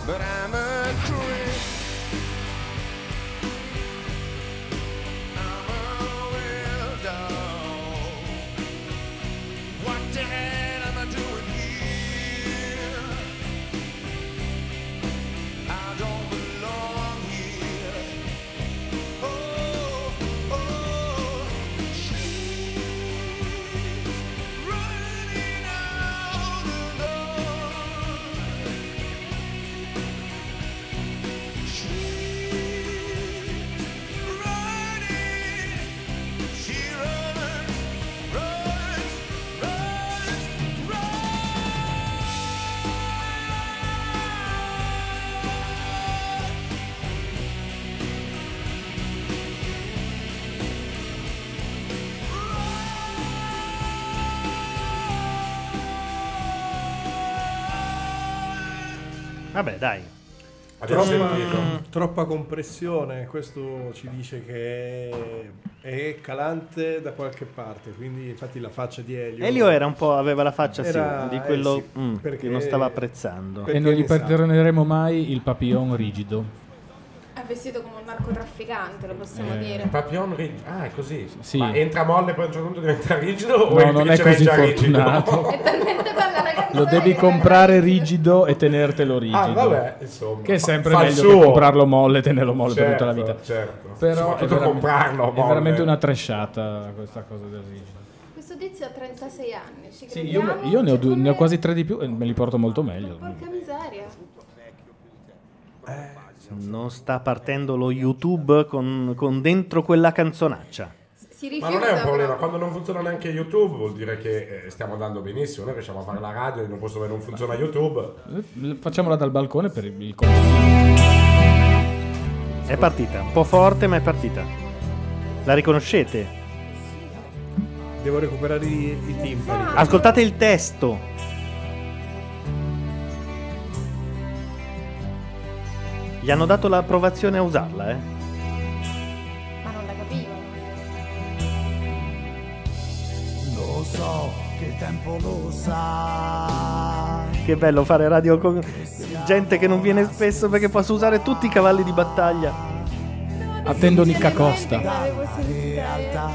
[SPEAKER 19] But I'm a creep. I'm a weirdo. What the hell am I doing here? I don't belong here. Oh, oh, she's running out of love. She's running, she runs, runs, runs, runs.
[SPEAKER 2] Vabbè, dai.
[SPEAKER 3] Abbiamo
[SPEAKER 12] Troppa-
[SPEAKER 3] sentito.
[SPEAKER 12] troppa compressione, questo ci dice che è calante da qualche parte, quindi infatti la faccia di Elio...
[SPEAKER 2] Elio era un po', aveva la faccia sì,
[SPEAKER 12] Era-
[SPEAKER 2] di quello
[SPEAKER 12] eh sì,
[SPEAKER 2] mm,
[SPEAKER 12] perché-
[SPEAKER 2] che non stava apprezzando.
[SPEAKER 5] E non gli perdoneremo mai il papillon rigido.
[SPEAKER 4] È vestito come un narcotrafficante, lo possiamo
[SPEAKER 5] Eh,
[SPEAKER 4] dire.
[SPEAKER 3] Papillon rigido. Ah, è così.
[SPEAKER 5] Sì.
[SPEAKER 3] Ma entra molle e poi a un certo punto diventa rigido? o
[SPEAKER 5] No,
[SPEAKER 3] entra-
[SPEAKER 5] non è
[SPEAKER 3] cioè,
[SPEAKER 5] così
[SPEAKER 3] già rigido?
[SPEAKER 5] fortunato.
[SPEAKER 4] È talmente bella la canzone.
[SPEAKER 5] Lo devi comprare rigido e tenertelo rigido.
[SPEAKER 3] Ah, vabbè, insomma.
[SPEAKER 5] Che è sempre
[SPEAKER 3] Fa il
[SPEAKER 5] meglio
[SPEAKER 3] suo.
[SPEAKER 5] che comprarlo molle e tenerlo molle per
[SPEAKER 3] Certo,
[SPEAKER 5] tutta la vita.
[SPEAKER 3] certo.
[SPEAKER 5] Però è
[SPEAKER 3] Soprattutto
[SPEAKER 5] veramente,
[SPEAKER 3] comprarlo
[SPEAKER 5] è
[SPEAKER 3] molle.
[SPEAKER 5] veramente una tresciata questa cosa del rigido.
[SPEAKER 4] Questo tizio ha 36 anni, ci
[SPEAKER 5] Sì, io,
[SPEAKER 4] crediamo?
[SPEAKER 5] io ne, ho due- ne ho quasi tre di più e eh, me li porto molto meglio.
[SPEAKER 4] Porca miseria.
[SPEAKER 2] Non sta partendo lo YouTube con, con dentro quella canzonaccia.
[SPEAKER 4] Si
[SPEAKER 3] Ma
[SPEAKER 4] rifiuta.
[SPEAKER 3] non è un problema,
[SPEAKER 4] però.
[SPEAKER 3] quando non funziona neanche YouTube vuol dire che eh, stiamo andando benissimo, noi riusciamo a fare la radio in un posto dove non funziona YouTube.
[SPEAKER 5] Eh, Facciamola dal balcone per il conto.
[SPEAKER 2] È partita, un po' forte ma è partita. La riconoscete?
[SPEAKER 12] Devo recuperare i, i
[SPEAKER 4] Ah.
[SPEAKER 12] timpani.
[SPEAKER 2] Ascoltate il testo. Gli hanno dato l'approvazione a usarla, eh?
[SPEAKER 4] Ma non la capivo.
[SPEAKER 10] Lo so che il tempo lo sa.
[SPEAKER 2] Che bello fare radio con gente che non viene spesso perché posso usare tutti i cavalli di battaglia.
[SPEAKER 5] Attendo Nicca Costa.
[SPEAKER 4] L'avevo sentita.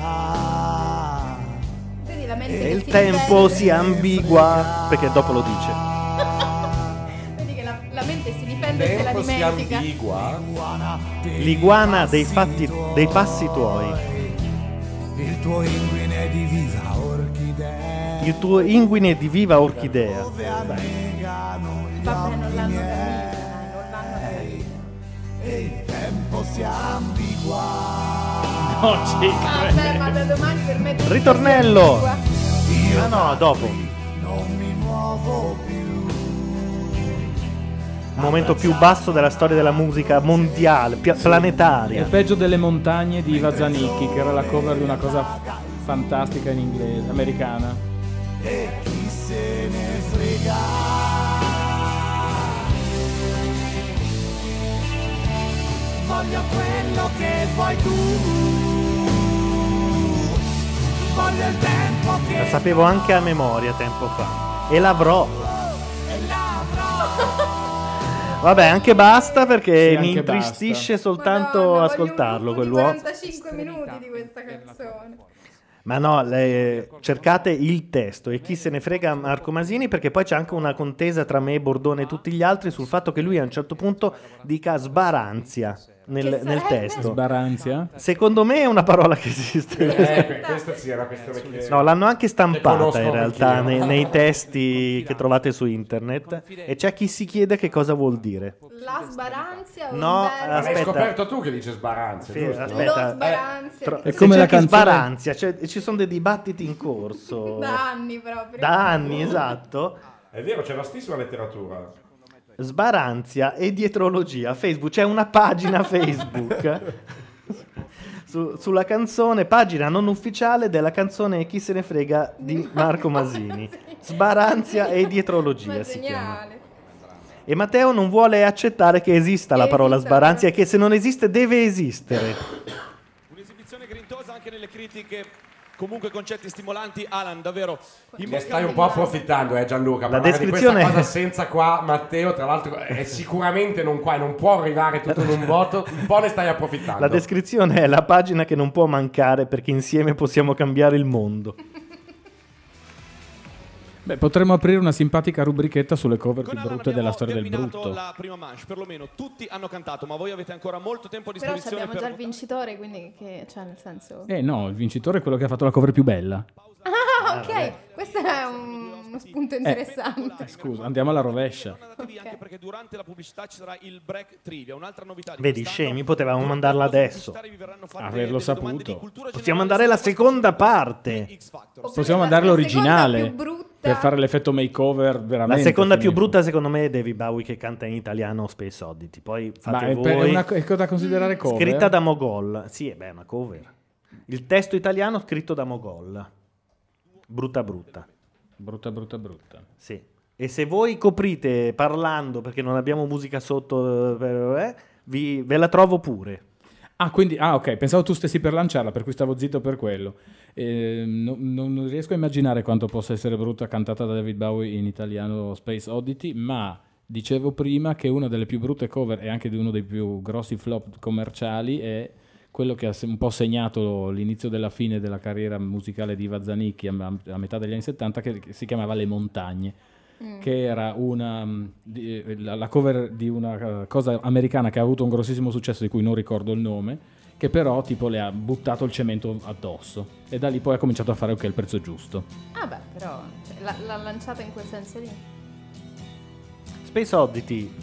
[SPEAKER 4] Vedi la mente
[SPEAKER 2] E
[SPEAKER 4] che
[SPEAKER 2] il
[SPEAKER 4] si
[SPEAKER 2] tempo
[SPEAKER 4] difende.
[SPEAKER 2] si ambigua perché dopo lo dice.
[SPEAKER 4] Vedi che la, la mente si difende e se la dimentica.
[SPEAKER 2] L'iguana dei fatti dei passi tuoi.
[SPEAKER 10] Il tuo inguine di viva orchidea.
[SPEAKER 2] Il tuo inguine di viva orchidea.
[SPEAKER 4] Vabbè, non l'hanno capito. dai, non l'hanno capito.
[SPEAKER 10] E il tempo si ambigua.
[SPEAKER 2] No, ci
[SPEAKER 4] Vabbè, ma da domani per me tutto
[SPEAKER 2] Ritornello.
[SPEAKER 4] si ambigua.
[SPEAKER 2] Ah no, dopo.
[SPEAKER 10] Non mi muovo più.
[SPEAKER 2] Il momento più basso della storia della musica mondiale, pia-
[SPEAKER 5] È
[SPEAKER 2] planetaria.
[SPEAKER 5] peggio delle montagne di Iva Zanicchi, che era la cover di una cosa f- fantastica in inglese, americana.
[SPEAKER 10] E chi se ne frega.
[SPEAKER 9] voglio quello che vuoi tu. Voglio il tempo che
[SPEAKER 2] La sapevo anche a memoria tempo fa. E l'avrò. Vabbè, anche basta perché
[SPEAKER 5] Sì,
[SPEAKER 2] mi
[SPEAKER 5] anche
[SPEAKER 2] intristisce
[SPEAKER 5] basta.
[SPEAKER 2] soltanto ascoltarlo quell'uomo.
[SPEAKER 6] 45 minuti di questa canzone.
[SPEAKER 2] Ma no, le- cercate il testo e chi se ne frega Marco Masini perché poi c'è anche una contesa tra me, Bordone e tutti gli altri sul fatto che lui a un certo punto dica sbaranzia nel, nel testo.
[SPEAKER 5] Sbaranzia?
[SPEAKER 2] Secondo me è una parola che esiste.
[SPEAKER 3] Eh, questa sì, era questione che...
[SPEAKER 2] No, l'hanno anche
[SPEAKER 3] Ne conosco
[SPEAKER 2] stampata in
[SPEAKER 3] anch'io.
[SPEAKER 2] realtà nei, nei testi che trovate su internet e c'è chi si chiede che cosa vuol dire.
[SPEAKER 6] La sbaranzia o
[SPEAKER 2] No,
[SPEAKER 6] il
[SPEAKER 3] Ma
[SPEAKER 6] verbo?
[SPEAKER 3] L'hai
[SPEAKER 2] aspetta.
[SPEAKER 3] scoperto tu che dice sbaranze,
[SPEAKER 2] Sì,
[SPEAKER 3] giusto?
[SPEAKER 2] aspetta.
[SPEAKER 6] Lo sbaranzia.
[SPEAKER 2] Eh, tro-
[SPEAKER 6] È
[SPEAKER 2] se
[SPEAKER 5] come
[SPEAKER 2] c'è
[SPEAKER 5] la
[SPEAKER 2] chi
[SPEAKER 5] canzone-
[SPEAKER 2] sbaranzia, cioè, ci sono dei dibattiti in corso.
[SPEAKER 6] Da anni proprio.
[SPEAKER 2] Da anni, esatto.
[SPEAKER 3] È vero, c'è vastissima letteratura.
[SPEAKER 2] Sbaranzia e dietrologia Facebook, c'è una pagina Facebook su- sulla canzone, pagina non ufficiale della canzone Chi se ne frega di Marco Masini. Sbaranzia e dietrologia si chiama. E Matteo non vuole accettare che esista eh? la parola sbaranzia e che se non esiste deve esistere.
[SPEAKER 8] Un'esibizione grintosa anche nelle critiche, comunque concetti stimolanti. Alan, davvero.
[SPEAKER 3] Ne stai un po' approfittando, eh Gianluca. La
[SPEAKER 2] descrizione-
[SPEAKER 3] di questa cosa senza qua Matteo, tra l'altro, è sicuramente non qua e non può arrivare tutto in un voto. Un po' ne stai approfittando.
[SPEAKER 2] La descrizione è la pagina che non può mancare perché insieme possiamo cambiare il mondo.
[SPEAKER 5] Beh, potremmo aprire una simpatica rubrichetta sulle cover più brutte della storia del brutto.
[SPEAKER 8] La prima manche, perlomeno tutti hanno cantato, ma voi avete ancora molto tempo a
[SPEAKER 6] Però
[SPEAKER 8] disposizione.
[SPEAKER 6] abbiamo già
[SPEAKER 8] per
[SPEAKER 6] il vincitore, quindi che cioè nel senso.
[SPEAKER 5] Eh no, il vincitore è quello che ha fatto la cover più bella.
[SPEAKER 6] Ah, ok. Questo è un- uno
[SPEAKER 2] Eh.
[SPEAKER 6] spunto interessante.
[SPEAKER 5] Scusa, andiamo alla rovescia.
[SPEAKER 6] Ok.
[SPEAKER 8] perché durante la pubblicità ci sarà il break trivia, un'altra novità di
[SPEAKER 2] Vedi,
[SPEAKER 8] quest'anno.
[SPEAKER 2] scemi, potevamo mandarla adesso.
[SPEAKER 5] Averlo saputo.
[SPEAKER 2] Possiamo mandare la seconda parte.
[SPEAKER 5] Possiamo mandare l'originale per fare l'effetto makeover veramente.
[SPEAKER 2] La seconda più
[SPEAKER 5] finito.
[SPEAKER 2] brutta, secondo me, è David Bowie che canta in italiano Space Oddity. Poi fate
[SPEAKER 5] Ma è,
[SPEAKER 2] voi. Mm,
[SPEAKER 5] per- è una co- è co- da considerare cover.
[SPEAKER 2] Scritta da Mogol. Sì, eh beh, è una cover. Il testo italiano scritto da Mogol. Brutta, brutta.
[SPEAKER 5] Brutta, brutta, brutta.
[SPEAKER 2] Sì. E se voi coprite parlando perché non abbiamo musica sotto, eh, eh, vi- ve la trovo pure.
[SPEAKER 5] Ah, quindi, ah, ok, pensavo tu stessi per lanciarla, per cui stavo zitto per quello. Ehm, no- non, non riesco a immaginare quanto possa essere brutta cantata da David Bowie in italiano Space Oddity, ma dicevo prima che una delle più brutte cover e anche di uno dei più grossi flop commerciali è quello che ha se- un po' segnato l'inizio della fine della carriera musicale di Vazzanicchi a, a metà degli anni 70 che, che si chiamava Le Montagne.
[SPEAKER 7] Mm.
[SPEAKER 5] Che era una, mh, di- eh, la la cover di una eh, cosa americana che ha avuto un grossissimo successo di cui non ricordo il nome, che però tipo le ha buttato il cemento addosso e da lì poi ha cominciato a fare ok il prezzo giusto.
[SPEAKER 6] Ah beh, però cioè, l'ha, l'ha lanciata in quel senso lì.
[SPEAKER 2] Space Oddity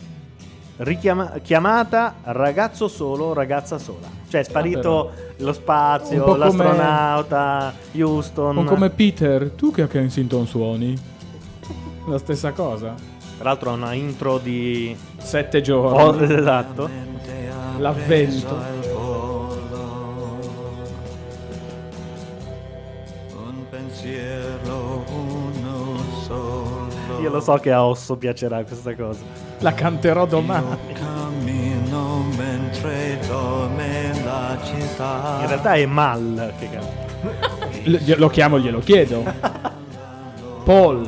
[SPEAKER 2] richiama- chiamata ragazzo solo, ragazza sola. Cioè è sparito lo
[SPEAKER 5] Un po'
[SPEAKER 2] spazio,
[SPEAKER 5] come-
[SPEAKER 2] l'astronauta, Houston.
[SPEAKER 5] O come Peter, tu che a Kensington suoni? La stessa cosa.
[SPEAKER 2] Tra l'altro ha una intro di...
[SPEAKER 5] Sette giorni.
[SPEAKER 2] Oh, esatto.
[SPEAKER 5] L'avvento.
[SPEAKER 7] Un pensiero uno solo.
[SPEAKER 2] Io lo so che a Osso piacerà questa cosa.
[SPEAKER 5] La canterò domani.
[SPEAKER 7] Cammino mentre dorme la città.
[SPEAKER 2] In realtà è Mal che canta.
[SPEAKER 5] L- glie- lo chiamo, glielo chiedo. Paul,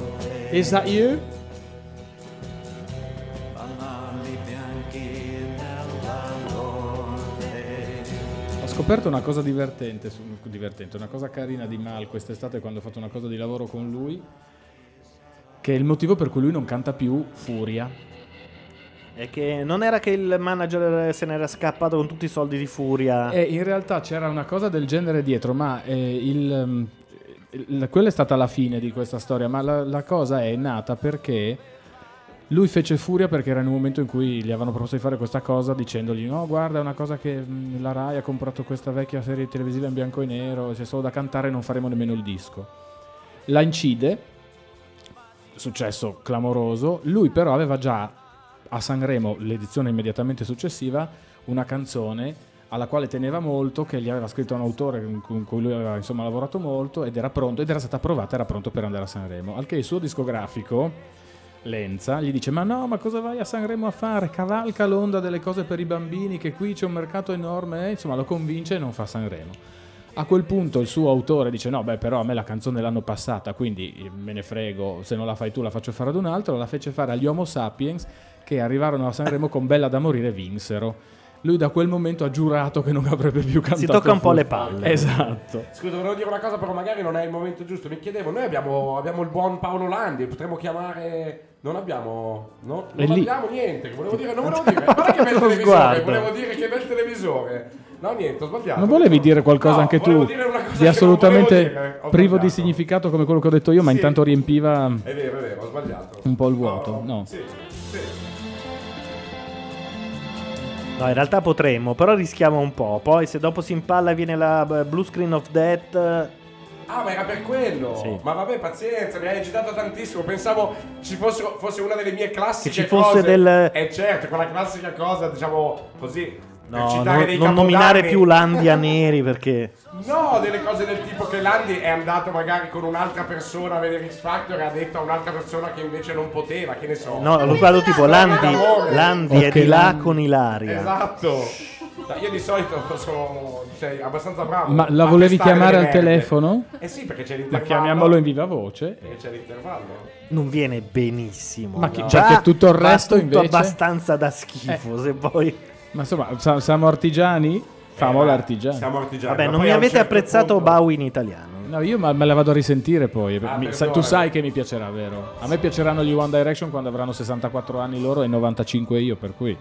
[SPEAKER 5] is that you?
[SPEAKER 7] Fanali bianchi nella notte.
[SPEAKER 5] Ho scoperto una cosa divertente, su- divertente, una cosa carina di Mal quest'estate quando ho fatto una cosa di lavoro con lui, che è il motivo per cui lui non canta più Furia.
[SPEAKER 2] È che non era che il manager se n'era scappato con tutti i soldi di Furia.
[SPEAKER 5] E Eh, in realtà c'era una cosa del genere dietro, ma eh, il, ehm, il- quella è stata la fine di questa storia, ma la, la cosa è nata perché lui fece furia perché era in un momento in cui gli avevano proposto di fare questa cosa dicendogli no guarda è una cosa che mh, la Rai ha comprato questa vecchia serie televisiva in bianco e nero, c'è solo da cantare e non faremo nemmeno il disco. La incide, successo clamoroso, lui però aveva già a Sanremo, l'edizione immediatamente successiva, una canzone alla quale teneva molto, che gli aveva scritto un autore con- con cui lui aveva insomma lavorato molto ed era pronto, ed era stata approvata, era pronto per andare a Sanremo. Al che il suo discografico Lenza, gli dice ma no, ma cosa vai a Sanremo a fare? Cavalca l'onda delle cose per i bambini, che qui c'è un mercato enorme, eh, insomma lo convince e non fa Sanremo. A quel punto il suo autore dice no, beh però a me la canzone l'hanno passata, quindi eh, me ne frego, se non la fai tu la faccio fare ad un altro, la fece fare agli Homo Sapiens che arrivarono a Sanremo con Bella da morire e vinsero. Lui da quel momento ha giurato che non avrebbe più cantato.
[SPEAKER 2] Si tocca un po'
[SPEAKER 5] full-
[SPEAKER 2] le palle.
[SPEAKER 5] Esatto.
[SPEAKER 3] Scusa, volevo dire una cosa, però magari non è il momento giusto. Mi chiedevo, noi abbiamo, abbiamo il buon Paolo Landi, potremmo chiamare. Non abbiamo. No,
[SPEAKER 5] È
[SPEAKER 3] non
[SPEAKER 5] lì.
[SPEAKER 3] abbiamo niente. Che volevo dire, non volevo dire. Guarda che bel
[SPEAKER 5] Lo
[SPEAKER 3] televisore,
[SPEAKER 5] sguardo.
[SPEAKER 3] volevo dire che bel televisore. No, niente, ho sbagliato.
[SPEAKER 5] Non volevi dire qualcosa
[SPEAKER 3] No,
[SPEAKER 5] anche
[SPEAKER 3] volevo
[SPEAKER 5] tu
[SPEAKER 3] dire una cosa che
[SPEAKER 5] di
[SPEAKER 3] non
[SPEAKER 5] assolutamente
[SPEAKER 3] volevo dire, ho
[SPEAKER 5] privo
[SPEAKER 3] sbagliato.
[SPEAKER 5] di significato come quello che ho detto io, ma
[SPEAKER 3] Sì.
[SPEAKER 5] intanto riempiva
[SPEAKER 3] È vero, è vero, ho sbagliato.
[SPEAKER 5] un po' il vuoto. No.
[SPEAKER 3] Sì, sì.
[SPEAKER 2] No, in realtà potremmo, però rischiamo un po'. Poi se dopo si impalla e viene la eh, blue screen of death. eh,
[SPEAKER 3] Ah, ma era per quello.
[SPEAKER 2] Sì.
[SPEAKER 3] Ma vabbè, pazienza, mi hai agitato tantissimo. Pensavo ci fosse, fosse una delle mie classiche
[SPEAKER 2] Che ci fosse
[SPEAKER 3] cose.
[SPEAKER 2] del-
[SPEAKER 3] Eh certo, quella classica cosa, diciamo così. per
[SPEAKER 2] No,
[SPEAKER 3] citare
[SPEAKER 2] non,
[SPEAKER 3] dei
[SPEAKER 2] non nominare
[SPEAKER 3] capodanni.
[SPEAKER 2] più Landia Neri perché.
[SPEAKER 3] No, delle cose del tipo che Landi è andato magari con un'altra persona a vedere X Factor e ha detto a un'altra persona che invece non poteva, che ne so.
[SPEAKER 2] No, lo guardo tipo Landi,
[SPEAKER 3] D'amore.
[SPEAKER 2] Landi è
[SPEAKER 5] Ok,
[SPEAKER 2] di là
[SPEAKER 5] Landi.
[SPEAKER 2] con Ilaria.
[SPEAKER 3] Esatto. No, io di solito sono cioè, abbastanza bravo.
[SPEAKER 5] Ma la
[SPEAKER 3] a
[SPEAKER 5] volevi
[SPEAKER 3] pestare
[SPEAKER 5] chiamare
[SPEAKER 3] le
[SPEAKER 5] al
[SPEAKER 3] merde.
[SPEAKER 5] telefono?
[SPEAKER 3] Eh sì, perché c'è
[SPEAKER 5] Ma
[SPEAKER 3] l'intervallo.
[SPEAKER 5] chiamiamolo in viva voce.
[SPEAKER 3] Perché c'è l'intervallo.
[SPEAKER 2] Non viene benissimo.
[SPEAKER 5] Ma chi-
[SPEAKER 2] Già
[SPEAKER 5] perché tutto il
[SPEAKER 2] fa
[SPEAKER 5] resto
[SPEAKER 2] tutto
[SPEAKER 5] invece? Eh.
[SPEAKER 2] abbastanza da schifo. Se poi.
[SPEAKER 5] Ma insomma, sa- siamo artigiani? Famo
[SPEAKER 3] ma
[SPEAKER 5] l'artigiano.
[SPEAKER 3] siamo artigiani.
[SPEAKER 2] Vabbè,
[SPEAKER 3] ma
[SPEAKER 2] non
[SPEAKER 3] poi
[SPEAKER 2] mi
[SPEAKER 3] a un
[SPEAKER 2] avete
[SPEAKER 3] certo
[SPEAKER 2] apprezzato
[SPEAKER 3] punto-
[SPEAKER 2] Bowie in italiano.
[SPEAKER 5] No, io ma- me la vado a risentire poi.
[SPEAKER 3] Ah,
[SPEAKER 5] Mi- sa-
[SPEAKER 3] perdonami.
[SPEAKER 5] tu sai che mi piacerà, vero? A me piaceranno gli One Direction quando avranno 64 anni loro e 95 io, per cui.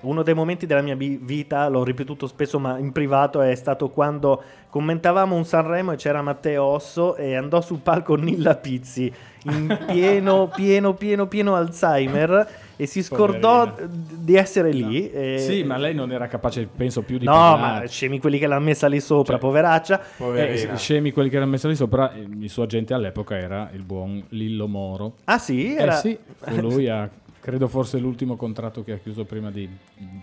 [SPEAKER 2] Uno dei momenti della mia bi- vita, l'ho ripetuto spesso ma in privato, è stato quando commentavamo un Sanremo e c'era Matteo Osso e andò sul palco Nilla Pizzi in pieno, pieno, pieno, pieno Alzheimer e si scordò d- di essere lì. e-
[SPEAKER 5] Sì, ma lei non era capace, penso, più di
[SPEAKER 2] Eh, No,
[SPEAKER 5] parlare.
[SPEAKER 2] ma eh, scemi quelli che l'hanno messa lì sopra,
[SPEAKER 5] Cioè,
[SPEAKER 2] poveraccia.
[SPEAKER 5] Eh,
[SPEAKER 2] Eh,
[SPEAKER 5] s- scemi quelli che erano messi lì sopra, eh, il il suo agente all'epoca era il buon Lillo Moro.
[SPEAKER 2] Ah, sì?
[SPEAKER 5] Eh
[SPEAKER 2] Era-
[SPEAKER 5] sì, fu lui a, credo forse l'ultimo contratto che ha chiuso prima di mm,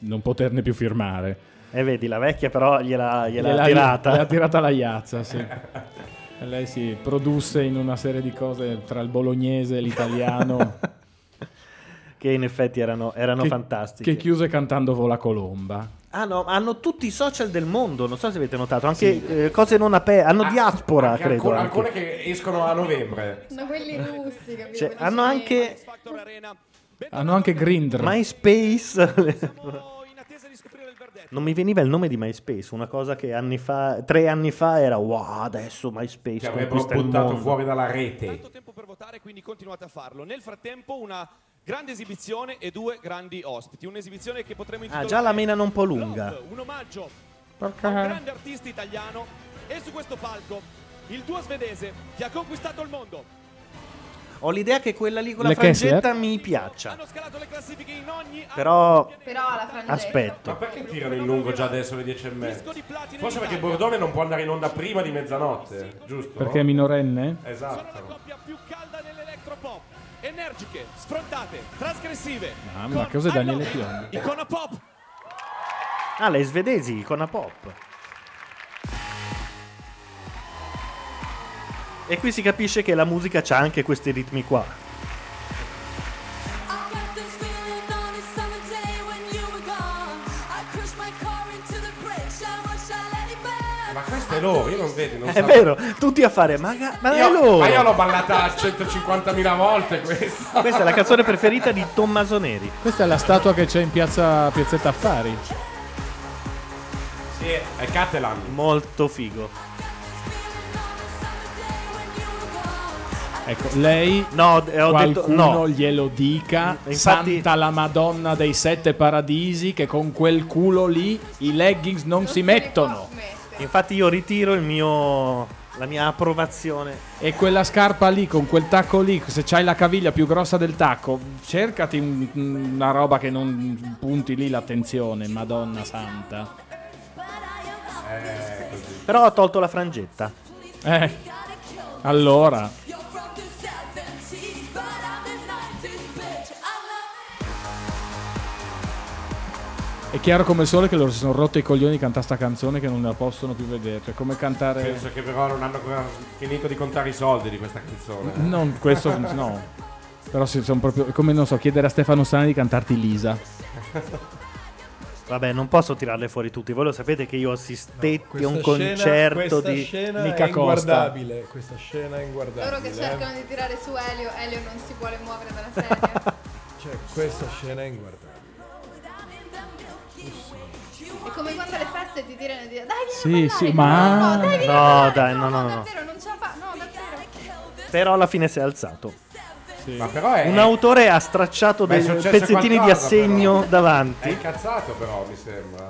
[SPEAKER 5] non poterne più firmare.
[SPEAKER 2] E Eh, vedi, la vecchia però gliela, gliela
[SPEAKER 5] Gliela-
[SPEAKER 2] ha tirata.
[SPEAKER 5] gliela ha tirata la iazza, sì. E lei si produsse in una serie di cose tra il bolognese e l'italiano.
[SPEAKER 2] Che in effetti erano, erano
[SPEAKER 5] che-
[SPEAKER 2] fantastiche.
[SPEAKER 5] Che chiuse cantando Vola Colomba.
[SPEAKER 2] Ah, no, ma hanno tutti i social del mondo, non so se avete notato, anche eh, cose non aperto, hanno diaspora,
[SPEAKER 3] Ah, Anche
[SPEAKER 2] credo.
[SPEAKER 3] alcune,
[SPEAKER 2] anche.
[SPEAKER 3] alcune che escono a novembre.
[SPEAKER 6] Sono quelli russi, capito?
[SPEAKER 2] Cioè,
[SPEAKER 6] Quelli
[SPEAKER 2] hanno
[SPEAKER 6] che-
[SPEAKER 2] anche
[SPEAKER 5] hanno anche Grindr.
[SPEAKER 2] MySpace. non mi veniva il nome di MySpace, una cosa che anni fa, tre anni fa era wow, adesso MySpace
[SPEAKER 3] Che avrebbero
[SPEAKER 2] conquista il
[SPEAKER 3] buttato
[SPEAKER 2] mondo."
[SPEAKER 3] fuori dalla rete.
[SPEAKER 8] quindi continuate a farlo. Nel frattempo una grande esibizione e due grandi ospiti. Un'esibizione che potremmo
[SPEAKER 2] Ah,
[SPEAKER 8] intitolare
[SPEAKER 2] già la menano un po' lunga.
[SPEAKER 8] un omaggio a
[SPEAKER 14] Ah.
[SPEAKER 8] un
[SPEAKER 2] Porca.
[SPEAKER 8] grande artista italiano e su questo palco il duo svedese che ha conquistato il mondo.
[SPEAKER 2] Ho l'idea che quella lì con la
[SPEAKER 5] Le eh? Kessler?
[SPEAKER 2] frangetta mi piaccia.
[SPEAKER 8] Hanno scalato le classifiche in ogni
[SPEAKER 2] Però
[SPEAKER 6] Però alla frangetta.
[SPEAKER 2] aspetto.
[SPEAKER 3] Ma perché tirano in lungo già adesso alle 10 e mezza? Forse perché Bordone non può andare in onda prima di mezzanotte, giusto?
[SPEAKER 5] Perché è minorenne?
[SPEAKER 3] Esatto.
[SPEAKER 8] energiche, sfrontate, trasgressive.
[SPEAKER 5] Mamma, che cos'è Daniele Piombi?
[SPEAKER 8] Icona pop.
[SPEAKER 2] Ah, le svedesi, icona pop. E qui si capisce che la musica c'ha anche questi ritmi qua.
[SPEAKER 3] Ma questo è loro, io non vedo. Non
[SPEAKER 2] È
[SPEAKER 3] so.
[SPEAKER 2] vero, tutti a fare, ma, ga- ma è
[SPEAKER 3] Io-
[SPEAKER 2] loro.
[SPEAKER 3] Ma io l'ho ballata 150.000 volte questa.
[SPEAKER 2] Questa è la canzone preferita di Tommaso Neri.
[SPEAKER 5] Questa è la statua che c'è in piazza Piazzetta Affari.
[SPEAKER 3] Sì, è Catalan.
[SPEAKER 2] Molto figo.
[SPEAKER 5] Ecco, lei
[SPEAKER 2] No, eh, ho
[SPEAKER 5] qualcuno
[SPEAKER 2] detto no.
[SPEAKER 5] glielo dica.
[SPEAKER 2] Infatti-
[SPEAKER 5] Santa la Madonna dei Sette Paradisi che con quel culo lì i leggings non, si mettono.
[SPEAKER 2] Infatti io ritiro il mio la mia approvazione.
[SPEAKER 5] E quella scarpa lì con quel tacco lì, se c'hai la caviglia più grossa del tacco, cercati un- una roba che non punti lì l'attenzione, Madonna Santa.
[SPEAKER 2] Però ho tolto la frangetta.
[SPEAKER 5] Eh, allora. È chiaro come il sole che loro si sono rotti i coglioni di cantare sta canzone che non la possono più vedere. Cioè, come cantare.
[SPEAKER 3] Penso che però non hanno ancora finito di contare i soldi di questa canzone.
[SPEAKER 5] Non questo, no. Però si sono proprio. Come non so, chiedere a Stefano Sani di cantarti Lisa.
[SPEAKER 2] Vabbè, non posso tirarle fuori tutti. Voi lo sapete che io assistetti a un
[SPEAKER 12] Questa scena-
[SPEAKER 2] concerto
[SPEAKER 12] questa
[SPEAKER 2] di
[SPEAKER 12] scena
[SPEAKER 2] Mica
[SPEAKER 12] è
[SPEAKER 2] Costa.
[SPEAKER 12] inguardabile, questa scena è inguardabile. eh.
[SPEAKER 4] Loro che cercano di tirare su Elio, Elio non si vuole muovere dalla sedia.
[SPEAKER 12] Cioè, questa scena è inguardabile.
[SPEAKER 4] È come quando alle feste ti tirano e ti dicono dai
[SPEAKER 2] Sì,
[SPEAKER 4] vieni a
[SPEAKER 2] sì,
[SPEAKER 4] ballare,
[SPEAKER 2] ma-
[SPEAKER 4] no, no, dai, vieni a
[SPEAKER 2] No,
[SPEAKER 4] ballare,
[SPEAKER 2] dai, no, no, no.
[SPEAKER 4] davvero, non ce la fa, no, davvero.
[SPEAKER 2] Però alla fine si è alzato.
[SPEAKER 3] Ma però è-
[SPEAKER 2] Un autore ha stracciato
[SPEAKER 3] Ma è
[SPEAKER 2] dei
[SPEAKER 3] successo
[SPEAKER 2] pezzettini di
[SPEAKER 3] qualcosa,
[SPEAKER 2] assegno
[SPEAKER 3] però. Eh, È
[SPEAKER 2] davanti. Eh.
[SPEAKER 3] incazzato però, mi sembra.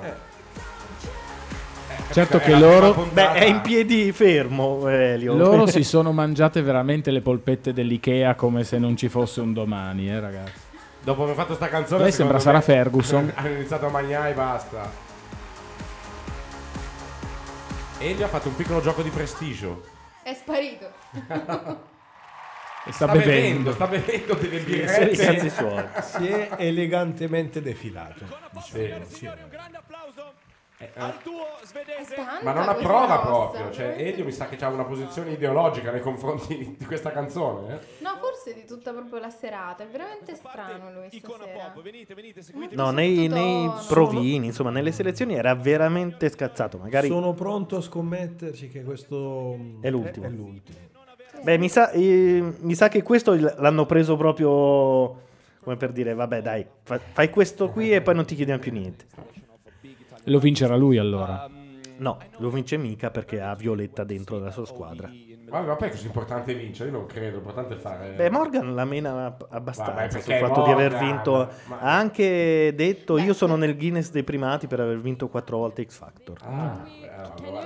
[SPEAKER 5] Certo che
[SPEAKER 3] Era la prima
[SPEAKER 5] loro.
[SPEAKER 2] Beh, è in piedi fermo, eh, Elio.
[SPEAKER 5] Loro si sono mangiate veramente le polpette dell'IKEA come se non ci fosse un domani, eh, ragazzi.
[SPEAKER 3] Dopo aver fatto sta canzone...
[SPEAKER 5] Lei
[SPEAKER 3] secondo
[SPEAKER 5] sembra Sarah
[SPEAKER 3] me,
[SPEAKER 5] Ferguson.
[SPEAKER 3] Hanno iniziato a mangiare e basta. Elio ha fatto un piccolo gioco di prestigio.
[SPEAKER 4] È sparito.
[SPEAKER 5] E
[SPEAKER 3] sta bevendo, sta bevendo delle birrette.
[SPEAKER 12] eh, Si è elegantemente defilato. diciamo, sì.
[SPEAKER 3] Eh, eh,
[SPEAKER 4] Tanta
[SPEAKER 3] Ma non
[SPEAKER 4] questa
[SPEAKER 3] approva
[SPEAKER 4] rossa,
[SPEAKER 3] proprio. Cioè,
[SPEAKER 4] veramente.
[SPEAKER 3] Elio mi sa che ha una posizione ideologica nei confronti di questa canzone. eh.
[SPEAKER 4] No, forse di tutta proprio la serata, è veramente strano lui stasera.
[SPEAKER 2] No, nei, nei
[SPEAKER 4] Tutto-
[SPEAKER 2] provini, insomma, nelle selezioni era veramente scazzato. Magari.
[SPEAKER 12] Sono pronto a scommetterci che questo mm,
[SPEAKER 2] È l'ultimo.
[SPEAKER 12] È, l'ultimo.
[SPEAKER 2] Beh, mi sa, eh, mi sa che questo il- l'hanno preso proprio come per dire, vabbè, dai, fa- fai questo qui e poi non ti chiediamo più niente.
[SPEAKER 5] Lo vincerà lui allora.
[SPEAKER 2] No, lo vince mica perché ha Violetta dentro la sua squadra.
[SPEAKER 3] Vabbè, ma poi è così importante vincere, io non credo, l'importante è fare...
[SPEAKER 2] Beh, Morgan la mena ab- abbastanza
[SPEAKER 3] Vabbè,
[SPEAKER 2] sul
[SPEAKER 3] perché è
[SPEAKER 2] fatto di aver
[SPEAKER 3] Morgan,
[SPEAKER 2] vinto. Ha anche detto: Io sono nel Guinness dei primati per aver vinto quattro volte X Factor.
[SPEAKER 3] Ah, beh, allora,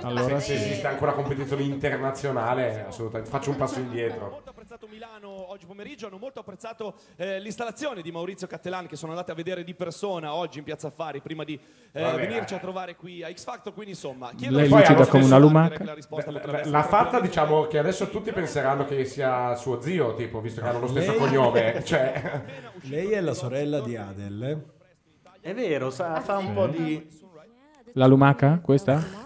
[SPEAKER 4] cioè,
[SPEAKER 5] Allora
[SPEAKER 3] se, se
[SPEAKER 5] sì.
[SPEAKER 3] esiste ancora competizione internazionale, assolutamente. Faccio un passo indietro.
[SPEAKER 8] Oggi pomeriggio hanno molto apprezzato eh, l'installazione di Maurizio Cattelan che sono andate a vedere di persona oggi in Piazza Affari prima di eh,
[SPEAKER 3] Vabbè,
[SPEAKER 8] venirci a trovare qui a X Factor, quindi insomma, chiedo
[SPEAKER 5] Lei
[SPEAKER 8] Poi
[SPEAKER 5] lucida
[SPEAKER 8] allo
[SPEAKER 5] come
[SPEAKER 8] stesso
[SPEAKER 5] una
[SPEAKER 8] Marco
[SPEAKER 5] lumaca.
[SPEAKER 8] che la risposta
[SPEAKER 3] Beh,
[SPEAKER 8] potrebbe essere
[SPEAKER 3] L'ha fatta, diciamo, che adesso tutti penseranno che sia suo zio, tipo, visto che hanno lo stesso
[SPEAKER 12] Lei-
[SPEAKER 3] cognome. Cioè,
[SPEAKER 12] Lei è la sorella di Adel. eh?
[SPEAKER 2] È vero, sa- fa un po' di.
[SPEAKER 5] La lumaca, questa?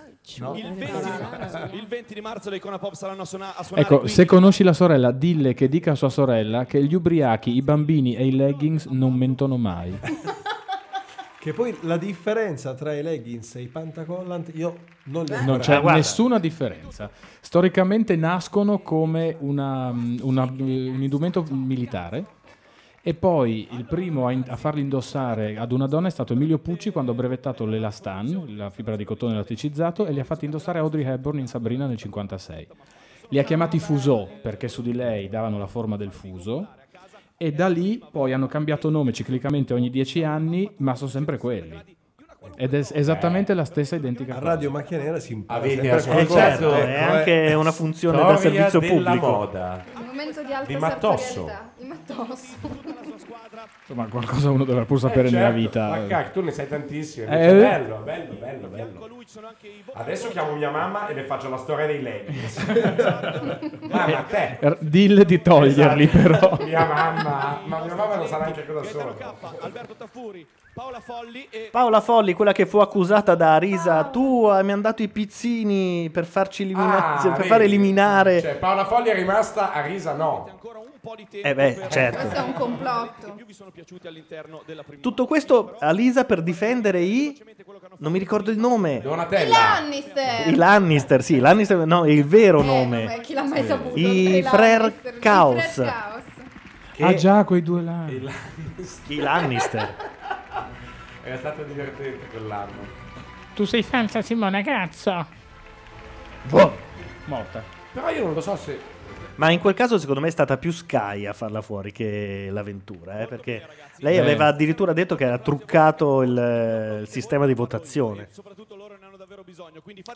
[SPEAKER 8] Il 20 di marzo, il 20 di marzo le Icona Pop saranno a, suona- a suonare
[SPEAKER 5] Ecco,
[SPEAKER 8] qui.
[SPEAKER 5] se conosci la sorella, dille che dica a sua sorella che gli ubriachi, i bambini e i leggings non mentono mai.
[SPEAKER 12] Che poi la differenza tra i leggings e i pantacollant io non li ho
[SPEAKER 5] Non
[SPEAKER 12] imparati.
[SPEAKER 4] eh,
[SPEAKER 5] c'è nessuna differenza. Storicamente nascono come una- una- un indumento militare e poi il primo a, in- a farli indossare ad una donna è stato Emilio Pucci quando ha brevettato l'elastan, la fibra di cotone elasticizzato, e li ha fatti indossare a Audrey Hepburn in Sabrina nel 56. Li ha chiamati Fuso perché su di lei davano la forma del fuso e da lì poi hanno cambiato nome ciclicamente ogni dieci anni, ma sono sempre quelli. Ed è es- esattamente la stessa identica
[SPEAKER 12] A
[SPEAKER 5] cosa.
[SPEAKER 12] Radio Macchia Nera si impara
[SPEAKER 5] Avete
[SPEAKER 12] sempre
[SPEAKER 5] ascoltato?
[SPEAKER 12] qualcosa,
[SPEAKER 5] Eh, certo,
[SPEAKER 12] ecco,
[SPEAKER 5] è anche
[SPEAKER 12] eh.
[SPEAKER 5] una funzione del Storia servizio della pubblico.
[SPEAKER 3] moda.
[SPEAKER 4] Un momento di alta
[SPEAKER 5] Di Mattosso.
[SPEAKER 4] sartorialità. Di Mattosso.
[SPEAKER 5] Insomma, qualcosa uno dovrà pur sapere
[SPEAKER 3] Eh, certo,
[SPEAKER 5] nella vita.
[SPEAKER 3] Ma cacchio, tu ne sai tantissime.
[SPEAKER 5] Eh,
[SPEAKER 3] bello, bello, bello, bello. Adesso chiamo mia mamma e le faccio la storia dei leggings.
[SPEAKER 8] Esatto.
[SPEAKER 3] mamma, te.
[SPEAKER 5] Er- Dille di toglierli,
[SPEAKER 3] Esatto.
[SPEAKER 5] però.
[SPEAKER 3] Mia mamma, ma mia mamma non sa neanche cosa sono.
[SPEAKER 2] Paola Folli, quella che fu accusata da Arisa, tu eh, hai mandato i pizzini per farci elimina-
[SPEAKER 3] Ah,
[SPEAKER 2] per
[SPEAKER 3] vedi?
[SPEAKER 2] far eliminare.
[SPEAKER 3] Cioè, Paola Foglia è rimasta a risa, no.
[SPEAKER 2] eh beh, certo.
[SPEAKER 4] Questo è un complotto.
[SPEAKER 2] Tutto questo a Lisa per difendere i. Non mi ricordo il nome.
[SPEAKER 4] I Lannister.
[SPEAKER 2] I Lannister, sì, i Lannister, no, il vero nome.
[SPEAKER 4] Eh, chi l'ha mai saputo?
[SPEAKER 2] I Frere Chaos. Che-
[SPEAKER 5] Ah già, quei due là.
[SPEAKER 2] I Lannister.
[SPEAKER 3] Era stato divertente quell'anno.
[SPEAKER 5] Tu sei Sansa Simone, cazzo. Morta.
[SPEAKER 3] Però Boh. io non lo so se...
[SPEAKER 2] Ma in quel caso secondo me è stata più Sky a farla fuori che l'avventura, eh, perché lei
[SPEAKER 5] Beh.
[SPEAKER 2] aveva addirittura detto che era truccato il, eh, il sistema di votazione.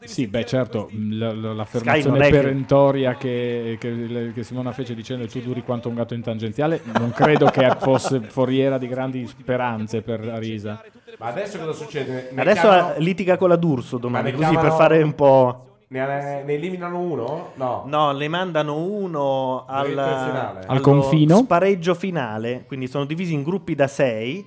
[SPEAKER 5] Sì, beh, certo, mh, la- la-
[SPEAKER 2] Sky non
[SPEAKER 5] l'affermazione
[SPEAKER 2] è che-
[SPEAKER 5] perentoria che, che- che Simona fece dicendo tu duri quanto un gatto in tangenziale, non credo che fosse foriera di grandi speranze per Arisa.
[SPEAKER 3] Ma adesso cosa succede? Ne
[SPEAKER 2] Adesso
[SPEAKER 3] chiamano-
[SPEAKER 2] eh, litiga con la D'Urso
[SPEAKER 3] Ma
[SPEAKER 2] domani,
[SPEAKER 3] ne
[SPEAKER 2] così per
[SPEAKER 3] chiamano-
[SPEAKER 2] fare un po'...
[SPEAKER 3] ne, ne eliminano uno? No.
[SPEAKER 2] No, le mandano uno al,
[SPEAKER 3] Diretto al finale. Al
[SPEAKER 2] allo
[SPEAKER 5] confino.
[SPEAKER 2] spareggio finale, quindi sono divisi in gruppi da sei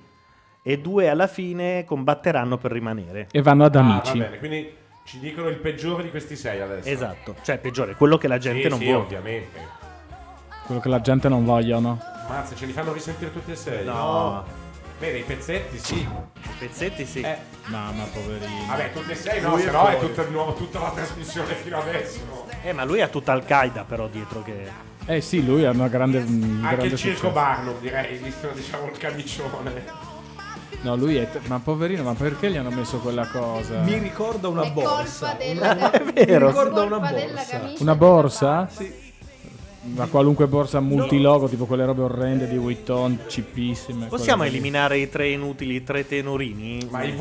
[SPEAKER 2] e due alla fine combatteranno per rimanere.
[SPEAKER 5] E vanno ad amici.
[SPEAKER 3] Va bene, quindi ci dicono il peggiore di questi sei adesso.
[SPEAKER 2] Esatto, cioè peggiore, quello che la gente
[SPEAKER 3] Sì,
[SPEAKER 2] non
[SPEAKER 3] sì,
[SPEAKER 2] vuole.
[SPEAKER 3] ovviamente.
[SPEAKER 5] Quello che la gente non voglia, no?
[SPEAKER 3] Mazza, ce li fanno risentire tutti e sei?
[SPEAKER 5] No.
[SPEAKER 3] Beh, dei pezzetti sì. Eh.
[SPEAKER 2] Pezzetti sì.
[SPEAKER 5] No, ma poverino.
[SPEAKER 3] Vabbè, tutti e sei no,
[SPEAKER 2] Lui
[SPEAKER 3] se
[SPEAKER 2] è
[SPEAKER 3] no è
[SPEAKER 2] fuori.
[SPEAKER 3] tutta, di nuovo, tutta la trasmissione fino adesso.
[SPEAKER 2] Eh, ma lui ha tutta Al-Qaeda però dietro che...
[SPEAKER 5] Eh sì, lui ha una grande. un
[SPEAKER 3] Anche
[SPEAKER 5] grande
[SPEAKER 3] il circo
[SPEAKER 5] successo.
[SPEAKER 3] Barnum, direi, visto diciamo il camicione.
[SPEAKER 5] No, lui è. Ma poverino, ma perché gli hanno messo quella cosa?
[SPEAKER 12] Mi ricorda una
[SPEAKER 4] È
[SPEAKER 12] borsa.
[SPEAKER 4] colpa della
[SPEAKER 12] Una-
[SPEAKER 4] camicia.
[SPEAKER 12] Mi ricorda
[SPEAKER 4] Colpa
[SPEAKER 12] una
[SPEAKER 4] della
[SPEAKER 12] borsa.
[SPEAKER 4] camicia.
[SPEAKER 5] Una borsa? Sì. Ma qualunque borsa multilogo, tipo quelle robe orrende di Witton, cippissime.
[SPEAKER 2] Possiamo
[SPEAKER 5] cose così.
[SPEAKER 2] eliminare i tre inutili, i tre tenorini?
[SPEAKER 3] Ma il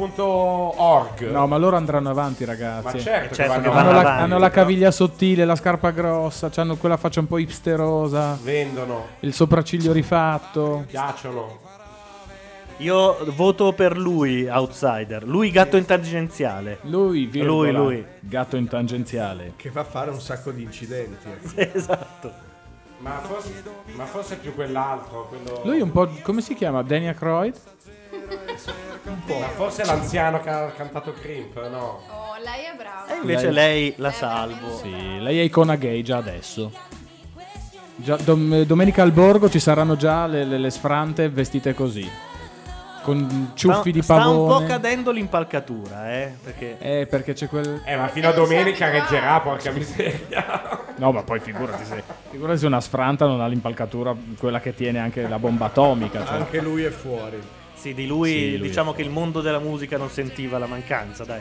[SPEAKER 3] www.freeboys.org.
[SPEAKER 5] No, ma loro andranno avanti, ragazzi.
[SPEAKER 3] Ma certo Eh,
[SPEAKER 2] certo che che vanno
[SPEAKER 5] hanno,
[SPEAKER 2] vanno
[SPEAKER 5] la,
[SPEAKER 2] avanti.
[SPEAKER 5] hanno la caviglia sottile, la scarpa grossa, hanno quella faccia un po' hipsterosa.
[SPEAKER 3] Vendono.
[SPEAKER 5] Il sopracciglio rifatto.
[SPEAKER 3] Piacciono.
[SPEAKER 2] Io voto per lui, outsider. Lui gatto in tangenziale.
[SPEAKER 5] Lui,
[SPEAKER 2] Lui,
[SPEAKER 5] virgola,
[SPEAKER 2] lui.
[SPEAKER 5] Gatto in tangenziale.
[SPEAKER 12] Che fa fare un sacco di incidenti. ecco.
[SPEAKER 2] esatto.
[SPEAKER 3] Ma forse, ma forse più quell'altro, quello...
[SPEAKER 5] Lui è un po'. come si chiama? Dania Croyd?
[SPEAKER 3] Ma forse è l'anziano che ha cantato Crimp, no?
[SPEAKER 4] Oh, lei è brava.
[SPEAKER 5] Invece
[SPEAKER 2] lei
[SPEAKER 4] Eh,
[SPEAKER 2] la salvo.
[SPEAKER 5] Sì, lei è icona gay già adesso. Già dom- domenica al borgo ci saranno già le, le- le sfrante vestite così. Con ciuffi
[SPEAKER 2] sta,
[SPEAKER 5] di
[SPEAKER 2] Sta un po'
[SPEAKER 5] pavone.
[SPEAKER 2] cadendo l'impalcatura, eh. Perché...
[SPEAKER 5] eh, perché c'è quel.
[SPEAKER 3] Eh, ma fino a domenica reggerà, porca miseria.
[SPEAKER 5] No, ma poi figurati se. Figurati se una sfranta non ha l'impalcatura, quella che tiene anche la bomba atomica. cioè.
[SPEAKER 12] Anche lui è fuori.
[SPEAKER 2] Sì, di lui,
[SPEAKER 5] Sì, lui
[SPEAKER 2] diciamo che il mondo della musica non sentiva la mancanza, dai.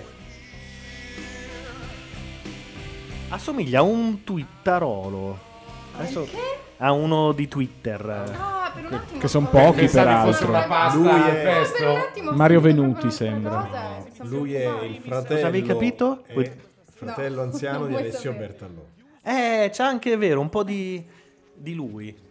[SPEAKER 2] Assomiglia a un twittarolo. Adesso a uno di Twitter.
[SPEAKER 4] Ah, per un
[SPEAKER 5] Che,
[SPEAKER 4] attimo.
[SPEAKER 5] che sono
[SPEAKER 4] Pensavo
[SPEAKER 5] pochi,
[SPEAKER 4] fosse
[SPEAKER 5] peraltro.
[SPEAKER 4] una pasta
[SPEAKER 5] Lui
[SPEAKER 4] al
[SPEAKER 5] è-
[SPEAKER 4] pesto. No, per un attimo ho
[SPEAKER 5] Mario
[SPEAKER 4] sentito
[SPEAKER 5] Venuti, sembra.
[SPEAKER 12] Lui è il fratello.
[SPEAKER 2] Cosa avevi capito?
[SPEAKER 12] è il fratello
[SPEAKER 2] No,
[SPEAKER 12] anziano
[SPEAKER 2] non
[SPEAKER 12] di
[SPEAKER 2] vuoi
[SPEAKER 12] Alessio
[SPEAKER 2] sapere.
[SPEAKER 12] Bertallone.
[SPEAKER 2] Eh, c'ha anche, è vero, un po' di, di lui.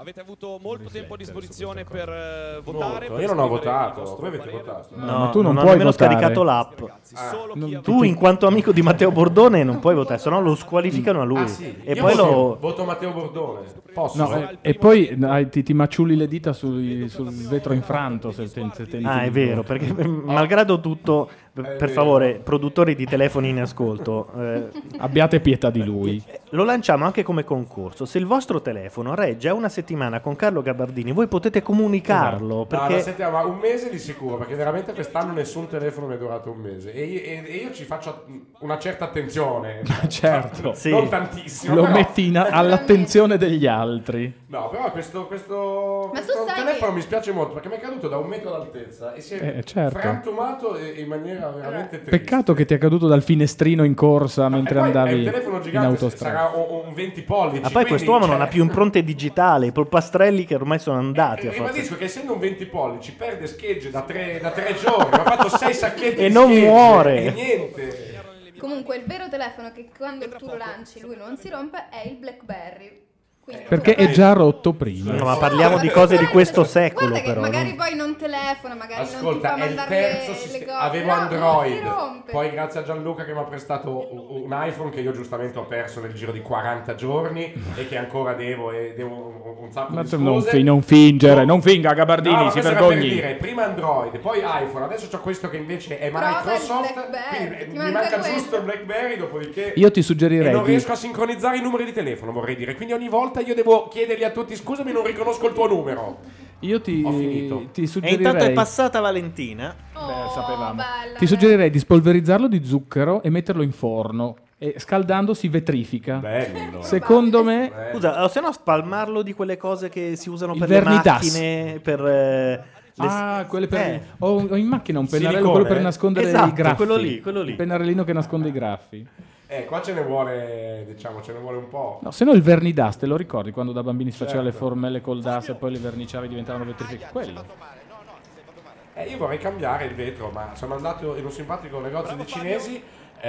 [SPEAKER 8] Avete avuto molto tempo a disposizione per eh, votare.
[SPEAKER 3] Io
[SPEAKER 8] per
[SPEAKER 3] non
[SPEAKER 8] esprimere
[SPEAKER 3] ho
[SPEAKER 8] il
[SPEAKER 3] votato,
[SPEAKER 8] vostro
[SPEAKER 3] voi avete
[SPEAKER 8] parere.
[SPEAKER 3] votato.
[SPEAKER 2] No,
[SPEAKER 5] ma tu non
[SPEAKER 2] non ho
[SPEAKER 5] puoi
[SPEAKER 2] nemmeno
[SPEAKER 5] votare. Ah,
[SPEAKER 2] scaricato l'app.
[SPEAKER 8] Solo chi ha
[SPEAKER 2] Tu, in quanto amico di Matteo Bordone, non puoi votare, se no lo squalificano a lui.
[SPEAKER 3] Ah, sì.
[SPEAKER 2] E
[SPEAKER 3] Io
[SPEAKER 2] poi
[SPEAKER 3] voto,
[SPEAKER 2] lo. eh,
[SPEAKER 3] voto Matteo Bordone. Posso? eh?
[SPEAKER 5] No, eh, e, e poi hai- ti, ti maciulli le dita sui- sul vetro infranto se te- se tenti
[SPEAKER 2] Ah,
[SPEAKER 5] di-
[SPEAKER 2] è vero, perché malgrado tutto, per
[SPEAKER 5] vero.
[SPEAKER 2] favore, produttori di telefoni in ascolto, eh,
[SPEAKER 5] Abbiate pietà di lui.
[SPEAKER 2] lo lanciamo anche come concorso. Se il vostro telefono regge a una settimana con Carlo Gabardini, voi potete comunicarlo.
[SPEAKER 3] No,
[SPEAKER 2] Perché...
[SPEAKER 3] Esatto. Ah, la sentiamo, ma un mese di sicuro, perché veramente quest'anno nessun telefono mi è durato un mese. E io, e- e io ci faccio att- una certa attenzione.
[SPEAKER 5] Certo,
[SPEAKER 3] Sì. Non tantissimo,
[SPEAKER 5] Lo
[SPEAKER 3] però.
[SPEAKER 5] metti in- all'attenzione degli altri.
[SPEAKER 3] No, però questo, questo,
[SPEAKER 4] Ma tu
[SPEAKER 3] questo
[SPEAKER 4] sai
[SPEAKER 3] telefono
[SPEAKER 4] che-
[SPEAKER 3] mi spiace molto perché mi è caduto da un metro d'altezza e si è
[SPEAKER 5] Eh, certo.
[SPEAKER 3] frantumato e- in maniera veramente triste.
[SPEAKER 5] Peccato che ti è caduto dal finestrino in corsa
[SPEAKER 3] E
[SPEAKER 5] mentre
[SPEAKER 3] poi è
[SPEAKER 5] andavi
[SPEAKER 3] un telefono
[SPEAKER 5] in
[SPEAKER 3] gigante,
[SPEAKER 5] autostrada.
[SPEAKER 3] sarà un, un 20 pollici.
[SPEAKER 2] Ma Ah, poi
[SPEAKER 3] quindi,
[SPEAKER 2] quest'uomo
[SPEAKER 3] cioè,
[SPEAKER 2] non ha più impronte digitali, i polpastrelli che ormai sono andati a forza.
[SPEAKER 3] Ribadisco che essendo un 20 pollici perde schegge da tre, da tre giorni, ha fatto sei sacchetti
[SPEAKER 2] E
[SPEAKER 3] di
[SPEAKER 2] non
[SPEAKER 3] schegge,
[SPEAKER 2] muore.
[SPEAKER 3] E niente.
[SPEAKER 4] Comunque, il vero telefono che quando tu lo lanci lui non si rompe è il Blackberry. Quindi
[SPEAKER 5] Perché è già rotto prima.
[SPEAKER 2] No, ma parliamo di cose di questo secolo,
[SPEAKER 4] Guarda che
[SPEAKER 2] però.
[SPEAKER 4] magari
[SPEAKER 2] non-
[SPEAKER 4] poi non telefona, magari
[SPEAKER 3] Ascolta,
[SPEAKER 4] non
[SPEAKER 3] è
[SPEAKER 4] ti
[SPEAKER 3] il
[SPEAKER 4] fa mandare
[SPEAKER 3] terzo
[SPEAKER 4] le, le
[SPEAKER 3] sistema.
[SPEAKER 4] cose.
[SPEAKER 3] Avevo
[SPEAKER 4] No,
[SPEAKER 3] Android.
[SPEAKER 4] non si rompe.
[SPEAKER 3] Poi grazie a Gianluca che mi ha prestato un, un iPhone che io giustamente ho perso nel giro di 40 giorni e che ancora devo e devo un, un sacco
[SPEAKER 5] Ma
[SPEAKER 3] di
[SPEAKER 5] tu
[SPEAKER 3] scuse.
[SPEAKER 5] non, fi- non fingere, non finga Gabardini,
[SPEAKER 3] No, ma
[SPEAKER 5] si
[SPEAKER 3] questo era per
[SPEAKER 5] vergogni.
[SPEAKER 3] dire, prima Android, poi iPhone, adesso c'ho questo che invece è
[SPEAKER 4] Prova il
[SPEAKER 3] Microsoft,
[SPEAKER 4] Blackberry, ti
[SPEAKER 3] quindi eh, mi
[SPEAKER 4] manca
[SPEAKER 3] manca
[SPEAKER 4] quello.
[SPEAKER 3] giusto il BlackBerry, dopodiché
[SPEAKER 5] Io ti suggerirei
[SPEAKER 3] e non
[SPEAKER 5] di-
[SPEAKER 3] riesco a sincronizzare i numeri di telefono, vorrei dire, quindi ogni volta io devo chiedergli a tutti "Scusami, non riconosco il tuo numero".
[SPEAKER 5] Io ti, ti
[SPEAKER 2] E intanto è
[SPEAKER 5] suggerirei,
[SPEAKER 2] passata Valentina.
[SPEAKER 3] Eh,
[SPEAKER 5] Beh, sapevamo.
[SPEAKER 2] bella,
[SPEAKER 5] ti suggerirei di spolverizzarlo di zucchero e metterlo in forno. E scaldando si vetrifica.
[SPEAKER 3] Bello.
[SPEAKER 5] Secondo me,
[SPEAKER 2] Scusa, o se no spalmarlo di quelle cose che si usano
[SPEAKER 5] Il
[SPEAKER 2] per le
[SPEAKER 5] vernitas.
[SPEAKER 2] macchine, per... eh, le-
[SPEAKER 5] Ah, quelle per...
[SPEAKER 2] Eh.
[SPEAKER 5] ho, ho in macchina un pennarello
[SPEAKER 2] Silicone?
[SPEAKER 5] quello per nascondere
[SPEAKER 2] Esatto,
[SPEAKER 5] i graffi.
[SPEAKER 2] quello lì, quello lì.
[SPEAKER 5] Il pennarellino che nasconde i graffi.
[SPEAKER 3] Eh, qua ce ne vuole, diciamo, ce ne vuole un po'.
[SPEAKER 5] No, se no il vernidaste, lo ricordi quando da bambini si faceva le
[SPEAKER 3] Certo.
[SPEAKER 5] formelle col DAS e poi le verniciavi e diventavano vetrificate? Quello.
[SPEAKER 3] Eh, io vorrei cambiare il vetro, ma sono andato in un simpatico negozio di cinesi.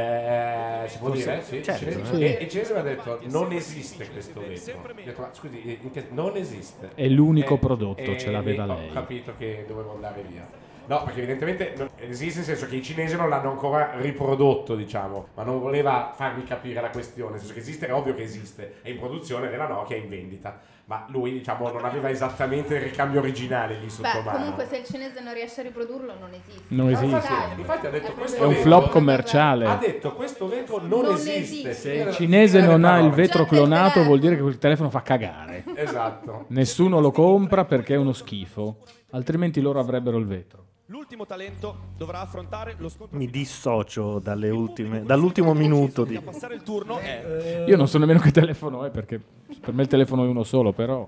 [SPEAKER 3] eh, si può
[SPEAKER 5] Forse-
[SPEAKER 3] dire? eh? Sì,
[SPEAKER 5] certo,
[SPEAKER 3] cinesi.
[SPEAKER 5] sì.
[SPEAKER 3] E il cinese mi ha detto: Non esiste questo vetro. Ho detto, "Ma scusi, eh, in che- non esiste.
[SPEAKER 5] È l'unico
[SPEAKER 3] Eh,
[SPEAKER 5] prodotto, ce l'aveva
[SPEAKER 3] lì
[SPEAKER 5] lei.
[SPEAKER 3] Ho capito che dovevo andare via. No, perché evidentemente non- esiste nel senso che i cinesi non l'hanno ancora riprodotto, diciamo, ma non voleva farmi capire la questione, nel senso che esiste, è ovvio che esiste, è in produzione della Nokia, è in vendita, ma lui, diciamo, non aveva esattamente il ricambio originale lì sotto
[SPEAKER 4] Beh,
[SPEAKER 3] mano.
[SPEAKER 4] comunque se il cinese non riesce a riprodurlo non esiste.
[SPEAKER 5] Non
[SPEAKER 4] Lo
[SPEAKER 5] esiste.
[SPEAKER 4] sai.
[SPEAKER 3] Infatti ha detto
[SPEAKER 4] È
[SPEAKER 3] questo
[SPEAKER 5] È un
[SPEAKER 3] vetro-
[SPEAKER 5] flop commerciale.
[SPEAKER 3] Ha detto questo vetro non,
[SPEAKER 4] Non
[SPEAKER 3] esiste.
[SPEAKER 4] esiste.
[SPEAKER 3] Se
[SPEAKER 5] Il cinese non ha
[SPEAKER 3] Cioè,
[SPEAKER 5] il vetro clonato, vuol dire che quel telefono fa cagare.
[SPEAKER 3] Esatto.
[SPEAKER 5] Nessuno lo compra perché è uno schifo, altrimenti loro avrebbero il vetro.
[SPEAKER 8] L'ultimo talento dovrà affrontare lo scontro.
[SPEAKER 2] Mi dissocio dalle ultime- dall'ultimo minuto di...
[SPEAKER 8] Passare il turno è...
[SPEAKER 5] Io non so nemmeno che telefono è perché per me il telefono è uno solo, però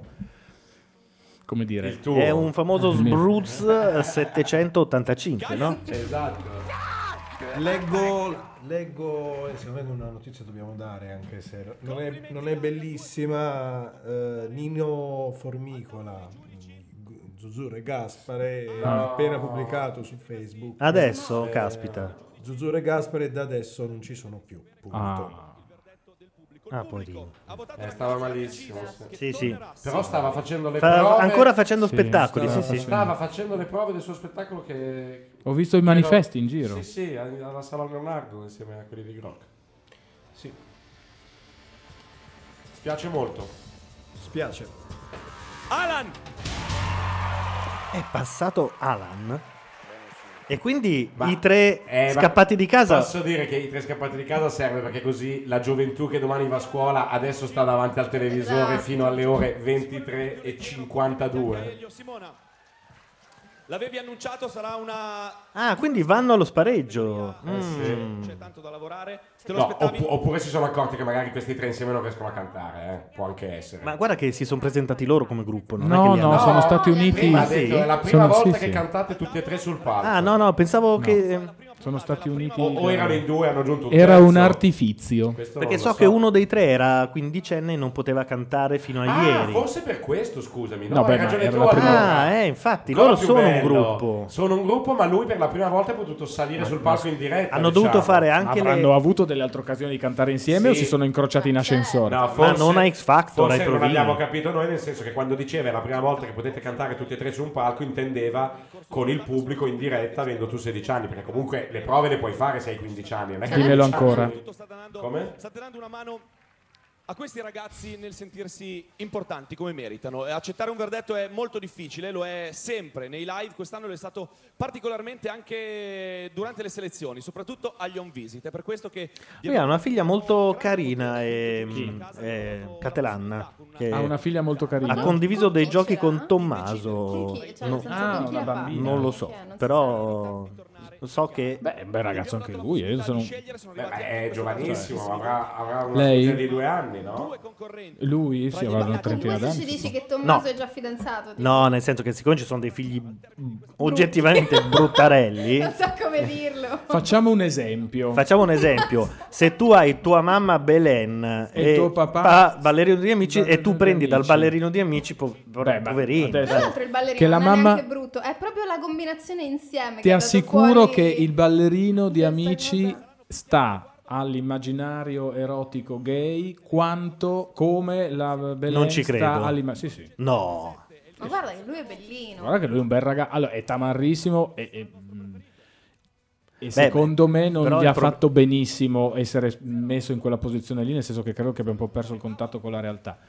[SPEAKER 5] come dire,
[SPEAKER 2] È un famoso
[SPEAKER 5] Il mio.
[SPEAKER 2] Sbruz eh, 785, no?
[SPEAKER 12] Esatto. Leggo, leggo eh, secondo me una notizia dobbiamo dare anche se non è, non è bellissima. eh, Nino Formicola, mm, Zuzzure Gaspare,
[SPEAKER 2] Ah.
[SPEAKER 12] ha appena pubblicato su Facebook.
[SPEAKER 2] Adesso? Caspita.
[SPEAKER 12] Zuzzure Gaspare da adesso non ci sono più. Punto.
[SPEAKER 2] Ah. Ah, poverino.
[SPEAKER 3] Eh, stava malissimo.
[SPEAKER 2] Sì, sì.
[SPEAKER 3] Però stava facendo le
[SPEAKER 2] Fa-
[SPEAKER 3] prove.
[SPEAKER 2] ancora facendo Sì, spettacoli,
[SPEAKER 3] stava,
[SPEAKER 2] sì, sì.
[SPEAKER 3] Stava facendo le prove del suo spettacolo che...
[SPEAKER 5] Ho visto i manifesti in giro.
[SPEAKER 3] Sì, sì, alla Sala Leonardo insieme a quelli di Grock. Sì. Spiace molto.
[SPEAKER 12] Spiace.
[SPEAKER 8] Alan!
[SPEAKER 2] È passato Alan. E quindi i tre
[SPEAKER 3] Eh, ma
[SPEAKER 2] scappati di casa...
[SPEAKER 3] Posso dire che i tre scappati di casa serve perché così la gioventù che domani va a scuola adesso sta davanti al televisore
[SPEAKER 8] Esatto.
[SPEAKER 3] fino alle ore 23 e 52.
[SPEAKER 8] Simona, l'avevi annunciato, sarà una...
[SPEAKER 2] Ah, quindi vanno allo spareggio.
[SPEAKER 3] sì.
[SPEAKER 2] Mm.
[SPEAKER 8] Eh, C'è tanto da lavorare. Te lo
[SPEAKER 3] No,
[SPEAKER 8] aspettavi?
[SPEAKER 3] oppu- oppure si sono accorti che magari questi tre insieme non riescono a cantare, eh. può anche essere.
[SPEAKER 2] Ma guarda che si sono presentati loro come gruppo, non è
[SPEAKER 5] No,
[SPEAKER 2] che li
[SPEAKER 5] no,
[SPEAKER 2] hanno-
[SPEAKER 5] sono stati uniti.
[SPEAKER 3] Prima ha detto, è la prima
[SPEAKER 5] Sono- sì,
[SPEAKER 3] volta
[SPEAKER 5] sì.
[SPEAKER 3] che cantate tutti e tre sul palco.
[SPEAKER 2] Ah, no, no, pensavo
[SPEAKER 5] No.
[SPEAKER 2] che eh,
[SPEAKER 5] sono stati uniti.
[SPEAKER 3] O- o erano in due, hanno aggiunto un
[SPEAKER 5] Era
[SPEAKER 3] terzo.
[SPEAKER 5] un artifizio.
[SPEAKER 3] Questo
[SPEAKER 2] Perché
[SPEAKER 3] non lo
[SPEAKER 2] so che uno dei tre era quindicenne e non poteva cantare fino a
[SPEAKER 3] Ah,
[SPEAKER 2] ieri.
[SPEAKER 3] forse per questo, scusami. No,
[SPEAKER 2] No, beh,
[SPEAKER 3] hai
[SPEAKER 2] ma
[SPEAKER 3] ragione
[SPEAKER 2] era
[SPEAKER 3] tu.
[SPEAKER 2] la prima
[SPEAKER 3] allora.
[SPEAKER 2] volta. Ah, eh, infatti,
[SPEAKER 3] Ancora
[SPEAKER 2] loro
[SPEAKER 3] più
[SPEAKER 2] sono un
[SPEAKER 3] bello.
[SPEAKER 2] gruppo.
[SPEAKER 3] Sono un gruppo, ma lui per la prima volta è potuto salire sul palco in diretta.
[SPEAKER 2] Hanno
[SPEAKER 3] diciamo.
[SPEAKER 2] dovuto fare anche
[SPEAKER 5] Eh, Avranno
[SPEAKER 2] le...
[SPEAKER 5] avuto delle altre occasioni di cantare insieme o
[SPEAKER 3] Sì.
[SPEAKER 5] si sono incrociati in ascensore?
[SPEAKER 3] No, forse-
[SPEAKER 2] Ma non a X Factor,
[SPEAKER 3] forse
[SPEAKER 2] ai
[SPEAKER 3] non
[SPEAKER 2] provini.
[SPEAKER 3] abbiamo capito noi, nel senso che quando diceva è la prima volta che potete cantare tutti e tre su un palco, intendeva con il pubblico in diretta avendo tu 16 anni, perché comunque le prove le puoi fare se hai 15 anni. Non è che hai
[SPEAKER 5] Diglielo
[SPEAKER 3] 15 anni-
[SPEAKER 5] ancora.
[SPEAKER 3] Come?
[SPEAKER 8] State dando una mano a questi ragazzi nel sentirsi importanti come meritano. E Accettare un verdetto è molto difficile, lo è sempre nei live, quest'anno lo è stato particolarmente anche durante le selezioni, soprattutto agli on visit. È per questo che
[SPEAKER 2] Lui ha una figlia molto carina, e, e- Catalanna. Che
[SPEAKER 5] Ha una figlia molto carina.
[SPEAKER 2] ha condiviso dei giochi con Tommaso.
[SPEAKER 5] Chi- chi? Cioè, nel senso, Ah, con chi una la fa? bambina.
[SPEAKER 2] Non lo so, però so che...
[SPEAKER 5] Beh, beh, ragazzo, anche lui. eh, sono-
[SPEAKER 3] Beh, ma è giovanissimo, avrà, avrà una
[SPEAKER 5] Lei?
[SPEAKER 3] figlia di due anni, no?
[SPEAKER 5] Lui sì, aveva una trentina
[SPEAKER 4] Questo ci
[SPEAKER 5] d'anni.
[SPEAKER 4] dici che Tommaso
[SPEAKER 2] No.
[SPEAKER 4] è già fidanzato. tipo.
[SPEAKER 2] No, nel senso che siccome ci sono dei figli mm, oggettivamente bruttarelli,
[SPEAKER 4] Non so come dirlo.
[SPEAKER 5] Facciamo un esempio.
[SPEAKER 2] Facciamo un esempio: se tu hai tua mamma Belen e,
[SPEAKER 5] E tuo papà-
[SPEAKER 2] pa- ballerino di amici, e tu
[SPEAKER 5] di
[SPEAKER 2] prendi dal
[SPEAKER 5] Amici.
[SPEAKER 2] ballerino di amici, po- po- poverino.
[SPEAKER 5] adesso-
[SPEAKER 4] Tra l'altro il ballerino
[SPEAKER 5] Che la
[SPEAKER 4] non
[SPEAKER 5] mamma-
[SPEAKER 4] è neanche brutto, è proprio la combinazione insieme.
[SPEAKER 5] Ti
[SPEAKER 4] che ha dato
[SPEAKER 5] assicuro
[SPEAKER 4] fuori-
[SPEAKER 5] che il ballerino di Amici sta all'immaginario erotico gay quanto come la Belen
[SPEAKER 2] Non ci
[SPEAKER 5] sta
[SPEAKER 2] credo.
[SPEAKER 5] all'imma- sì, sì.
[SPEAKER 2] No.
[SPEAKER 4] Ma guarda che lui è bellino.
[SPEAKER 5] Guarda che lui è un bel ragazzo. Allora, è tamarrissimo e... e- mm, e
[SPEAKER 2] Beh,
[SPEAKER 5] secondo me
[SPEAKER 2] però
[SPEAKER 5] non gli
[SPEAKER 2] il
[SPEAKER 5] ha
[SPEAKER 2] pro-
[SPEAKER 5] fatto benissimo essere messo in quella posizione lì, nel senso che credo che abbia un po' perso il contatto con la realtà.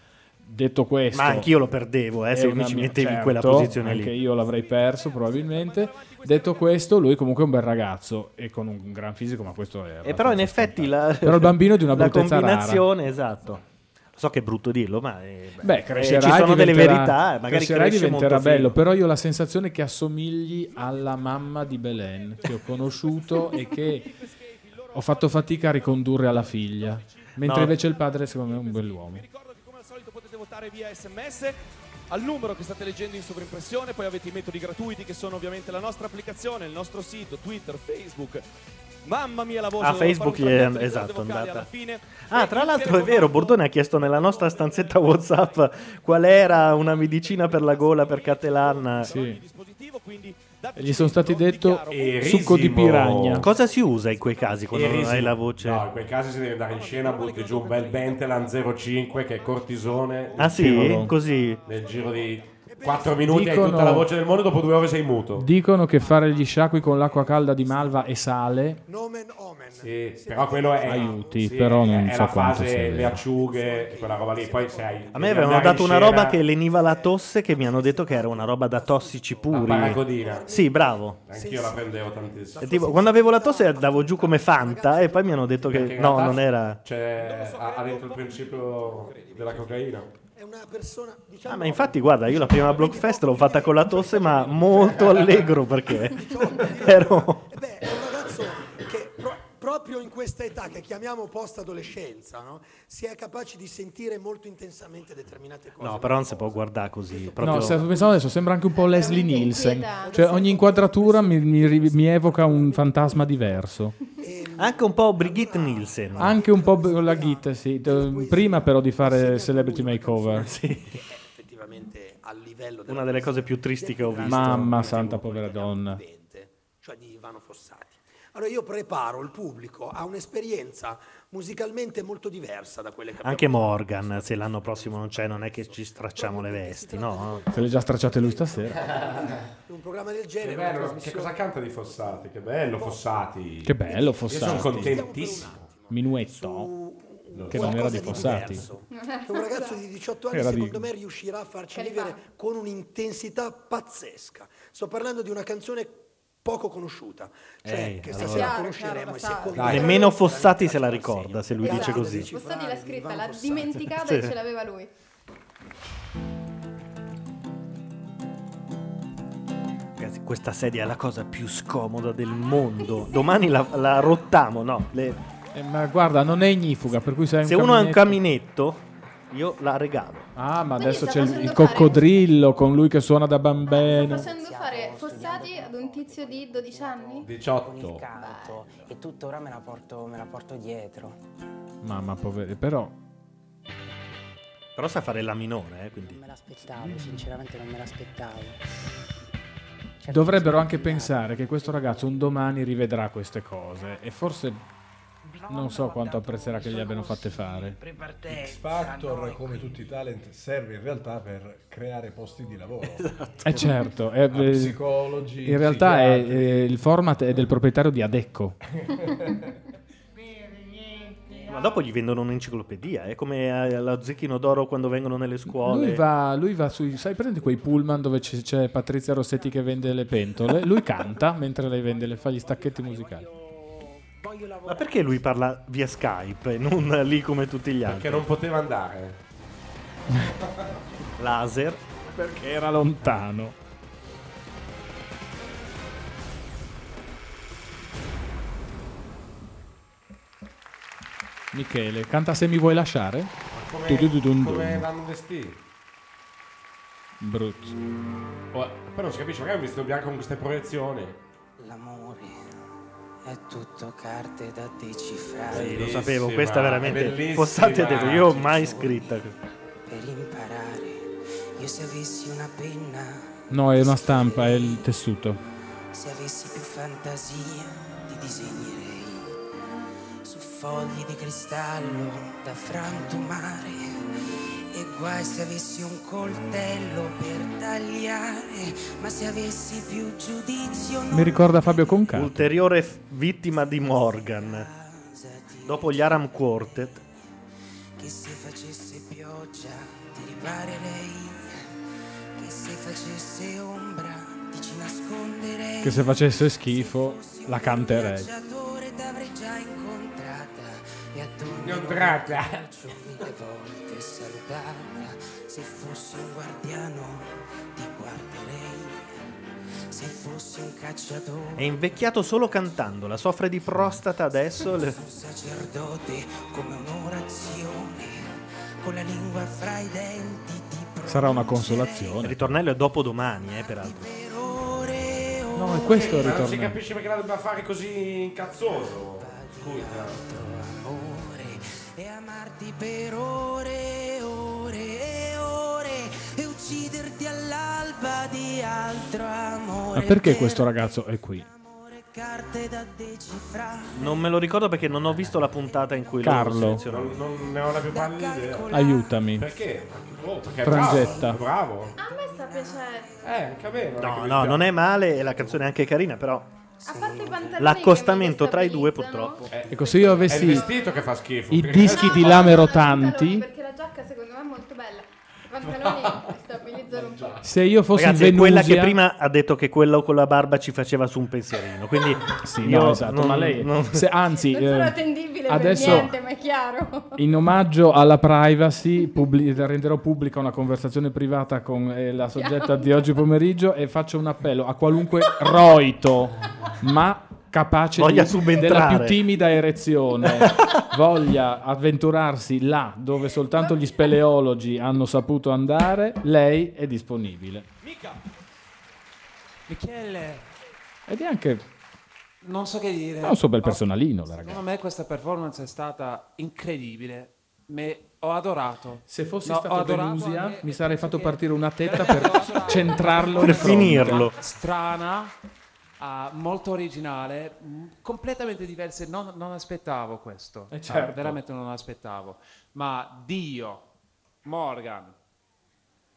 [SPEAKER 5] Detto questo,
[SPEAKER 2] Ma anch'io lo perdevo, eh,
[SPEAKER 5] è
[SPEAKER 2] se
[SPEAKER 5] una
[SPEAKER 2] mi ci
[SPEAKER 5] mia-
[SPEAKER 2] mettevi in quella
[SPEAKER 5] certo,
[SPEAKER 2] posizione lì.
[SPEAKER 5] Anche io l'avrei perso probabilmente. Detto questo, lui comunque è un bel ragazzo e con un gran fisico, ma questo è...
[SPEAKER 2] E eh, però in effetti la,
[SPEAKER 5] Però il bambino è di una
[SPEAKER 2] la
[SPEAKER 5] bruttezza rara.
[SPEAKER 2] combinazione, esatto. Lo so che è brutto dirlo, ma eh,
[SPEAKER 5] Beh,
[SPEAKER 2] eh,
[SPEAKER 5] crescerà
[SPEAKER 2] ci sono
[SPEAKER 5] e
[SPEAKER 2] delle
[SPEAKER 5] diventerà-
[SPEAKER 2] verità, eh, magari
[SPEAKER 5] crescerà e
[SPEAKER 2] cresce molto
[SPEAKER 5] diventerà
[SPEAKER 2] figo.
[SPEAKER 5] bello, però io ho la sensazione che assomigli alla mamma di Belen che ho conosciuto e che ho fatto fatica a ricondurre alla figlia, mentre
[SPEAKER 2] No.
[SPEAKER 5] invece il padre secondo me è un bell'uomo.
[SPEAKER 8] Come al solito potete votare via sms al numero che state leggendo in sovrimpressione, poi avete i metodi gratuiti che sono ovviamente la nostra applicazione, il nostro sito, Twitter, Facebook. Mamma mia la voce
[SPEAKER 2] Ah,
[SPEAKER 8] dovevo
[SPEAKER 2] Facebook
[SPEAKER 8] fare un
[SPEAKER 2] gli
[SPEAKER 8] trapianto
[SPEAKER 2] è-
[SPEAKER 8] di corde
[SPEAKER 2] esatto, è
[SPEAKER 8] vocali
[SPEAKER 2] andata.
[SPEAKER 8] alla fine.
[SPEAKER 2] Ah, tra l'altro è vero, Bordone ha chiesto nella nostra stanzetta WhatsApp qual era una medicina per la gola per Catalan.
[SPEAKER 5] E gli sono stati detto
[SPEAKER 3] Erisimo.
[SPEAKER 5] succo di piragna.
[SPEAKER 2] Cosa si usa in quei casi quando non
[SPEAKER 3] Ieri
[SPEAKER 2] hai
[SPEAKER 3] sì.
[SPEAKER 2] la voce?
[SPEAKER 3] No, in quei casi si deve andare in scena, butti giù un bel Bentelan 05 che è cortisone.
[SPEAKER 2] Ah,
[SPEAKER 3] nel
[SPEAKER 2] sì?
[SPEAKER 3] giro-
[SPEAKER 2] Così?
[SPEAKER 3] Nel giro di 4 minuti hai tutta
[SPEAKER 5] Dicono-
[SPEAKER 3] la voce del mondo, dopo due ore sei muto.
[SPEAKER 5] Dicono che fare gli sciacqui con l'acqua calda di malva e sale.
[SPEAKER 3] Sì, però quello è
[SPEAKER 5] Aiuti,
[SPEAKER 3] sì,
[SPEAKER 5] però non
[SPEAKER 3] è
[SPEAKER 5] so
[SPEAKER 3] la
[SPEAKER 5] quanto
[SPEAKER 3] fase
[SPEAKER 5] sia
[SPEAKER 3] le
[SPEAKER 5] vero.
[SPEAKER 3] acciughe, quella roba lì. Poi sai,
[SPEAKER 2] A me avevano dato una roba che leniva la tosse che mi hanno detto che era una roba da tossici puri.
[SPEAKER 3] La paracodina.
[SPEAKER 2] Sì, bravo.
[SPEAKER 3] Anch'io la prendevo tantissimo.
[SPEAKER 2] E tipo, quando avevo la tosse andavo giù come Fanta e poi mi hanno detto
[SPEAKER 3] Perché
[SPEAKER 2] che
[SPEAKER 3] in
[SPEAKER 2] no,
[SPEAKER 3] realtà
[SPEAKER 2] non era...
[SPEAKER 3] c'è- ha, ha dentro il principio della cocaina.
[SPEAKER 20] È una persona, diciamo,
[SPEAKER 2] Ah, ma infatti, guarda, io la prima Blockfest l'ho fatta con la tosse, ma molto allegro perché ero...
[SPEAKER 20] proprio in questa età che chiamiamo post-adolescenza, no? si è capaci di sentire molto intensamente determinate cose.
[SPEAKER 2] No, però non si può guardare così. Proprio...
[SPEAKER 5] No, stavo pensando adesso, sembra anche un po' Leslie Nielsen. Cioè, ogni inquadratura mi, mi ri- mi evoca un fantasma diverso.
[SPEAKER 2] Anche un po' Brigitte Nielsen.
[SPEAKER 5] Anche un po' con la git, sì. D- Prima però di fare Celebrity Makeover.
[SPEAKER 20] effettivamente a livello della
[SPEAKER 2] Una delle cose più tristi che ho visto.
[SPEAKER 5] Mamma santa povera donna.
[SPEAKER 20] cioè di Ivano Fossati. Allora io preparo il pubblico a un'esperienza musicalmente molto diversa da quelle che
[SPEAKER 2] Anche
[SPEAKER 20] abbiamo
[SPEAKER 2] Morgan, se l'anno prossimo non c'è, non è che ci stracciamo le vesti, no?
[SPEAKER 5] Se le già stracciate lui stasera.
[SPEAKER 20] in un programma del
[SPEAKER 3] Che
[SPEAKER 20] genere. una
[SPEAKER 3] bello, che
[SPEAKER 20] trasmissione- Boh.
[SPEAKER 3] cosa canta di Fossati? Che bello Fossati.
[SPEAKER 5] Che bello Fossati.
[SPEAKER 3] Io sono contentissimo.
[SPEAKER 5] Minuetto. Che non era
[SPEAKER 20] qualcosa
[SPEAKER 5] di
[SPEAKER 20] di
[SPEAKER 5] Fossati.
[SPEAKER 20] diverso. Che un ragazzo di 18 anni
[SPEAKER 5] Era di-
[SPEAKER 20] secondo me riuscirà a farci vivere con un'intensità pazzesca. Sto parlando di una canzone poco conosciuta, cioè
[SPEAKER 2] Ehi,
[SPEAKER 20] che
[SPEAKER 2] allora.
[SPEAKER 20] stasera
[SPEAKER 2] Chiaro,
[SPEAKER 20] conosceremo e se
[SPEAKER 6] chiaro,
[SPEAKER 20] condivideremo-
[SPEAKER 2] Nemmeno Fossati se la ricorda se lui
[SPEAKER 20] Esatto.
[SPEAKER 2] dice così.
[SPEAKER 6] Fossati
[SPEAKER 5] ah,
[SPEAKER 6] l'ha scritta, l'ha dimenticata
[SPEAKER 2] Sì.
[SPEAKER 6] e ce l'aveva lui.
[SPEAKER 2] Ragazzi, questa sedia è la cosa più scomoda del mondo. Domani la, la rottiamo, no? le-
[SPEAKER 5] Eh, ma guarda, non è ignifuga, per cui sei un
[SPEAKER 2] Se uno ha un
[SPEAKER 5] camminetto-
[SPEAKER 2] caminetto, io la regalo.
[SPEAKER 5] Ah, ma adesso c'è
[SPEAKER 6] sta
[SPEAKER 5] il,
[SPEAKER 6] facendo
[SPEAKER 5] il
[SPEAKER 6] fare-
[SPEAKER 5] coccodrillo con lui che suona da bambino.
[SPEAKER 6] Facendo fare Fossati ad un tizio di 12 anni?
[SPEAKER 3] 18.
[SPEAKER 13] canto e tuttora me la porto, me la porto dietro.
[SPEAKER 5] Mamma povera, però
[SPEAKER 2] Però sa fare la minore, eh, quindi.
[SPEAKER 13] Non me l'aspettavo, sinceramente non me l'aspettavo.
[SPEAKER 5] dovrebbero anche pensare che questo ragazzo un domani rivedrà queste cose e forse non so quanto apprezzerà che gli abbiano fatte fare.
[SPEAKER 12] X Factor, come tutti i talent, serve in realtà per creare posti di lavoro.
[SPEAKER 5] Eh certo,
[SPEAKER 12] A
[SPEAKER 5] è-
[SPEAKER 12] psicologi.
[SPEAKER 5] in realtà è-
[SPEAKER 12] psichiatri.
[SPEAKER 5] è- il format è del proprietario di Adecco.
[SPEAKER 2] Ma dopo gli vendono un'enciclopedia, è come eh, la Zecchino d'Oro quando vengono nelle scuole.
[SPEAKER 5] Lui va, lui va sui, sai, prende quei pullman dove c'è, c'è Patrizia Rossetti che vende le pentole, lui canta mentre lei vende, le, fa gli stacchetti musicali.
[SPEAKER 2] Ma perché lui parla via Skype e non lì come tutti gli altri?
[SPEAKER 3] Perché non poteva andare.
[SPEAKER 2] Laser.
[SPEAKER 5] Perché era lontano. Michele, canta se mi vuoi lasciare.
[SPEAKER 3] Come,
[SPEAKER 5] Tudududum.
[SPEAKER 3] come vanno vestiti?
[SPEAKER 5] Brutto.
[SPEAKER 3] Oh, Poi non si capisce, magari è un vestito bianco con queste proiezioni.
[SPEAKER 13] L'amore è tutto carte da decifrare.
[SPEAKER 2] Sì, lo sapevo, questa veramente. Fossati ha detto, io ho mai scritta.
[SPEAKER 13] Per imparare, io se avessi una penna,
[SPEAKER 5] No, è una stampa, è il tessuto.
[SPEAKER 13] se avessi più fantasia, ti disegnerei su fogli di cristallo da frantumare. E guai se avessi un coltello per tagliare, ma se avessi più giudizio non
[SPEAKER 5] Mi ricorda Fabio Conca.
[SPEAKER 2] Ulteriore f- vittima di Morgan. Dopo gli Aram Quartet.
[SPEAKER 13] che se facesse pioggia ti riparerei, che se facesse ombra ti ci nasconderei.
[SPEAKER 5] Che se facesse schifo la canterei.
[SPEAKER 13] Viaggiatore t'avrei già incontrata e a ogni
[SPEAKER 5] Incontrata.
[SPEAKER 13] nuovo approccio mille volte salutata. Se fossi un guardiano ti guarderei, se fossi un cacciatore.
[SPEAKER 2] È invecchiato solo cantandola, soffre di prostata adesso. le-
[SPEAKER 13] sacerdote come un'orazione con la lingua fra i denti
[SPEAKER 5] Sarà una consolazione.
[SPEAKER 2] Il ritornello è dopo domani, eh, peraltro.
[SPEAKER 5] No, è questo il
[SPEAKER 3] Ma Non si
[SPEAKER 5] ritorno.
[SPEAKER 3] capisce perché la debba fare così incazzoso. Scusa.
[SPEAKER 13] e amarti per ore e ore e ore e ucciderti all'alba di altro amore
[SPEAKER 5] Ma perché questo ragazzo è qui?
[SPEAKER 13] carte da decifrare
[SPEAKER 2] Non me lo ricordo perché non ho visto la puntata in cui
[SPEAKER 5] Carlo.
[SPEAKER 2] lo selezionano.
[SPEAKER 3] Non ne ho la più pallida idea.
[SPEAKER 5] Aiutami.
[SPEAKER 3] Perché? Oh, perché è
[SPEAKER 5] Frangetta.
[SPEAKER 3] Bravo, è bravo.
[SPEAKER 6] A me sta
[SPEAKER 4] piacere.
[SPEAKER 3] Eh, anche a me. non è che
[SPEAKER 2] No,
[SPEAKER 3] mi
[SPEAKER 2] no,
[SPEAKER 3] piace.
[SPEAKER 2] non è male e la canzone è anche carina, però
[SPEAKER 4] A parte i pantaloni
[SPEAKER 2] l'accostamento tra i due purtroppo.
[SPEAKER 5] Ecco, se io avessi
[SPEAKER 3] È il vestito che fa schifo.
[SPEAKER 5] i
[SPEAKER 3] perché-
[SPEAKER 5] dischi di lame rotanti,
[SPEAKER 4] Perché la giacca secondo me è molto bella. I pantaloni stabilizzano un po'.
[SPEAKER 5] se io fossi
[SPEAKER 2] Ragazzi, è quella che
[SPEAKER 5] Venusia-
[SPEAKER 2] prima ha detto che quello con la barba ci faceva su un pensierino, quindi
[SPEAKER 5] Sì,
[SPEAKER 2] io
[SPEAKER 5] no, esatto,
[SPEAKER 2] non-
[SPEAKER 5] ma lei
[SPEAKER 2] non-
[SPEAKER 5] se- anzi,
[SPEAKER 4] Non sono
[SPEAKER 5] eh,
[SPEAKER 4] attendibile
[SPEAKER 5] adesso
[SPEAKER 4] per niente, ma è chiaro.
[SPEAKER 5] in omaggio alla privacy publi- renderò pubblica una conversazione privata con eh, la soggetta di oggi pomeriggio e faccio un appello a qualunque roito, ma capace
[SPEAKER 2] Voglia
[SPEAKER 5] di- della
[SPEAKER 2] subentrare.
[SPEAKER 5] più timida erezione, voglia avventurarsi là dove soltanto gli speleologi hanno saputo andare, lei è disponibile.
[SPEAKER 14] Michele,
[SPEAKER 5] Ed è anche
[SPEAKER 14] non so che dire.
[SPEAKER 5] è un suo bel personalino, la ragazza.
[SPEAKER 11] Secondo me questa performance è stata incredibile. Me ho adorato.
[SPEAKER 5] Se fossi
[SPEAKER 11] No, ho
[SPEAKER 5] stato
[SPEAKER 11] adorato
[SPEAKER 5] Venusia,
[SPEAKER 11] anche-
[SPEAKER 5] mi sarei fatto partire una tetta per centrarlo
[SPEAKER 2] Per
[SPEAKER 5] in fronte.
[SPEAKER 2] finirlo.
[SPEAKER 11] strana, ah, molto originale, mh, completamente diversa. Non, non aspettavo questo,
[SPEAKER 5] Eh,
[SPEAKER 11] Ah,
[SPEAKER 5] certo.
[SPEAKER 11] veramente non aspettavo. Ma Dio, Morgan,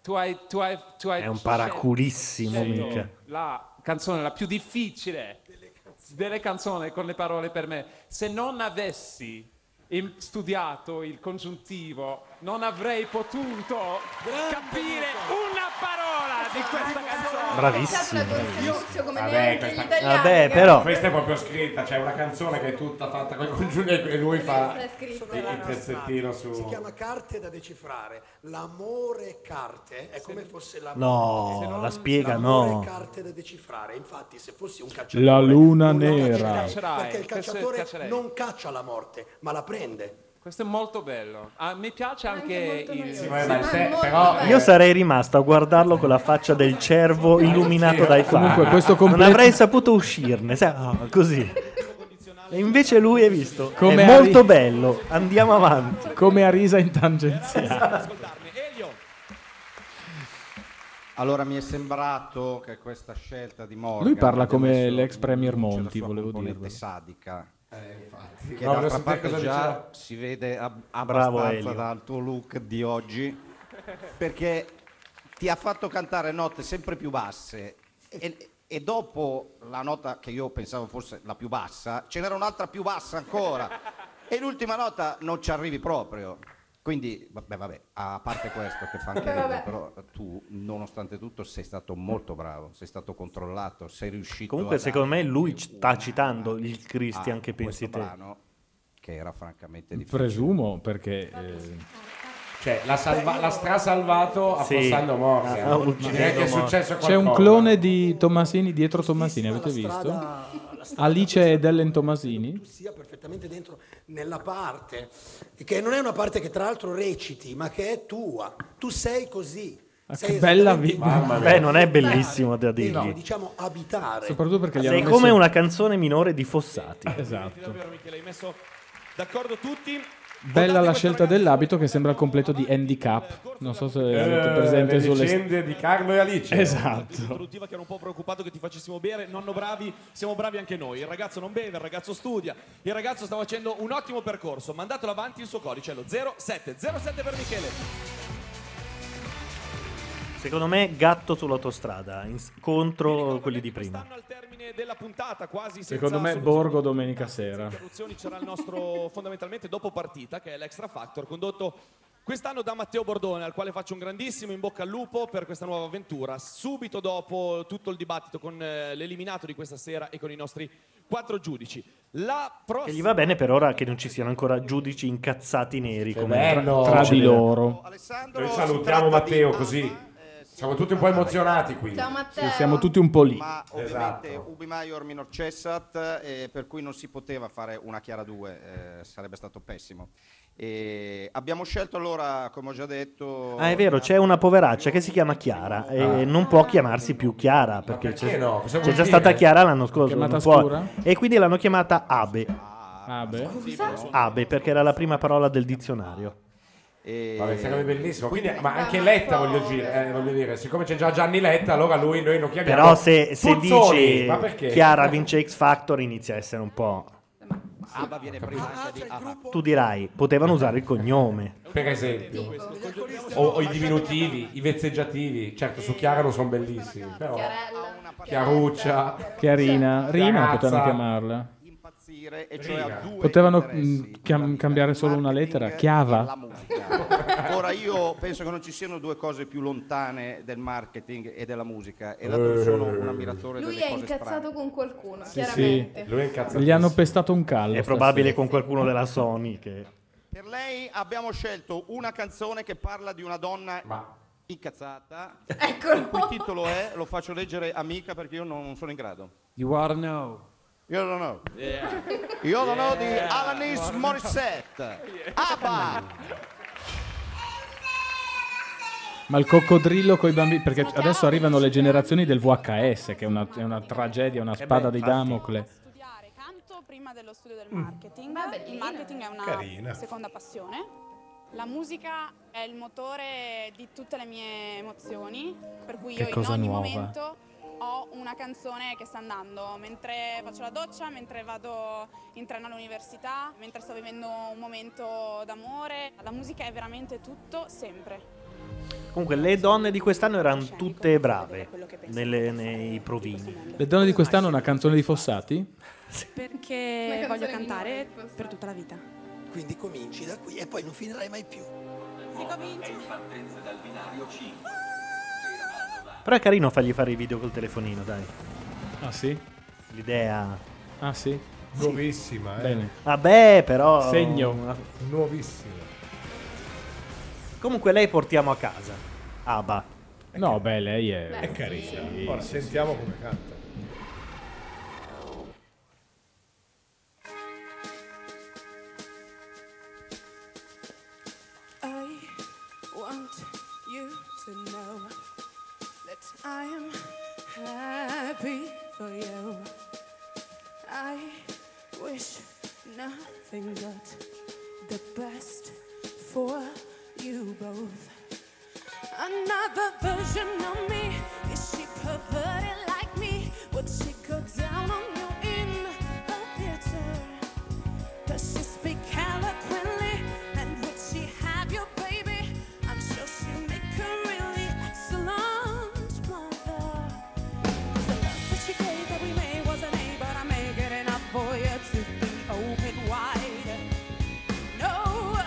[SPEAKER 11] tu hai, tu hai, tu hai
[SPEAKER 2] È un paraculissimo,
[SPEAKER 11] scelto
[SPEAKER 2] mica.
[SPEAKER 11] la canzone la più difficile delle canzoni con le parole per me. Se non avessi im- studiato il congiuntivo, non avrei potuto capire una parola di questa canzone.
[SPEAKER 2] Bravissimo,
[SPEAKER 4] bravissimo. come
[SPEAKER 3] Vabbè,
[SPEAKER 4] neanche gli
[SPEAKER 3] questa...
[SPEAKER 4] italiani.
[SPEAKER 20] eh.
[SPEAKER 2] Vabbè, però-
[SPEAKER 3] Questa è proprio scritta, c'è una canzone che è tutta fatta con congiunti e lui fa
[SPEAKER 20] È scritto
[SPEAKER 3] il
[SPEAKER 20] dalla
[SPEAKER 3] il pezzettino
[SPEAKER 20] nostra- Si
[SPEAKER 3] su...
[SPEAKER 20] chiama carte da decifrare. L'amore carte è come fosse l'amore.
[SPEAKER 2] No,
[SPEAKER 20] Se non-
[SPEAKER 2] la spiega,
[SPEAKER 20] l'amore
[SPEAKER 2] no.
[SPEAKER 20] carte da decifrare. Infatti, se fossi un calciatore
[SPEAKER 5] La luna
[SPEAKER 20] non la
[SPEAKER 5] nera.
[SPEAKER 20] caccerei, Perché il
[SPEAKER 11] Questo è il
[SPEAKER 20] calciatore
[SPEAKER 11] caccerei.
[SPEAKER 20] non caccia la morte, ma la prende.
[SPEAKER 11] Questo è molto bello. Ah, mi piace anche, il...
[SPEAKER 2] Io sarei rimasto a guardarlo con la faccia del cervo illuminato dai fari.
[SPEAKER 5] Comunque, questo completo-
[SPEAKER 2] Non avrei saputo uscirne, sai, ah, così. E invece lui è visto.
[SPEAKER 5] Come
[SPEAKER 2] è
[SPEAKER 5] Ari-
[SPEAKER 2] molto bello. Andiamo avanti.
[SPEAKER 5] Come a risa in tangenziale.
[SPEAKER 1] Allora mi è sembrato che questa scelta di Morgan
[SPEAKER 5] Lui parla
[SPEAKER 1] abbia
[SPEAKER 5] come
[SPEAKER 1] messo
[SPEAKER 5] l'ex
[SPEAKER 1] in
[SPEAKER 5] premier
[SPEAKER 1] luce la
[SPEAKER 5] Monti,
[SPEAKER 1] sua
[SPEAKER 5] volevo
[SPEAKER 1] componente
[SPEAKER 5] dirvelo.
[SPEAKER 1] sadica.
[SPEAKER 3] infatti.
[SPEAKER 1] Che
[SPEAKER 3] No, volevo
[SPEAKER 1] d'altra
[SPEAKER 3] sentire
[SPEAKER 1] parte
[SPEAKER 3] cosa
[SPEAKER 1] già
[SPEAKER 3] diceva.
[SPEAKER 1] si vede ab-
[SPEAKER 2] Bravo,
[SPEAKER 1] abbastanza
[SPEAKER 2] Elio.
[SPEAKER 1] dal tuo look di oggi perché ti ha fatto cantare note sempre più basse e, e dopo la nota che io pensavo fosse la più bassa ce n'era un'altra più bassa ancora e l'ultima nota non ci arrivi proprio quindi vabbè vabbè a parte questo che fa anche
[SPEAKER 4] Vabbè,
[SPEAKER 1] ridere
[SPEAKER 4] vabbè.
[SPEAKER 1] però tu nonostante tutto sei stato molto bravo sei stato controllato sei riuscito
[SPEAKER 2] Comunque,
[SPEAKER 1] a dare
[SPEAKER 2] secondo me, lui sta citando il
[SPEAKER 1] Ah,
[SPEAKER 2] Christian che pensi te.
[SPEAKER 1] che era francamente difficile
[SPEAKER 5] Presumo perché... eh,
[SPEAKER 3] Cioè, l'ha, salva- l'ha strasalvato
[SPEAKER 2] Sì.
[SPEAKER 3] affossando
[SPEAKER 5] eh,
[SPEAKER 3] Morgan.
[SPEAKER 2] Ah,
[SPEAKER 3] Direi
[SPEAKER 2] uccidendo
[SPEAKER 3] che è
[SPEAKER 2] Morgan.
[SPEAKER 3] successo qualcosa.
[SPEAKER 5] C'è un clone di Tomasini dietro Tomasini, avete visto?
[SPEAKER 20] strada- la strada
[SPEAKER 5] Alice ed Ellen Tomasini?
[SPEAKER 20] sia perfettamente dentro nella parte, che non è una parte che tra l'altro reciti, ma che è tua. Tu sei così.
[SPEAKER 5] Ah,
[SPEAKER 20] Sei
[SPEAKER 5] che bella
[SPEAKER 20] esattamente
[SPEAKER 5] vita.
[SPEAKER 20] in grado
[SPEAKER 5] Mamma mia.
[SPEAKER 2] Beh, non è
[SPEAKER 20] di
[SPEAKER 2] bellissimo da
[SPEAKER 20] abitare,
[SPEAKER 2] dirgli.
[SPEAKER 20] di, Diciamo abitare.
[SPEAKER 5] Soprattutto perché gli
[SPEAKER 2] Sei
[SPEAKER 5] hanno
[SPEAKER 2] come
[SPEAKER 5] messo-
[SPEAKER 2] una canzone minore di Fossati.
[SPEAKER 5] Esatto.
[SPEAKER 8] Davvero, Michele, hai messo d'accordo tutti.
[SPEAKER 5] Bella la scelta dell'abito che sembra il completo di Handicap. Non so se avete presente
[SPEAKER 3] Eh, le
[SPEAKER 5] sulle...
[SPEAKER 3] vicende di Carlo e Alice.
[SPEAKER 5] Esatto.
[SPEAKER 8] Produttiva che era un po' preoccupato che ti facessimo bere, nonno bravi, siamo bravi anche noi. Il ragazzo non beve, il ragazzo studia. Il ragazzo sta facendo un ottimo percorso. Mandatelo avanti il suo codice, è lo 0707 per Michele.
[SPEAKER 2] Secondo me, gatto sull'autostrada in- contro quelli di prima.
[SPEAKER 8] Al termine della puntata, quasi senza
[SPEAKER 5] Secondo me
[SPEAKER 8] soluzioni
[SPEAKER 5] Borgo domenica sera.
[SPEAKER 8] interruzioni, c'era il nostro fondamentalmente dopo partita, che è l'Extra Factor, condotto quest'anno da Matteo Bordone, al quale faccio un grandissimo in bocca al lupo per questa nuova avventura. Subito dopo tutto il dibattito con eh, l'eliminato di questa sera e con i nostri quattro giudici. La
[SPEAKER 2] E
[SPEAKER 8] prossima...
[SPEAKER 2] gli va bene per ora che non ci siano ancora giudici incazzati neri come
[SPEAKER 3] bello.
[SPEAKER 2] tra- tra di
[SPEAKER 5] Bello.
[SPEAKER 2] loro.
[SPEAKER 3] Noi salutiamo Matteo così. Siamo tutti un po' emozionati qui.
[SPEAKER 4] Ciao Matteo.
[SPEAKER 5] Siamo tutti un po' lì.
[SPEAKER 1] Ma ovviamente Ubi Maior minor cessat, eh, per cui non si poteva fare una chiara due, eh, sarebbe stato pessimo. E abbiamo scelto allora, come ho già detto,
[SPEAKER 2] Ah, è vero, c'è una poveraccia che si chiama Chiara
[SPEAKER 5] Ah.
[SPEAKER 2] e non può chiamarsi più Chiara perché, c'è,
[SPEAKER 3] no? Cosa
[SPEAKER 2] c'è
[SPEAKER 3] vuol
[SPEAKER 2] già
[SPEAKER 3] dire?
[SPEAKER 2] stata Chiara l'anno scorso.
[SPEAKER 5] Chiamata
[SPEAKER 2] non può-
[SPEAKER 5] scura?
[SPEAKER 2] E quindi l'hanno chiamata Abe.
[SPEAKER 5] Ah, beh.
[SPEAKER 2] Abe perché era la prima parola del dizionario.
[SPEAKER 1] eh,
[SPEAKER 3] Vabbè, sarebbe bellissimo. Quindi, ma anche Letta, voglio, gire- eh, voglio dire, siccome c'è già Gianni Letta, allora lui noi lo chiamiamo.
[SPEAKER 2] Però se, se
[SPEAKER 3] Puzzoni,
[SPEAKER 2] dici
[SPEAKER 3] ma perché?
[SPEAKER 2] Chiara vince X Factor inizia a essere un po'...
[SPEAKER 1] Abba viene prima anche di Abba.
[SPEAKER 2] Tu dirai, potevano usare il cognome.
[SPEAKER 3] per esempio, o, o i diminutivi, i vezzeggiativi, certo su Chiara non sono bellissimi, però Chiaruccia, Cioè,
[SPEAKER 5] Chiarina, Rina
[SPEAKER 3] Chiarazza.
[SPEAKER 5] potevano chiamarla.
[SPEAKER 1] e cioè a due
[SPEAKER 5] Potevano mh, chiam- cambiare solo una lettera, Chiava.
[SPEAKER 1] Ora io penso che non ci siano due cose più lontane del marketing e della musica e dato
[SPEAKER 3] Eh.
[SPEAKER 1] che sono un ammiratore
[SPEAKER 4] Lui
[SPEAKER 1] delle
[SPEAKER 4] è
[SPEAKER 1] cose strane.
[SPEAKER 4] incazzato con qualcuno,
[SPEAKER 1] Sì,
[SPEAKER 4] chiaramente.
[SPEAKER 2] incazzatissimo.
[SPEAKER 5] Gli hanno pestato un callo.
[SPEAKER 2] È probabile
[SPEAKER 5] stasera.
[SPEAKER 2] con qualcuno della Sony che...
[SPEAKER 1] Per lei abbiamo scelto una canzone che parla di una donna incazzata. Il cui titolo è, lo faccio leggere amica perché io non sono in grado.
[SPEAKER 14] You ought to know.
[SPEAKER 1] Io non ho. Io non ho di
[SPEAKER 14] Yeah.
[SPEAKER 1] Alanis
[SPEAKER 14] Guarda.
[SPEAKER 1] Morissette. Abba!
[SPEAKER 5] Ma il coccodrillo con i bambini. Perché adesso arrivano le generazioni del VHS, che è una, è una tragedia,
[SPEAKER 2] Eh
[SPEAKER 5] una spada di Damocle.
[SPEAKER 15] prima dello studio del marketing. il marketing è una
[SPEAKER 5] Mm. Carina.
[SPEAKER 15] seconda passione. La musica è il motore di tutte le mie emozioni, per cui
[SPEAKER 5] Che
[SPEAKER 15] io in
[SPEAKER 5] cosa
[SPEAKER 15] ogni
[SPEAKER 5] nuova.
[SPEAKER 15] momento ho una canzone che sta andando, mentre faccio la doccia, mentre vado in treno all'università, mentre sto vivendo un momento d'amore. La musica è veramente tutto, sempre.
[SPEAKER 2] Comunque le donne di quest'anno erano tutte brave nelle- nei provini.
[SPEAKER 5] Le donne di quest'anno una canzone di Fossati?
[SPEAKER 15] Perché
[SPEAKER 4] Una
[SPEAKER 15] voglio
[SPEAKER 4] canzone
[SPEAKER 15] cantare per tutta la vita.
[SPEAKER 20] Quindi cominci da qui e poi non finirai mai più.
[SPEAKER 15] Ricomincio.
[SPEAKER 2] Però è carino fargli fare i video col telefonino, dai.
[SPEAKER 5] Ah sì?
[SPEAKER 2] L'idea...
[SPEAKER 5] Ah sì?
[SPEAKER 12] Nuovissima, eh.
[SPEAKER 5] Bene.
[SPEAKER 2] Vabbè, però...
[SPEAKER 5] Segno.
[SPEAKER 12] Nuovissima.
[SPEAKER 2] Comunque lei portiamo a casa. Abba. Eh
[SPEAKER 5] No, beh, lei è.
[SPEAKER 12] È carina. Ora sentiamo come canta.
[SPEAKER 9] I want you to know that I am happy for you. I wish nothing but the best for you both. Another version of me. Is she perverted like me? Would she go down on you in the theater? Does she speak eloquently? And would she have your baby? I'm sure she'd make a really excellent mother. But she gave that we made was an A, but I make it enough for you to be open wide. No,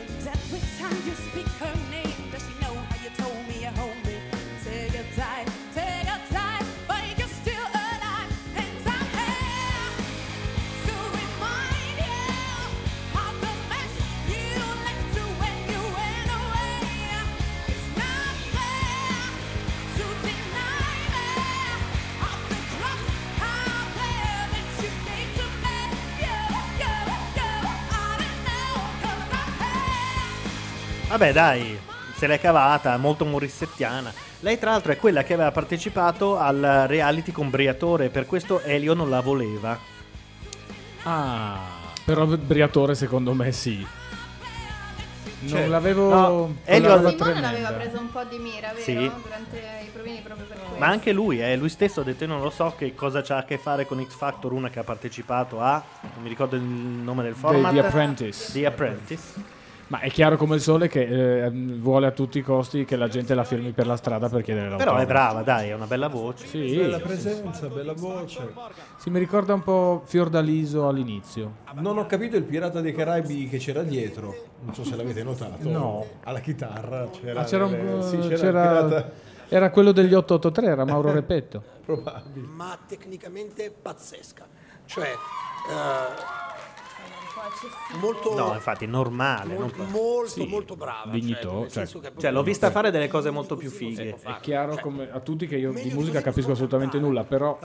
[SPEAKER 9] and every time you speak her name, does she know how you told me you hold me? Take your time, take your time, but you're still alive, and I'm here to remind you of the mess you left to when you went away. It's not fair to deny me of the cross I've lived that you gave to me. You, you, you, I don't know 'cause I'm
[SPEAKER 2] Vabbè, dai, se l'è cavata, molto morissettiana. Lei, tra l'altro, è quella che aveva partecipato al reality con Briatore, per questo Elio non la voleva.
[SPEAKER 5] Ah. Però Briatore secondo me sì. Non
[SPEAKER 2] Cioè,
[SPEAKER 5] l'avevo.
[SPEAKER 2] no,
[SPEAKER 5] con la
[SPEAKER 2] Elio- Simone
[SPEAKER 5] roba
[SPEAKER 4] Simone
[SPEAKER 5] tremenda.
[SPEAKER 4] l'aveva preso un po' di mira, vero?
[SPEAKER 2] Sì.
[SPEAKER 4] Durante i provini proprio per questo.
[SPEAKER 2] Ma anche lui, eh, lui stesso ha detto: Io non lo so che cosa c'ha a che fare con X Factor, una che ha partecipato a. Non mi ricordo il nome del format.
[SPEAKER 5] The Apprentice.
[SPEAKER 2] The Apprentice.
[SPEAKER 5] Ma è chiaro come il sole che eh, vuole a tutti i costi che la gente la firmi per la strada per chiedere l'autografo.
[SPEAKER 2] Però è brava, dai, è una bella voce.
[SPEAKER 5] Sì.
[SPEAKER 12] Bella presenza, bella voce.
[SPEAKER 5] Si mi ricorda un po' Fiordaliso all'inizio.
[SPEAKER 12] Non ho capito il pirata dei Caraibi che c'era dietro. Non so se l'avete notato.
[SPEAKER 5] No.
[SPEAKER 12] Alla chitarra c'era.
[SPEAKER 5] Ah, c'era un
[SPEAKER 12] delle-
[SPEAKER 5] po'-
[SPEAKER 12] eh, sì, c'era il
[SPEAKER 5] c'era-
[SPEAKER 12] pirata-
[SPEAKER 5] era quello degli 883, era Mauro Repetto.
[SPEAKER 12] Probabile.
[SPEAKER 20] Ma tecnicamente pazzesca. Cioè, eh, molto,
[SPEAKER 2] No, infatti, normale. non
[SPEAKER 20] molto,
[SPEAKER 2] pa-
[SPEAKER 20] molto,
[SPEAKER 5] Sì,
[SPEAKER 20] molto brava.
[SPEAKER 5] dignito-
[SPEAKER 20] cioè, nel
[SPEAKER 5] cioè-
[SPEAKER 20] senso che proprio-
[SPEAKER 2] Cioè, l'ho vista fare delle cose molto più fighe.
[SPEAKER 5] È
[SPEAKER 18] Cioè,
[SPEAKER 5] chiaro come a tutti che io di musica capisco assolutamente nulla, però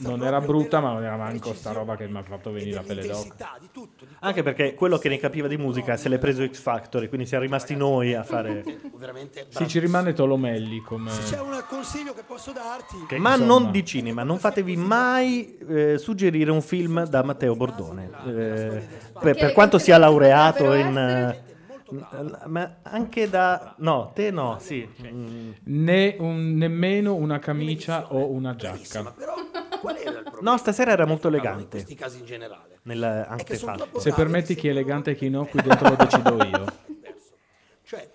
[SPEAKER 5] non era brutta, ma non era manco sta roba che mi ha fatto venire la pelle d'oca.
[SPEAKER 2] Anche perché quello che ne capiva di musica se l'è preso X Factor, quindi siamo rimasti noi a fare.
[SPEAKER 20] veramente brava.
[SPEAKER 5] Sì, ci rimane Tolomelli come...
[SPEAKER 20] Se c'è un consiglio che posso darti,
[SPEAKER 2] Ma
[SPEAKER 5] insomma.
[SPEAKER 2] non di cinema, non fatevi mai eh, suggerire un film da Matteo Bordone. Eh, per, per quanto sia laureato in. eh, Ma anche da. No, te no, sì. Mm.
[SPEAKER 5] Né un- nemmeno una camicia o una giacca.
[SPEAKER 18] Qual era il problema?
[SPEAKER 2] No, stasera era molto
[SPEAKER 18] In
[SPEAKER 2] elegante.
[SPEAKER 18] questi casi in generale.
[SPEAKER 2] Nel
[SPEAKER 18] È che sono
[SPEAKER 2] antefatto.
[SPEAKER 18] troppo
[SPEAKER 5] Se
[SPEAKER 18] bravi.
[SPEAKER 5] permetti chi è elegante e chi no, qui dentro lo decido io.
[SPEAKER 18] Cioè,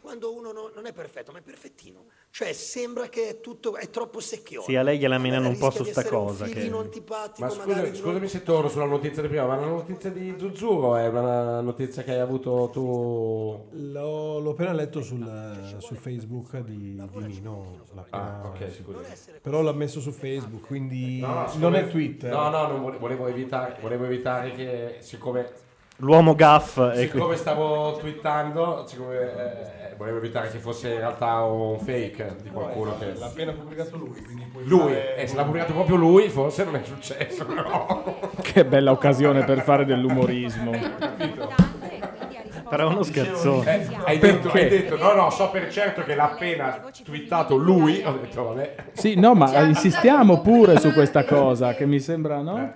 [SPEAKER 18] quando uno no- non è perfetto, ma è perfettino. Cioè, sembra che è tutto è troppo secchione.
[SPEAKER 2] Sì, a lei gliela minano un po' su
[SPEAKER 18] Rischia di
[SPEAKER 2] sta
[SPEAKER 18] essere un
[SPEAKER 2] cosa. Che...
[SPEAKER 18] filino
[SPEAKER 24] Eh,
[SPEAKER 18] antipatico,
[SPEAKER 3] Ma
[SPEAKER 18] magari
[SPEAKER 3] scusa,
[SPEAKER 18] di
[SPEAKER 3] scusami se torno sulla notizia di prima, ma la notizia di Zuzzuro è una notizia che hai avuto tu.
[SPEAKER 12] L'ho, l'ho appena letto sul, sul Facebook di, di Nino. l'ha appena-
[SPEAKER 3] Ah, ok, scusa.
[SPEAKER 12] Però l'ha messo su Facebook, quindi
[SPEAKER 3] No, no, siccome-
[SPEAKER 12] non è Twitter.
[SPEAKER 3] No, no, non vole- volevo evitare, volevo evitare che, siccome,
[SPEAKER 2] L'uomo gaff.
[SPEAKER 12] Ah,
[SPEAKER 2] e
[SPEAKER 12] ecco.
[SPEAKER 3] siccome stavo twittando, siccome, eh, volevo evitare che fosse in realtà un fake di qualcuno che...
[SPEAKER 12] L'ha appena pubblicato lui, quindi puoi
[SPEAKER 3] Lui,
[SPEAKER 12] fare-
[SPEAKER 3] eh, se l'ha pubblicato proprio lui, forse non è successo, no?
[SPEAKER 5] Che bella occasione per fare dell'umorismo.
[SPEAKER 2] Però è uno scherzone.
[SPEAKER 3] Eh, hai, detto, hai detto, no, no, so per certo che l'ha appena twittato lui, ho detto, vabbè.
[SPEAKER 5] Sì, no, ma insistiamo pure su questa cosa, che mi sembra, no?
[SPEAKER 18] Eh.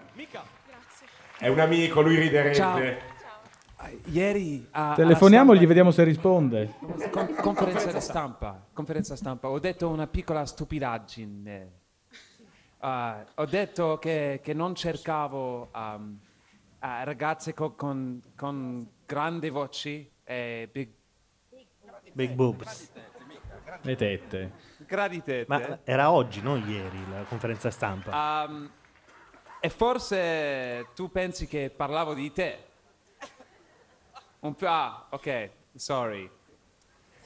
[SPEAKER 3] È un amico, lui riderebbe. Cioè,
[SPEAKER 5] Ciao.
[SPEAKER 14] Ieri a, alla
[SPEAKER 5] Telefoniamogli, vediamo se risponde.
[SPEAKER 14] stampa- con- conferenza stampa, conferenza stampa, ho detto una piccola stupidaggine. Ah, ho detto che, che non cercavo um, ah, ragazze co- con, con grandi voci e big,
[SPEAKER 2] Big boobs.
[SPEAKER 5] Le tette.
[SPEAKER 14] gradi tette. eh?
[SPEAKER 2] Ma era oggi, non ieri, la conferenza stampa.
[SPEAKER 14] Um, e forse tu pensi che parlavo di te. Un po', ah, ok, sorry.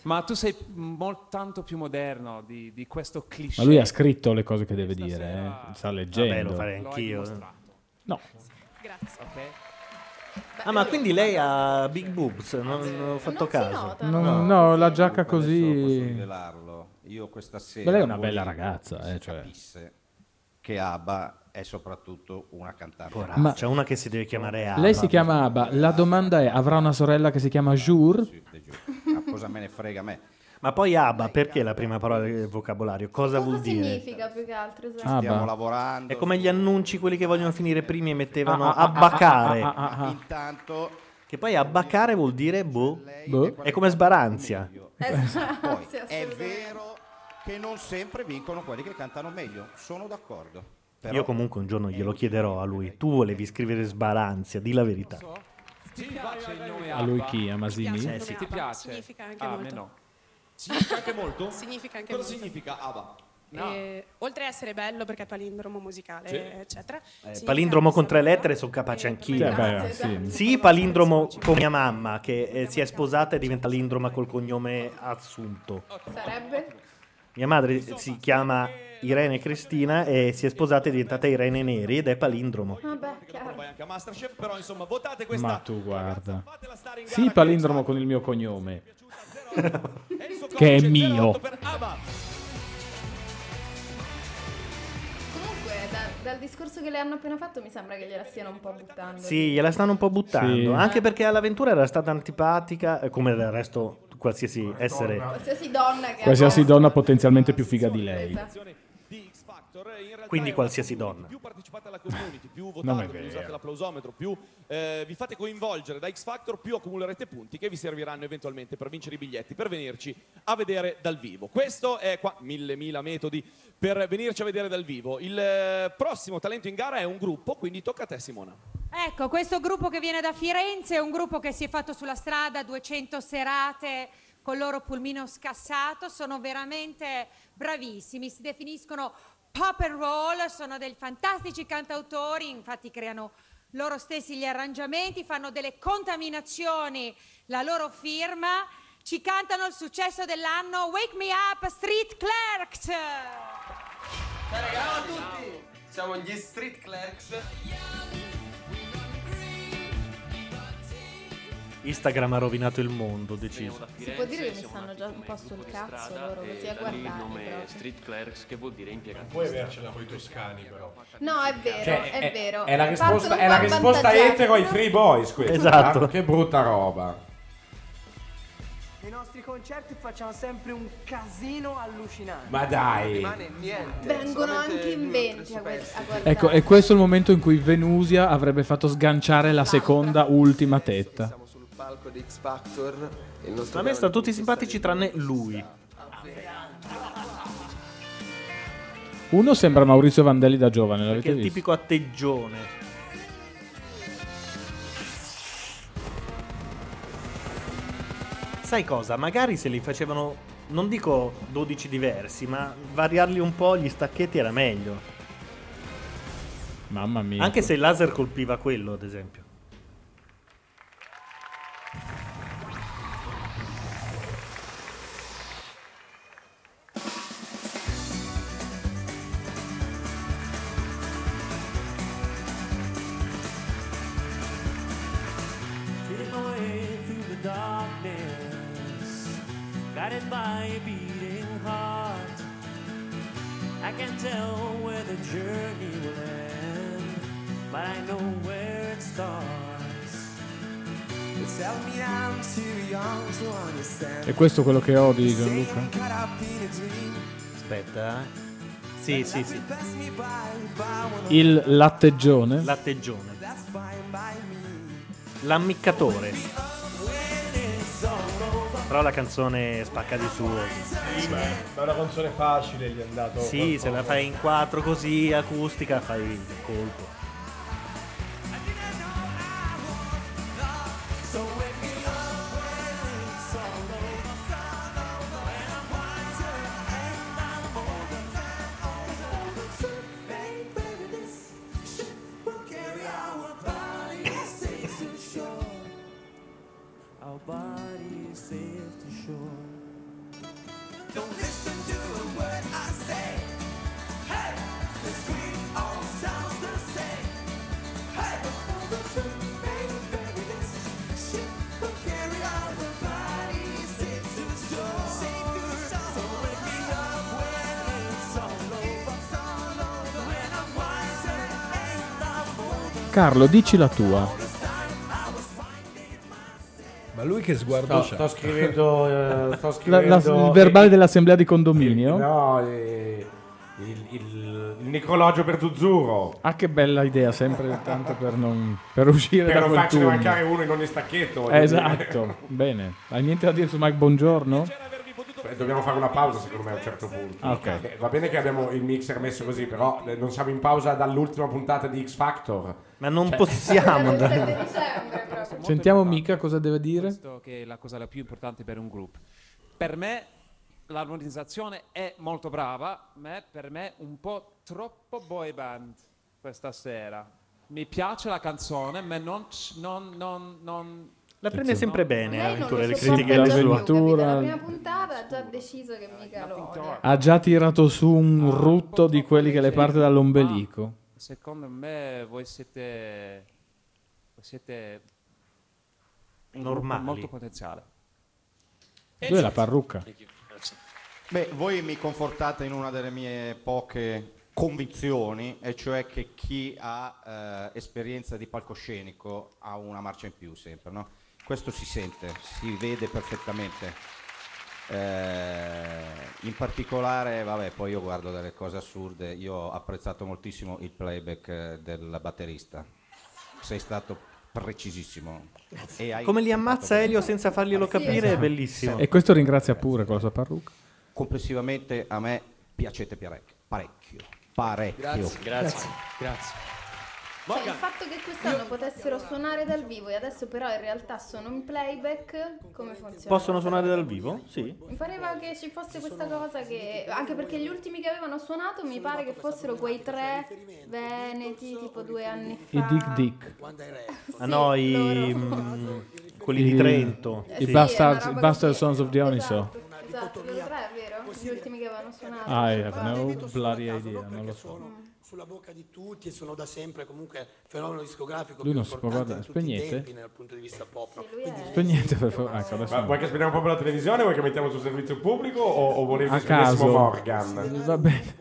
[SPEAKER 14] Ma tu sei molto tanto più moderno di, di questo cliché.
[SPEAKER 5] Ma lui ha scritto le cose che deve dire, eh. sta leggendo.
[SPEAKER 2] Vabbè, lo farei anch'io. eh.
[SPEAKER 5] No.
[SPEAKER 14] Grazie.
[SPEAKER 2] Ah, ma quindi lei ha big boobs? Non, non ho fatto caso.
[SPEAKER 5] No, no, la giacca così.
[SPEAKER 1] Io questa sera...
[SPEAKER 5] Ma lei è una
[SPEAKER 1] vorrei
[SPEAKER 5] bella ragazza,
[SPEAKER 1] che
[SPEAKER 5] eh,
[SPEAKER 1] si
[SPEAKER 5] cioè.
[SPEAKER 1] capisse Che Abba è soprattutto una cantante.
[SPEAKER 5] Ma-
[SPEAKER 2] C'è una che si deve chiamare
[SPEAKER 1] Ah,
[SPEAKER 2] Abba.
[SPEAKER 5] Lei si chiama Abba. La domanda è: avrà una sorella che si chiama Jour?
[SPEAKER 1] Ma cosa me ne frega a me?
[SPEAKER 2] Ma poi Abba, perché è la prima parola del vocabolario? Cosa, vuol dire? Ah,
[SPEAKER 4] Significa più che altro. esatto.
[SPEAKER 2] Abba.
[SPEAKER 1] Stiamo lavorando.
[SPEAKER 2] È come gli annunci, quelli che vogliono finire primi e mettevano
[SPEAKER 1] Ah, ah, ah,
[SPEAKER 2] abbacare.
[SPEAKER 1] ah, ah, ah, ah. Intanto-
[SPEAKER 2] Che poi abbacare vuol dire boh. È come sbaranzia.
[SPEAKER 1] Poi, è vero che non sempre vincono quelli che cantano meglio, sono d'accordo. Però
[SPEAKER 2] Io comunque un giorno glielo chiederò a lui. Tu volevi scrivere sbaranzia, di la verità.
[SPEAKER 14] Ti piace il nome
[SPEAKER 5] A lui
[SPEAKER 14] Abba?
[SPEAKER 5] chi? A Masini?
[SPEAKER 14] Ti piace il
[SPEAKER 8] Ah,
[SPEAKER 14] nome Abba?
[SPEAKER 5] Sì, sì.
[SPEAKER 14] Significa anche
[SPEAKER 16] Ah,
[SPEAKER 14] molto.
[SPEAKER 8] Significa anche molto?
[SPEAKER 16] Significa anche
[SPEAKER 8] Cosa
[SPEAKER 16] molto.
[SPEAKER 8] significa Abba?
[SPEAKER 16] Eh, oltre a essere bello perché è palindromo musicale,
[SPEAKER 2] Sì.
[SPEAKER 16] eccetera. significa
[SPEAKER 2] palindromo con tre lettere sono capace anch'io.
[SPEAKER 5] Eh, beh, sì.
[SPEAKER 2] Sì, palindromo con mia mamma che eh, si è sposata e diventa palindroma col cognome assunto.
[SPEAKER 4] Sarebbe?
[SPEAKER 2] Mia madre si chiama Irene Cristina e si è sposata e è diventata Irene Neri ed è palindromo.
[SPEAKER 4] Vabbè, chiaro.
[SPEAKER 8] Anche a Masterchef, però insomma, votate questa.
[SPEAKER 5] Ma tu guarda. Sì, palindromo con il mio cognome. che è mio.
[SPEAKER 4] Comunque, da- dal discorso che le hanno appena fatto, mi sembra che gliela stiano un po' buttando.
[SPEAKER 2] Sì, gliela stanno un po' buttando,
[SPEAKER 5] Sì.
[SPEAKER 2] anche perché all'avventura era stata antipatica, eh, come del resto qualsiasi essere.
[SPEAKER 4] Qualsiasi donna che
[SPEAKER 5] Qualsiasi donna potenzialmente più figa di lei.
[SPEAKER 2] Quindi qualsiasi donna.
[SPEAKER 8] Più
[SPEAKER 5] Non è
[SPEAKER 8] votate, più
[SPEAKER 5] vero.
[SPEAKER 8] usate l'applausometro, più eh, vi fate coinvolgere da X Factor, più accumulerete punti che vi serviranno eventualmente per vincere i biglietti, per venirci a vedere dal vivo. Questo è qua, mille mila metodi per venirci a vedere dal vivo. Il eh, prossimo talento in gara è un gruppo, quindi tocca a te Simona.
[SPEAKER 21] Ecco, questo gruppo che viene da Firenze è un gruppo che si è fatto sulla strada 200 serate col loro pulmino scassato, sono veramente bravissimi, si definiscono pop and roll, sono dei fantastici cantautori, infatti creano loro stessi gli arrangiamenti, fanno delle contaminazioni, la loro firma, ci cantano il successo dell'anno Wake Me Up Street Clerks.
[SPEAKER 24] Ciao a tutti! Siamo gli Street Clerks.
[SPEAKER 2] Instagram ha rovinato il mondo, deciso.
[SPEAKER 24] Si
[SPEAKER 4] Può dire che mi stanno già un po' sul cazzo loro, così a
[SPEAKER 24] Eh, da lì il
[SPEAKER 4] guardarli.
[SPEAKER 24] nome è
[SPEAKER 4] proprio.
[SPEAKER 24] Street Clerks che vuol dire impiegati.
[SPEAKER 12] Puoi avercela con i toscani, però.
[SPEAKER 4] Eh, No, è vero,
[SPEAKER 3] Cioè,
[SPEAKER 4] è, vero.
[SPEAKER 3] È la
[SPEAKER 4] Partono
[SPEAKER 3] risposta,
[SPEAKER 4] un
[SPEAKER 3] è la
[SPEAKER 4] po'
[SPEAKER 3] risposta
[SPEAKER 4] avvantaggiati.
[SPEAKER 3] etero ai free boys questa.
[SPEAKER 2] Esatto.
[SPEAKER 3] eh? Che brutta roba.
[SPEAKER 24] Nei nostri concerti facciamo sempre un casino allucinante.
[SPEAKER 3] Ma dai.
[SPEAKER 24] Non rimane niente.
[SPEAKER 4] Vengono
[SPEAKER 24] solamente
[SPEAKER 4] anche
[SPEAKER 24] due
[SPEAKER 4] in
[SPEAKER 24] o tre
[SPEAKER 4] venti a, guard- a guardare.
[SPEAKER 5] Ecco, e questo è il momento in cui Venusia avrebbe fatto sganciare la seconda ultima tetta.
[SPEAKER 24] sul palco di X Factor. Il nostro
[SPEAKER 2] A me stanno tutti simpatici tranne lui.
[SPEAKER 5] Uno sembra Maurizio Vandelli da giovane,
[SPEAKER 2] Che è
[SPEAKER 5] l'avete
[SPEAKER 2] il
[SPEAKER 5] visto?
[SPEAKER 2] tipico atteggione. Sai cosa? Magari se li facevano, non dico 12 diversi, ma variarli un po' gli stacchetti era meglio.
[SPEAKER 5] Mamma mia.
[SPEAKER 2] Anche se il laser colpiva quello, ad esempio.
[SPEAKER 25] Feeling my way through the darkness, guided by a beating heart. I can't tell where the journey will end, but I know where it starts.
[SPEAKER 9] Tell me I'm too young to understand.
[SPEAKER 5] E questo è quello che odi, Gianluca?
[SPEAKER 9] Caught up in a dream.
[SPEAKER 2] Aspetta. eh. Sì, sì, sì.
[SPEAKER 9] Pass me by, by when
[SPEAKER 5] Il latteggione.
[SPEAKER 2] L'atteggione. L'ammiccatore.
[SPEAKER 9] it's all over.
[SPEAKER 2] Però la canzone spacca di suo.
[SPEAKER 12] Ma è una canzone facile, gli è andato.
[SPEAKER 2] Sì, se la fai in quattro così, acustica, fai il colpo.
[SPEAKER 9] So wake me up when it's all over. When I'm wiser and I'm older. Older. So, baby, baby, this ship will carry our bodies safe to shore. Our bodies safe to shore. Don't listen to a word I say. Hey, this creek all sounds the same. Hey, the truth, baby, baby, this ship will carry our bodies safe to shore. So wake me up when it's all over. When I'm wiser and I'm older.
[SPEAKER 5] Carlo, dici la tua.
[SPEAKER 12] Ma lui che sguardo
[SPEAKER 3] Sto,
[SPEAKER 12] c'ha?
[SPEAKER 3] sto scrivendo, eh, sto
[SPEAKER 5] La-
[SPEAKER 3] scrivendo
[SPEAKER 5] la- il verbale
[SPEAKER 3] eh,
[SPEAKER 5] dell'assemblea di condominio.
[SPEAKER 3] No, eh, il, il- il necrologio per Zuzzuro.
[SPEAKER 5] Ah, che bella idea, sempre tanto per, non, per uscire
[SPEAKER 3] Per
[SPEAKER 5] da
[SPEAKER 3] non
[SPEAKER 5] quel
[SPEAKER 3] farcene
[SPEAKER 5] turno.
[SPEAKER 3] mancare uno in ogni stacchetto, voglio
[SPEAKER 5] Esatto, bene. Hai niente da dire su Mike Buongiorno?
[SPEAKER 3] Beh, Cioè, Dobbiamo fare una pausa, secondo me, a un certo punto.
[SPEAKER 5] Ah, ok.
[SPEAKER 3] Eh, Va bene che abbiamo il mixer messo così, però eh, non siamo in pausa dall'ultima puntata di X Factor. Cioè,
[SPEAKER 2] Ma non
[SPEAKER 5] possiamo
[SPEAKER 14] andare-
[SPEAKER 5] Sentiamo mica cosa deve dire.
[SPEAKER 14] Questo che è la cosa la più importante per un gruppo. Per me l'armonizzazione è molto brava, ma per me un po' troppo boy band questa sera. Mi piace la canzone, ma non... c- non, non, non
[SPEAKER 2] La prende sempre bene,
[SPEAKER 4] Lei non
[SPEAKER 2] l'avventura,
[SPEAKER 4] lo
[SPEAKER 2] le
[SPEAKER 4] sopporta
[SPEAKER 2] critiche le
[SPEAKER 5] più,
[SPEAKER 2] sue.
[SPEAKER 5] capito?
[SPEAKER 4] La
[SPEAKER 5] Ventura-
[SPEAKER 4] prima puntata ha già deciso che Cioè, mica lo odia.
[SPEAKER 5] Ha già tirato su un rutto di quelli che le parte dall'ombelico.
[SPEAKER 14] Secondo me voi siete... Voi siete... un gruppo
[SPEAKER 1] Normali.
[SPEAKER 14] Molto potenziale.
[SPEAKER 5] Lui è la parrucca.
[SPEAKER 1] Beh, voi mi confortate in una delle mie poche convinzioni, e cioè che chi ha eh, esperienza di palcoscenico ha una marcia in più sempre, no? Questo si sente, si vede perfettamente. Eh, in particolare, vabbè, poi io guardo delle cose assurde, io ho apprezzato moltissimo il playback eh, del batterista. Sei stato precisissimo. E hai
[SPEAKER 2] Come li ammazza Elio senza farglielo capire è
[SPEAKER 1] Esatto.
[SPEAKER 2] bellissimo.
[SPEAKER 5] E questo ringrazia pure con la sua parrucca.
[SPEAKER 1] complessivamente a me piacete parecchio, parecchio, parecchio.
[SPEAKER 26] Grazie, grazie,
[SPEAKER 1] grazie.
[SPEAKER 4] Cioè, il fatto che quest'anno potessero suonare dal vivo e adesso però in realtà sono in playback, come funziona?
[SPEAKER 2] Possono suonare dal vivo? Sì.
[SPEAKER 4] Mi pareva che ci fosse questa cosa che... Anche perché gli ultimi che avevano suonato mi pare che fossero quei tre veneti tipo due anni fa.
[SPEAKER 5] I Dick Dick.
[SPEAKER 2] Ah no, i, mm, quelli di Trento.
[SPEAKER 5] I
[SPEAKER 2] Eh Sì.
[SPEAKER 5] Bastards, i Bastard Sons of Dioniso.
[SPEAKER 4] Esatto, loro tre, vero? Gli ultimi che avevano suonato.
[SPEAKER 5] I have Ah, no bloody idea, non lo so.
[SPEAKER 20] Sulla bocca di tutti e sono da sempre comunque il fenomeno discografico
[SPEAKER 5] Lui
[SPEAKER 20] più
[SPEAKER 5] non si può
[SPEAKER 20] importante di
[SPEAKER 5] guardare.
[SPEAKER 20] tutti i
[SPEAKER 5] Spegnete.
[SPEAKER 20] tempi dal punto di vista pop. no? Quindi
[SPEAKER 5] Spegnete per favore. Ecco, adesso
[SPEAKER 3] Ma
[SPEAKER 5] no.
[SPEAKER 3] vuoi che spegniamo proprio la televisione? Vuoi che mettiamo sul servizio pubblico? O, o volevi
[SPEAKER 5] A
[SPEAKER 3] che
[SPEAKER 5] caso.
[SPEAKER 3] spegnessimo Morgan?
[SPEAKER 5] Va bene.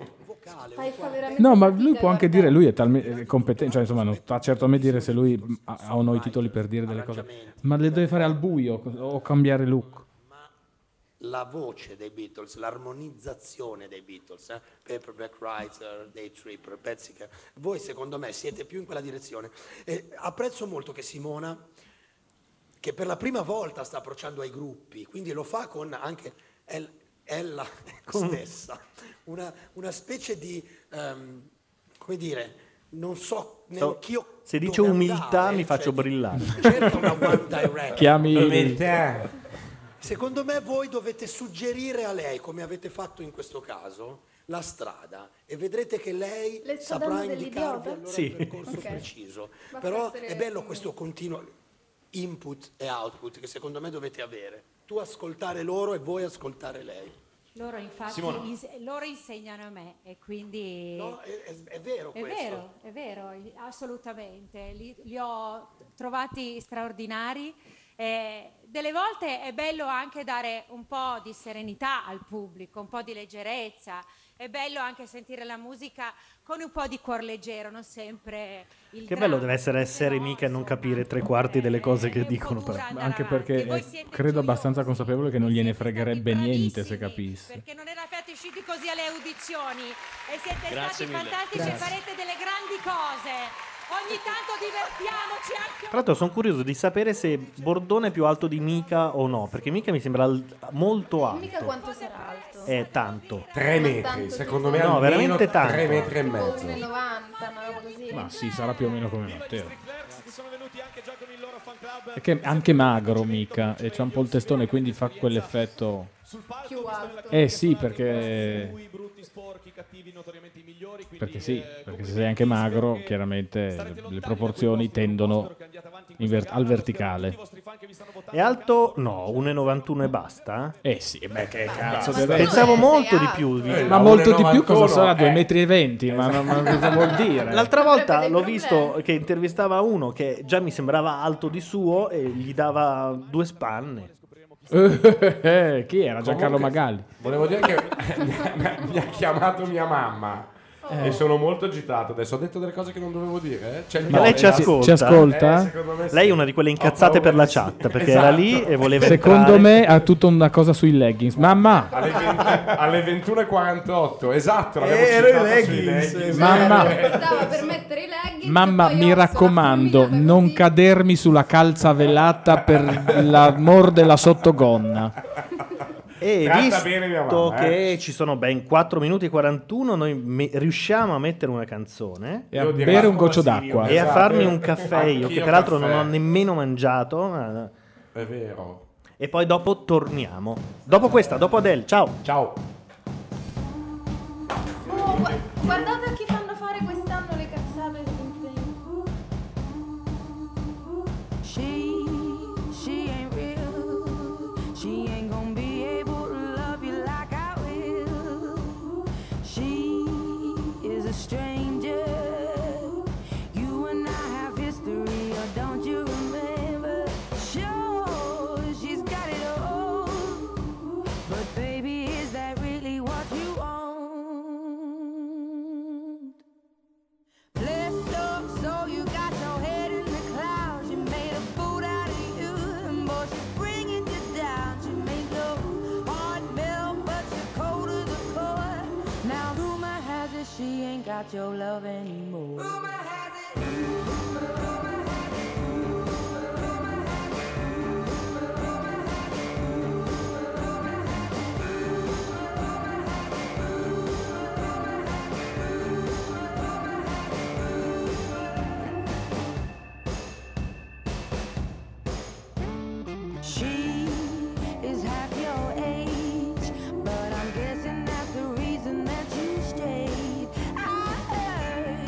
[SPEAKER 4] Fai fa veramente
[SPEAKER 5] No, ma lui
[SPEAKER 4] fatica,
[SPEAKER 5] può anche
[SPEAKER 4] guarda.
[SPEAKER 5] dire, lui è talmente competente, cioè insomma non sta certo a me dire se lui ha ha o no i titoli per dire delle cose, ma le deve fare al buio co- o cambiare look.
[SPEAKER 20] la voce dei Beatles, l'armonizzazione dei Beatles, eh? Paperback Writer, Day Tripper, pezzi che voi secondo me siete più in quella direzione. E apprezzo molto che Simona, che per la prima volta sta approcciando ai gruppi, quindi lo fa con anche... è l- è la stessa, una, una specie di, ehm, come dire, non so neanche io
[SPEAKER 2] Se dice umiltà mi faccio brillare.
[SPEAKER 20] certo
[SPEAKER 5] Chiami-
[SPEAKER 2] Umiltà.
[SPEAKER 20] Secondo me voi dovete suggerire a lei, come avete fatto in questo caso, la strada e vedrete che lei
[SPEAKER 4] Le sto
[SPEAKER 20] saprà
[SPEAKER 4] dando degli
[SPEAKER 20] indicarvi
[SPEAKER 4] idiota?
[SPEAKER 20] allora
[SPEAKER 4] Sì.
[SPEAKER 20] il percorso
[SPEAKER 4] Ok.
[SPEAKER 20] preciso.
[SPEAKER 4] Basta
[SPEAKER 20] Però
[SPEAKER 4] essere
[SPEAKER 20] è bello questo continuo input e output che secondo me dovete avere. Tu ascoltare loro e voi ascoltare lei.
[SPEAKER 21] Loro infatti
[SPEAKER 20] Simona.
[SPEAKER 21] ins- loro insegnano a me e quindi...
[SPEAKER 20] No, è, è- è vero
[SPEAKER 21] È
[SPEAKER 20] questo.
[SPEAKER 21] vero, è vero, i- assolutamente. Li, li ho trovati straordinari. Eh, delle volte è bello anche dare un po' di serenità al pubblico, un po' di leggerezza. È bello anche sentire la musica con un po' di cuor leggero, non sempre il
[SPEAKER 2] Che bello deve essere essere mica e non capire tre quarti delle cose che dicono. Però.
[SPEAKER 5] Ma Anche perché eh, credo abbastanza consapevole che non gliene fregherebbe niente se capisse.
[SPEAKER 21] perché non eravate usciti così alle audizioni e siete
[SPEAKER 5] Grazie
[SPEAKER 21] stati
[SPEAKER 5] mille.
[SPEAKER 21] fantastici e
[SPEAKER 5] Grazie.
[SPEAKER 21] farete delle grandi cose. Ogni tanto divertiamoci anche
[SPEAKER 2] Tra l'altro sono curioso di sapere se Bordone è più alto di Mica o no, perché Mica mi sembra al- molto
[SPEAKER 4] Mica
[SPEAKER 2] alto.
[SPEAKER 4] quanto sarà alto.
[SPEAKER 2] È tanto.
[SPEAKER 3] Tre
[SPEAKER 4] Ma metri, tanto, secondo tipo- me
[SPEAKER 2] No,
[SPEAKER 3] almeno
[SPEAKER 2] veramente
[SPEAKER 3] tre
[SPEAKER 2] tanto.
[SPEAKER 3] metri e
[SPEAKER 4] Tipo
[SPEAKER 3] mezzo.
[SPEAKER 4] 1,90, una roba così.
[SPEAKER 5] Ma sì, sarà più o meno come Matteo. È che
[SPEAKER 4] Più
[SPEAKER 5] è anche magro mica e c'ha un po' il testone, quindi fa quell'effetto.
[SPEAKER 4] alto.
[SPEAKER 5] Eh sì, perché. Perché sì, perché se sei anche magro, chiaramente le, le proporzioni tendono in ver- al verticale.
[SPEAKER 2] È alto? No, 1,91 e basta? Ah,
[SPEAKER 5] Eh sì, beh che cazzo deve essere.
[SPEAKER 2] Pensavo molto di Eh, più.
[SPEAKER 5] Eh, ma molto di più cosa sarà? 2,20 metri e venti?
[SPEAKER 2] Eh.
[SPEAKER 5] Ah, Ma, ma- ma cosa vuol dire?
[SPEAKER 2] L'altra volta l'ho visto che intervistava uno che già mi sembrava alto di suo e gli dava due spanne.
[SPEAKER 5] Eh, chi era? Giancarlo
[SPEAKER 3] Comunque,
[SPEAKER 5] Magalli.
[SPEAKER 3] Volevo dire che mi ha chiamato mia mamma.
[SPEAKER 5] Eh.
[SPEAKER 3] E sono molto agitato adesso. Ho detto delle cose che non dovevo dire. eh? C'è il
[SPEAKER 2] Ma lei ci
[SPEAKER 3] podcast.
[SPEAKER 2] ascolta?
[SPEAKER 3] Eh, secondo me sì.
[SPEAKER 2] Lei è una di quelle incazzate per la chat perché era lì e voleva
[SPEAKER 5] Esatto. Secondo
[SPEAKER 2] entrare.
[SPEAKER 5] me ha tutta una cosa sui leggings. Mamma,
[SPEAKER 3] Alle, 20 alle 21.48, esatto. l'abbiamo
[SPEAKER 5] Eh, era
[SPEAKER 3] citata
[SPEAKER 5] i
[SPEAKER 3] sui
[SPEAKER 5] leggings, eh,
[SPEAKER 3] leggings.
[SPEAKER 5] sì. Mamma.
[SPEAKER 4] Stava per mettere i leggings.
[SPEAKER 5] mamma, mi raccomando, non cadermi sulla calza velata per l'amor della sottogonna.
[SPEAKER 2] E
[SPEAKER 5] Tratta
[SPEAKER 2] visto
[SPEAKER 5] bene mia mamma, eh.
[SPEAKER 2] che ci sono ben 4 minuti e 41, noi me- riusciamo a mettere una canzone
[SPEAKER 5] E a Io direi bere un goccio d'acqua.
[SPEAKER 2] e a
[SPEAKER 5] Esatto.
[SPEAKER 2] farmi un caffè. Io, che
[SPEAKER 5] Anch'io
[SPEAKER 2] peraltro
[SPEAKER 5] caffè.
[SPEAKER 2] non ho nemmeno mangiato. ma-
[SPEAKER 3] È vero.
[SPEAKER 2] E poi dopo torniamo. Dopo questa, dopo Adele. Ciao.
[SPEAKER 3] Ciao.
[SPEAKER 4] Oh, gu- guardate a chi fanno fare quest'anno le cazzate.
[SPEAKER 10] She, she ain't real. She ain't gonna be able to love you like I will. She is a stranger. You and I have history, or don't you remember? Sure, she's got it all. But baby, is that really what you want? Blessed up, so you got your head in the clouds. You made a fool out of you, and boy, she's bringing you down. She made your heart melt, but you're cold as a core. Now rumor has it she ain't got your love anymore. Rumor has it. She is half your age, but I'm guessing that's the reason that you stayed. I heard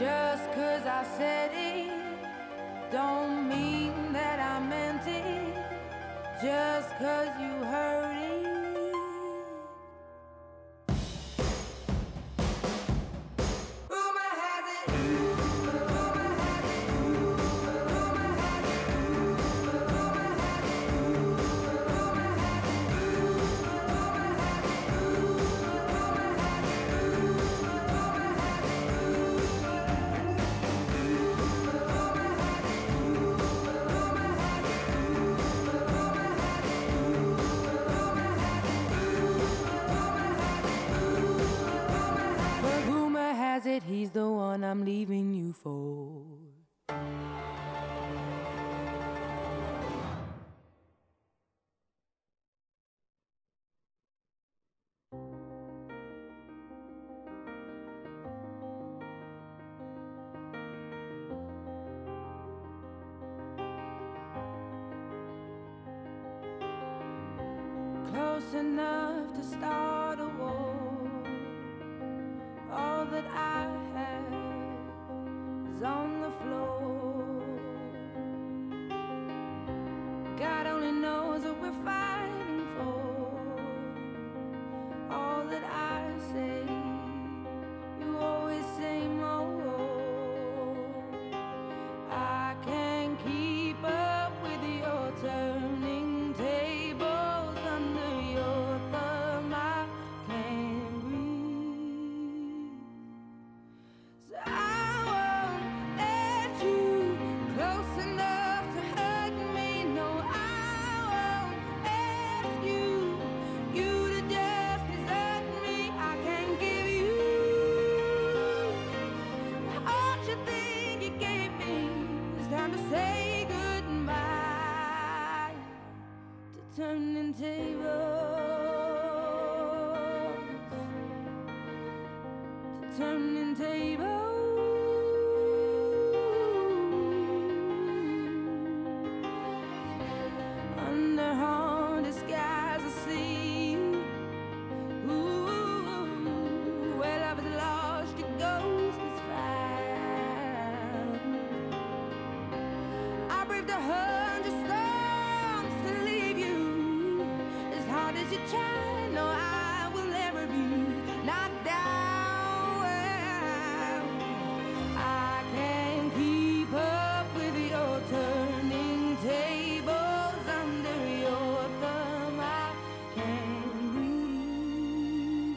[SPEAKER 10] just cause I said it don't mean that I meant it. Just cause you heard it. Rumor has it. rumor has it, rumor has it, rumor has it, rumor has it, rumor has it, rumor has it, rumor has it. But rumor has it he's the one I'm leaving you for. Close enough to start a war. All that I have is on the floor. God only knows what we're fighting for. All that I say, you always say more. I can keep up with your turning tables under your thumb. I can't breathe. So I won't let you close enough to hurt me. No, I won't ask you. You to just desert me. I can give you all you think you gave me. It's time to say goodbye to turning tables. To turning tables. Under hard skies, I see you. Ooh, where love is lost, a ghost is found. I braved a hundred storms to leave you. As hard as you try, no, I will never be knocked down. I can keep up with your turning tables under your thumb. I can breathe.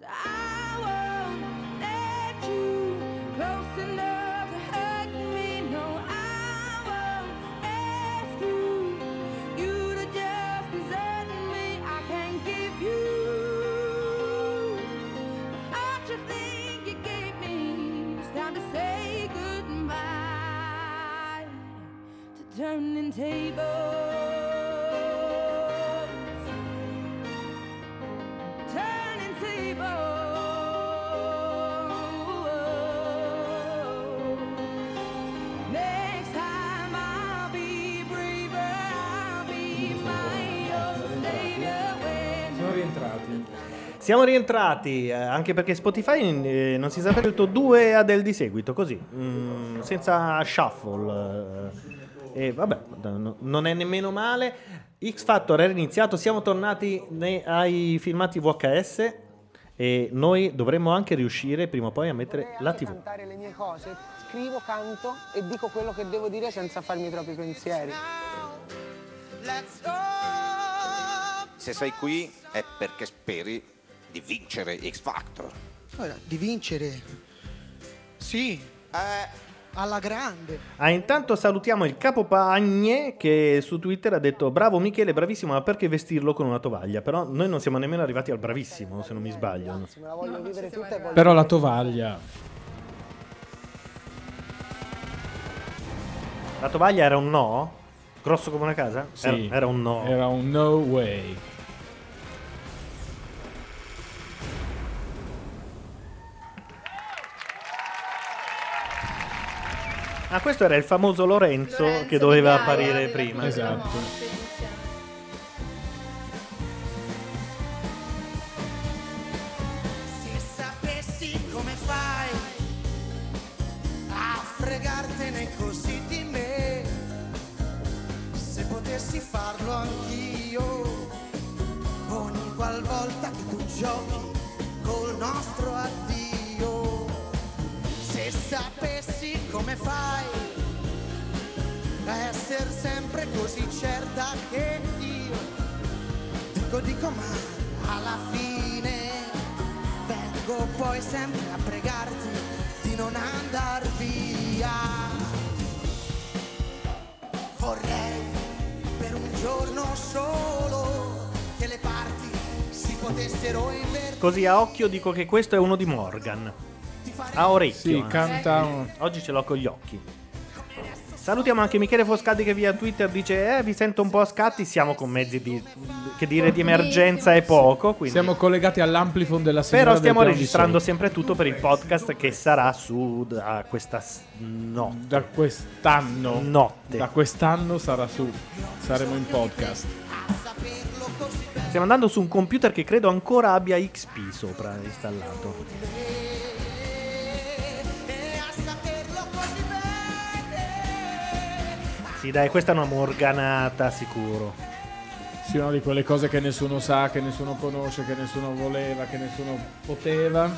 [SPEAKER 10] So I won't let you close enough to hurt me. No, I won't ask you. You to just desert me. I can give you all you think you gave me. It's time to say goodbye to turning tables. Turning tables. Next time I'll be braver. I'll be my own savior when
[SPEAKER 5] Sono rientrati.
[SPEAKER 2] Siamo rientrati, eh, anche perché Spotify eh, non si sa per tutto due Adele di seguito, così, mm, senza shuffle. eh. E vabbè, no- non è nemmeno male. X Factor era iniziato, siamo tornati ne- ai filmati VHS e noi dovremmo anche riuscire prima o poi a mettere la TV.
[SPEAKER 27] cantare le mie cose, scrivo, canto e dico quello che devo dire senza farmi troppi pensieri.
[SPEAKER 22] Se sei qui è perché speri di vincere X Factor.
[SPEAKER 27] Ora, di vincere, sì,
[SPEAKER 19] eh,
[SPEAKER 27] alla grande.
[SPEAKER 2] Ah, intanto salutiamo il capo Pagne che su Twitter ha detto bravo Michele, bravissimo, ma perché vestirlo con una tovaglia? Però noi non siamo nemmeno arrivati al bravissimo, se non mi sbaglio.
[SPEAKER 27] Me la voglio vivere tutta e voglio...
[SPEAKER 5] Però la tovaglia.
[SPEAKER 2] La tovaglia era un no? Grosso come una casa?
[SPEAKER 5] Sì,
[SPEAKER 2] Era, era un no.
[SPEAKER 5] Era un no way.
[SPEAKER 2] Ah, questo era il famoso Lorenzo, che doveva apparire prima.
[SPEAKER 5] Esatto.
[SPEAKER 27] Se sapessi come fai
[SPEAKER 9] anch'io. Ogni qualvolta che tu giochi col nostro addio. Se sapessi come fai a essere sempre così certa che io dico dico ma alla fine vengo poi sempre a pregarti di non andar via. Vorrei per un giorno solo che le parti si potessero invertire.
[SPEAKER 2] Così a occhio dico che questo è uno di Morgan. A orecchio.
[SPEAKER 5] Sì, canta un-
[SPEAKER 2] Oggi ce l'ho con gli occhi. Salutiamo anche Michele Foscati che via Twitter dice eh, vi sento un po' a scatti, siamo con mezzi di, che dire di emergenza è poco, quindi
[SPEAKER 5] Siamo collegati all'amplifon della signora
[SPEAKER 2] Però
[SPEAKER 5] del
[SPEAKER 2] stiamo
[SPEAKER 5] piano di
[SPEAKER 2] registrando
[SPEAKER 5] sopra.
[SPEAKER 2] sempre tutto per il podcast che sarà su da questa s- notte.
[SPEAKER 5] Da quest'anno.
[SPEAKER 2] Notte.
[SPEAKER 5] Da quest'anno sarà su. Saremo in podcast.
[SPEAKER 2] Stiamo andando su un computer che credo ancora abbia XP sopra installato. Sì, dai, questa è una morganata sicuro.
[SPEAKER 5] Sì, una di quelle cose che nessuno sa, che nessuno conosce, che nessuno voleva, che nessuno poteva.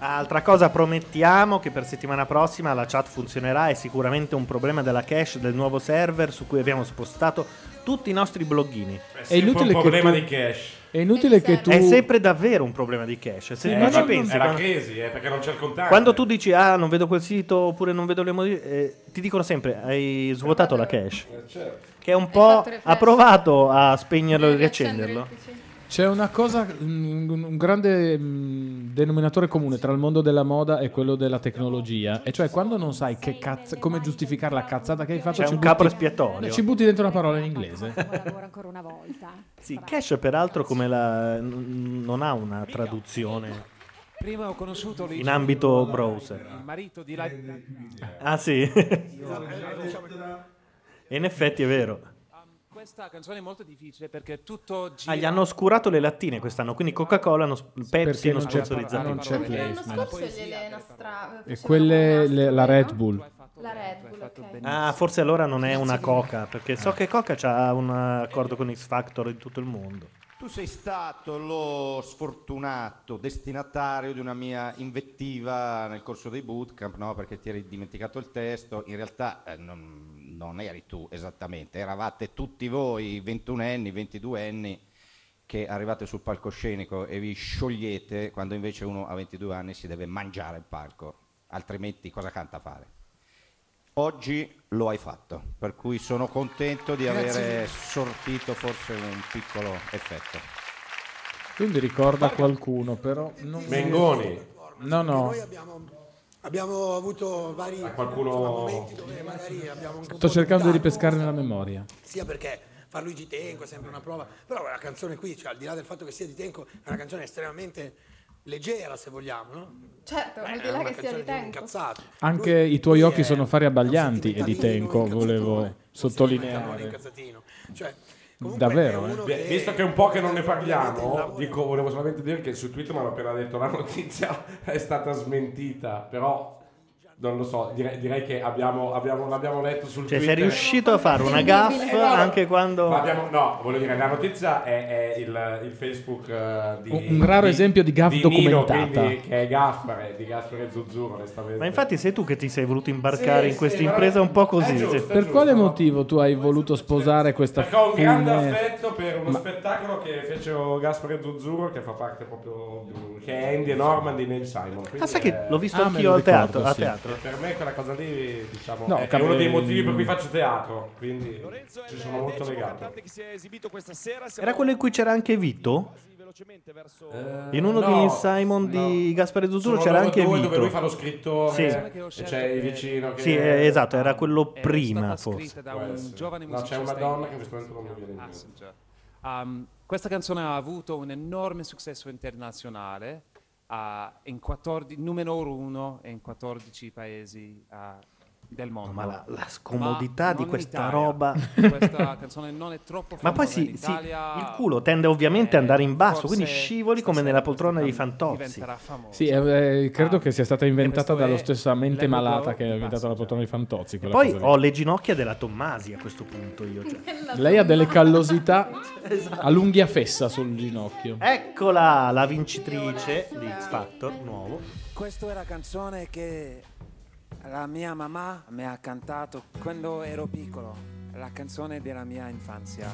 [SPEAKER 2] Altra cosa, promettiamo che per settimana prossima la chat funzionerà. È sicuramente un problema della cache del nuovo server su cui abbiamo spostato tutti i nostri bloggini.
[SPEAKER 3] Eh
[SPEAKER 5] È inutile che tu- È inutile che tu
[SPEAKER 2] È sempre davvero un problema di cache. Se
[SPEAKER 5] Sì,
[SPEAKER 2] tu
[SPEAKER 5] ma
[SPEAKER 2] ci
[SPEAKER 5] non-
[SPEAKER 2] pensi,
[SPEAKER 3] È la
[SPEAKER 2] quando-
[SPEAKER 3] Eh, crisi, eh, perché non c'è il contante.
[SPEAKER 2] Quando tu dici ah non vedo quel sito oppure non vedo le modifiche, ti dicono sempre hai svuotato la cache.
[SPEAKER 3] Eh.
[SPEAKER 2] Che è un po'
[SPEAKER 5] fatto le
[SPEAKER 2] ha
[SPEAKER 5] flash.
[SPEAKER 2] provato a spegnerlo e riaccenderlo.
[SPEAKER 5] C'è una cosa, mm, un grande mm, denominatore comune tra il mondo della moda e quello della tecnologia, e cioè quando non sai che cazzo, come giuspiare la cazzata che hai fatto,
[SPEAKER 2] C'è
[SPEAKER 5] ci
[SPEAKER 2] un
[SPEAKER 5] butti-
[SPEAKER 2] capro espiatorio.
[SPEAKER 5] Ci butti dentro una parola in inglese.
[SPEAKER 21] ancora una volta.
[SPEAKER 2] Sì, cache peraltro come la n- non ha una traduzione
[SPEAKER 14] Prima ho conosciuto Luigi
[SPEAKER 2] in ambito
[SPEAKER 14] Nicola, Il
[SPEAKER 2] browser.
[SPEAKER 14] marito di Live
[SPEAKER 3] Eh,
[SPEAKER 2] Ah sì. In effetti è vero.
[SPEAKER 14] Questa canzone è molto difficile perché tutto gira
[SPEAKER 2] Ah, gli hanno oscurato le lattine quest'anno, quindi Coca-Cola, hanno, Pepsi
[SPEAKER 5] Perché
[SPEAKER 2] hanno
[SPEAKER 5] non c'è-
[SPEAKER 2] sponsorizzato.
[SPEAKER 5] non c'è
[SPEAKER 2] tutto.
[SPEAKER 5] Perché
[SPEAKER 4] L'anno scorso gliele nastra...
[SPEAKER 5] E quelle, le- la Red Bull.
[SPEAKER 4] La Red Bull, ok.
[SPEAKER 2] Ah, forse allora non è una Coca, perché
[SPEAKER 3] Ah.
[SPEAKER 2] so che Coca ha un accordo con X Factor in tutto il mondo.
[SPEAKER 1] Tu sei stato lo sfortunato destinatario di una mia invettiva nel corso dei bootcamp, no? perché ti eri dimenticato il testo. In realtà eh, non, non eri tu esattamente, eravate tutti voi, 21enni, 22enni, che arrivate sul palcoscenico e vi sciogliete quando invece uno a 22 anni si deve mangiare il palco, altrimenti cosa canta a fare? Oggi lo hai fatto, per cui sono contento di
[SPEAKER 5] Grazie
[SPEAKER 1] avere
[SPEAKER 5] mille.
[SPEAKER 1] sortito forse un piccolo effetto.
[SPEAKER 5] Quindi ricorda qualcuno, però. Non
[SPEAKER 3] Mengoni.
[SPEAKER 5] No, no.
[SPEAKER 20] Abbiamo avuto vari
[SPEAKER 3] qualcuno-
[SPEAKER 20] insomma, momenti dove magari abbiamo un
[SPEAKER 5] Sto
[SPEAKER 20] comportamento-
[SPEAKER 5] cercando di ripescare nella memoria.
[SPEAKER 20] Sia perché far Luigi Tenco è sempre una prova, però la canzone qui, cioè, al di là del fatto che sia di Tenco, è una canzone estremamente leggera, se vogliamo, no?
[SPEAKER 4] Certo,
[SPEAKER 20] Beh,
[SPEAKER 4] al
[SPEAKER 20] è
[SPEAKER 4] di là
[SPEAKER 20] una
[SPEAKER 4] che sia
[SPEAKER 20] canzone
[SPEAKER 4] di
[SPEAKER 20] un
[SPEAKER 4] tempo.
[SPEAKER 20] incazzato.
[SPEAKER 5] Anche i tuoi occhi sono fari abbaglianti e di Tenco, volevo sottolineare.
[SPEAKER 20] Incazzatino. Cioè,
[SPEAKER 5] Davvero? eh?
[SPEAKER 3] Vi- Visto che è un po' che non ne parliamo, dico, volevo solamente dire che su Twitter mi hanno appena detto la notizia è stata smentita, però non lo so, direi, direi che abbiamo, abbiamo- l'abbiamo letto sul
[SPEAKER 2] Cioè, sei
[SPEAKER 3] Twitter.
[SPEAKER 2] riuscito a fare una gaffe
[SPEAKER 3] Eh, no, no.
[SPEAKER 2] anche quando.
[SPEAKER 3] Ma abbiamo- no, voglio dire, la notizia è, è il, il Facebook eh, di...
[SPEAKER 5] Un raro
[SPEAKER 3] di-
[SPEAKER 5] esempio di gaff
[SPEAKER 3] di Nino,
[SPEAKER 5] documentata.
[SPEAKER 3] quindi, che è Gaffare, di Gaffare Zuzzurro, onestamente.
[SPEAKER 2] Ma infatti sei tu che ti sei voluto imbarcare
[SPEAKER 3] Sì,
[SPEAKER 2] in questa
[SPEAKER 3] sì,
[SPEAKER 2] impresa
[SPEAKER 3] ma-
[SPEAKER 2] un po' così.
[SPEAKER 3] è giusto,
[SPEAKER 2] se-
[SPEAKER 5] Per quale motivo tu hai voluto sposare questa
[SPEAKER 3] Perché ho un grande
[SPEAKER 5] fune-
[SPEAKER 3] affetto per uno spettacolo che fecero Gaspare Zuzzurro, che fa parte proprio di- che è Andy e Norman di Neil Simon. quindi
[SPEAKER 2] Ah, sai che
[SPEAKER 3] è-
[SPEAKER 2] l'ho visto anch'io al teatro. a teatro.
[SPEAKER 3] E Per me quella cosa lì diciamo,
[SPEAKER 2] No,
[SPEAKER 3] è, è
[SPEAKER 2] cap-
[SPEAKER 3] uno dei motivi per cui faccio teatro, quindi ci sono molto legato.
[SPEAKER 2] Era quello in cui c'era anche Vito? In uno
[SPEAKER 3] Eh, no,
[SPEAKER 2] di Simon di Gaspare Zuzzurro
[SPEAKER 3] Sono
[SPEAKER 2] c'era
[SPEAKER 3] loro
[SPEAKER 2] anche
[SPEAKER 3] due
[SPEAKER 2] Vito.
[SPEAKER 3] dove lui fa lo scrittore
[SPEAKER 2] Sì.
[SPEAKER 3] e c'è il vicino che
[SPEAKER 2] Sì, eh, esatto, era quello prima forse.
[SPEAKER 14] da
[SPEAKER 3] Può
[SPEAKER 14] un
[SPEAKER 3] essere.
[SPEAKER 14] giovane
[SPEAKER 3] No, c'è
[SPEAKER 14] musicista.
[SPEAKER 3] una donna che in
[SPEAKER 14] inglese, Ah,
[SPEAKER 3] questo momento non mi viene in mente.
[SPEAKER 14] Passenger. Um, questa canzone ha avuto un enorme successo internazionale, ah, in 14 numero uno in 14 paesi ah,
[SPEAKER 9] del mondo.
[SPEAKER 2] ma la- la scomodità
[SPEAKER 9] Ma
[SPEAKER 2] di
[SPEAKER 9] non in
[SPEAKER 2] questa
[SPEAKER 9] Italia.
[SPEAKER 2] roba.
[SPEAKER 9] Questa canzone non è troppo
[SPEAKER 2] Ma poi
[SPEAKER 9] famosa
[SPEAKER 2] si,
[SPEAKER 9] in
[SPEAKER 2] si-
[SPEAKER 9] Italia.
[SPEAKER 2] il culo tende ovviamente ad andare in basso, quindi
[SPEAKER 9] forse
[SPEAKER 2] scivoli come nella poltrona dei fantozzi.
[SPEAKER 9] diventerà famosa.
[SPEAKER 5] Sì, eh, eh, credo che sia stata inventata
[SPEAKER 9] questo è
[SPEAKER 5] dallo stessa mente
[SPEAKER 9] l'epoca
[SPEAKER 5] malata che
[SPEAKER 9] di
[SPEAKER 5] ha inventato la poltrona di Fantozzi. quella
[SPEAKER 2] Poi
[SPEAKER 5] cosa lì.
[SPEAKER 2] ho le ginocchia della Tommasi a questo punto io. cioè.
[SPEAKER 5] Lei ha delle callosità
[SPEAKER 2] Esatto.
[SPEAKER 5] all'unghia fessa sul ginocchio.
[SPEAKER 2] Eccola la vincitrice di X Factor nuovo.
[SPEAKER 14] Questa è la canzone che la mia mamma mi ha cantato quando ero piccolo, la canzone della mia infanzia.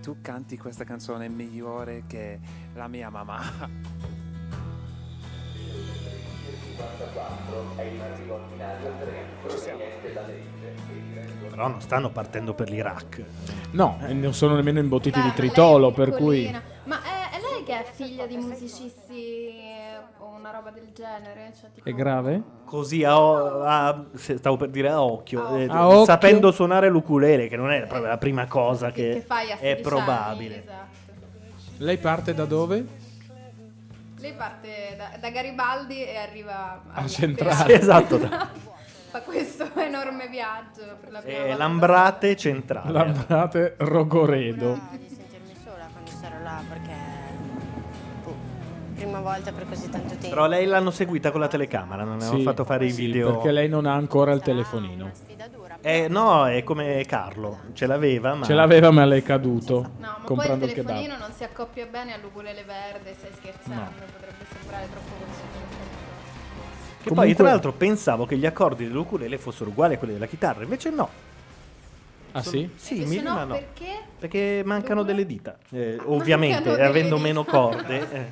[SPEAKER 14] Tu canti questa canzone migliore che la mia mamma.
[SPEAKER 2] Però non stanno partendo per l'Iraq.
[SPEAKER 5] No,
[SPEAKER 3] Eh.
[SPEAKER 5] e non sono nemmeno imbottiti di tritolo, per cui...
[SPEAKER 4] Piccolina. Ma è, è lei che è figlia di musicisti eh, o una roba del genere? Cioè, tipo-
[SPEAKER 5] È grave?
[SPEAKER 2] Così a, o- a- se- stavo per dire a occhio, eh,
[SPEAKER 5] A occhio.
[SPEAKER 2] sapendo suonare l'uculele, che non è proprio la prima cosa che,
[SPEAKER 4] che fai a
[SPEAKER 2] è
[SPEAKER 4] 16
[SPEAKER 2] probabile.
[SPEAKER 4] anni, esatto.
[SPEAKER 5] Lei parte da dove?
[SPEAKER 4] Lei parte da, da Garibaldi e arriva a
[SPEAKER 5] Centrale. Ah, Sì, esatto.
[SPEAKER 4] Fa questo enorme viaggio per la prima
[SPEAKER 2] Eh,
[SPEAKER 4] volta.
[SPEAKER 2] Lambrate centrale.
[SPEAKER 5] Lambrate Rogoredo.
[SPEAKER 28] di sentirmi sola quando sarò là perché boh, prima volta per così tanto tempo.
[SPEAKER 2] Però lei l'hanno seguita con la telecamera, non avevano
[SPEAKER 5] Sì,
[SPEAKER 2] fatto fare i
[SPEAKER 5] sì,
[SPEAKER 2] video.
[SPEAKER 5] Perché lei non ha ancora il telefonino.
[SPEAKER 2] Eh, no, è come Carlo, ce l'aveva, ma
[SPEAKER 5] Ce l'aveva ma le è caduto.
[SPEAKER 4] No, ma poi il
[SPEAKER 5] comprando il kebab.
[SPEAKER 4] telefonino non si accoppia bene all'ugulele verde, stai scherzando, potrebbe sembrare troppo consumato.
[SPEAKER 2] Che poi,
[SPEAKER 5] Comunque-
[SPEAKER 2] tra l'altro, pensavo che gli accordi dell'ukulele fossero uguali a quelli della chitarra, invece no.
[SPEAKER 5] Ah,
[SPEAKER 2] Sono-
[SPEAKER 5] sì?
[SPEAKER 2] Sì,
[SPEAKER 4] Invece
[SPEAKER 2] mi-
[SPEAKER 4] no,
[SPEAKER 2] ma no.
[SPEAKER 4] perché?
[SPEAKER 2] Perché mancano delle dita. Eh, ovviamente,
[SPEAKER 4] delle
[SPEAKER 2] avendo
[SPEAKER 4] dita.
[SPEAKER 2] meno corde. eh.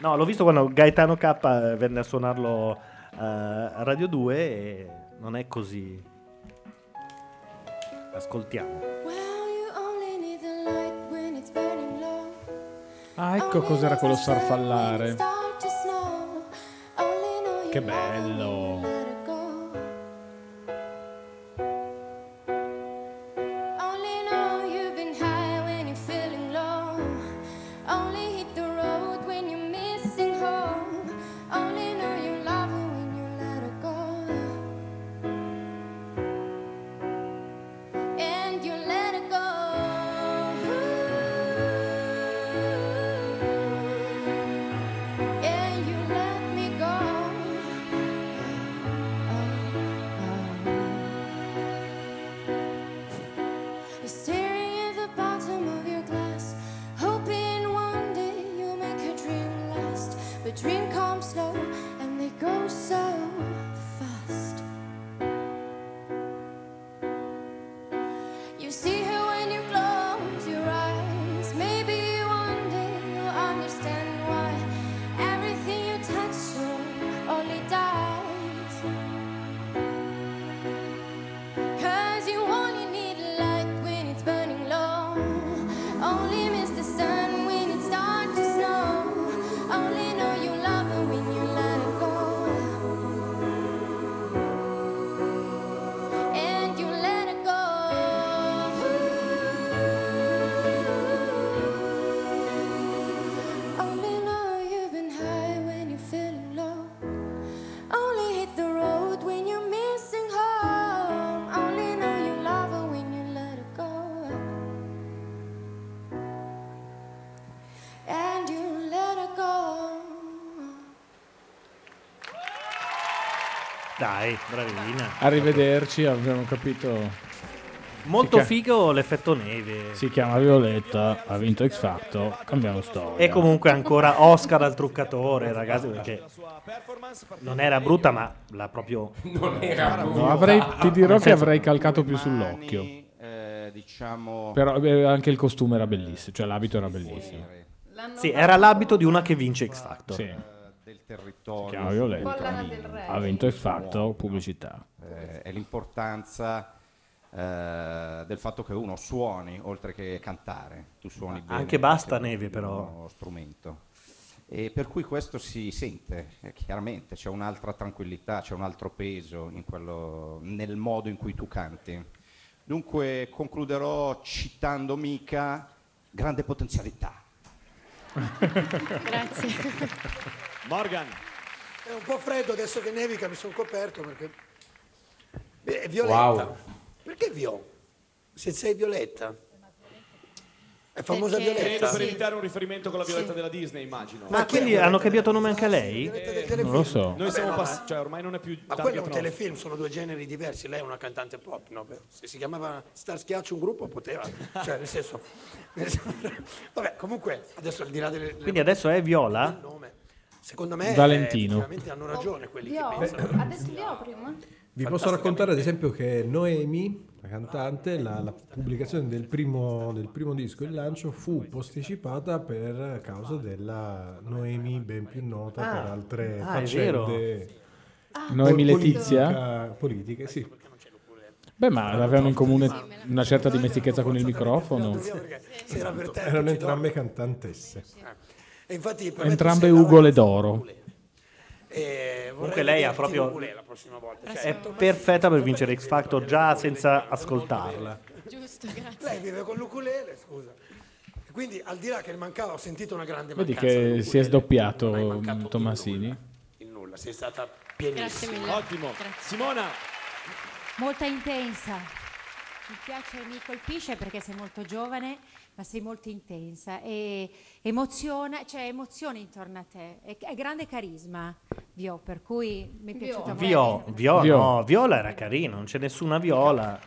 [SPEAKER 2] No, l'ho visto quando Gaetano K eh, venne a suonarlo eh, a Radio 2 e non è così. Ascoltiamo.
[SPEAKER 5] Ah, ecco cos'era quello farfallare. Che bello.
[SPEAKER 22] Only know you've been high when you're feeling low. Only hit the road when you're missing home. Only know you love her when you let her go. And you let her go. And you let me go. You're staring at the bottom of your glass, hoping one day you'll make a dream last. But dream comes slow and they go so fast. You see her when you close your eyes. Maybe one day you'll understand why everything you touch only dies. Cause you only need light when it's burning low. Only miss the sun when it starts to snow. Only know you love her when you let her go. And you let her go. Only know you've been high when you're feeling low. Only hit the road when you're missing home. Only know you love her when you let her go. And you let her go.
[SPEAKER 2] Dai, bravina.
[SPEAKER 5] Arrivederci, abbiamo capito.
[SPEAKER 2] Molto
[SPEAKER 5] Si chi-
[SPEAKER 2] figo l'effetto neve.
[SPEAKER 5] Si chiama Violetta, ha vinto X Factor, cambiamo storia.
[SPEAKER 2] E comunque ancora Oscar al truccatore, ragazzi, perché non era brutta, ma l'ha proprio Cioè,
[SPEAKER 3] Non era
[SPEAKER 5] No,
[SPEAKER 3] brutta.
[SPEAKER 5] avrei- ti dirò
[SPEAKER 2] Ah, Nel
[SPEAKER 5] che
[SPEAKER 2] senso-
[SPEAKER 5] avrei calcato più sull'occhio.
[SPEAKER 1] Eh, diciamo
[SPEAKER 5] Però eh, anche il costume era bellissimo, cioè l'abito era bellissimo.
[SPEAKER 2] Sì, era l'abito di una che vince X Factor.
[SPEAKER 5] Sì.
[SPEAKER 1] Eh, del territorio.
[SPEAKER 5] Si chiama Violetta.
[SPEAKER 1] Collana del Re.
[SPEAKER 5] Ha vinto X Factor, pubblicità.
[SPEAKER 1] Eh, è l'importanza eh, del fatto che uno suoni oltre che cantare. Tu suoni bene.
[SPEAKER 2] anche basta
[SPEAKER 1] perché
[SPEAKER 2] neve,
[SPEAKER 1] uno
[SPEAKER 2] però.
[SPEAKER 1] è uno strumento. E per cui questo si sente, eh, chiaramente c'è un'altra tranquillità, c'è un altro peso in quello- nel modo in cui tu canti. Dunque concluderò citando Mica, grande potenzialità.
[SPEAKER 28] Grazie.
[SPEAKER 29] Morgan.
[SPEAKER 20] È un po' freddo adesso che nevica, mi sono coperto perché
[SPEAKER 18] Eh, Violetta. Perché Vio? Se sei Violetta. È famosa
[SPEAKER 8] Perché-
[SPEAKER 18] Violetta.
[SPEAKER 8] Credo per evitare un riferimento con la Violetta della Disney, immagino.
[SPEAKER 2] Ma quindi hanno cambiato nome anche a lei?
[SPEAKER 18] Non lo so.
[SPEAKER 8] Noi
[SPEAKER 18] Vabbè,
[SPEAKER 8] siamo
[SPEAKER 18] ma-
[SPEAKER 8] passati, cioè ormai non è più
[SPEAKER 18] Ma
[SPEAKER 8] target
[SPEAKER 18] quello è un
[SPEAKER 8] nostro.
[SPEAKER 18] telefilm, sono due generi diversi. Lei è una cantante pop, no? Beh, Se si chiamava Star Schiaccio un gruppo poteva. Cioè, nel senso. nel senso- Vabbè, comunque, adesso al di là delle.
[SPEAKER 2] Quindi adesso è Viola?
[SPEAKER 18] Secondo me. eh,
[SPEAKER 2] Valentino.
[SPEAKER 18] effettivamente hanno ragione quelli
[SPEAKER 4] Vi ho,
[SPEAKER 18] che pensano.
[SPEAKER 4] ha detto vi ho prima?
[SPEAKER 12] Vi posso raccontare ad esempio che Noemi, la cantante, la, la pubblicazione del primo, del primo disco, il lancio, fu posticipata per causa della Noemi ben più nota
[SPEAKER 10] Ah,
[SPEAKER 12] per altre
[SPEAKER 10] ah, è vero.
[SPEAKER 12] faccende.
[SPEAKER 10] Ah,
[SPEAKER 5] Noemi
[SPEAKER 12] pol-
[SPEAKER 5] Letizia?
[SPEAKER 12] politica- Politiche, sì.
[SPEAKER 5] Beh, ma avevano in comune una certa dimestichezza con il microfono.
[SPEAKER 18] Se era per te,
[SPEAKER 12] Erano
[SPEAKER 18] ti
[SPEAKER 12] entrambe cantantesse.
[SPEAKER 18] E infatti, per me tu
[SPEAKER 5] Entrambe
[SPEAKER 18] sei la-
[SPEAKER 5] Ugole d'oro.
[SPEAKER 18] Eh,
[SPEAKER 2] Comunque
[SPEAKER 18] vorrei
[SPEAKER 2] lei ha
[SPEAKER 18] vederti
[SPEAKER 2] proprio-
[SPEAKER 18] Ugolè la prossima volta. cioè,
[SPEAKER 2] È perfetta per vincere X Factor già senza ascoltarla.
[SPEAKER 18] Giusto, grazie. eh, Lei vive con l'ukulele, scusa. E Quindi al di là che mancava, ho sentito una grande
[SPEAKER 5] Vedi
[SPEAKER 18] mancanza.
[SPEAKER 5] che si è sdoppiato
[SPEAKER 18] mancato
[SPEAKER 5] mh,
[SPEAKER 2] eh.
[SPEAKER 5] Tommasini.
[SPEAKER 18] Il nulla, sei stata pienissima.
[SPEAKER 21] Grazie mille.
[SPEAKER 8] Ottimo. Simona,
[SPEAKER 21] Molta intensa. Mi piace, mi colpisce perché sei molto giovane, ma sei molto intensa e emoziona, c'è emozione intorno a te. E è grande carisma, Vio, per cui mi è piaciuta molto.
[SPEAKER 2] Vio, Vio,
[SPEAKER 5] Vio.
[SPEAKER 2] no, Viola era carina, non c'è nessuna Viola.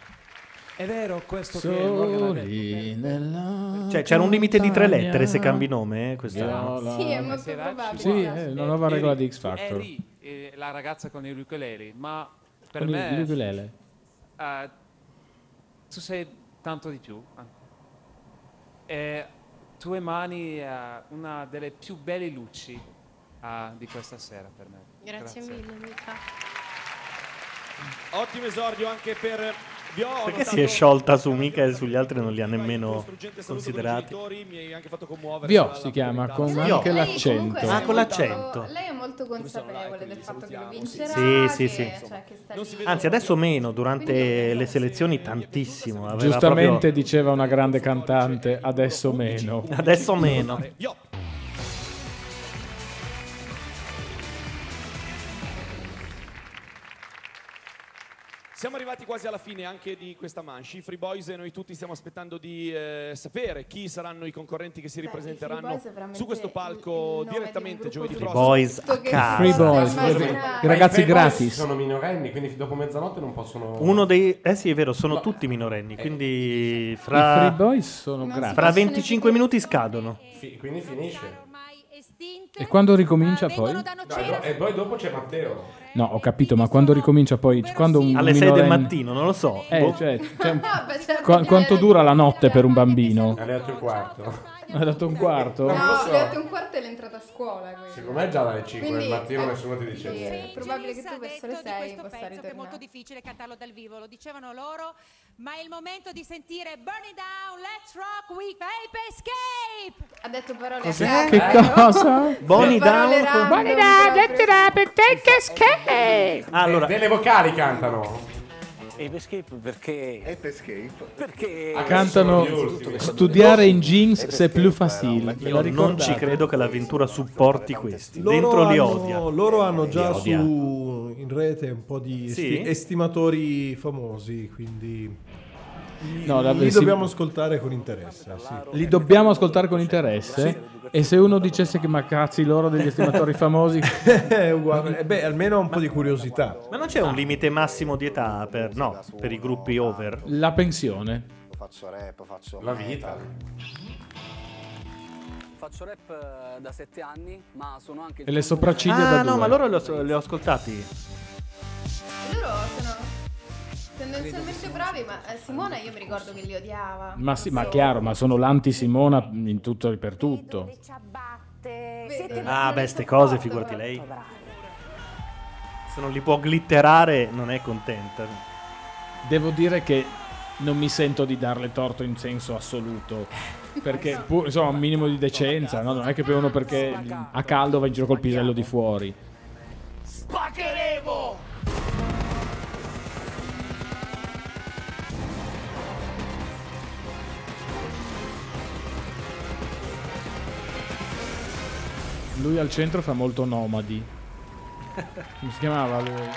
[SPEAKER 14] È vero questo che Morgan ha detto.
[SPEAKER 5] Soli nella
[SPEAKER 2] Cioè, c'era un limite di tre
[SPEAKER 5] montagna.
[SPEAKER 2] lettere se cambi nome, eh, questa-
[SPEAKER 5] Viola.
[SPEAKER 4] Sì, è molto
[SPEAKER 14] eh,
[SPEAKER 4] probabile.
[SPEAKER 5] Sì, eh, è una nuova
[SPEAKER 14] Eri-
[SPEAKER 5] regola di X Factor.
[SPEAKER 14] Eri, eh, la ragazza con i ukulele, ma per
[SPEAKER 5] Con il-
[SPEAKER 14] me
[SPEAKER 5] l'ukulele.
[SPEAKER 14] eh, tu sei tanto di più. E tue mani eh, una delle più belle luci eh, di questa sera per me.
[SPEAKER 13] Grazie, mille, Mica.
[SPEAKER 8] ottimo esordio anche per Vio. Ho
[SPEAKER 2] Perché
[SPEAKER 8] notato-
[SPEAKER 2] si è sciolta su Mica e sugli altri non li ha nemmeno
[SPEAKER 8] Struggente saluto con i
[SPEAKER 2] considerati?
[SPEAKER 8] genitori, mi hai anche fatto commuovere.
[SPEAKER 5] Vio
[SPEAKER 8] sulla-
[SPEAKER 5] si chiama con
[SPEAKER 2] Vio.
[SPEAKER 5] anche
[SPEAKER 2] Lei
[SPEAKER 5] l'accento.
[SPEAKER 2] comunque- Ah, con l'accento.
[SPEAKER 4] Lei è molto consapevole del fatto che lo vincerà.
[SPEAKER 2] Sì,
[SPEAKER 4] che-
[SPEAKER 2] sì, sì.
[SPEAKER 4] cioè, che sta lì.
[SPEAKER 2] Anzi, adesso meno, durante le selezioni tantissimo. aveva
[SPEAKER 5] Giustamente diceva una grande cantante, adesso meno.
[SPEAKER 2] Adesso meno.
[SPEAKER 8] Siamo arrivati quasi alla fine anche di questa manche. Free Boys e noi tutti stiamo aspettando di eh, sapere chi saranno i concorrenti che si
[SPEAKER 4] Free
[SPEAKER 8] ripresenteranno
[SPEAKER 4] Boys è veramente
[SPEAKER 8] su questo palco direttamente giovedì
[SPEAKER 2] Free
[SPEAKER 8] prossimo.
[SPEAKER 2] Boys a casa. Free Boys,
[SPEAKER 8] Scusami.
[SPEAKER 2] vedi?
[SPEAKER 8] Ma
[SPEAKER 5] I ragazzi
[SPEAKER 3] Playboys
[SPEAKER 5] gratis.
[SPEAKER 3] Sono minorenni, quindi dopo mezzanotte non possono.
[SPEAKER 2] proprio- Uno dei. Eh sì, è vero, sono tutti
[SPEAKER 5] Eh,
[SPEAKER 2] minorenni. Quindi fra.
[SPEAKER 5] I Free Boys sono gratis.
[SPEAKER 2] Fra 25 minuti scadono.
[SPEAKER 3] Fi- quindi finisce.
[SPEAKER 5] E quando ricomincia
[SPEAKER 4] Ah,
[SPEAKER 5] poi?
[SPEAKER 3] No, e do- e poi dopo c'è Matteo.
[SPEAKER 5] No, ho capito, ma quando ricomincia poi? Quando un
[SPEAKER 2] Alle 6 del
[SPEAKER 5] minorenne-
[SPEAKER 2] mattino, non lo so.
[SPEAKER 5] Eh,
[SPEAKER 2] Boh.
[SPEAKER 5] cioè, c'è un-
[SPEAKER 4] Ah, beh, certo,
[SPEAKER 5] Qua-
[SPEAKER 4] gli
[SPEAKER 5] quanto
[SPEAKER 4] ho detto-
[SPEAKER 5] dura la notte per un bambino? Ha
[SPEAKER 3] dato un quarto.
[SPEAKER 5] Ha dato un quarto?
[SPEAKER 4] No, le otto e un quarto è l'entrata a scuola. Quindi.
[SPEAKER 3] Secondo me già dalle 5
[SPEAKER 4] Quindi,
[SPEAKER 3] del mattino
[SPEAKER 4] eh,
[SPEAKER 3] nessuno ti dice
[SPEAKER 4] sì, È
[SPEAKER 3] niente.
[SPEAKER 4] probabile che tu verso le 6
[SPEAKER 21] Penso che
[SPEAKER 4] possa
[SPEAKER 21] è molto
[SPEAKER 4] ritornare.
[SPEAKER 21] difficile cantarlo dal vivo, lo dicevano loro, ma è il momento di sentire Burn It Down, Let's Rock with Ape Escape!
[SPEAKER 4] Ha detto parole
[SPEAKER 5] Cos'è?
[SPEAKER 4] a caso.
[SPEAKER 5] Che cosa?
[SPEAKER 4] Le parole
[SPEAKER 5] Bonnie Down con-
[SPEAKER 4] random,
[SPEAKER 5] Bonnie Down,
[SPEAKER 4] proprio.
[SPEAKER 2] Ah, Allora.
[SPEAKER 3] Delle vocali cantano.
[SPEAKER 15] Ape Escape perché? Ape Escape perché?
[SPEAKER 3] Ah,
[SPEAKER 5] Cantano studiare in jeans se più facile. Ve la
[SPEAKER 2] Io non
[SPEAKER 5] ricordate?
[SPEAKER 2] ci credo che l'avventura supporti questi.
[SPEAKER 12] Loro
[SPEAKER 2] Dentro li
[SPEAKER 12] hanno-
[SPEAKER 2] odia.
[SPEAKER 12] Loro hanno già
[SPEAKER 2] Li odia.
[SPEAKER 12] su, in rete un po' di esti-
[SPEAKER 2] Sì?
[SPEAKER 12] estimatori famosi, quindi li,
[SPEAKER 5] No, la-
[SPEAKER 12] li
[SPEAKER 5] sì.
[SPEAKER 12] dobbiamo ascoltare con interesse. sì.
[SPEAKER 5] Li dobbiamo ascoltare con interesse. E se uno dicesse che ma cazzi loro degli estimatori famosi,
[SPEAKER 12] Eh, uguale. Eh, beh, almeno un po' di curiosità.
[SPEAKER 2] Ma non c'è un limite massimo di età per, no, per i gruppi over?
[SPEAKER 5] la pensione.
[SPEAKER 15] Faccio rap, faccio
[SPEAKER 5] La
[SPEAKER 15] metal.
[SPEAKER 27] Faccio rap eh, da sette anni, ma sono anche... il
[SPEAKER 2] E le
[SPEAKER 27] frontman.
[SPEAKER 2] sopracciglia Ah, no, ma loro li ho ascoltati.
[SPEAKER 4] Loro sono tendenzialmente bravi, ma eh, Simona io mi ricordo che li odiava.
[SPEAKER 5] Ma sì, ma chiaro, ma sono l'anti Simona in tutto e per tutto.
[SPEAKER 2] Ah, beh, ste cose, figurati lei. Se non li può glitterare, non è contenta.
[SPEAKER 5] Devo dire che non mi sento di darle torto in senso assoluto. Perché pur- insomma un minimo di decenza, no? non è che per uno perché a caldo va in giro col pisello di fuori.
[SPEAKER 10] Spaccheremo!
[SPEAKER 5] Lui al centro fa molto nomadi. Come si chiamava lui?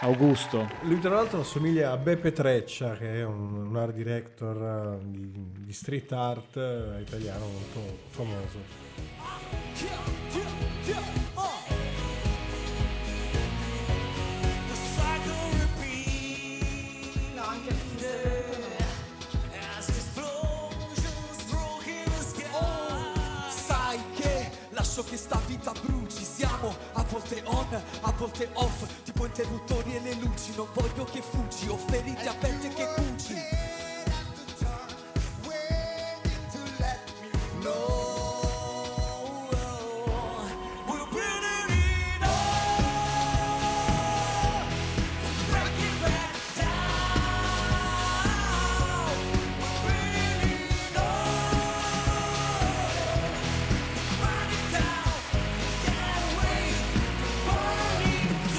[SPEAKER 5] Augusto.
[SPEAKER 12] Lui tra l'altro assomiglia a Beppe Treccia, che è un, un art director eh, di, di street art eh, italiano molto famoso.
[SPEAKER 10] No, anche
[SPEAKER 9] Oh, sai che lascio che sta vita bruci, siamo a volte on, a volte off, tipo interruttori e le luci, non voglio che fuggi, ho ferite aperte che cuci.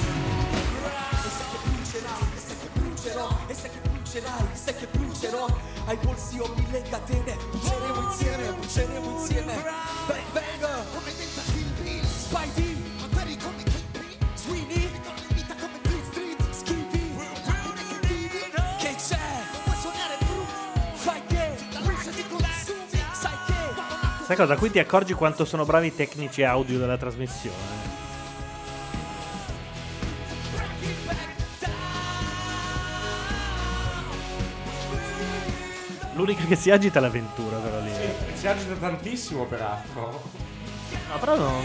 [SPEAKER 9] E sai che brucerai, e sai che brucerò, e sai che brucerai, e sai che brucerò. Ai polsi ho mille catene, bruceremo insieme, bruceremo insieme. Bang bang, come detta Kill Bill, Spidey, magari come Kill Bill, Sweeney, ritorno in vita come Green Street, Skippy, come Vivi, che c'è? Non puoi suonare più, sai che, la luce ti consumi, sai che,
[SPEAKER 2] Sai cosa? Qui ti accorgi quanto sono bravi i tecnici audio della trasmissione. L'unica che si agita è l'avventura, però lì. eh.
[SPEAKER 3] Si agita tantissimo, peraltro.
[SPEAKER 2] No, però non.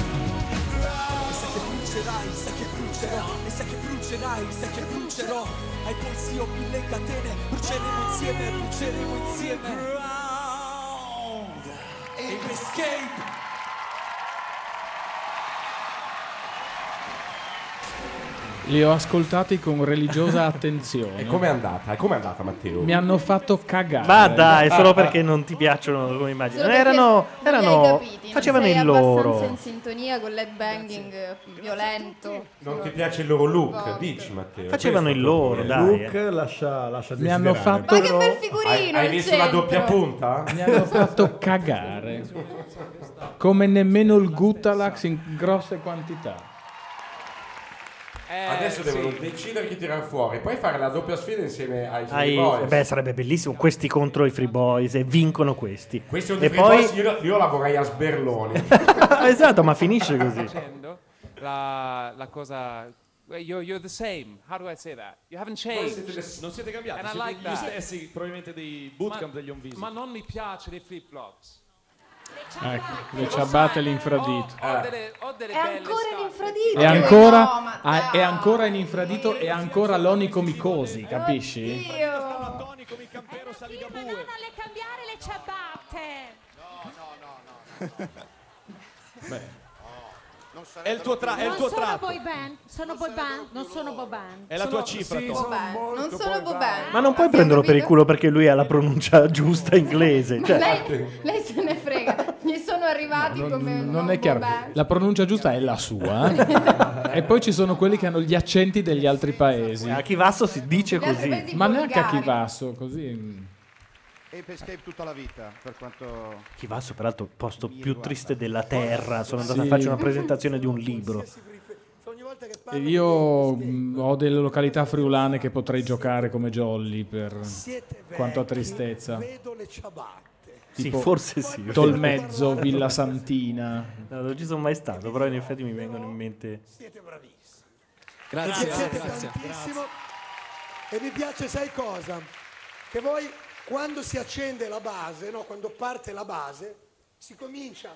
[SPEAKER 9] E sai che brucerai, sai che brucerò, e sai che brucerai, sai che brucerò. Ai polsi ho mille catene, bruceremo insieme, bruceremo insieme. Round! Ape Escape!
[SPEAKER 5] Li ho ascoltati con religiosa attenzione.
[SPEAKER 3] E com'è andata? E com'è andata, Matteo?
[SPEAKER 5] Mi hanno fatto cagare.
[SPEAKER 2] Ma dai, solo
[SPEAKER 5] Ah,
[SPEAKER 2] perché non ti piacciono come immagini.
[SPEAKER 4] Solo perché
[SPEAKER 2] Erano.
[SPEAKER 4] non li hai
[SPEAKER 2] erano
[SPEAKER 4] capiti, non
[SPEAKER 2] facevano
[SPEAKER 4] sei
[SPEAKER 2] il
[SPEAKER 4] abbastanza
[SPEAKER 2] loro.
[SPEAKER 4] in sintonia con l'headbanging eh, violento.
[SPEAKER 3] Non ti piace il loro look, dici Matteo?
[SPEAKER 2] Facevano
[SPEAKER 3] Questo
[SPEAKER 2] il loro,
[SPEAKER 3] proprio.
[SPEAKER 2] dai, eh.
[SPEAKER 12] Look lascia, lascia
[SPEAKER 5] Mi hanno
[SPEAKER 12] desiderare.
[SPEAKER 5] fatto- ah. Ma che bel
[SPEAKER 4] figurino
[SPEAKER 3] Hai, hai
[SPEAKER 4] il
[SPEAKER 3] visto la
[SPEAKER 4] centro.
[SPEAKER 3] doppia punta?
[SPEAKER 5] Mi hanno fatto cagare. Come nemmeno il Gutalax in grosse quantità.
[SPEAKER 3] Adesso
[SPEAKER 5] sì.
[SPEAKER 3] devono decidere chi tirare fuori, poi fare la doppia sfida insieme ai Free
[SPEAKER 2] Ai-
[SPEAKER 3] Boys.
[SPEAKER 2] beh, sarebbe bellissimo. Questi contro i Free Boys e vincono questi.
[SPEAKER 3] Questi sono i
[SPEAKER 2] e
[SPEAKER 3] Free
[SPEAKER 2] poi.
[SPEAKER 3] Boys, io, io la vorrei a sberloni.
[SPEAKER 2] esatto, ma finisce così.
[SPEAKER 14] Facendo la, la cosa. Well, You're, you're the same. How do I say that? You haven't changed.
[SPEAKER 8] non siete cambiati,
[SPEAKER 14] And I
[SPEAKER 8] siete
[SPEAKER 14] like
[SPEAKER 8] gli
[SPEAKER 14] that.
[SPEAKER 8] stessi probabilmente dei bootcamp
[SPEAKER 14] Ma-
[SPEAKER 8] degli Onvisi.
[SPEAKER 14] Ma non mi piace dei flip flops.
[SPEAKER 5] Ecco, le ciabatte e l'infradito.
[SPEAKER 3] Eh.
[SPEAKER 5] Eh.
[SPEAKER 4] È ancora l'infradito.
[SPEAKER 5] E ancora, ah, è ancora in infradito e ancora l'onicomicosi, capisci?
[SPEAKER 10] Io.
[SPEAKER 21] le cambiare le ciabatte.
[SPEAKER 8] È il tuo, tra- è il
[SPEAKER 21] non
[SPEAKER 8] tuo
[SPEAKER 21] sono
[SPEAKER 8] tratto.
[SPEAKER 21] boy band, sono boy band, non sono boy band.
[SPEAKER 8] È la tua cifra, Tom.
[SPEAKER 4] Non sono boy band.
[SPEAKER 2] Ma non puoi prenderlo per il culo perché lui ha la pronuncia giusta inglese. Cioè,
[SPEAKER 4] Lei, lei se ne frega. Gli sono arrivati come.
[SPEAKER 5] Non è chiaro.
[SPEAKER 4] vabbè.
[SPEAKER 5] La pronuncia giusta è la sua. e poi ci sono quelli che hanno gli accenti degli altri paesi.
[SPEAKER 2] A Chivasso si dice
[SPEAKER 4] Gli altri così. paesi
[SPEAKER 5] Ma neanche a
[SPEAKER 4] volgari.
[SPEAKER 5] Chivasso, così.
[SPEAKER 1] Ape Escape tutta la vita, per quanto...
[SPEAKER 2] Chivasso, peraltro, il posto più triste della terra. Sono andato
[SPEAKER 5] Sì.
[SPEAKER 2] a farci una presentazione di un libro.
[SPEAKER 5] E Io mh, ho delle località friulane che potrei giocare come Jolly per quanto a tristezza.
[SPEAKER 2] Sì,
[SPEAKER 5] Tipo
[SPEAKER 2] forse sì.
[SPEAKER 5] Tolmezzo, Villa Santina.
[SPEAKER 2] No, non ci sono mai stato, però in effetti mi vengono in mente.
[SPEAKER 20] Siete bravissimi.
[SPEAKER 5] Grazie,
[SPEAKER 20] Perché siete
[SPEAKER 5] grazie,
[SPEAKER 20] tantissimo. E mi piace, sai cosa? Che voi quando si accende la base, no? quando parte la base, si comincia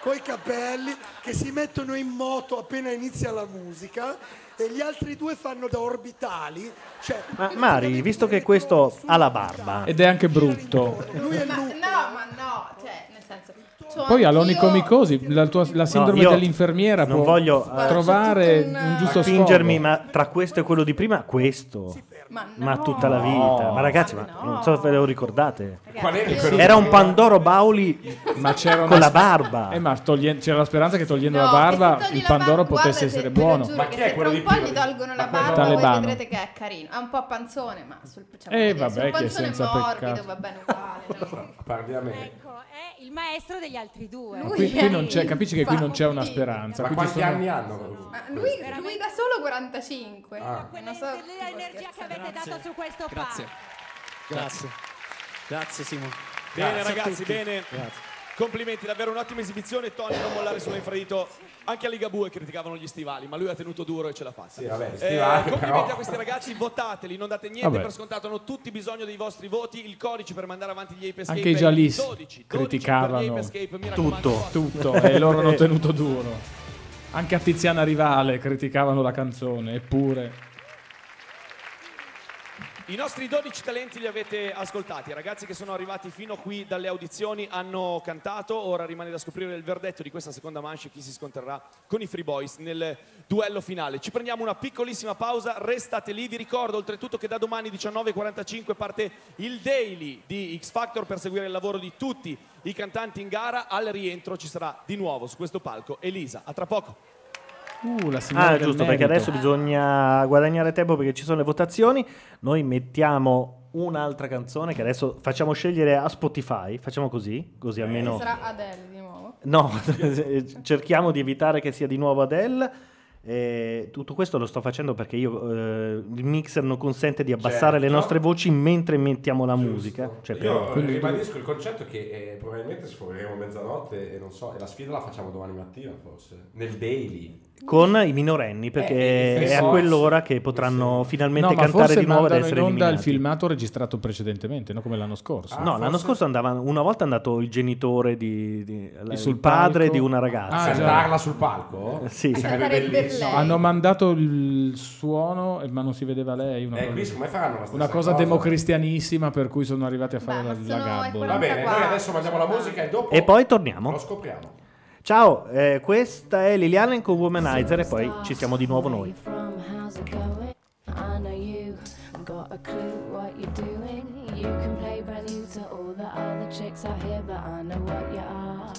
[SPEAKER 20] coi capelli che si mettono in moto appena inizia la musica e gli altri due fanno da orbitali. Cioè,
[SPEAKER 2] Ma Mari, visto che questo ha la barba.
[SPEAKER 5] Ed è anche brutto.
[SPEAKER 4] Ma- no, ma no, cioè, nel senso. sono
[SPEAKER 5] Poi ha
[SPEAKER 4] anch'io-
[SPEAKER 5] l'onicomicosi, la, tua- la sindrome
[SPEAKER 2] io
[SPEAKER 5] dell'infermiera
[SPEAKER 2] non
[SPEAKER 5] può
[SPEAKER 2] voglio, eh,
[SPEAKER 5] trovare
[SPEAKER 2] Guarda,
[SPEAKER 5] un giusto
[SPEAKER 2] spingermi,
[SPEAKER 5] sfogo.
[SPEAKER 2] ma tra questo e quello di prima, questo. Ma tutta la vita. Ma ragazzi, ma non so se ve lo ricordate.
[SPEAKER 5] Qual era
[SPEAKER 2] Sì.
[SPEAKER 5] quello?
[SPEAKER 2] Era un Pandoro Bauli
[SPEAKER 5] Ma c'era
[SPEAKER 2] con
[SPEAKER 5] una-
[SPEAKER 2] la barba.
[SPEAKER 5] Eh, ma toglien- c'era la speranza che togliendo
[SPEAKER 4] No,
[SPEAKER 5] la
[SPEAKER 4] che se
[SPEAKER 5] barba
[SPEAKER 4] togli
[SPEAKER 5] il
[SPEAKER 4] la
[SPEAKER 5] Pandoro
[SPEAKER 4] barba,
[SPEAKER 5] potesse
[SPEAKER 4] guarda,
[SPEAKER 5] essere
[SPEAKER 4] te- te lo
[SPEAKER 5] buono.
[SPEAKER 4] giuro che se tra un po' gli tolgono la barba voi
[SPEAKER 5] Talebano.
[SPEAKER 4] vedrete che è carino. Ha un po' panzone, ma sul, cioè,
[SPEAKER 5] Eh,
[SPEAKER 4] voglio dire,
[SPEAKER 5] vabbè,
[SPEAKER 4] sul
[SPEAKER 5] che
[SPEAKER 4] panzone
[SPEAKER 5] senza
[SPEAKER 4] morbido
[SPEAKER 5] peccato.
[SPEAKER 4] va bene uguale.
[SPEAKER 3] Parli a me.
[SPEAKER 21] È il maestro degli altri due.
[SPEAKER 4] ecco,
[SPEAKER 5] Ma qui, qui non c'è, capisci che qui non c'è una speranza.
[SPEAKER 3] Ma
[SPEAKER 5] qui ci
[SPEAKER 3] quanti
[SPEAKER 5] sono-
[SPEAKER 3] anni hanno?
[SPEAKER 4] Ma lui, lui da solo 45.
[SPEAKER 3] Ah.
[SPEAKER 4] Non so l'energia che avete dato
[SPEAKER 21] su questo
[SPEAKER 4] Grazie.
[SPEAKER 16] Grazie. Grazie Simo.
[SPEAKER 8] Bene
[SPEAKER 16] Grazie a
[SPEAKER 8] ragazzi,
[SPEAKER 16] tutti.
[SPEAKER 8] bene.
[SPEAKER 16] Grazie.
[SPEAKER 8] Complimenti, davvero un'ottima esibizione. Tony, non mollare sull'infradito. Anche a Ligabue criticavano gli stivali, ma lui ha tenuto duro e ce l'ha fatta. Eh,
[SPEAKER 3] Sì, vabbè, gli stivali,
[SPEAKER 8] complimenti
[SPEAKER 3] però.
[SPEAKER 8] a questi ragazzi, votateli, non date niente
[SPEAKER 5] Vabbè.
[SPEAKER 8] per scontato, hanno tutti bisogno dei vostri voti. Il codice per mandare avanti gli Ape Escape
[SPEAKER 5] Anche i
[SPEAKER 8] è
[SPEAKER 5] giallis
[SPEAKER 8] 12, 12 per gli
[SPEAKER 5] criticavano
[SPEAKER 8] Ape Escape, mi raccomando,
[SPEAKER 5] tutto,
[SPEAKER 8] forza.
[SPEAKER 5] tutto e loro hanno tenuto duro. Anche a Tiziana Rivale criticavano la canzone, eppure.
[SPEAKER 8] I nostri 12 talenti li avete ascoltati, i ragazzi che sono arrivati fino qui dalle audizioni hanno cantato, ora rimane da scoprire il verdetto di questa seconda manche chi si scontrerà con i Free Boys nel duello finale. Ci prendiamo una piccolissima pausa, restate lì, vi ricordo oltretutto che da domani 19.45 parte il daily di X Factor per seguire il lavoro di tutti i cantanti in gara, al rientro ci sarà di nuovo su questo palco Elisa, a tra poco.
[SPEAKER 5] Uh, la signora
[SPEAKER 2] Ah,
[SPEAKER 5] del
[SPEAKER 2] giusto, perché
[SPEAKER 5] merito.
[SPEAKER 2] adesso bisogna guadagnare tempo perché ci sono le votazioni. Noi mettiamo un'altra canzone che adesso facciamo scegliere a Spotify. Facciamo così, così almeno...
[SPEAKER 4] Sarà Adele di nuovo.
[SPEAKER 2] No, cerchiamo di evitare che sia di nuovo Adele. Eh, tutto questo lo sto facendo perché io, eh, il mixer non consente di abbassare
[SPEAKER 3] Certo.
[SPEAKER 2] le nostre voci mentre mettiamo la musica. Cioè,
[SPEAKER 3] Io eh,
[SPEAKER 2] per-
[SPEAKER 3] ribadisco il concetto che eh, probabilmente sfoglieremo mezzanotte e non so, e la sfida la facciamo domani mattina forse, nel daily.
[SPEAKER 2] con i minorenni perché
[SPEAKER 3] Eh,
[SPEAKER 2] è a
[SPEAKER 3] forse.
[SPEAKER 2] quell'ora che potranno finalmente
[SPEAKER 5] No, ma
[SPEAKER 2] cantare
[SPEAKER 5] forse
[SPEAKER 2] di nuovo ed
[SPEAKER 5] mandano in
[SPEAKER 2] essere
[SPEAKER 5] onda
[SPEAKER 2] eliminati.
[SPEAKER 5] il filmato registrato precedentemente, no? come l'anno scorso.
[SPEAKER 2] no, l'anno scorso andava, una volta è andato il genitore di, di- la-
[SPEAKER 5] sul
[SPEAKER 2] il padre
[SPEAKER 5] palco.
[SPEAKER 2] di una
[SPEAKER 5] Ah,
[SPEAKER 3] eh,
[SPEAKER 2] ragazza.
[SPEAKER 5] già. Cantarla
[SPEAKER 3] sul palco?
[SPEAKER 2] Sì.
[SPEAKER 3] Sarebbe Cantare per bellissimo. lei.
[SPEAKER 5] Hanno mandato il suono, eh, ma non si vedeva lei. Una
[SPEAKER 3] Eh,
[SPEAKER 5] cosa,
[SPEAKER 3] qui siccome faranno la stessa
[SPEAKER 5] una cosa
[SPEAKER 3] cosa.
[SPEAKER 5] democristianissima, per cui sono arrivati a fare la, la
[SPEAKER 2] ecco,
[SPEAKER 5] gabbola.
[SPEAKER 3] Va bene, noi adesso mandiamo la musica e dopo
[SPEAKER 2] E poi torniamo.
[SPEAKER 3] lo scopriamo.
[SPEAKER 2] Ciao, eh, questa è Liliana in con Womanizer e poi ci siamo di nuovo noi.
[SPEAKER 19] from, how's it going? I know you got a clue what you're doing. You can play brand new to all the other chicks out here, but I know what you are,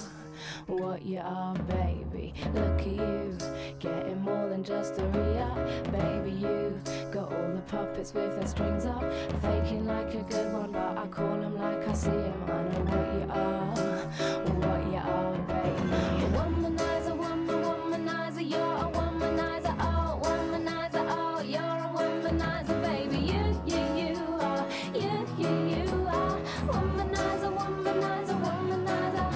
[SPEAKER 19] what you are, baby. Look at you, getting more than just a re-up, baby. You got all the puppets with their strings up, faking like a good one, but I call 'em like I see 'em. I know what you are, what you are, baby. Womanizer, woman, womanizer, you're a womanizer, oh, womanizer, oh, you're a womanizer, baby. You, you, you are, you, you, you are. Womanizer, womanizer, womanizer.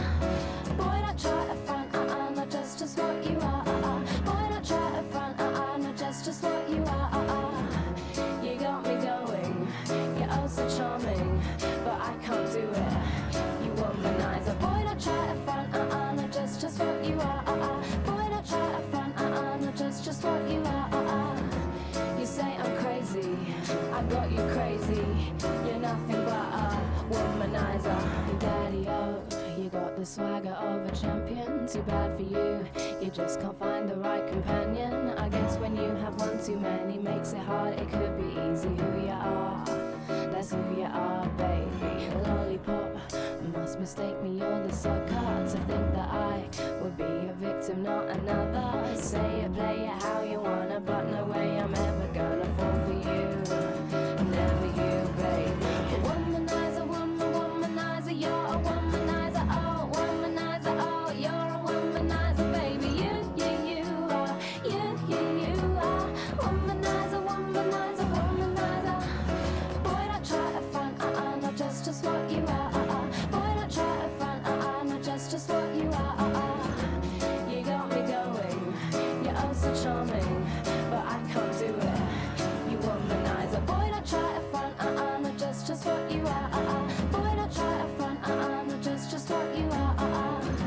[SPEAKER 19] Boy, don't try to front, uh, uh, not just, just what you are, uh, uh. Boy, don't try to front, uh, uh, not just, just what you are, uh, uh. You got me going, you're oh so charming, but I can't do it. You womanizer, boy, don't try to front, uh, uh, not just, just what you are, uh, uh. Boy, don't try to front, uh, uh, not just, just what you are, uh, uh. You say I'm crazy, I got you crazy. You're nothing but a womanizer. Daddy, oh, you got the swagger of a champion. Too bad for you, you just can't find the right companion. I guess when you have one too many, makes it hard. It could be easy who you are. That's who you are, baby. Lollipop, must mistake me, you're the sucker. To think that I would be a victim, not another. Say it, play it how you wanna, but no way I'm ever gonna fall for you. Never you, baby. Womanizer, woman, womanizer, you're a womanizer, oh, womanizer, oh, you're a womanizer, baby. You, you, you are, you, you, you are. Womanizer, womanizer, womanizer. Boy, don't try to front, uh-uh, no, just, just what you are, uh-uh. Boy, don't try to front, uh-uh, no, just, just what you are, uh-uh. You got me going, you're oh so charming, but I can't do it. uh-uh, uh-uh, oh, uh, uh,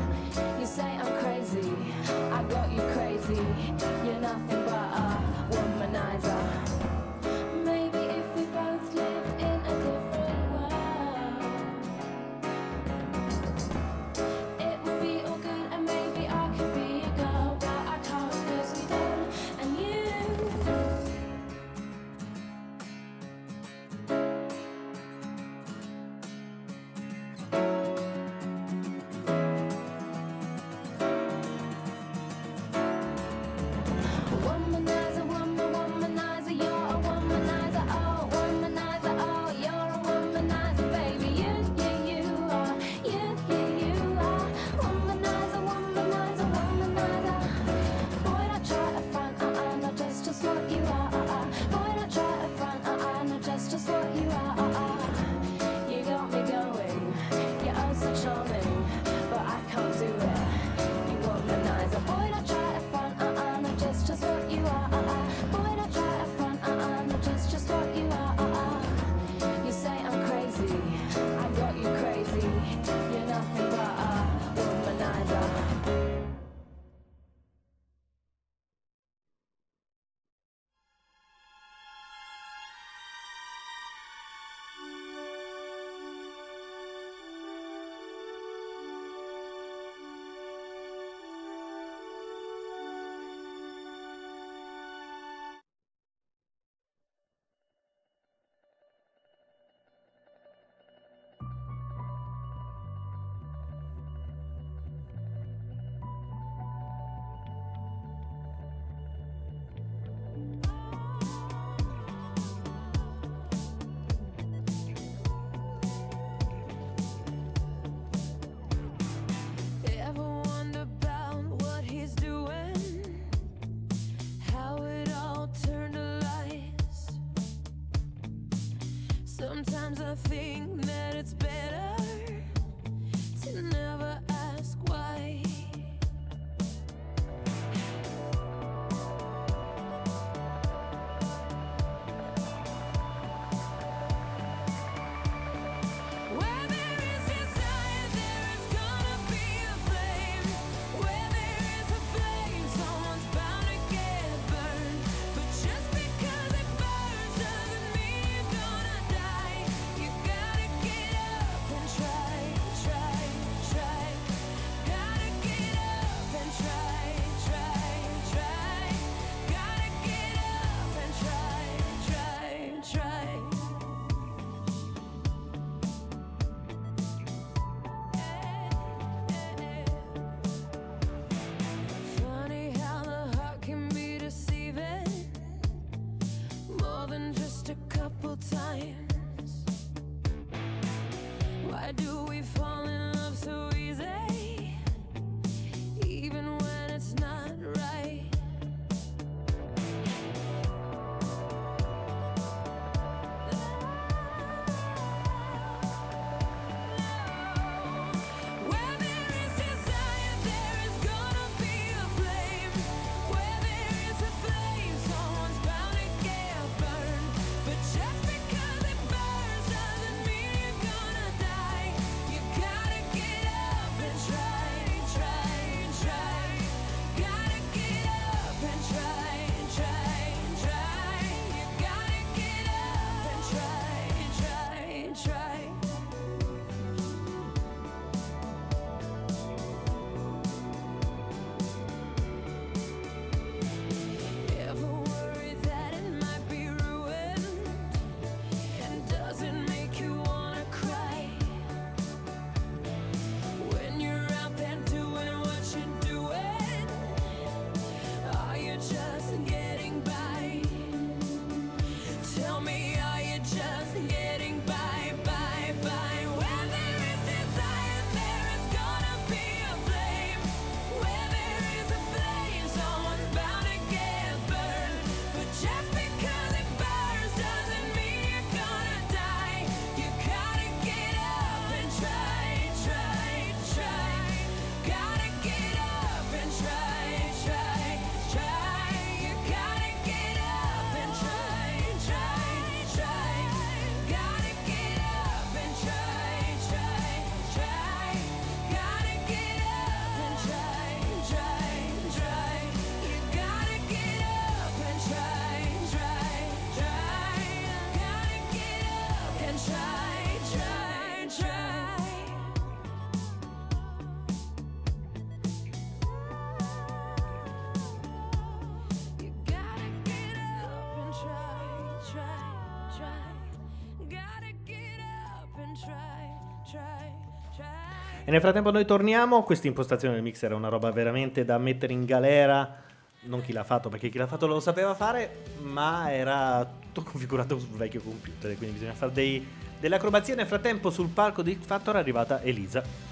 [SPEAKER 2] E nel frattempo noi torniamo. Questa impostazione del mixer è una roba veramente da mettere in galera. Non chi l'ha fatto, perché chi l'ha fatto lo sapeva fare, ma era tutto configurato sul vecchio computer. Quindi bisogna fare dei- delle acrobazie. Nel frattempo, sul palco di X Factor è arrivata Elisa.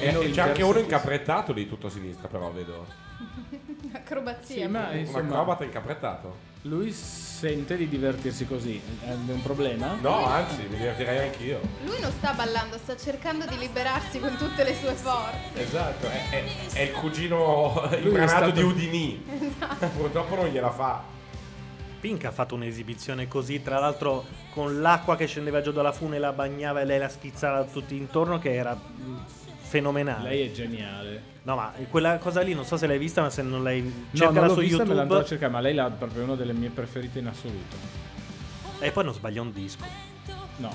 [SPEAKER 3] E, e c'è anche uno incaprettato di tutto a sinistra, però vedo.
[SPEAKER 4] Acrobazia.
[SPEAKER 5] Sì, ma
[SPEAKER 3] Un
[SPEAKER 5] insomma-
[SPEAKER 3] acrobata incaprettato.
[SPEAKER 5] Lui sente di divertirsi così, è un problema?
[SPEAKER 3] No, anzi, mi divertirei anch'io.
[SPEAKER 4] Lui non sta ballando, sta cercando di liberarsi con tutte le sue forze.
[SPEAKER 3] Esatto, è, è- è il cugino
[SPEAKER 2] Lui è
[SPEAKER 3] imbranato
[SPEAKER 2] stato-
[SPEAKER 3] di Udini. Purtroppo non gliela fa.
[SPEAKER 2] Pink ha fatto un'esibizione così, tra l'altro con l'acqua che scendeva giù dalla fune la bagnava e lei la schizzava tutti intorno, che era mh, fenomenale.
[SPEAKER 5] Ah. Lei è geniale.
[SPEAKER 2] No, ma quella cosa lì non so se l'hai vista, ma se non l'hai
[SPEAKER 5] No,
[SPEAKER 2] cercala
[SPEAKER 5] non l'ho
[SPEAKER 2] su
[SPEAKER 5] vista, me l'andrò a
[SPEAKER 2] YouTube
[SPEAKER 5] cercare, ma lei l'ha proprio una delle mie preferite in assoluto.
[SPEAKER 2] e poi non sbaglia un disco.
[SPEAKER 5] No.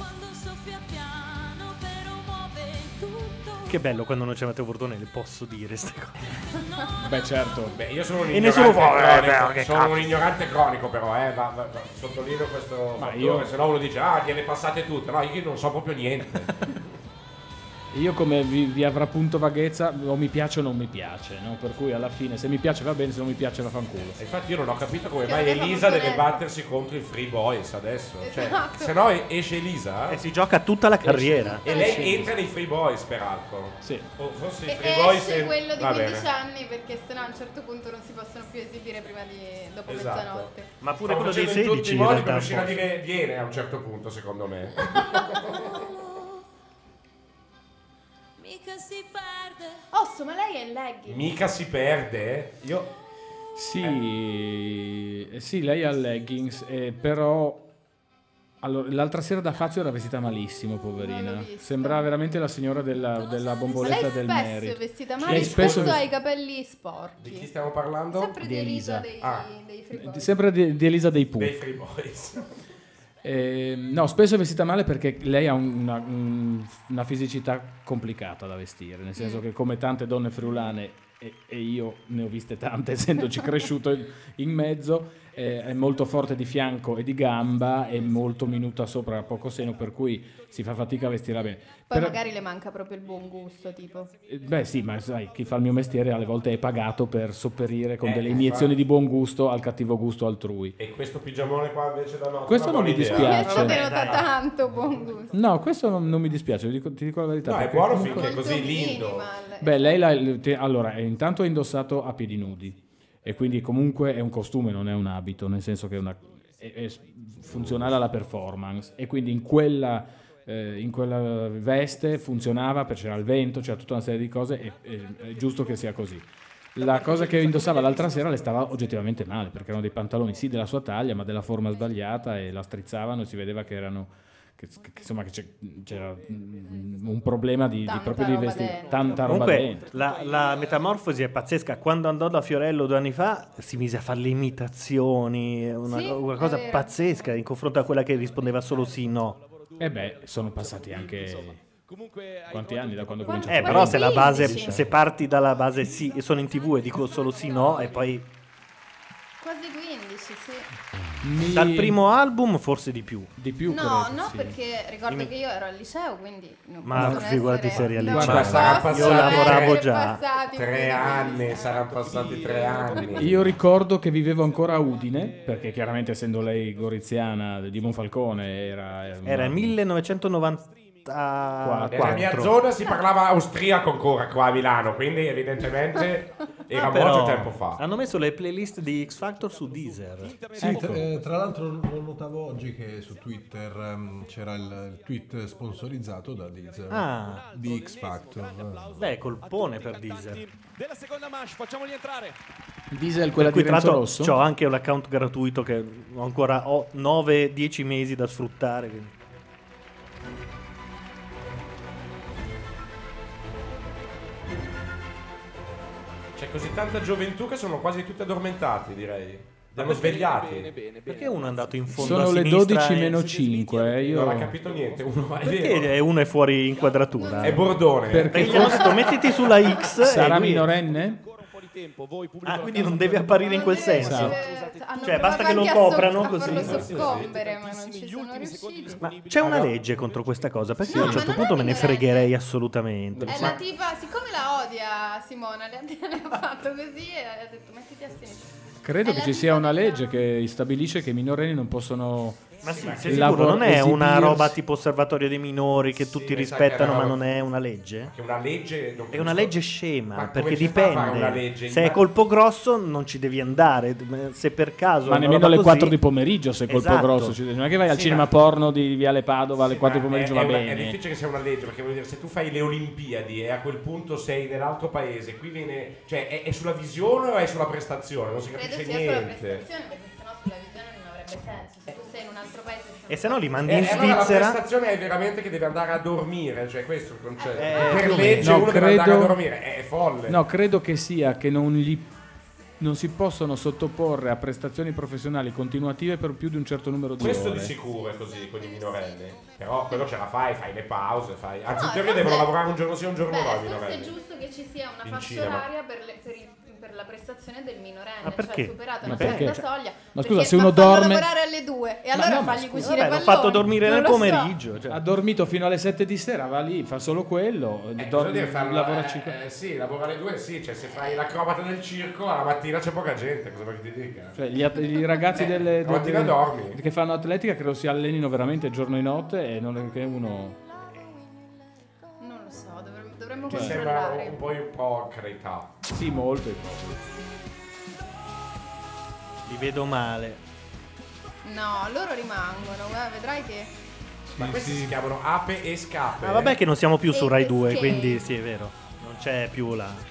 [SPEAKER 2] Che bello quando non c'è Matteo Bordonelli, posso dire ste cose.
[SPEAKER 5] Beh, certo.
[SPEAKER 3] Beh, io sono un
[SPEAKER 2] E
[SPEAKER 3] ignorante
[SPEAKER 2] nessuno può- eh,
[SPEAKER 3] cronico,
[SPEAKER 2] beh, che
[SPEAKER 3] sono
[SPEAKER 2] cazzo.
[SPEAKER 3] un ignorante cronico però, eh, va- va- va- sottolineo questo
[SPEAKER 5] Ma
[SPEAKER 3] fattore,
[SPEAKER 5] io-
[SPEAKER 3] se no uno dice, ah, gliele passate tutte, no, io non so proprio niente.
[SPEAKER 5] Io come vi, vi avrà punto vaghezza, o mi piace o non mi piace, no? Per cui alla fine se mi piace va bene, se non mi piace va fanculo.
[SPEAKER 3] E infatti io non ho capito come
[SPEAKER 5] Che
[SPEAKER 3] mai
[SPEAKER 5] aveva
[SPEAKER 3] Elisa
[SPEAKER 5] molto
[SPEAKER 3] deve
[SPEAKER 5] detto.
[SPEAKER 3] battersi contro i Free Boys adesso, cioè,
[SPEAKER 5] Esatto.
[SPEAKER 3] se no e- esce Elisa
[SPEAKER 2] E si gioca tutta la carriera.
[SPEAKER 3] e lei entra nei Free Boys peraltro.
[SPEAKER 5] Sì.
[SPEAKER 3] O forse i
[SPEAKER 4] E
[SPEAKER 3] Free Boys...
[SPEAKER 4] esce
[SPEAKER 3] en-
[SPEAKER 4] quello di
[SPEAKER 3] va
[SPEAKER 4] 15
[SPEAKER 3] bene.
[SPEAKER 4] anni perché sennò a un certo punto non si possono più esibire prima di dopo
[SPEAKER 3] Esatto.
[SPEAKER 4] mezzanotte.
[SPEAKER 2] Ma pure
[SPEAKER 3] Sto
[SPEAKER 2] quello dei
[SPEAKER 3] facendo in
[SPEAKER 2] 16
[SPEAKER 3] tutti i
[SPEAKER 2] in
[SPEAKER 3] modi
[SPEAKER 2] realtà
[SPEAKER 3] per
[SPEAKER 2] un
[SPEAKER 3] riuscire a
[SPEAKER 2] po'.
[SPEAKER 3] dire viene a un certo punto, secondo me.
[SPEAKER 10] Mica si perde.
[SPEAKER 4] Osso, ma lei è in legging.
[SPEAKER 3] Mica si perde, eh. io
[SPEAKER 5] Sì, eh, sì, lei ha il leggings, eh, però allora, l'altra sera da Fazio era vestita malissimo, poverina. Sembrava veramente la signora della,
[SPEAKER 4] Ma
[SPEAKER 5] della
[SPEAKER 4] lei
[SPEAKER 5] bomboletta
[SPEAKER 4] spesso
[SPEAKER 5] del
[SPEAKER 4] è
[SPEAKER 5] merito.
[SPEAKER 4] vestita
[SPEAKER 5] Lei
[SPEAKER 4] male,
[SPEAKER 5] spesso
[SPEAKER 4] spesso
[SPEAKER 5] vest-
[SPEAKER 4] ha i capelli sporchi.
[SPEAKER 3] Di chi stiamo parlando? Ah.
[SPEAKER 4] Sempre di
[SPEAKER 5] Di
[SPEAKER 4] Elisa
[SPEAKER 5] Elisa.
[SPEAKER 4] dei, dei Free Boys.
[SPEAKER 5] Sempre di, di Elisa dei Pooh.
[SPEAKER 3] dei Free Boys.
[SPEAKER 5] Eh, no, spesso è vestita male perché lei ha un- una, un- una fisicità complicata da vestire, nel
[SPEAKER 4] Mm.
[SPEAKER 5] senso che come tante donne friulane, e, e io ne ho viste tante essendoci cresciuto in, in mezzo, eh, è molto forte di fianco e di gamba e molto minuta sopra, poco seno, per cui si fa fatica a vestirla bene.
[SPEAKER 4] Poi
[SPEAKER 5] Però-
[SPEAKER 4] magari le manca proprio il buon gusto, tipo.
[SPEAKER 5] eh, Beh sì, ma sai, chi fa il mio mestiere alle volte è pagato per sopperire con
[SPEAKER 3] Eh,
[SPEAKER 5] delle
[SPEAKER 3] infatti.
[SPEAKER 5] iniezioni di buon gusto al cattivo gusto altrui.
[SPEAKER 3] E questo pigiamone qua invece da notte.
[SPEAKER 5] Questo
[SPEAKER 3] una
[SPEAKER 5] non mi
[SPEAKER 3] buona idea.
[SPEAKER 5] dispiace.
[SPEAKER 4] Questo te lo dà tanto buon gusto.
[SPEAKER 5] No, questo non, non mi dispiace, ti dico, ti dico la verità.
[SPEAKER 3] No, è
[SPEAKER 5] perché
[SPEAKER 3] buono
[SPEAKER 5] comunque-
[SPEAKER 3] finché è così lindo.
[SPEAKER 5] Beh, lei l'ha- te- allora, eh, intanto è indossato a piedi nudi e quindi comunque è un costume, non è un abito, nel senso che è, una- è- è s- funzionale alla performance e quindi in quella, eh, in quella veste funzionava perché c'era il vento, c'era tutta una serie di cose e e- è giusto che sia così. La cosa che indossava l'altra sera le stava oggettivamente male perché erano dei pantaloni sì della sua taglia ma della forma sbagliata e la strizzavano e si vedeva che erano che, che- insomma che c'è- c'era mm, un problema di, di
[SPEAKER 2] Tanta
[SPEAKER 5] proprio di
[SPEAKER 2] roba
[SPEAKER 5] vestire
[SPEAKER 2] dentro.
[SPEAKER 5] tanta roba
[SPEAKER 2] Comunque,
[SPEAKER 5] dentro.
[SPEAKER 2] la, la metamorfosi è pazzesca. Quando andò da Fiorello due anni fa, si mise a fare le imitazioni, una,
[SPEAKER 5] Sì,
[SPEAKER 2] una
[SPEAKER 5] è
[SPEAKER 2] cosa
[SPEAKER 5] vero.
[SPEAKER 2] pazzesca in confronto a quella che rispondeva solo sì, no.
[SPEAKER 5] E Eh beh, sono passati anche quanti anni da quando comincia
[SPEAKER 2] Eh, però se la base,
[SPEAKER 5] 15.
[SPEAKER 2] se parti dalla base sì, e sono in tv e dico solo sì, no, e poi
[SPEAKER 4] Quasi 15, sì.
[SPEAKER 2] dal primo album forse di più.
[SPEAKER 5] Di più,
[SPEAKER 4] no, no, perché ricordo
[SPEAKER 2] Dimmi.
[SPEAKER 4] che io ero al liceo, quindi non
[SPEAKER 2] Ma
[SPEAKER 4] possono
[SPEAKER 2] figurati
[SPEAKER 4] essere-
[SPEAKER 2] se eri al
[SPEAKER 4] no,
[SPEAKER 2] liceo.
[SPEAKER 4] non
[SPEAKER 3] Guarda, sarà
[SPEAKER 4] possono
[SPEAKER 3] passato
[SPEAKER 4] essere
[SPEAKER 2] lavoravo già.
[SPEAKER 4] passati
[SPEAKER 3] Tre
[SPEAKER 4] più di-
[SPEAKER 3] anni, saranno passati tre anni.
[SPEAKER 5] Io ricordo che vivevo ancora a Udine, perché chiaramente essendo lei goriziana di Monfalcone era... eh,
[SPEAKER 2] Era il
[SPEAKER 5] 1994.
[SPEAKER 3] Nella mia zona si parlava austriaco ancora qua a Milano, quindi evidentemente era
[SPEAKER 2] Ah, però,
[SPEAKER 3] molto tempo fa.
[SPEAKER 2] Hanno messo le playlist di X Factor su Deezer.
[SPEAKER 12] Sì, tra, eh, tra l'altro lo notavo oggi che su Twitter ehm, c'era il, il tweet sponsorizzato da Deezer
[SPEAKER 2] Ah.
[SPEAKER 12] di X Factor.
[SPEAKER 2] Beh, colpone per Deezer.
[SPEAKER 8] Della seconda manche, facciamoli entrare.
[SPEAKER 5] Diesel, quella
[SPEAKER 2] Per cui,
[SPEAKER 5] di
[SPEAKER 2] tra
[SPEAKER 5] Renzo
[SPEAKER 2] l'altro,
[SPEAKER 5] Rosso?
[SPEAKER 2] C'ho anche un account gratuito che ho ancora 9-10 mesi da sfruttare. quindi.
[SPEAKER 3] C'è così tanta gioventù che sono quasi tutti addormentati, direi. Li hanno
[SPEAKER 8] Ah, bene,
[SPEAKER 3] svegliati.
[SPEAKER 2] Perché uno è andato in fondo
[SPEAKER 5] Sono
[SPEAKER 2] a
[SPEAKER 5] le
[SPEAKER 2] sinistra
[SPEAKER 5] 12
[SPEAKER 2] e-
[SPEAKER 5] meno 5, eh, io...
[SPEAKER 3] Non ha capito niente. Uno va
[SPEAKER 2] Perché è- uno è fuori inquadratura?
[SPEAKER 3] È Bordone.
[SPEAKER 2] Perché gli hanno detto mettiti sulla X.
[SPEAKER 5] Sarà
[SPEAKER 2] e lui-
[SPEAKER 5] minorenne?
[SPEAKER 8] tempo voi pubblico
[SPEAKER 2] Ah, quindi non deve apparire in quel senso.
[SPEAKER 3] Esatto.
[SPEAKER 4] hanno
[SPEAKER 2] Cioè,
[SPEAKER 4] provato
[SPEAKER 2] basta che lo
[SPEAKER 4] anche a so-
[SPEAKER 2] coprano
[SPEAKER 4] a
[SPEAKER 2] così.
[SPEAKER 4] farlo
[SPEAKER 2] Sì, sì, sì.
[SPEAKER 4] soccombere, ma non ci sono riusciti.
[SPEAKER 2] Ma c'è una legge contro questa cosa? Perché io a un certo punto me ne fregherei assolutamente.
[SPEAKER 4] È la tipa, siccome la odia Simona, le, le ha fatto così e ha detto mettiti a sinistra.
[SPEAKER 5] Credo che ci sia una legge che stabilisce che i minorenni non possono
[SPEAKER 2] Ma sì, sei
[SPEAKER 5] lavo-
[SPEAKER 2] sicuro? Non è una
[SPEAKER 5] esibirsi.
[SPEAKER 2] roba tipo osservatorio dei minori che tutti
[SPEAKER 3] mi sa che era
[SPEAKER 2] rispettano,
[SPEAKER 3] una
[SPEAKER 2] ma
[SPEAKER 3] roba-
[SPEAKER 2] non è una legge?
[SPEAKER 3] Che una legge non
[SPEAKER 2] È una legge scema,
[SPEAKER 3] Ma come
[SPEAKER 2] perché
[SPEAKER 3] si fa a fare
[SPEAKER 2] dipende.
[SPEAKER 3] una legge?
[SPEAKER 2] Se è colpo grosso non ci devi andare, se per caso...
[SPEAKER 5] Ma
[SPEAKER 2] è una
[SPEAKER 5] nemmeno
[SPEAKER 2] roba
[SPEAKER 5] alle
[SPEAKER 2] così-
[SPEAKER 5] 4 di pomeriggio se colpo
[SPEAKER 2] Esatto.
[SPEAKER 5] grosso ci Non è che vai al
[SPEAKER 3] Sì,
[SPEAKER 5] cinema
[SPEAKER 3] ma-
[SPEAKER 5] porno di Viale Padova alle 4 di
[SPEAKER 3] Ma Eh, è,
[SPEAKER 5] pomeriggio
[SPEAKER 3] è
[SPEAKER 5] va
[SPEAKER 3] una-
[SPEAKER 5] bene.
[SPEAKER 3] è difficile che sia una legge perché vuol dire se tu fai le Olimpiadi e a quel punto sei nell'altro paese, qui viene cioè è, è sulla visione o è sulla prestazione? Non si
[SPEAKER 4] Credo
[SPEAKER 3] capisce
[SPEAKER 4] sia sulla
[SPEAKER 3] niente.
[SPEAKER 4] prestazione, perché sennò sulla visione non avrebbe senso. Se tu sei in un altro paese se non-
[SPEAKER 2] E se no li mandi
[SPEAKER 3] Eh,
[SPEAKER 2] in
[SPEAKER 3] eh, allora La
[SPEAKER 2] Svizzera...
[SPEAKER 3] prestazione è veramente che deve andare a dormire, cioè questo è il concetto.
[SPEAKER 2] Eh,
[SPEAKER 3] per
[SPEAKER 2] più o
[SPEAKER 3] legge
[SPEAKER 2] meno.
[SPEAKER 3] uno
[SPEAKER 2] No,
[SPEAKER 3] deve andare a
[SPEAKER 5] credo-
[SPEAKER 3] dormire, è, è folle.
[SPEAKER 5] No, credo che sia che non gli non si possono sottoporre a prestazioni professionali continuative per più di un certo numero di
[SPEAKER 3] questo
[SPEAKER 5] ore.
[SPEAKER 3] di sicuro è così con i minorenni, però quello ce la fai, fai le pause, fai... Anzi, in
[SPEAKER 4] No,
[SPEAKER 3] teoria
[SPEAKER 4] forse-
[SPEAKER 3] devono lavorare un giorno sì e un giorno
[SPEAKER 4] Beh,
[SPEAKER 3] no i
[SPEAKER 4] forse è
[SPEAKER 3] minorenni.
[SPEAKER 4] giusto che ci sia una
[SPEAKER 3] In
[SPEAKER 4] fascia
[SPEAKER 3] cinema.
[SPEAKER 4] oraria per, le- per il- per la prestazione del minorenne,
[SPEAKER 5] Ma perché?
[SPEAKER 4] cioè superata
[SPEAKER 5] Ma
[SPEAKER 4] una
[SPEAKER 5] perché?
[SPEAKER 4] certa soglia.
[SPEAKER 5] Ma
[SPEAKER 4] perché
[SPEAKER 5] scusa, se uno
[SPEAKER 4] fa- fanno
[SPEAKER 5] dorme-
[SPEAKER 4] lavorare alle due e allora fagli cucire i palloni. Non lo so.
[SPEAKER 5] Ha dormito fino alle 7 di sera, va lì, fa solo quello,
[SPEAKER 3] Cosa
[SPEAKER 2] Certo.
[SPEAKER 5] dorme-
[SPEAKER 3] deve farlo?
[SPEAKER 5] lavora
[SPEAKER 3] Eh,
[SPEAKER 5] 5
[SPEAKER 3] eh, sì, lavora alle due, sì, cioè se fai l'acrobata del circo alla mattina c'è poca gente, cosa vuoi che ti dica?
[SPEAKER 5] Cioè, gli, at- i ragazzi
[SPEAKER 3] Eh,
[SPEAKER 5] delle,
[SPEAKER 3] la mattina
[SPEAKER 5] delle-
[SPEAKER 3] dormi.
[SPEAKER 5] che fanno atletica credo si allenino veramente giorno e notte e non è che uno...
[SPEAKER 4] Non lo so, dovremmo, dovremmo
[SPEAKER 3] Ti sembra
[SPEAKER 4] controllare.
[SPEAKER 3] un po' ipocrita.
[SPEAKER 5] Sì, molto ipocrita.
[SPEAKER 2] Li vedo male.
[SPEAKER 4] No, loro rimangono, guarda, vedrai che...
[SPEAKER 3] Ma questi si chiamano ape e scape.
[SPEAKER 2] Ah, vabbè che non siamo più su
[SPEAKER 4] Sì,
[SPEAKER 2] Rai 2,
[SPEAKER 4] sì.
[SPEAKER 2] quindi sì, è vero. Non c'è più la...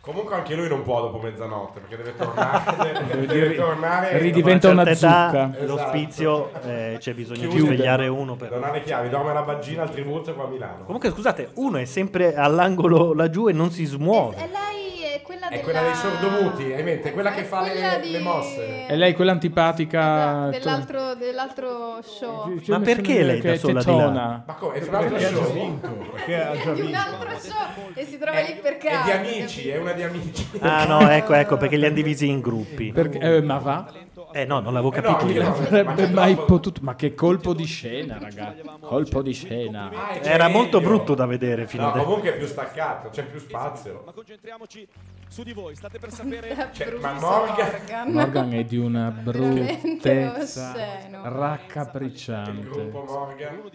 [SPEAKER 3] Comunque anche lui non può dopo mezzanotte perché deve tornare. deve, deve
[SPEAKER 2] Ri-
[SPEAKER 3] tornare.
[SPEAKER 2] ridiventa
[SPEAKER 3] Dopo
[SPEAKER 2] una zucca.
[SPEAKER 3] certa età, Esatto.
[SPEAKER 2] L'ospizio, eh, c'è bisogno di
[SPEAKER 3] Chiude.
[SPEAKER 2] svegliare uno per-
[SPEAKER 3] Non ha le chiavi, dorme alla baggina al Trivulzio qua a Milano.
[SPEAKER 2] Comunque scusate, uno è sempre all'angolo laggiù e non si smuove.
[SPEAKER 4] E lei è quella della...
[SPEAKER 3] È
[SPEAKER 4] Eh,
[SPEAKER 3] quella dei sordomuti, hai in mente? È quella che fa
[SPEAKER 4] quella
[SPEAKER 3] le,
[SPEAKER 4] di-
[SPEAKER 3] le mosse.
[SPEAKER 5] E lei quella antipatica...
[SPEAKER 4] Esatto, Dell'altro, dell'altro show.
[SPEAKER 5] Ma perché lei da sola di là?
[SPEAKER 3] Ma come? È un altro show.
[SPEAKER 4] Di un altro show e si trova lì per
[SPEAKER 3] È
[SPEAKER 4] caso.
[SPEAKER 3] Eh, di amici, è una di amici.
[SPEAKER 2] Ah no, ecco, ecco, perché li hanno divisi in gruppi.
[SPEAKER 5] Perché- eh, ma va?
[SPEAKER 2] Eh no, non l'avevo
[SPEAKER 5] Eh,
[SPEAKER 2] capito.
[SPEAKER 5] non avrebbe mai potuto... Ma che colpo di scena, raga. Colpo di scena.
[SPEAKER 2] Era molto brutto da vedere fino
[SPEAKER 3] Ah, No,
[SPEAKER 2] adesso.
[SPEAKER 3] comunque è più staccato, c'è più spazio. Ma
[SPEAKER 8] concentriamoci su di voi state per sapere
[SPEAKER 3] Cioè, ma Morgan-
[SPEAKER 5] Morgan è di una bruttezza
[SPEAKER 4] osceno.
[SPEAKER 5] raccapricciante.
[SPEAKER 3] Morgan.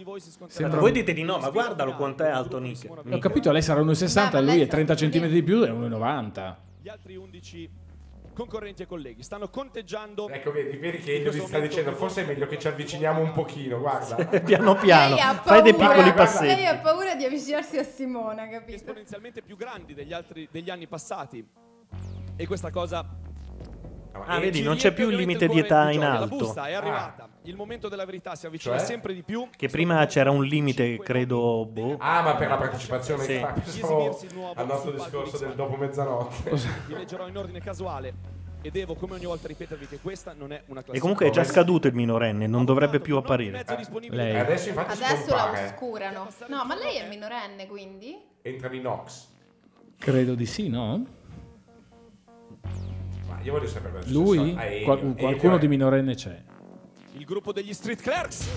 [SPEAKER 5] Sembra-
[SPEAKER 2] Voi dite di no, ma guardalo quanto è alto Nick.
[SPEAKER 5] Ho capito, lei sarà 1,60,
[SPEAKER 8] Ma lei
[SPEAKER 5] lui è
[SPEAKER 8] sarà
[SPEAKER 5] 30 cm di più, è 1,90.
[SPEAKER 8] gli altri 11 concorrenti e colleghi stanno conteggiando
[SPEAKER 3] Ecco, vedi, vedi che Elio ti sta dicendo forse è meglio che ci avviciniamo un pochino, guarda.
[SPEAKER 2] piano
[SPEAKER 4] Lei ha paura, Lei ha paura di avvicinarsi a Simona, capito?
[SPEAKER 8] esponenzialmente più grandi degli altri degli anni passati e questa cosa
[SPEAKER 2] Ah,
[SPEAKER 8] e
[SPEAKER 2] vedi,
[SPEAKER 8] ci
[SPEAKER 2] non c'è
[SPEAKER 8] riempie
[SPEAKER 2] più il
[SPEAKER 8] ovviamente
[SPEAKER 2] limite di
[SPEAKER 8] cuore
[SPEAKER 2] età in
[SPEAKER 8] gioia. la
[SPEAKER 2] alto.
[SPEAKER 8] busta è arrivata il momento della verità si avvicina
[SPEAKER 3] Ah. Cioè?
[SPEAKER 8] sempre di più
[SPEAKER 2] Che prima c'era un limite, credo. Boh.
[SPEAKER 3] Ah, ma per la partecipazione
[SPEAKER 2] Sì.
[SPEAKER 3] ah, pensavo al nostro discorso del dopo mezzanotte.
[SPEAKER 8] vi leggerò in ordine casuale e devo come ogni volta ripetervi che questa non è una classifica
[SPEAKER 2] E comunque è già scaduto il minorenne, non dovrebbe più apparire.
[SPEAKER 3] Lei. Eh, adesso infatti
[SPEAKER 4] Adesso la
[SPEAKER 3] scompare.
[SPEAKER 4] oscurano. No, ma lei è minorenne, quindi?
[SPEAKER 3] Entra in Ox.
[SPEAKER 5] Credo di sì, no?
[SPEAKER 3] Ma io voglio sapere cosa
[SPEAKER 5] Lui?
[SPEAKER 3] succede. Ah, Elio.
[SPEAKER 5] Qual-
[SPEAKER 3] Elio
[SPEAKER 5] qualcuno
[SPEAKER 3] è-
[SPEAKER 5] di minorenne c'è.
[SPEAKER 8] il gruppo degli street clerks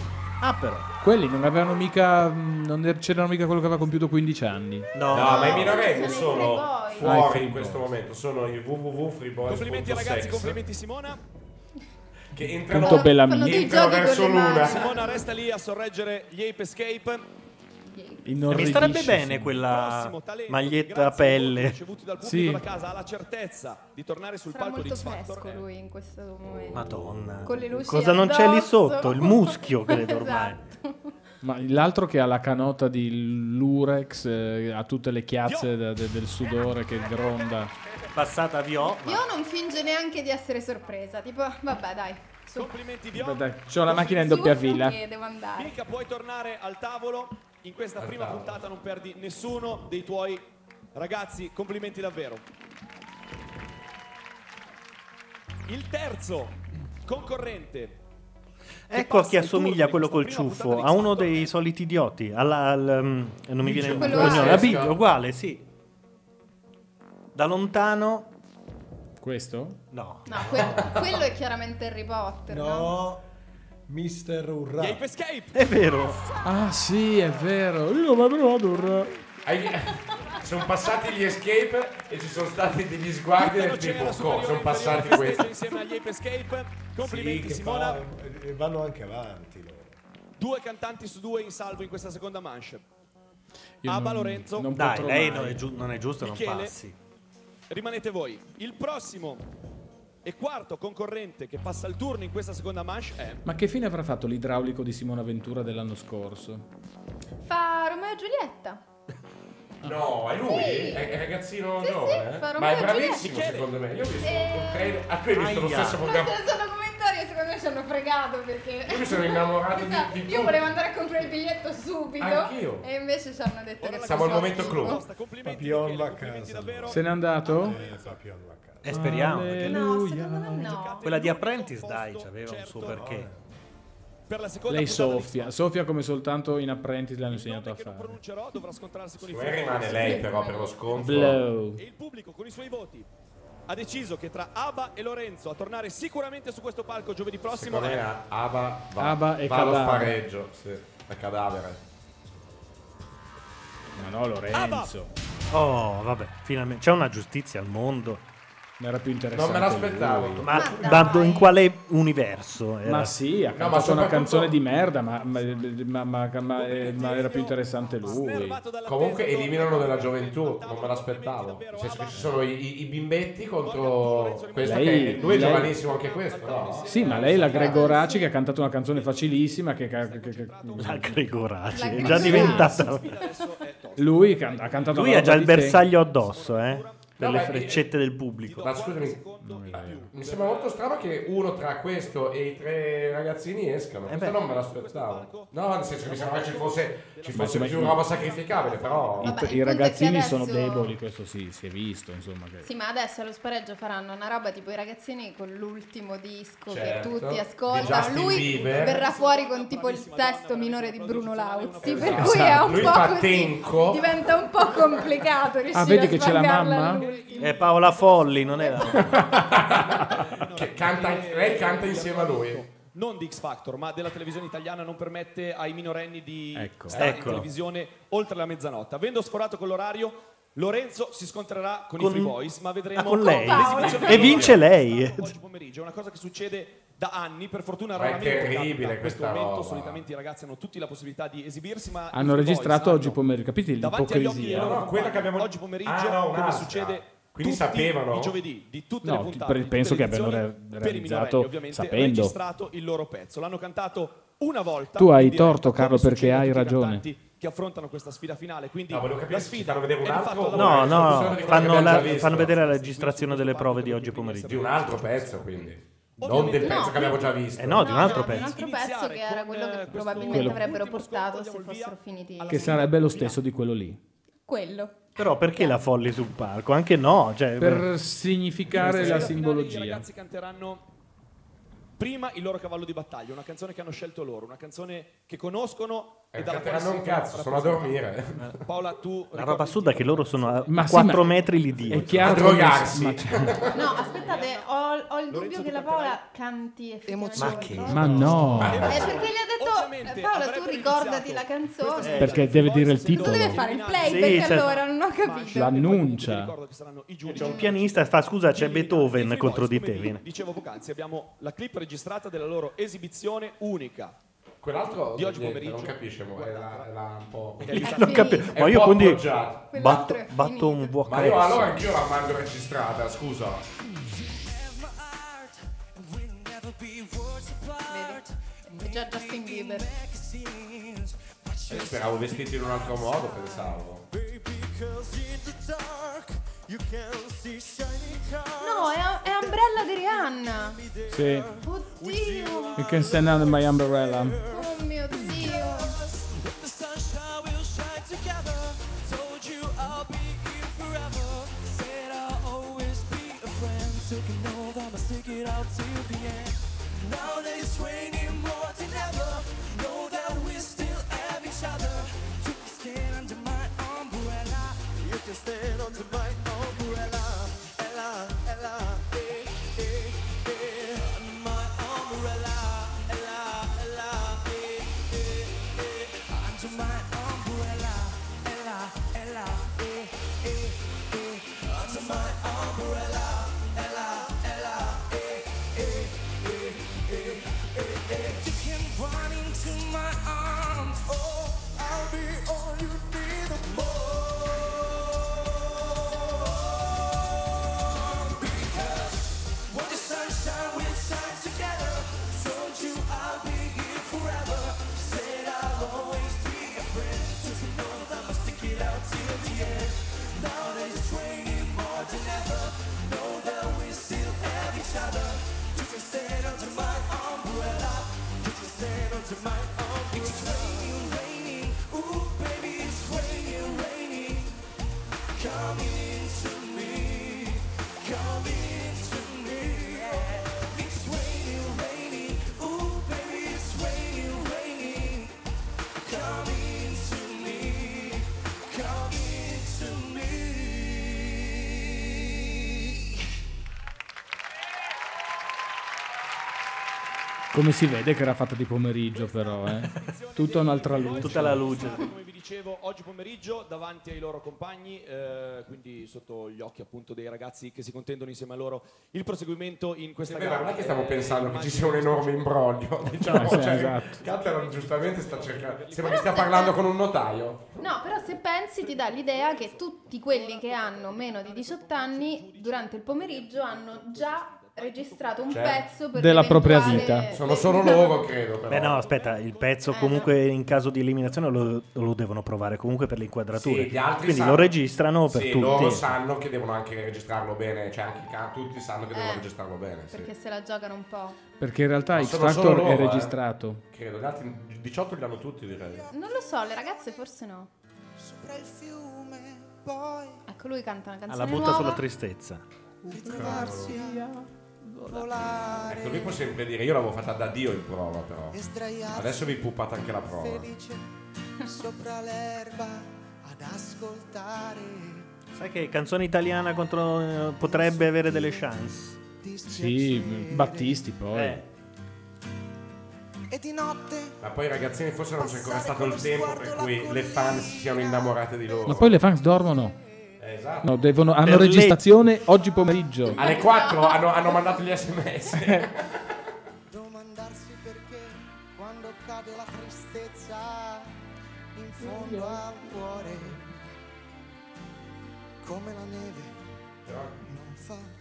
[SPEAKER 2] ah però
[SPEAKER 5] Quelli non avevano mica. mh, Non er- c'erano mica quello che aveva compiuto 15 anni.
[SPEAKER 3] No, ma i minorenni
[SPEAKER 8] Free
[SPEAKER 3] sono
[SPEAKER 8] Boys.
[SPEAKER 5] Ah, i
[SPEAKER 3] fuori
[SPEAKER 5] Free
[SPEAKER 3] in questo
[SPEAKER 5] Boys.
[SPEAKER 3] momento, sono i www.freeboys.sex.
[SPEAKER 8] complimenti ragazzi complimenti Simona
[SPEAKER 3] Che entrano,
[SPEAKER 5] Tutto Bellamy.
[SPEAKER 3] entrano verso l'una.
[SPEAKER 8] Simona resta lì a sorreggere gli Ape Escape
[SPEAKER 2] Mi starebbe bene quella maglietta a pelle.
[SPEAKER 8] pubblico da casa ha la certezza di tornare sul
[SPEAKER 4] Sarà
[SPEAKER 8] palco di
[SPEAKER 4] molto
[SPEAKER 8] X Factor
[SPEAKER 4] fresco lui in questo momento.
[SPEAKER 2] Madonna.
[SPEAKER 4] Con le luci
[SPEAKER 2] Cosa non c'è lì
[SPEAKER 4] addosso. Esatto.
[SPEAKER 2] sotto? Il muschio, credo ormai.
[SPEAKER 5] Ma l'altro che ha la canotta di Lurex, eh, ha tutte le chiazze da- de- del sudore che gronda.
[SPEAKER 2] Passata Vio.
[SPEAKER 4] Io non finge neanche di essere sorpresa, tipo vabbè dai.
[SPEAKER 8] Complimenti
[SPEAKER 5] Vabbè, dai, c'ho la macchina in doppia fila.
[SPEAKER 4] Che Eh, devo andare.
[SPEAKER 8] Mica puoi tornare al tavolo in questa prima puntata non perdi nessuno dei tuoi ragazzi complimenti davvero il terzo concorrente
[SPEAKER 2] Ecco a chi assomiglia quello col ciuffo, a uno dei soliti idioti, alla, al, um, non mi viene il
[SPEAKER 5] Quello
[SPEAKER 2] cognome,
[SPEAKER 5] a-
[SPEAKER 2] a Biggio, uguale, sì. Da lontano...
[SPEAKER 5] Questo?
[SPEAKER 2] No.
[SPEAKER 4] No, que- quello è chiaramente Harry Potter. No.
[SPEAKER 12] No, Mister Urrà.
[SPEAKER 4] Gape
[SPEAKER 8] Escape!
[SPEAKER 2] È vero.
[SPEAKER 5] Ah sì, è vero. Io non avevo Ador.
[SPEAKER 3] Sono passati gli escape e ci sono stati degli sguardi del tipo, "Co, sono passati
[SPEAKER 8] Festeggio
[SPEAKER 3] questi.
[SPEAKER 8] insieme agli Ape Escape.
[SPEAKER 12] Sì,
[SPEAKER 8] Complimenti
[SPEAKER 12] che
[SPEAKER 8] Simona.
[SPEAKER 12] fa- e vanno anche avanti. loro.
[SPEAKER 8] Due cantanti su due in salvo in questa seconda manche.
[SPEAKER 2] Io
[SPEAKER 8] Abba
[SPEAKER 2] non-
[SPEAKER 8] Lorenzo.
[SPEAKER 2] non Dai, potrò lei mai. non è giu- non è giusto, non
[SPEAKER 8] Michele,
[SPEAKER 2] passi.
[SPEAKER 8] Rimanete voi. Il prossimo e quarto concorrente che passa il turno in questa seconda manche è
[SPEAKER 5] Ma che fine avrà fatto l'idraulico di Simona Ventura dell'anno scorso?
[SPEAKER 4] Fa Romeo e Giulietta.
[SPEAKER 3] No, è lui?
[SPEAKER 4] Sì.
[SPEAKER 3] È, è ragazzino
[SPEAKER 4] Sì, sì,
[SPEAKER 3] giovane?
[SPEAKER 4] fa
[SPEAKER 3] Ma è
[SPEAKER 4] Romeo e
[SPEAKER 3] bravissimo
[SPEAKER 4] Giulietta.
[SPEAKER 3] secondo me. Io ho visto
[SPEAKER 4] Eh.
[SPEAKER 3] un trailer- Ah, tu hai visto lo
[SPEAKER 2] Aia.
[SPEAKER 3] stesso
[SPEAKER 4] Lo
[SPEAKER 3] programma.
[SPEAKER 4] stesso documentario secondo me ci hanno fregato perché...
[SPEAKER 3] Io mi sono innamorato di-
[SPEAKER 4] Esatto,
[SPEAKER 3] di
[SPEAKER 4] Io
[SPEAKER 3] tutto.
[SPEAKER 4] volevo andare a comprare il biglietto subito.
[SPEAKER 3] Anch'io.
[SPEAKER 4] E invece ci hanno detto che...
[SPEAKER 3] Siamo al
[SPEAKER 4] fosse
[SPEAKER 3] momento
[SPEAKER 4] schifo.
[SPEAKER 3] clou.
[SPEAKER 12] Papillon va a casa.
[SPEAKER 5] Se n'è andato?
[SPEAKER 2] E Eh, speriamo, perché- eh,
[SPEAKER 5] Alleluia.
[SPEAKER 2] Quella di Apprentice, dai, aveva un suo perché.
[SPEAKER 8] per la seconda
[SPEAKER 5] Lei
[SPEAKER 8] puntata
[SPEAKER 5] soffia, soffia come soltanto in Apprentice l'hanno insegnato a fare.
[SPEAKER 8] pronuncerò dovrà scontrarsi con il
[SPEAKER 3] Come rimane lei però per lo scontro?
[SPEAKER 5] Blow.
[SPEAKER 8] E il pubblico con i suoi voti ha deciso che tra Abba e Lorenzo a tornare sicuramente su questo palco giovedì prossimo
[SPEAKER 3] Secondo me
[SPEAKER 8] è
[SPEAKER 3] a- Ava va,
[SPEAKER 5] Ava e
[SPEAKER 3] va allo
[SPEAKER 5] cadavere.
[SPEAKER 3] spareggio, sì, a cadavere.
[SPEAKER 5] Ma no, Lorenzo.
[SPEAKER 2] Oh, vabbè, finalmente c'è una giustizia al mondo.
[SPEAKER 5] Non era più
[SPEAKER 3] interessante Non me l'aspettavo. lui.
[SPEAKER 2] Ma,
[SPEAKER 3] Ma
[SPEAKER 2] ma
[SPEAKER 3] dai.
[SPEAKER 2] in quale universo? Era?
[SPEAKER 5] Ma sì, ha
[SPEAKER 2] No,
[SPEAKER 5] cantato
[SPEAKER 2] ma
[SPEAKER 5] una
[SPEAKER 2] soprattutto-
[SPEAKER 5] canzone di merda, ma, ma- ma- ma- ma- eh, ma era più interessante lui.
[SPEAKER 3] Comunque eliminano della gioventù, non me l'aspettavo. Nel senso che ci sono i, i- i bimbetti contro questo
[SPEAKER 5] Lei-
[SPEAKER 3] che lui è
[SPEAKER 5] lei-
[SPEAKER 3] giovanissimo anche questo, no?
[SPEAKER 5] Sì, ma lei la Gregoraci che ha cantato una canzone facilissima che... che- che- che-
[SPEAKER 2] La Gregoraci,
[SPEAKER 5] Ma
[SPEAKER 2] è già
[SPEAKER 5] sì.
[SPEAKER 2] diventata.
[SPEAKER 5] Lui can- ha cantato
[SPEAKER 2] Lui
[SPEAKER 5] una
[SPEAKER 2] ha già
[SPEAKER 5] roba
[SPEAKER 2] il
[SPEAKER 5] di te.
[SPEAKER 2] bersaglio addosso, eh? Per
[SPEAKER 3] No,
[SPEAKER 2] le
[SPEAKER 3] ma-
[SPEAKER 2] freccette del pubblico.
[SPEAKER 3] Ma scusami, mi sembra molto strano che uno tra questo e i tre ragazzini
[SPEAKER 4] Eh
[SPEAKER 3] escano. Questo non me l'aspettavo. No, nel senso che mi sembrava ci fosse, ci
[SPEAKER 5] Ma
[SPEAKER 3] fosse
[SPEAKER 5] insomma,
[SPEAKER 3] più
[SPEAKER 5] i-
[SPEAKER 3] roba sacrificabile, però...
[SPEAKER 4] Vabbè, il
[SPEAKER 5] I
[SPEAKER 4] punto è che
[SPEAKER 5] ragazzini
[SPEAKER 4] adesso-
[SPEAKER 5] sono deboli, questo sì, si è visto, insomma. che-
[SPEAKER 4] Sì, ma adesso allo spareggio faranno una roba tipo i ragazzini con l'ultimo disco
[SPEAKER 5] Certo,
[SPEAKER 4] che tutti
[SPEAKER 5] di
[SPEAKER 4] ascoltano.
[SPEAKER 5] Justin
[SPEAKER 4] Lui
[SPEAKER 5] Bieber.
[SPEAKER 4] verrà fuori con tipo il testo minore di Bruno Lauzi,
[SPEAKER 3] eh,
[SPEAKER 4] per
[SPEAKER 5] Esatto.
[SPEAKER 4] cui è un
[SPEAKER 5] Lui
[SPEAKER 4] po'
[SPEAKER 5] fa
[SPEAKER 4] così,
[SPEAKER 5] tenco.
[SPEAKER 4] diventa un po' complicato riuscire
[SPEAKER 5] Ah,
[SPEAKER 2] Ah,
[SPEAKER 4] a sfangarla all'ultimo.
[SPEAKER 2] È Paola Folli, non è
[SPEAKER 3] Che canta anche- lei canta insieme a lui.
[SPEAKER 8] eh, non di X Factor ma della televisione italiana non permette ai minorenni di
[SPEAKER 5] Ecco.
[SPEAKER 8] stare in
[SPEAKER 5] Eccolo.
[SPEAKER 8] televisione oltre la mezzanotte avendo sforato con l'orario Lorenzo si scontrerà con,
[SPEAKER 2] Con-
[SPEAKER 8] i Free Boys ma vedremo
[SPEAKER 2] Ah, con lei.
[SPEAKER 8] l'esibizione
[SPEAKER 2] E
[SPEAKER 8] di-
[SPEAKER 2] vince lei.
[SPEAKER 8] oggi pomeriggio è una cosa che succede da anni per fortuna
[SPEAKER 3] Ma è
[SPEAKER 8] raramente
[SPEAKER 3] terribile
[SPEAKER 8] capita. in questo
[SPEAKER 3] questa
[SPEAKER 8] momento
[SPEAKER 3] roba.
[SPEAKER 8] solitamente i ragazzi hanno tutti la possibilità di esibirsi ma i
[SPEAKER 5] Hanno
[SPEAKER 8] Free Boys
[SPEAKER 5] registrato
[SPEAKER 8] hanno
[SPEAKER 5] oggi pomeriggio, capite
[SPEAKER 8] davanti agli occhi dei
[SPEAKER 5] l'ipocrisia?
[SPEAKER 8] loro
[SPEAKER 3] No, no, quella
[SPEAKER 8] compagni.
[SPEAKER 3] che abbiamo-
[SPEAKER 8] oggi pomeriggio
[SPEAKER 3] Ah, no,
[SPEAKER 8] come
[SPEAKER 3] un'altra.
[SPEAKER 8] succede
[SPEAKER 3] Quindi
[SPEAKER 8] tutti
[SPEAKER 3] sapevano?
[SPEAKER 8] i giovedì di tutte le
[SPEAKER 5] No, ti-
[SPEAKER 8] puntate
[SPEAKER 5] pre-
[SPEAKER 8] di
[SPEAKER 5] penso che
[SPEAKER 8] televisione
[SPEAKER 5] abbiano re-
[SPEAKER 8] per i
[SPEAKER 5] realizzato
[SPEAKER 8] minorenni, ovviamente
[SPEAKER 5] sapendo.
[SPEAKER 8] registrato il loro pezzo l'hanno cantato una volta
[SPEAKER 5] Tu hai
[SPEAKER 8] in diretta,
[SPEAKER 5] torto,
[SPEAKER 8] come
[SPEAKER 5] Carlo, perché
[SPEAKER 8] succede a
[SPEAKER 5] hai
[SPEAKER 8] tutti i
[SPEAKER 5] ragione.
[SPEAKER 8] cantanti che affrontano questa sfida finale quindi
[SPEAKER 3] No, volevo
[SPEAKER 8] la
[SPEAKER 3] capire se ci
[SPEAKER 8] sfida
[SPEAKER 3] fanno vedere un
[SPEAKER 8] è di
[SPEAKER 3] altro
[SPEAKER 8] fatto
[SPEAKER 3] o
[SPEAKER 8] la
[SPEAKER 2] No,
[SPEAKER 8] loro-
[SPEAKER 2] no,
[SPEAKER 3] di quello che
[SPEAKER 2] fanno,
[SPEAKER 3] abbiamo già
[SPEAKER 2] la-
[SPEAKER 3] visto.
[SPEAKER 2] fanno vedere la registrazione delle prove di oggi pomeriggio.
[SPEAKER 3] Di un altro pezzo, quindi. Non del
[SPEAKER 4] No.
[SPEAKER 3] pezzo che abbiamo già visto.
[SPEAKER 2] Eh no, di un altro
[SPEAKER 4] Un
[SPEAKER 2] pezzo.
[SPEAKER 4] altro pezzo che era quello che probabilmente
[SPEAKER 5] Quello-
[SPEAKER 4] avrebbero portato se fossero finiti
[SPEAKER 5] Che sarebbe lo stesso di quello lì.
[SPEAKER 4] quello.
[SPEAKER 2] Però perché la Folli sul palco? Anche no, cioè...
[SPEAKER 5] Per significare la
[SPEAKER 8] i
[SPEAKER 5] simbologia.
[SPEAKER 8] ragazzi canteranno prima il loro cavallo di battaglia una canzone che hanno scelto loro una canzone che conoscono
[SPEAKER 3] Eh,
[SPEAKER 8] e dalla quale
[SPEAKER 3] canteranno
[SPEAKER 8] si
[SPEAKER 3] un cazzo, sono a
[SPEAKER 8] rappresentano.
[SPEAKER 3] dormire.
[SPEAKER 8] Paola tu
[SPEAKER 2] La roba assurda è che loro sono a
[SPEAKER 5] Ma sì,
[SPEAKER 2] 4
[SPEAKER 5] ma-
[SPEAKER 2] metri lì dietro.
[SPEAKER 5] è chiaro A drogarsi. che- cioè,
[SPEAKER 2] certo.
[SPEAKER 4] No, aspettate, ho, ho il dubbio che la Paola canti effettivamente.
[SPEAKER 2] Ma
[SPEAKER 4] qualcosa.
[SPEAKER 5] Ma no,
[SPEAKER 4] Eh, perché gli ha detto, Paola, tu ricordati la canzone.
[SPEAKER 5] perché deve dire il
[SPEAKER 4] Tu
[SPEAKER 5] titolo.
[SPEAKER 4] deve fare il playback
[SPEAKER 2] certo.
[SPEAKER 4] allora, non ho capito.
[SPEAKER 5] L'annuncia.
[SPEAKER 2] C'è un pianista e fa scusa, c'è Beethoven contro di te.
[SPEAKER 8] Come vi
[SPEAKER 2] vieni."
[SPEAKER 8] dicevo poc'anzi, abbiamo la clip registrata della loro esibizione unica.
[SPEAKER 3] Quell'altro
[SPEAKER 8] di oggi
[SPEAKER 3] niente,
[SPEAKER 8] pomeriggio.
[SPEAKER 3] non capisce, mo, è la- è la un po'.
[SPEAKER 2] Non capisco. Ma io quindi batto, batto un
[SPEAKER 3] Ma io allora
[SPEAKER 2] VHS.
[SPEAKER 3] anch'io la mando registrata, scusa.
[SPEAKER 4] Vedi? È già Justin Bieber.
[SPEAKER 3] Eh, Speravo vestiti in un altro modo, pensavo.
[SPEAKER 4] No, è, è Umbrella di Rihanna.
[SPEAKER 5] Sì.
[SPEAKER 4] Oddio.
[SPEAKER 5] You can stand under my umbrella.
[SPEAKER 4] Oh mio Dio.
[SPEAKER 9] Taking over, I'ma stick it out till the end. Now that it's raining more than eh, If you can run into my arms, oh, I'll be all you need and more. Because when the sunshine will shine together, told you I'll be here forever. Said I'll always be a friend. Took to know that I'ma stick it out till the end. Now that it's raining more than ever, know that we still have each other. You can stand under my umbrella. You can stand under my umbrella. It's raining, raining. Ooh, baby, it's raining, raining. Coming into me. Coming into me. It's raining, raining. Ooh, baby, it's raining, raining. Coming into me. Coming into me.
[SPEAKER 5] Come si vede che era fatta di pomeriggio però, eh? Tutta un'altra luce.
[SPEAKER 8] Come vi dicevo, oggi pomeriggio davanti ai loro compagni, eh, quindi sotto gli occhi appunto dei ragazzi che si contendono insieme a loro il proseguimento in questa
[SPEAKER 3] Beh,
[SPEAKER 8] gara.
[SPEAKER 3] ma non è che
[SPEAKER 8] Eh,
[SPEAKER 3] stiamo pensando che ci sia un
[SPEAKER 8] immagino-
[SPEAKER 3] enorme imbroglio, diciamo,
[SPEAKER 5] sì,
[SPEAKER 3] cioè,
[SPEAKER 5] esatto.
[SPEAKER 3] Caterham giustamente sta cercando, sembra che stia parlando con un notaio.
[SPEAKER 4] No, però se pensi ti dà l'idea che tutti quelli che hanno meno di 18 anni durante il pomeriggio hanno già registrato un
[SPEAKER 3] Certo.
[SPEAKER 4] pezzo per
[SPEAKER 2] Della propria
[SPEAKER 4] l'eventuale-
[SPEAKER 2] vita.
[SPEAKER 3] Sono solo loro, credo, però.
[SPEAKER 2] Beh, no, aspetta, il
[SPEAKER 4] Eh,
[SPEAKER 2] pezzo comunque in caso di eliminazione lo, lo devono provare comunque per le inquadrature.
[SPEAKER 3] Sì, gli altri
[SPEAKER 2] Quindi
[SPEAKER 3] sanno-
[SPEAKER 2] lo registrano per
[SPEAKER 3] sì,
[SPEAKER 2] tutti.
[SPEAKER 3] loro sanno che devono anche registrarlo bene, cioè anche i ca- tutti sanno che devono
[SPEAKER 4] Eh,
[SPEAKER 3] registrarlo bene. sì.
[SPEAKER 4] Perché se la giocano un po'.
[SPEAKER 5] Perché in realtà
[SPEAKER 3] Ma
[SPEAKER 5] X
[SPEAKER 3] sono solo
[SPEAKER 5] Factor
[SPEAKER 3] loro,
[SPEAKER 5] Ah, è
[SPEAKER 3] eh.
[SPEAKER 5] registrato.
[SPEAKER 3] Credo, gli altri 18 li hanno tutti, direi.
[SPEAKER 4] Non lo so, le ragazze forse no. Ecco, lui canta una canzone
[SPEAKER 2] Alla Ah, butta
[SPEAKER 4] nuova.
[SPEAKER 2] sulla tristezza.
[SPEAKER 4] Ritrovarsi
[SPEAKER 9] Volare.
[SPEAKER 3] Ecco, lui può sempre dire, io l'avevo fatta da Dio in prova, però.
[SPEAKER 9] E sdraiarsi
[SPEAKER 3] Adesso vi puppate anche la prova.
[SPEAKER 9] Felice sopra l'erba ad ascoltare.
[SPEAKER 2] Sai che canzone italiana contro eh, potrebbe avere delle chance.
[SPEAKER 5] Sì, Battisti poi.
[SPEAKER 2] Eh.
[SPEAKER 9] E di notte
[SPEAKER 3] Ma poi ragazzini forse non c'è ancora stato il tempo per cui le fan si siano innamorate di loro.
[SPEAKER 5] Ma poi le fans dormono.
[SPEAKER 3] Esatto.
[SPEAKER 5] No, devono- hanno
[SPEAKER 3] Per le-
[SPEAKER 5] registrazione oggi pomeriggio.
[SPEAKER 3] Alle 4 hanno, hanno mandato gli sms.
[SPEAKER 9] domandarsi perché quando cade la tristezza in fondo al cuore come la neve non fa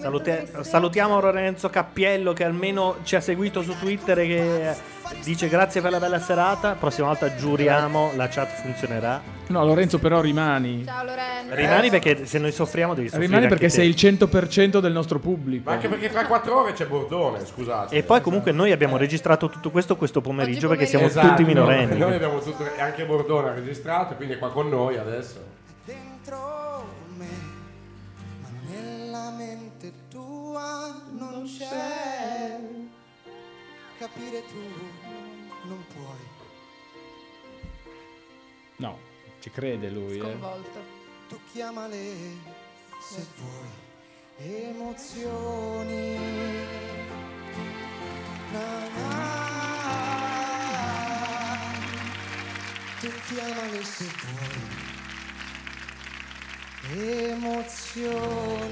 [SPEAKER 2] Salute- salutiamo Lorenzo Cappiello che almeno ci ha seguito su Twitter e che dice grazie per la bella serata. Prossima volta giuriamo la chat funzionerà.
[SPEAKER 5] No, Lorenzo però rimani.
[SPEAKER 4] Ciao Lorenzo.
[SPEAKER 2] Rimani perché se noi soffriamo devi soffrire.
[SPEAKER 5] Rimani
[SPEAKER 2] anche
[SPEAKER 5] perché
[SPEAKER 2] te.
[SPEAKER 5] sei il 100% del nostro pubblico.
[SPEAKER 3] Ma anche perché tra 4 ore c'è Bordone, scusate.
[SPEAKER 2] E poi comunque noi abbiamo registrato tutto questo questo pomeriggio perché siamo
[SPEAKER 3] Esatto,
[SPEAKER 2] tutti
[SPEAKER 3] noi-
[SPEAKER 2] minorenni.
[SPEAKER 3] Noi abbiamo tutto, e anche Bordone ha registrato, quindi è qua con noi adesso.
[SPEAKER 9] dentro me ma nella mente tua non c'è capire tu non puoi
[SPEAKER 5] No, ci crede lui. Eh.
[SPEAKER 9] Tu chiamale se vuoi emozioni. Na, na. Tu chiamale se vuoi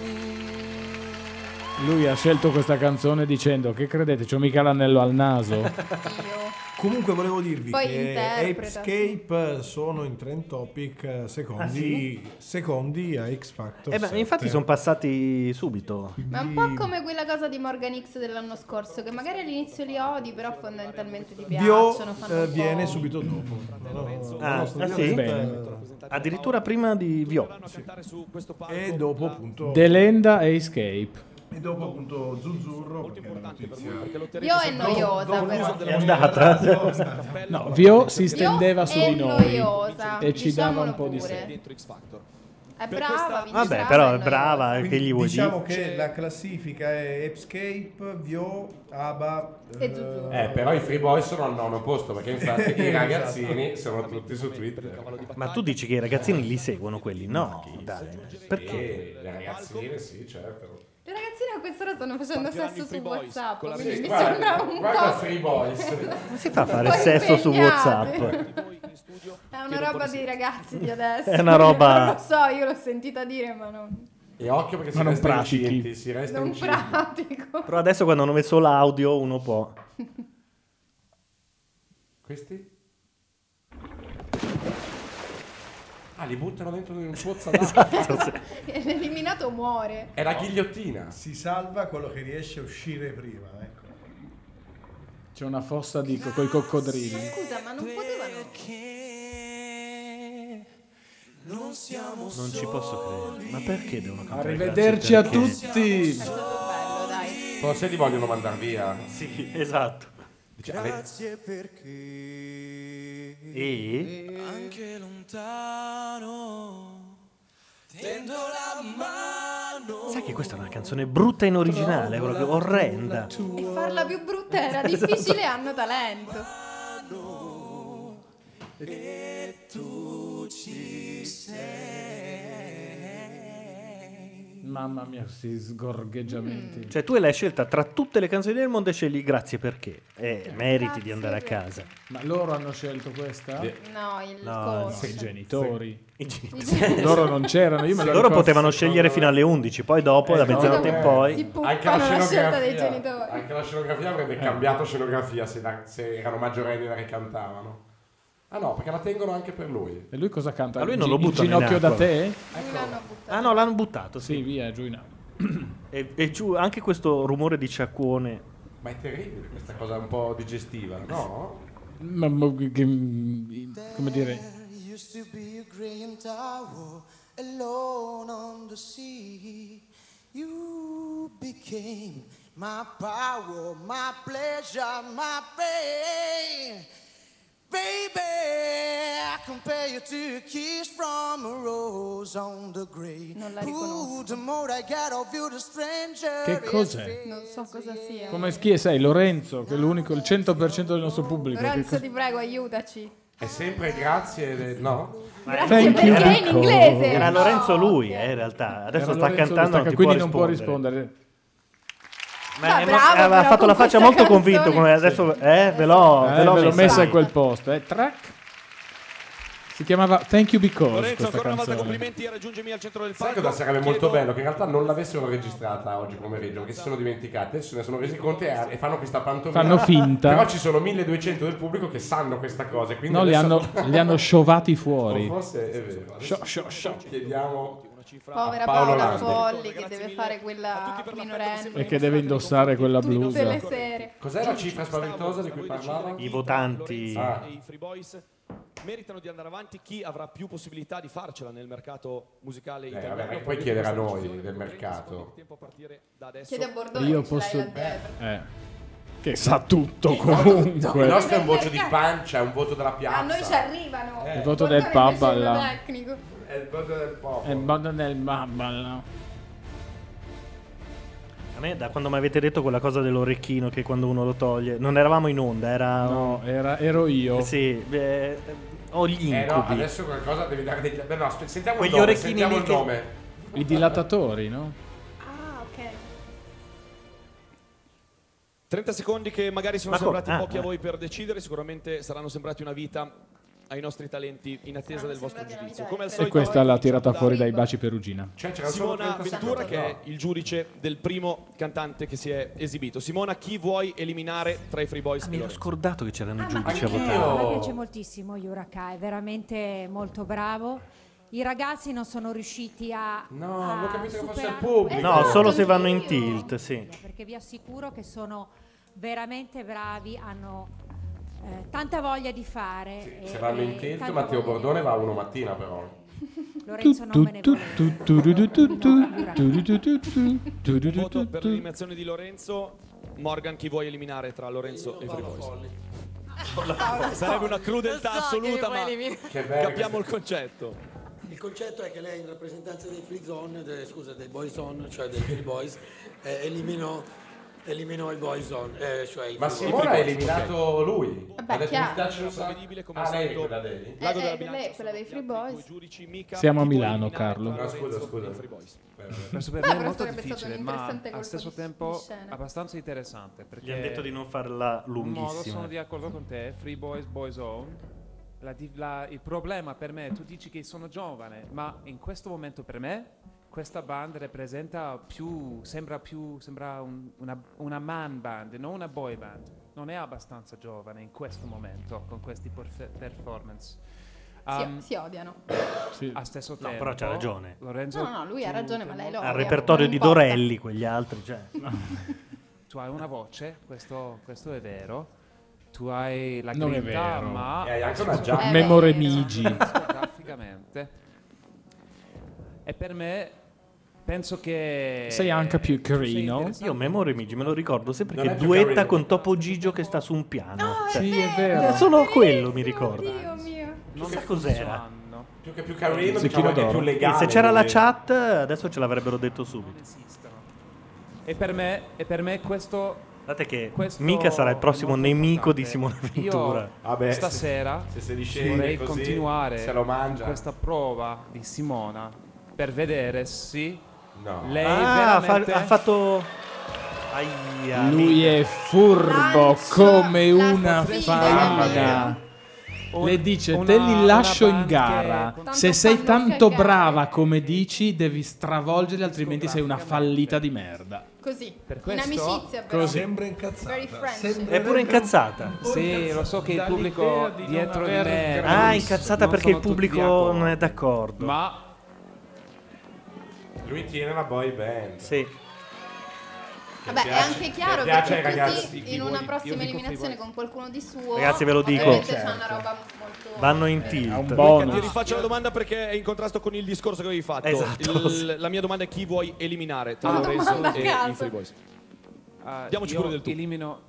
[SPEAKER 9] emozioni.
[SPEAKER 5] Lui ha scelto questa canzone dicendo che credete, c'ho mica l'anello al naso.
[SPEAKER 12] Comunque volevo dirvi
[SPEAKER 4] Poi
[SPEAKER 12] che
[SPEAKER 4] interpreta,
[SPEAKER 12] Apescape sono in trend topic eh, secondi,
[SPEAKER 2] Ah, sì?
[SPEAKER 12] secondi a X Factor.
[SPEAKER 2] Eh beh,
[SPEAKER 12] 7.
[SPEAKER 2] infatti sono passati subito.
[SPEAKER 4] Ma è un po' come quella cosa di Morgan X dell'anno scorso, che magari all'inizio li odi, però fondamentalmente ti
[SPEAKER 12] Dio
[SPEAKER 4] piacciono. fanno
[SPEAKER 12] eh,
[SPEAKER 4] un po'.
[SPEAKER 12] viene subito dopo.
[SPEAKER 2] Ah,
[SPEAKER 12] no,
[SPEAKER 2] ah,
[SPEAKER 12] studiate,
[SPEAKER 2] sì?
[SPEAKER 12] eh,
[SPEAKER 2] Addirittura prima di Vio.
[SPEAKER 12] E dopo appunto
[SPEAKER 5] Delenda e Escape.
[SPEAKER 12] E dopo appunto Zuzzurro perché la notizia-
[SPEAKER 4] Io è noiosa, però.
[SPEAKER 2] È andata.
[SPEAKER 5] No, Vio si stendeva
[SPEAKER 4] Io
[SPEAKER 5] su
[SPEAKER 4] è
[SPEAKER 5] di noi
[SPEAKER 4] noiosa,
[SPEAKER 5] e ci dava un po' di
[SPEAKER 4] diciamolo
[SPEAKER 5] sé.
[SPEAKER 4] È brava, vince brava,
[SPEAKER 2] Vabbè, però è
[SPEAKER 4] noiosa.
[SPEAKER 2] brava, eh, che gli vuoi
[SPEAKER 12] diciamo
[SPEAKER 2] dire?
[SPEAKER 12] che la classifica è Escape, Vio, Aba
[SPEAKER 4] E Zuzzurro.
[SPEAKER 12] eh,
[SPEAKER 3] Eh, però i Free Boys sono al nono posto, perché infatti i
[SPEAKER 12] Esatto.
[SPEAKER 3] ragazzini sono tutti su Twitter.
[SPEAKER 2] Ma tu dici che i ragazzini li seguono quelli? No, dai. Perché?
[SPEAKER 3] Sì, Eh, le ragazzine, sì, certo.
[SPEAKER 4] Le ragazzine a quest'ora stanno facendo
[SPEAKER 8] Partiranno
[SPEAKER 4] sesso
[SPEAKER 8] i
[SPEAKER 4] su
[SPEAKER 8] Free Boys,
[SPEAKER 4] WhatsApp,
[SPEAKER 8] con la
[SPEAKER 4] quindi mi
[SPEAKER 8] musica.
[SPEAKER 4] sembra un
[SPEAKER 3] Guarda
[SPEAKER 4] po'.
[SPEAKER 3] Free Boys.
[SPEAKER 2] Come si fa a fare
[SPEAKER 4] Poi
[SPEAKER 2] sesso su
[SPEAKER 4] impegnate.
[SPEAKER 2] WhatsApp?
[SPEAKER 4] È una roba dei ragazzi di adesso.
[SPEAKER 2] È una roba-
[SPEAKER 4] Non lo so, io l'ho sentita dire, ma non,
[SPEAKER 3] E occhio perché
[SPEAKER 5] Ma
[SPEAKER 3] si
[SPEAKER 5] non
[SPEAKER 3] resta
[SPEAKER 5] pratichi.
[SPEAKER 3] incinti, si resta
[SPEAKER 4] non
[SPEAKER 3] incinti.
[SPEAKER 4] pratico.
[SPEAKER 2] Però adesso quando hanno messo l'audio uno può.
[SPEAKER 3] Questi? Ah, li buttano dentro in un pozzo d'acqua.
[SPEAKER 12] esatto,
[SPEAKER 4] Eliminato muore.
[SPEAKER 3] È la ghigliottina.
[SPEAKER 12] Si salva quello che riesce a uscire prima, ecco.
[SPEAKER 5] C'è una fossa di co- coi coccodrilli.
[SPEAKER 4] Scusa, ma non potevano.
[SPEAKER 10] Non siamo
[SPEAKER 5] Non ci posso credere. Ma perché devono
[SPEAKER 3] Arrivederci a
[SPEAKER 5] tutti.
[SPEAKER 3] Forse li vogliono mandare via.
[SPEAKER 2] Sì, esatto.
[SPEAKER 1] Cioè,
[SPEAKER 3] Dice, ave-
[SPEAKER 2] E?
[SPEAKER 10] anche lontano. Tendo la mano.
[SPEAKER 2] Sai che questa è una canzone brutta in originale, proprio orrenda.
[SPEAKER 4] E farla più brutta era
[SPEAKER 2] Esatto.
[SPEAKER 4] difficile, hanno talento.
[SPEAKER 10] E tu ci sei.
[SPEAKER 5] Mamma mia, questi
[SPEAKER 4] Mm.
[SPEAKER 5] sgorgheggiamenti.
[SPEAKER 2] Cioè, tu l'hai scelta tra tutte le canzoni del mondo e c'è lì grazie perché. Eh, meriti di andare a casa.
[SPEAKER 5] Ma loro hanno scelto questa?
[SPEAKER 4] No, il
[SPEAKER 2] No,
[SPEAKER 4] coach.
[SPEAKER 5] I genitori.
[SPEAKER 2] I
[SPEAKER 5] genitori. loro non c'erano, io me
[SPEAKER 2] Loro
[SPEAKER 5] lo ricordo
[SPEAKER 2] potevano
[SPEAKER 5] secondo
[SPEAKER 2] scegliere fino alle 11, poi dopo,
[SPEAKER 5] Eh,
[SPEAKER 2] da
[SPEAKER 5] no,
[SPEAKER 2] mezzanotte
[SPEAKER 5] eh.
[SPEAKER 2] in poi.
[SPEAKER 4] Si
[SPEAKER 3] Anche la
[SPEAKER 4] puntano la scelta dei
[SPEAKER 3] scenografia,
[SPEAKER 4] genitori.
[SPEAKER 3] anche la scenografia
[SPEAKER 5] Eh.
[SPEAKER 3] avrebbe cambiato scenografia se, da- se erano maggiorenni e la ricantavano. Ah no, perché la tengono anche per lui.
[SPEAKER 5] E lui cosa canta?
[SPEAKER 3] Ma lui
[SPEAKER 5] Il
[SPEAKER 3] non lo
[SPEAKER 5] gi- il
[SPEAKER 3] buttano in
[SPEAKER 5] ginocchio da
[SPEAKER 3] acqua.
[SPEAKER 5] te?
[SPEAKER 2] Ah no, l'hanno buttato, sì.
[SPEAKER 5] via, giù in acqua.
[SPEAKER 2] E, e giù anche questo rumore di ciacquone.
[SPEAKER 3] Ma è terribile questa cosa un po' digestiva, no?
[SPEAKER 5] Ma, ma- che- come dire,
[SPEAKER 10] used to be a green tower alone on the sea. You became my power, my pleasure, my pain. Baby, I compare you to a kiss from a rose on the grave. Ooh, the more I get of you, the stranger
[SPEAKER 5] Che
[SPEAKER 10] it
[SPEAKER 5] cos'è?
[SPEAKER 10] feels.
[SPEAKER 4] Non so cosa sia.
[SPEAKER 5] come chi sei? Lorenzo, che è l'unico, il 100% del nostro pubblico. che
[SPEAKER 4] Lorenzo,
[SPEAKER 5] cos-
[SPEAKER 4] ti prego, aiutaci.
[SPEAKER 3] È sempre grazie, de- no?
[SPEAKER 4] Grazie Thank perché you, è in Ricco. inglese.
[SPEAKER 2] Era
[SPEAKER 4] No.
[SPEAKER 2] Lorenzo lui, eh, in realtà. Adesso
[SPEAKER 5] ecco. Era
[SPEAKER 2] sta
[SPEAKER 5] Lorenzo
[SPEAKER 2] cantando,
[SPEAKER 5] Lustaca,
[SPEAKER 2] non ti
[SPEAKER 5] quindi
[SPEAKER 2] può
[SPEAKER 5] non può
[SPEAKER 2] rispondere.
[SPEAKER 5] rispondere.
[SPEAKER 2] Ma
[SPEAKER 4] Ma
[SPEAKER 2] è mo-
[SPEAKER 4] bravo,
[SPEAKER 2] aveva
[SPEAKER 4] però,
[SPEAKER 2] fatto
[SPEAKER 4] con
[SPEAKER 2] la faccia
[SPEAKER 4] questa
[SPEAKER 2] molto convinto
[SPEAKER 4] canzone.
[SPEAKER 2] come adesso eh, ve l'ho,
[SPEAKER 5] Eh,
[SPEAKER 2] ve l'ho
[SPEAKER 5] ve l'ho
[SPEAKER 2] messa.
[SPEAKER 5] messa in quel posto, eh. Track. Si chiamava Thank You Because
[SPEAKER 3] Lorenzo,
[SPEAKER 5] questa
[SPEAKER 3] ancora una volta
[SPEAKER 5] canzone.
[SPEAKER 8] Complimenti, raggiungimi al centro del
[SPEAKER 3] Sai
[SPEAKER 8] palco.
[SPEAKER 3] cosa sarebbe
[SPEAKER 8] Chiedo-
[SPEAKER 3] molto bello? Che in realtà non l'avessero registrata oggi pomeriggio, perché si sono dimenticati, adesso se ne sono resi conto e, e fanno questa pantomima.
[SPEAKER 5] Fanno finta.
[SPEAKER 3] Però ci sono 1200 del pubblico che sanno questa cosa. e Quindi
[SPEAKER 5] No, li hanno,
[SPEAKER 3] adesso-
[SPEAKER 5] li hanno sciovati
[SPEAKER 3] O
[SPEAKER 5] fuori.
[SPEAKER 3] forse è vero. Adesso Chiediamo
[SPEAKER 4] Povera
[SPEAKER 3] a Paolo
[SPEAKER 4] Paola
[SPEAKER 3] Landi.
[SPEAKER 4] Folli che deve fare quella minorenne.
[SPEAKER 5] Perché deve indossare quella
[SPEAKER 4] Tutte
[SPEAKER 5] blusa.
[SPEAKER 4] le sere.
[SPEAKER 3] Cos'è la cifra spaventosa di cui parlava?
[SPEAKER 2] I votanti.
[SPEAKER 3] Ah.
[SPEAKER 8] E i Free Boys meritano di andare avanti. Chi avrà più possibilità di farcela nel mercato musicale
[SPEAKER 3] Eh,
[SPEAKER 8] italiano?
[SPEAKER 3] vabbè, e poi chiedere a noi del mercato.
[SPEAKER 4] Chiede a Bordone
[SPEAKER 5] Io
[SPEAKER 4] che ce l'hai
[SPEAKER 5] posso-
[SPEAKER 4] là dentro.
[SPEAKER 5] Eh. Che sa tutto
[SPEAKER 3] Il
[SPEAKER 5] comunque.
[SPEAKER 3] nostro è un voto di pancia, è un voto della piazza.
[SPEAKER 4] A noi ci arrivano.
[SPEAKER 3] Eh.
[SPEAKER 5] Il voto del
[SPEAKER 4] Bordone
[SPEAKER 5] Papa
[SPEAKER 4] invece è uno
[SPEAKER 5] là.
[SPEAKER 4] tecnico.
[SPEAKER 3] È Eh, il voto del popolo.
[SPEAKER 5] Eh, È mondo del mamma. no?
[SPEAKER 2] A me da quando mi avete detto quella cosa dell'orecchino che quando uno lo toglie, non eravamo in onda, era
[SPEAKER 5] No, era- ero io.
[SPEAKER 2] Sì, eh, ho gli incubi.
[SPEAKER 3] Eh no, adesso qualcosa devi dare degli... Beh, no, aspe- sentiamo
[SPEAKER 2] Quegli
[SPEAKER 3] il nome,
[SPEAKER 2] orecchini
[SPEAKER 3] sentiamo
[SPEAKER 2] lì
[SPEAKER 3] il
[SPEAKER 2] che-
[SPEAKER 3] nome.
[SPEAKER 5] I dilatatori, no?
[SPEAKER 4] Ah, ok.
[SPEAKER 8] 30 secondi che magari sono
[SPEAKER 5] Ma come?
[SPEAKER 8] sembrati
[SPEAKER 5] Ah,
[SPEAKER 8] pochi a
[SPEAKER 5] ah.
[SPEAKER 8] voi per decidere, sicuramente saranno sembrati una vita ai nostri talenti in attesa del vostro giudizio. Come al
[SPEAKER 5] E
[SPEAKER 8] solito,
[SPEAKER 5] questa l'ha tirata
[SPEAKER 8] da-
[SPEAKER 5] fuori dai baci perugina.
[SPEAKER 3] Cioè, c'era solo
[SPEAKER 8] Simona
[SPEAKER 3] 30
[SPEAKER 8] Ventura,
[SPEAKER 3] secondi,
[SPEAKER 8] che è il giudice del primo cantante che si è esibito. Simona, chi vuoi eliminare tra i Free Boys?
[SPEAKER 2] Mi ero scordato che c'erano i giudici a
[SPEAKER 8] anch'io.
[SPEAKER 2] votare.
[SPEAKER 8] Oh.
[SPEAKER 21] Mi piace moltissimo Yuraka, è veramente molto bravo. I ragazzi non sono riusciti a. Eh,
[SPEAKER 3] No, avevo capito che fosse il
[SPEAKER 2] No, solo se vanno in tilt, sì.
[SPEAKER 21] Perché vi assicuro che sono veramente bravi, hanno eh, tanta voglia di fare.
[SPEAKER 4] Eh,
[SPEAKER 21] e-
[SPEAKER 3] Se vanno in
[SPEAKER 21] e
[SPEAKER 3] tilt,
[SPEAKER 21] tanta
[SPEAKER 3] Matteo
[SPEAKER 21] voglia di-
[SPEAKER 3] Bordone va a uno mattina però.
[SPEAKER 21] Lorenzo non me ne vuole.
[SPEAKER 5] Voto
[SPEAKER 8] Per l'eliminazione di Lorenzo, Morgan, chi vuoi eliminare tra Lorenzo e i Free Boys? Sarebbe una crudeltà assoluta, ma capiamo il concetto.
[SPEAKER 18] Il concetto è che lei in rappresentanza dei free zone, de- scusa, dei boy zone, cioè dei free boys, eh, eliminò, eliminò i boy zone. eh, cioè i
[SPEAKER 3] Ma
[SPEAKER 18] free
[SPEAKER 3] Simona
[SPEAKER 18] boys.
[SPEAKER 3] ha eliminato lui.
[SPEAKER 4] Vabbè,
[SPEAKER 3] ha detto
[SPEAKER 4] chiaro.
[SPEAKER 3] mi piace un sacco. Ah, lei è quella lei?
[SPEAKER 4] Eh, eh, lei è quella dei Free Boys.
[SPEAKER 5] Siamo a Milano, Carlo.
[SPEAKER 14] Ah,
[SPEAKER 3] No, scusa, scusa.
[SPEAKER 14] Questo per
[SPEAKER 4] Beh,
[SPEAKER 14] me
[SPEAKER 4] però
[SPEAKER 14] è molto
[SPEAKER 4] sarebbe stato
[SPEAKER 14] difficile,
[SPEAKER 4] un
[SPEAKER 14] ma
[SPEAKER 4] interessante
[SPEAKER 14] al
[SPEAKER 4] colpo
[SPEAKER 14] stesso
[SPEAKER 4] di- di
[SPEAKER 14] tempo
[SPEAKER 4] scena.
[SPEAKER 14] abbastanza interessante. Perché
[SPEAKER 2] Gli han detto di non farla
[SPEAKER 14] In un modo
[SPEAKER 2] lunghissima.
[SPEAKER 14] sono di accordo con te, Free Boys, Boys Own. La di- la- il problema per me, tu dici che sono giovane, ma in questo momento per me questa band rappresenta più, sembra più, sembra un- una, una man band, non una boy band. non è abbastanza giovane in questo momento con questi perf- performance.
[SPEAKER 4] Si-
[SPEAKER 3] Ah.
[SPEAKER 14] Um,
[SPEAKER 4] si, odiano.
[SPEAKER 14] A stesso
[SPEAKER 2] No,
[SPEAKER 14] tempo,
[SPEAKER 2] però c'ha ragione.
[SPEAKER 14] Lorenzo,
[SPEAKER 4] No, no, no, lui ha
[SPEAKER 14] tu-
[SPEAKER 4] ragione, ma lei lo
[SPEAKER 2] Al
[SPEAKER 4] odia,
[SPEAKER 2] repertorio
[SPEAKER 4] non
[SPEAKER 2] di
[SPEAKER 4] importa.
[SPEAKER 2] Dorelli, quegli altri, cioè.
[SPEAKER 14] tu hai una voce, questo, questo è vero. Tu hai la
[SPEAKER 5] Non è
[SPEAKER 14] grinta,
[SPEAKER 5] vero.
[SPEAKER 14] ma
[SPEAKER 5] E hai anche una giacca.
[SPEAKER 14] Eh,
[SPEAKER 5] Memore
[SPEAKER 14] beh,
[SPEAKER 5] Migi.
[SPEAKER 14] discograficamente. E per me penso che
[SPEAKER 5] Eh, Sei anche più carino.
[SPEAKER 2] Io Memory Migi me lo ricordo sempre
[SPEAKER 5] Non
[SPEAKER 2] che
[SPEAKER 5] è più
[SPEAKER 2] duetta
[SPEAKER 5] carino.
[SPEAKER 2] con Topo Gigio che sta su un piano. Cioè,
[SPEAKER 5] Sì, è vero.
[SPEAKER 2] Solo quello mi ricorda.
[SPEAKER 4] Dio mio.
[SPEAKER 2] Non sa cos'era.
[SPEAKER 3] Più che più carino,
[SPEAKER 2] Zecchino
[SPEAKER 3] diciamo che è
[SPEAKER 2] d'oro.
[SPEAKER 3] più legale.
[SPEAKER 2] E se c'era la
[SPEAKER 3] lui.
[SPEAKER 2] chat, adesso ce l'avrebbero detto subito.
[SPEAKER 14] E per me, e per me questo, questo
[SPEAKER 2] Mica sarà il prossimo
[SPEAKER 14] è molto
[SPEAKER 2] nemico di
[SPEAKER 14] importante.
[SPEAKER 2] Simone Ventura.
[SPEAKER 14] Io
[SPEAKER 2] Vabbè, se-
[SPEAKER 14] stasera
[SPEAKER 2] se si discende
[SPEAKER 14] vorrei
[SPEAKER 2] così,
[SPEAKER 14] continuare
[SPEAKER 2] se lo mangia.
[SPEAKER 14] questa prova di Simona per vedere se lei
[SPEAKER 2] Ah, fa-
[SPEAKER 14] veramente
[SPEAKER 2] ha fatto. Aia,
[SPEAKER 5] Lui
[SPEAKER 2] minchia.
[SPEAKER 5] è furbo come una
[SPEAKER 2] sfida.
[SPEAKER 5] faina.
[SPEAKER 14] Un-
[SPEAKER 5] Le dice:
[SPEAKER 14] una-
[SPEAKER 5] Te li lascio
[SPEAKER 14] una
[SPEAKER 5] in gara.
[SPEAKER 14] banche-
[SPEAKER 5] Se sei tanto brava come dici, devi stravolgerli, altrimenti sei una fallita di merda.
[SPEAKER 4] Così.
[SPEAKER 14] Per
[SPEAKER 4] In
[SPEAKER 14] questo-
[SPEAKER 4] amicizia però.
[SPEAKER 5] Così.
[SPEAKER 12] Sembra incazzata.
[SPEAKER 4] Very friendship.
[SPEAKER 2] È pure incazzata.
[SPEAKER 14] Sì, lo so che il pubblico dietro di me
[SPEAKER 2] Ah, incazzata
[SPEAKER 14] non
[SPEAKER 2] perché il
[SPEAKER 14] sono tutti
[SPEAKER 2] pubblico non è d'accordo.
[SPEAKER 14] Ma
[SPEAKER 3] Lui tiene la boy band.
[SPEAKER 2] Sì.
[SPEAKER 4] Vabbè, è
[SPEAKER 3] piace-
[SPEAKER 4] anche chiaro che
[SPEAKER 3] mi piace,
[SPEAKER 4] tu così
[SPEAKER 3] ragazzi, chi
[SPEAKER 4] in
[SPEAKER 3] vuoi-
[SPEAKER 4] una
[SPEAKER 3] io
[SPEAKER 4] prossima
[SPEAKER 3] dico
[SPEAKER 4] eliminazione con qualcuno di suo.
[SPEAKER 2] Ragazzi, ve lo dico.
[SPEAKER 4] ovviamente c'è
[SPEAKER 2] Certo.
[SPEAKER 4] una roba molto.
[SPEAKER 2] Vanno in
[SPEAKER 8] ha un
[SPEAKER 2] tilt.
[SPEAKER 8] Ti rifaccio la domanda perché è in contrasto con il discorso che avevi fatto.
[SPEAKER 2] Esatto.
[SPEAKER 8] Il- la mia domanda è chi vuoi eliminare tra
[SPEAKER 14] Ah,
[SPEAKER 8] Lorenzo
[SPEAKER 14] domanda a
[SPEAKER 8] e
[SPEAKER 14] caso.
[SPEAKER 8] i Free Boys.
[SPEAKER 14] ah,
[SPEAKER 8] Diamoci
[SPEAKER 14] io
[SPEAKER 8] pure del tu.
[SPEAKER 14] Elimino,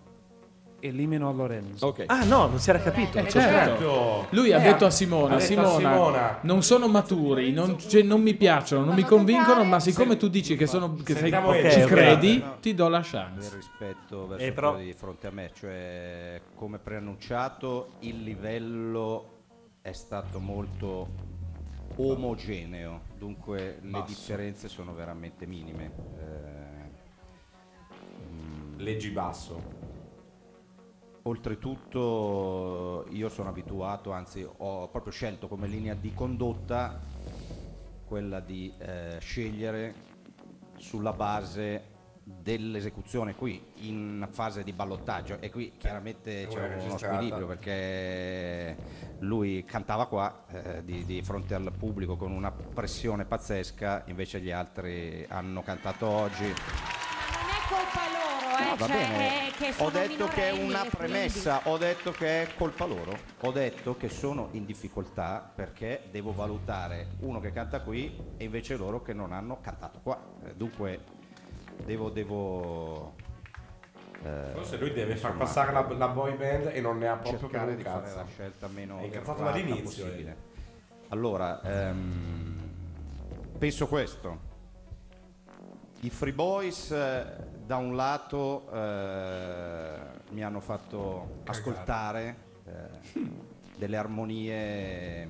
[SPEAKER 14] elimino Lorenzo.
[SPEAKER 2] Ah, no, non si era capito.
[SPEAKER 14] Eh,
[SPEAKER 5] Certo. Lui ha
[SPEAKER 14] Eh,
[SPEAKER 5] detto
[SPEAKER 14] ha-
[SPEAKER 5] a Simona,
[SPEAKER 14] ha detto a
[SPEAKER 5] Simona,
[SPEAKER 14] Simona.
[SPEAKER 5] non sono maturi, non, cioè, non mi piacciono, non mi convincono, ma siccome tu dici che, sono, che sei,
[SPEAKER 1] Sentiamo
[SPEAKER 5] ci
[SPEAKER 1] Elio. Ok, ok.
[SPEAKER 5] credi,
[SPEAKER 1] No.
[SPEAKER 5] ti do la
[SPEAKER 1] Nel
[SPEAKER 5] chance.
[SPEAKER 1] rispetto verso
[SPEAKER 2] Eh, però-
[SPEAKER 1] quelli di fronte a me, cioè come preannunciato il livello è stato molto omogeneo, dunque le
[SPEAKER 3] Basso.
[SPEAKER 1] differenze sono veramente minime. Eh, mm.
[SPEAKER 3] Leggi basso.
[SPEAKER 1] Oltretutto io sono abituato, anzi ho proprio scelto come linea di condotta quella di eh, scegliere sulla base dell'esecuzione qui in fase di ballottaggio e qui chiaramente
[SPEAKER 3] Una
[SPEAKER 1] c'è uno
[SPEAKER 3] registrata.
[SPEAKER 1] squilibrio perché lui cantava qua eh, di, di fronte al pubblico con una pressione pazzesca invece gli altri hanno cantato oggi
[SPEAKER 21] colpa loro, eh,
[SPEAKER 1] No, Ah, va
[SPEAKER 21] cioè,
[SPEAKER 1] bene.
[SPEAKER 21] è che sono
[SPEAKER 1] ho detto che è
[SPEAKER 21] minorenni e
[SPEAKER 1] una
[SPEAKER 21] quindi-
[SPEAKER 1] premessa, ho detto che è colpa loro, ho detto che sono in difficoltà perché devo valutare uno che canta qui e invece loro che non hanno cantato qua. Eh, Dunque devo... devo eh,
[SPEAKER 3] Forse lui deve far
[SPEAKER 1] insomma,
[SPEAKER 3] passare la, la boy band e non ne ha proprio per
[SPEAKER 1] cercare
[SPEAKER 3] un
[SPEAKER 1] di fare
[SPEAKER 3] cazzo.
[SPEAKER 1] la scelta meno
[SPEAKER 3] È incazzato
[SPEAKER 1] errata
[SPEAKER 3] dall'inizio. eh.
[SPEAKER 1] possibile. Allora, ehm, penso questo. I Free Boys eh, da un lato eh, mi hanno fatto ascoltare eh, delle armonie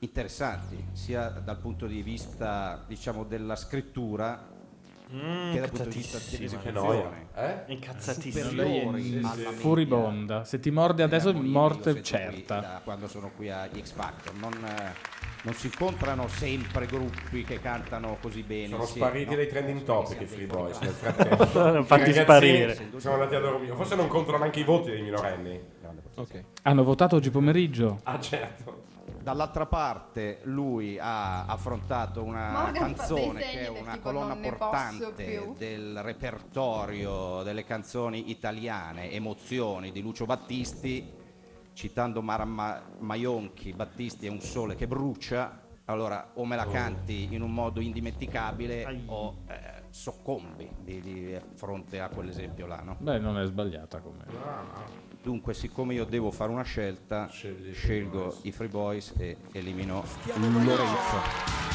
[SPEAKER 1] interessanti, sia dal punto di vista diciamo della scrittura
[SPEAKER 2] Mm,
[SPEAKER 1] che dal punto di vista
[SPEAKER 2] incazzatissima.
[SPEAKER 1] dell'esecuzione.
[SPEAKER 2] Che noia. Eh? Incazzatissima.
[SPEAKER 1] Superiori
[SPEAKER 5] Lei
[SPEAKER 1] alla
[SPEAKER 5] è
[SPEAKER 1] media
[SPEAKER 5] furibonda. Se ti morde adesso, morte certa.
[SPEAKER 1] da quando sono qui a X Factor. Non, eh, non si incontrano sempre gruppi che cantano così bene.
[SPEAKER 3] Sono
[SPEAKER 1] sì,
[SPEAKER 3] spariti
[SPEAKER 1] no?
[SPEAKER 3] dai trending topic i Free Boys nel frattempo.
[SPEAKER 2] Sono fatti
[SPEAKER 3] Ragazzi,
[SPEAKER 2] sparire.
[SPEAKER 3] Sono andati a dormire. Forse non contano neanche i voti dei minorenni.
[SPEAKER 8] Ok.
[SPEAKER 5] Hanno votato oggi pomeriggio.
[SPEAKER 3] Ah, certo.
[SPEAKER 1] Dall'altra parte lui ha affrontato una
[SPEAKER 4] Morgan fa dei
[SPEAKER 1] canzone
[SPEAKER 4] segni
[SPEAKER 1] che è
[SPEAKER 4] del
[SPEAKER 1] una
[SPEAKER 4] tipo,
[SPEAKER 1] colonna
[SPEAKER 4] "Non ne posso
[SPEAKER 1] portante
[SPEAKER 4] più".
[SPEAKER 1] del repertorio delle canzoni italiane, Emozioni di Lucio Battisti, citando Mara Ma- Maionchi, Battisti è un sole che brucia, allora o me la
[SPEAKER 3] Oh.
[SPEAKER 1] canti in un modo indimenticabile o eh, soccombi di, di eh, fronte a quell'esempio là. No?
[SPEAKER 5] Beh, non è sbagliata come.
[SPEAKER 1] Dunque, siccome io devo fare una scelta, scelgo i Free Boys e elimino Lorenzo.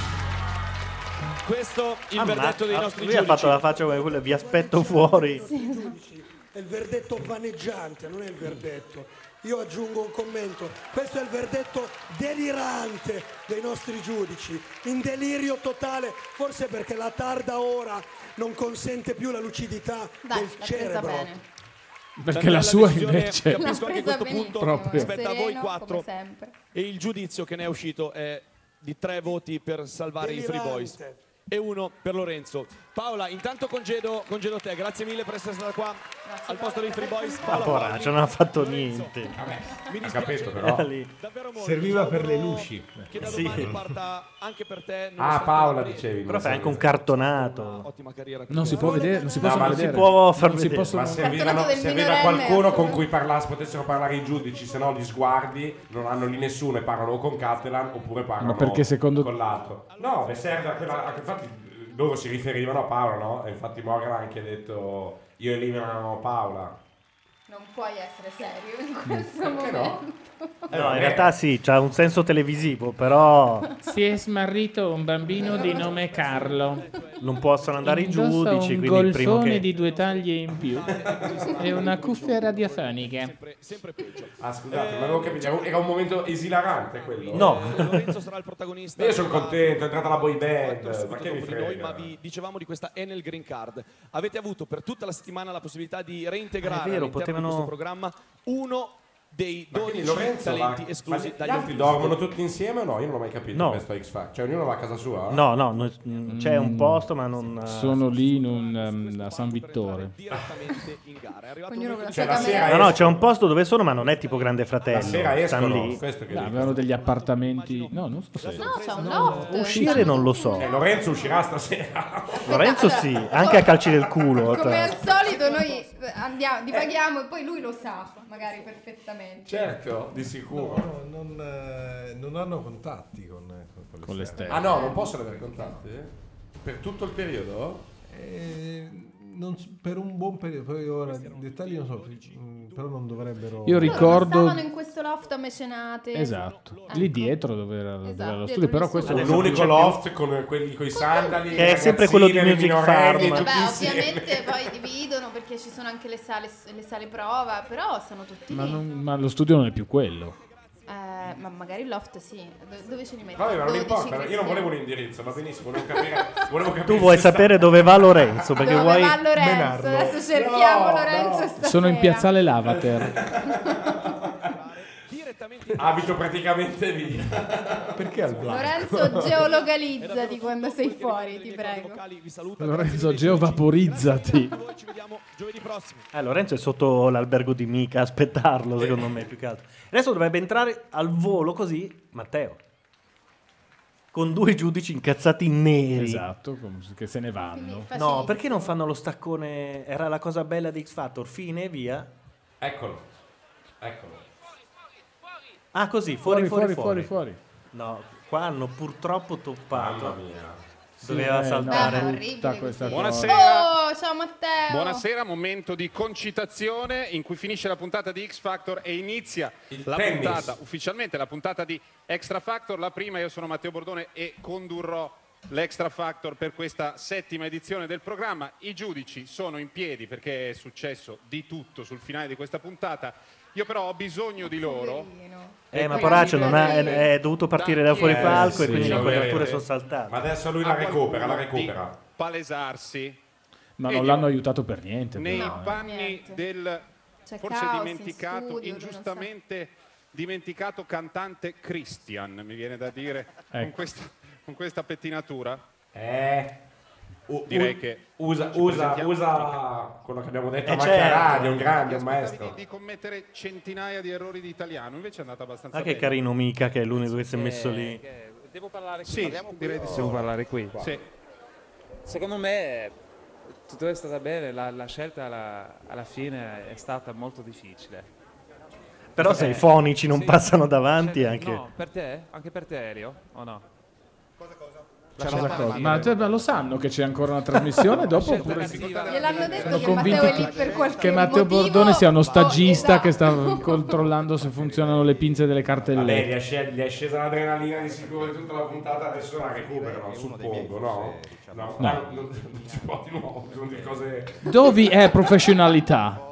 [SPEAKER 8] Questo il
[SPEAKER 2] Ah, ma-
[SPEAKER 8] verdetto dei
[SPEAKER 2] ah,
[SPEAKER 8] nostri
[SPEAKER 2] lui
[SPEAKER 8] giudici.
[SPEAKER 2] ha fatto la faccia come quella, vi aspetto fuori.
[SPEAKER 20] Giudici, È il verdetto vaneggiante, non è il verdetto. Io aggiungo un commento. Questo è il verdetto delirante dei nostri giudici, in delirio totale, forse perché la tarda ora non consente più la lucidità
[SPEAKER 4] Dai,
[SPEAKER 20] del
[SPEAKER 4] l'ha presa
[SPEAKER 20] cerebro.
[SPEAKER 4] bene.
[SPEAKER 5] Perché la sua
[SPEAKER 8] decisione,
[SPEAKER 5] invece.
[SPEAKER 8] Capisco anche questo punto.
[SPEAKER 5] Proprio.
[SPEAKER 8] Aspetta a voi
[SPEAKER 4] Sereno,
[SPEAKER 8] quattro.
[SPEAKER 4] come sempre.
[SPEAKER 8] E il giudizio che ne è uscito è di tre voti per salvare i Free Boys. e uno per Lorenzo. Paola, intanto congedo, congedo te, grazie mille per essere stata qua al posto dei Free Boys.
[SPEAKER 2] Ma
[SPEAKER 8] Paola, eh,
[SPEAKER 2] poraccia, Ah, non ha fatto niente.
[SPEAKER 8] mi
[SPEAKER 12] Ha
[SPEAKER 8] dispiace Eh,
[SPEAKER 12] capito però.
[SPEAKER 2] Era lì.
[SPEAKER 12] Serviva per le luci.
[SPEAKER 8] che da
[SPEAKER 2] Sì.
[SPEAKER 8] domani parta anche per te.
[SPEAKER 12] Ah,
[SPEAKER 8] nonostante
[SPEAKER 12] Paola
[SPEAKER 8] la-
[SPEAKER 12] dicevi.
[SPEAKER 2] Però fai anche un cartonato.
[SPEAKER 8] Ottima carriera.
[SPEAKER 5] Non si può vedere, non si
[SPEAKER 12] No,
[SPEAKER 5] possono
[SPEAKER 12] ma non
[SPEAKER 5] vedere.
[SPEAKER 12] si può
[SPEAKER 2] far
[SPEAKER 5] Non si
[SPEAKER 2] vedere.
[SPEAKER 5] possono-
[SPEAKER 12] Ma servivano-
[SPEAKER 4] del
[SPEAKER 12] serviva
[SPEAKER 4] minorenne,
[SPEAKER 12] qualcuno con
[SPEAKER 4] assolutamente.
[SPEAKER 12] cui parlasse, potessero parlare i giudici, se no gli sguardi non hanno lì nessuno e parlano o con Catalan oppure parlano
[SPEAKER 5] Ma perché secondo-
[SPEAKER 12] con l'altro. No, beh, serve a quella... a- Infatti loro si riferivano a Paola, no? E infatti Morgan ha anche detto io elimino Paola.
[SPEAKER 4] Non puoi essere serio in
[SPEAKER 1] Mm.
[SPEAKER 4] questo
[SPEAKER 12] Perché no?
[SPEAKER 4] momento.
[SPEAKER 12] Eh, Ah.
[SPEAKER 2] No,
[SPEAKER 12] vabbè.
[SPEAKER 2] in realtà sì, c'ha un senso televisivo, però
[SPEAKER 6] Si è smarrito un bambino di nome Carlo.
[SPEAKER 2] non possono andare i
[SPEAKER 6] Indossa
[SPEAKER 2] giudici,
[SPEAKER 6] un
[SPEAKER 2] quindi il primo
[SPEAKER 6] golfone
[SPEAKER 2] che...
[SPEAKER 6] di due taglie in più e una cuffia radiofonica.
[SPEAKER 12] Ah, scusate, ma avevo
[SPEAKER 8] Eh,
[SPEAKER 12] capito, era un momento esilarante quello.
[SPEAKER 2] No.
[SPEAKER 8] cioè, Lorenzo sarà il protagonista.
[SPEAKER 12] Io sono contento, è entrata la boy band,
[SPEAKER 8] Fatto subito
[SPEAKER 12] ma che mi
[SPEAKER 8] dopo di noi,
[SPEAKER 12] frega.
[SPEAKER 8] ma vi dicevamo di questa Enel Green Card. Avete avuto per tutta la settimana la possibilità di reintegrare
[SPEAKER 2] Ah, è vero,
[SPEAKER 8] all'interno
[SPEAKER 2] potevano-
[SPEAKER 8] di questo programma uno dei
[SPEAKER 12] Ma quindi
[SPEAKER 8] 12
[SPEAKER 12] Lorenzo va-
[SPEAKER 8] talenti
[SPEAKER 12] ma
[SPEAKER 8] esclusi
[SPEAKER 12] gli
[SPEAKER 8] dagli
[SPEAKER 12] altri dormono tutti insieme o no? Io non l'ho mai capito
[SPEAKER 2] No.
[SPEAKER 12] questo X Factor. Cioè ognuno va a casa sua?
[SPEAKER 2] No, no, no, mm, c'è un posto, ma non...
[SPEAKER 5] Sono lì in un, ehm, a San Vittore.
[SPEAKER 8] direttamente in gara. È arrivato
[SPEAKER 4] Ognuno con la sua
[SPEAKER 12] Cioè, la
[SPEAKER 4] camera.
[SPEAKER 12] sera
[SPEAKER 2] No, no, c'è un posto dove sono, ma non è tipo Grande
[SPEAKER 12] La
[SPEAKER 2] Fratello.
[SPEAKER 12] sera
[SPEAKER 2] stanno
[SPEAKER 12] escono,
[SPEAKER 2] lì.
[SPEAKER 12] questo che
[SPEAKER 5] Dai,
[SPEAKER 12] dico.
[SPEAKER 5] avevano degli appartamenti. No, Cioè, non so se.
[SPEAKER 4] No, c'è un
[SPEAKER 3] Certo.
[SPEAKER 4] loft.
[SPEAKER 2] Uscire non lo so.
[SPEAKER 12] Eh, Lorenzo uscirà stasera.
[SPEAKER 2] Lorenzo sì, anche a calci del culo.
[SPEAKER 4] Come
[SPEAKER 2] tra-
[SPEAKER 4] al solito noi eh, andiamo, divaghiamo e poi lui lo sa, magari perfettamente.
[SPEAKER 12] certo, di sicuro. No, non, eh, non hanno contatti con, eh, con,
[SPEAKER 5] Con l'esterno.
[SPEAKER 12] Ah no, non possono avere contatti? eh? Per tutto il periodo? Eh, non s- per un buon periodo, poi ora i dettagli non so, fi- mm, però non dovrebbero...
[SPEAKER 4] Loro
[SPEAKER 5] Io ricordo-
[SPEAKER 4] non stavano in questo loft a mecenate.
[SPEAKER 5] Esatto,
[SPEAKER 4] Ecco.
[SPEAKER 5] lì dietro dove era, dove era
[SPEAKER 4] Esatto,
[SPEAKER 5] lo
[SPEAKER 4] dietro
[SPEAKER 5] studio, però
[SPEAKER 4] nessuno.
[SPEAKER 5] questo
[SPEAKER 12] Un
[SPEAKER 5] non
[SPEAKER 12] unico
[SPEAKER 5] c'è più.
[SPEAKER 12] loft con quelli con i sandali.
[SPEAKER 2] Che è sempre quello di Music Farm.
[SPEAKER 4] Vabbè, ovviamente poi dividono perché ci sono anche le sale, le sale prova, però sono tutti
[SPEAKER 5] Ma,
[SPEAKER 4] lì.
[SPEAKER 5] non- ma lo studio non è più quello.
[SPEAKER 4] Eh, ma magari il loft sì. Do- dove ce li metti?
[SPEAKER 12] Vabbè, ma non
[SPEAKER 4] 12,
[SPEAKER 12] importa, io non
[SPEAKER 4] Cristiano?
[SPEAKER 12] volevo l'indirizzo, va benissimo, volevo capire, volevo capire
[SPEAKER 2] Tu vuoi
[SPEAKER 12] se sta-
[SPEAKER 2] sapere dove va Lorenzo, perché
[SPEAKER 4] Dove
[SPEAKER 2] vuoi...
[SPEAKER 4] va Lorenzo?
[SPEAKER 2] menarlo.
[SPEAKER 4] Adesso cerchiamo
[SPEAKER 12] No,
[SPEAKER 4] Lorenzo stasera.
[SPEAKER 5] Sono in piazzale Lavater.
[SPEAKER 12] Abito praticamente lì. Perché al
[SPEAKER 4] Lorenzo geolocalizzati quando sei fuori, ti prego.
[SPEAKER 5] Lorenzo, geovaporizzati.
[SPEAKER 2] Eh, Lorenzo è sotto l'albergo di Mica a aspettarlo, secondo me, più che altro. Adesso dovrebbe entrare al volo così Matteo. Con due giudici incazzati neri.
[SPEAKER 5] Esatto, com- che se ne vanno.
[SPEAKER 2] No, perché non fanno lo staccone? Era la cosa bella di X Factor, fine e via.
[SPEAKER 12] Eccolo. Eccolo.
[SPEAKER 2] Ah, così, fuori fuori fuori.
[SPEAKER 5] fuori, fuori.
[SPEAKER 2] No, qua hanno purtroppo toppato.
[SPEAKER 12] Mamma mia.
[SPEAKER 2] Doveva
[SPEAKER 5] Sì, eh,
[SPEAKER 2] saltare.
[SPEAKER 5] no,
[SPEAKER 4] Beh, ma orribile
[SPEAKER 5] tutta questa
[SPEAKER 4] così.
[SPEAKER 5] cosa.
[SPEAKER 7] Buonasera.
[SPEAKER 4] Oh, ciao Matteo.
[SPEAKER 7] Buonasera, momento di concitazione in cui finisce la puntata di X Factor e inizia la
[SPEAKER 12] tennis.
[SPEAKER 7] puntata, ufficialmente la puntata di Extra Factor. La prima, io sono Matteo Bordone e condurrò l'Extra Factor per questa settima edizione del programma. I giudici sono in piedi perché è successo di tutto sul finale di questa puntata. Io però ho bisogno di loro.
[SPEAKER 2] Eh, ma Poraccio non ha- è, è dovuto partire da
[SPEAKER 7] eh,
[SPEAKER 2] fuori palco e quindi le coperture
[SPEAKER 12] veramente.
[SPEAKER 2] sono saltate.
[SPEAKER 12] Ma adesso lui la recupera, la recupera.
[SPEAKER 7] Palesarsi
[SPEAKER 5] Ma
[SPEAKER 7] E
[SPEAKER 5] non
[SPEAKER 7] io-
[SPEAKER 5] l'hanno aiutato per niente.
[SPEAKER 7] nei
[SPEAKER 5] però, eh.
[SPEAKER 7] panni del
[SPEAKER 4] C'è
[SPEAKER 7] forse
[SPEAKER 4] caos in
[SPEAKER 7] dimenticato,
[SPEAKER 4] studio, non
[SPEAKER 7] ingiustamente dimenticato cantante Christian, mi viene da dire, con,
[SPEAKER 5] Ecco.
[SPEAKER 7] questa, con questa pettinatura.
[SPEAKER 12] Eh. U-
[SPEAKER 7] Direi
[SPEAKER 12] u-
[SPEAKER 7] che
[SPEAKER 12] usa,
[SPEAKER 7] ci
[SPEAKER 12] usa,
[SPEAKER 7] presentiamo.
[SPEAKER 12] usa quello che abbiamo detto
[SPEAKER 2] Eh,
[SPEAKER 12] a Macchia
[SPEAKER 2] certo.
[SPEAKER 12] Radio, un grande, un
[SPEAKER 7] Ti aspettavi
[SPEAKER 12] maestro.
[SPEAKER 7] Di, di commettere centinaia di errori di italiano, invece è andata abbastanza
[SPEAKER 2] Ah, che
[SPEAKER 7] bene.
[SPEAKER 2] carino mica che è l'unico che si è messo lì.
[SPEAKER 7] Eh, Devo parlare Sì, direi di sì.
[SPEAKER 14] Possiamo parlare qui.
[SPEAKER 7] Sì.
[SPEAKER 14] Secondo me tutto è stato bene, la, la scelta alla, alla fine è stata molto difficile.
[SPEAKER 2] Però se i fonici non
[SPEAKER 14] sì.
[SPEAKER 2] passano davanti anche-
[SPEAKER 14] No, per te? Anche per te, Elio? O no?
[SPEAKER 5] C'è
[SPEAKER 14] Cosa cosa?
[SPEAKER 5] una cosa- Ma, cioè, ma lo sanno che c'è ancora una trasmissione dopo? oppure-
[SPEAKER 4] Gliel'hanno detto
[SPEAKER 5] Sono
[SPEAKER 4] che
[SPEAKER 5] convinti
[SPEAKER 4] Matteo è lì
[SPEAKER 5] che-
[SPEAKER 4] per qualche
[SPEAKER 5] che Matteo
[SPEAKER 4] motivo.
[SPEAKER 5] Bordone sia uno stagista
[SPEAKER 4] esatto.
[SPEAKER 5] che sta controllando se funzionano le pinze delle
[SPEAKER 12] Vabbè, gli
[SPEAKER 5] cartellette.
[SPEAKER 12] è, sc- gli è scesa l'adrenalina di sicuro di tutta la puntata, adesso la recuperano, suppongo, no?
[SPEAKER 7] diciamo.
[SPEAKER 12] No,
[SPEAKER 5] No.
[SPEAKER 12] ah, non, non si può di nuovo, sono delle cose...
[SPEAKER 5] Dove è professionalità?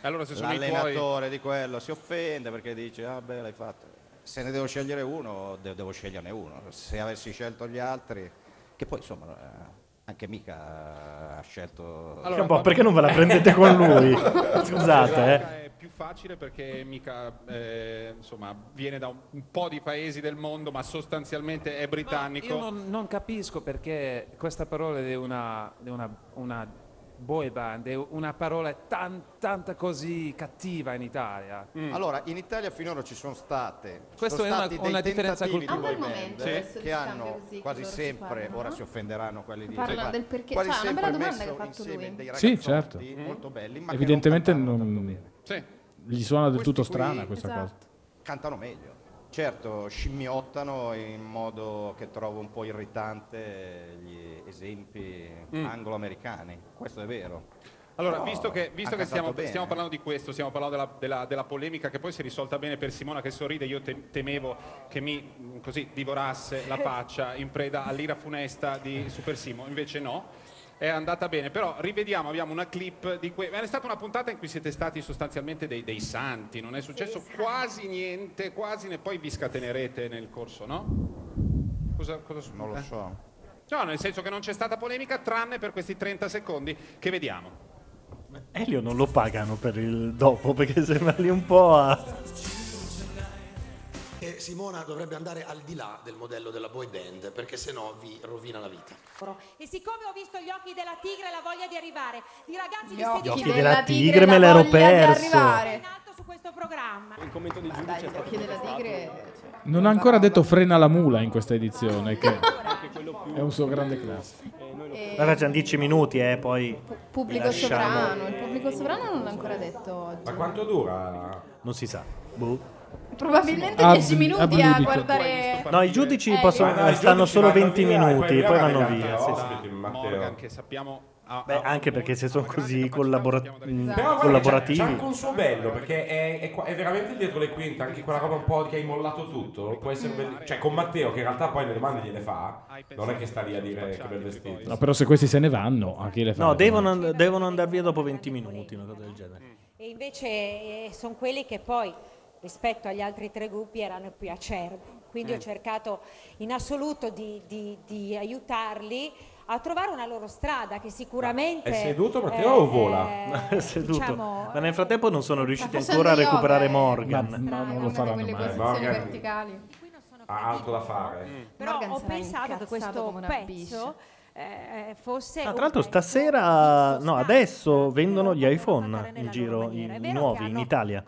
[SPEAKER 7] Allora se sono i tuoi...
[SPEAKER 1] L'allenatore di quello si offende perché dice, ah beh, l'hai fatto. Se ne devo scegliere uno, de- devo sceglierne uno. Se avessi scelto gli altri, che poi insomma... eh, Anche mica ha scelto...
[SPEAKER 2] Allora, un po', perché non ve la prendete con lui?
[SPEAKER 7] La
[SPEAKER 2] Scusate, eh.
[SPEAKER 7] È più facile perché mica eh, insomma, viene da un, un po' di paesi del mondo, ma sostanzialmente è britannico.
[SPEAKER 14] Io non, non capisco perché questa parola di una, di una, una boy band è una parola tan- tanta così cattiva in Italia.
[SPEAKER 2] eh.
[SPEAKER 1] Allora, in Italia finora ci sono state. ci
[SPEAKER 14] Questo
[SPEAKER 1] sono
[SPEAKER 14] è una-
[SPEAKER 1] stati dei
[SPEAKER 14] una differenza
[SPEAKER 1] tentativi di
[SPEAKER 14] culturale.
[SPEAKER 1] boy
[SPEAKER 14] Ah, un momento,
[SPEAKER 1] band,
[SPEAKER 14] adesso
[SPEAKER 1] eh,
[SPEAKER 14] li
[SPEAKER 1] che
[SPEAKER 4] diciamo
[SPEAKER 14] scambio
[SPEAKER 1] hanno
[SPEAKER 14] così,
[SPEAKER 1] quasi
[SPEAKER 14] loro si
[SPEAKER 1] sempre,
[SPEAKER 14] parlano,
[SPEAKER 1] ora
[SPEAKER 14] no?
[SPEAKER 1] si offenderanno quelli di
[SPEAKER 4] Parlano
[SPEAKER 1] Guarda,
[SPEAKER 4] del perché-
[SPEAKER 1] quasi
[SPEAKER 4] cioè, è una
[SPEAKER 1] sempre
[SPEAKER 4] bella
[SPEAKER 1] messo
[SPEAKER 4] domanda che ha fatto
[SPEAKER 1] insieme
[SPEAKER 4] lui.
[SPEAKER 1] dei
[SPEAKER 5] Sì,
[SPEAKER 1] ragazzotti
[SPEAKER 5] certo.
[SPEAKER 1] molto belli, ma
[SPEAKER 5] Evidentemente non...
[SPEAKER 1] Sì.
[SPEAKER 5] Gli suona del tutto
[SPEAKER 1] Questi qui-
[SPEAKER 5] strana questa cosa.
[SPEAKER 4] Esatto.
[SPEAKER 1] cantano meglio. Certo, scimmiottano in modo che trovo un po' irritante gli esempi
[SPEAKER 7] Mm.
[SPEAKER 1] anglo-americani. Questo è vero.
[SPEAKER 7] Allora,
[SPEAKER 1] Però
[SPEAKER 7] visto che, visto
[SPEAKER 1] ha
[SPEAKER 7] che stiamo,
[SPEAKER 1] cantato bene.
[SPEAKER 7] stiamo parlando di questo, stiamo parlando della, della- della polemica che poi si è risolta bene per Simona che sorride, io te- temevo che mi mh, così divorasse la faccia in preda all'ira funesta di Super Simo, invece no. È andata bene, però rivediamo, abbiamo una clip di que- È stata una puntata in cui siete stati sostanzialmente dei, dei santi, non è successo quasi niente, quasi ne poi vi scatenerete nel corso, no? Cosa, cosa eh?
[SPEAKER 1] Non lo so.
[SPEAKER 7] No, nel senso che non c'è stata polemica tranne per questi 30 secondi che vediamo.
[SPEAKER 2] Elio non lo pagano per il dopo perché sembra lì un po' a...
[SPEAKER 18] E Simona dovrebbe andare al di là del modello della boy band, perché sennò vi rovina la vita.
[SPEAKER 21] E siccome ho visto gli occhi della tigre e la voglia di arrivare, di ragazzi
[SPEAKER 2] Gli
[SPEAKER 21] di
[SPEAKER 2] occhi
[SPEAKER 21] 16
[SPEAKER 2] della tigre me l'ero perso.
[SPEAKER 21] in alto su questo programma. Il
[SPEAKER 16] commento di
[SPEAKER 21] giudice è stato
[SPEAKER 4] della tigre.
[SPEAKER 5] Non ha ancora
[SPEAKER 4] esatto.
[SPEAKER 5] detto frena la mula in questa edizione, che è un suo grande classico.
[SPEAKER 2] Ora c'hanno 10 minuti, eh, poi...
[SPEAKER 4] Pubblico
[SPEAKER 2] Lasciamo.
[SPEAKER 4] sovrano, il pubblico sovrano non l'ha ancora detto oggi.
[SPEAKER 3] Ma quanto dura?
[SPEAKER 2] Non si sa. Boh.
[SPEAKER 4] Probabilmente
[SPEAKER 2] Ab-
[SPEAKER 4] 10 minuti a
[SPEAKER 2] abludico.
[SPEAKER 4] guardare.
[SPEAKER 2] No, i giudici
[SPEAKER 4] Eh,
[SPEAKER 2] possono-
[SPEAKER 4] io-
[SPEAKER 2] stanno
[SPEAKER 3] giudici
[SPEAKER 2] solo
[SPEAKER 3] vanno
[SPEAKER 2] 20
[SPEAKER 3] via e poi
[SPEAKER 2] minuti, poi
[SPEAKER 3] arrivano
[SPEAKER 2] vanno
[SPEAKER 3] gli
[SPEAKER 2] via.
[SPEAKER 3] altri
[SPEAKER 2] sì, sì.
[SPEAKER 3] ospiti, Matteo.
[SPEAKER 7] Morgan che sappiamo ha-
[SPEAKER 2] Beh, anche perché se sono così collabora- mh,
[SPEAKER 3] Però guarda,
[SPEAKER 2] collaborativi...
[SPEAKER 3] C'è, c'è anche un suo bello perché è, è qua- è veramente dietro le quinte, anche quella roba un po' che hai mollato tutto. Può essere belli- cioè, con Matteo, che in realtà poi le domande gliele fa, non è che sta lì a dire che bel vestito.
[SPEAKER 5] No, però se questi se ne vanno, a chi le fa?
[SPEAKER 2] No,
[SPEAKER 5] le
[SPEAKER 2] devono, and- devono andare via dopo 20 minuti, una cosa del genere.
[SPEAKER 21] E invece sono quelli che poi rispetto agli altri tre gruppi erano più acerbi. Quindi
[SPEAKER 11] Mm.
[SPEAKER 21] ho cercato in assoluto di, di- di aiutarli a trovare una loro strada che sicuramente... eh,
[SPEAKER 2] È seduto,
[SPEAKER 21] Matteo,
[SPEAKER 4] Eh,
[SPEAKER 2] o vola? seduto.
[SPEAKER 21] diciamo,
[SPEAKER 2] Ma nel frattempo non sono riusciti
[SPEAKER 4] facendo
[SPEAKER 2] ancora a
[SPEAKER 4] yoga,
[SPEAKER 2] recuperare
[SPEAKER 4] eh.
[SPEAKER 2] Morgan.
[SPEAKER 5] Ma, non lo
[SPEAKER 4] Una di quelle posizioni verticali.
[SPEAKER 3] Ha altro da fare.
[SPEAKER 21] mm. Però
[SPEAKER 4] Morgan
[SPEAKER 21] ho
[SPEAKER 4] sarà
[SPEAKER 21] pensato che
[SPEAKER 4] incazzato
[SPEAKER 21] questo
[SPEAKER 4] come una
[SPEAKER 21] pezzo eh, fosse...
[SPEAKER 2] Ah,
[SPEAKER 21] un
[SPEAKER 2] tra l'altro stasera, no, adesso vendono gli iPhone in giro, i, i nuovi, in Italia.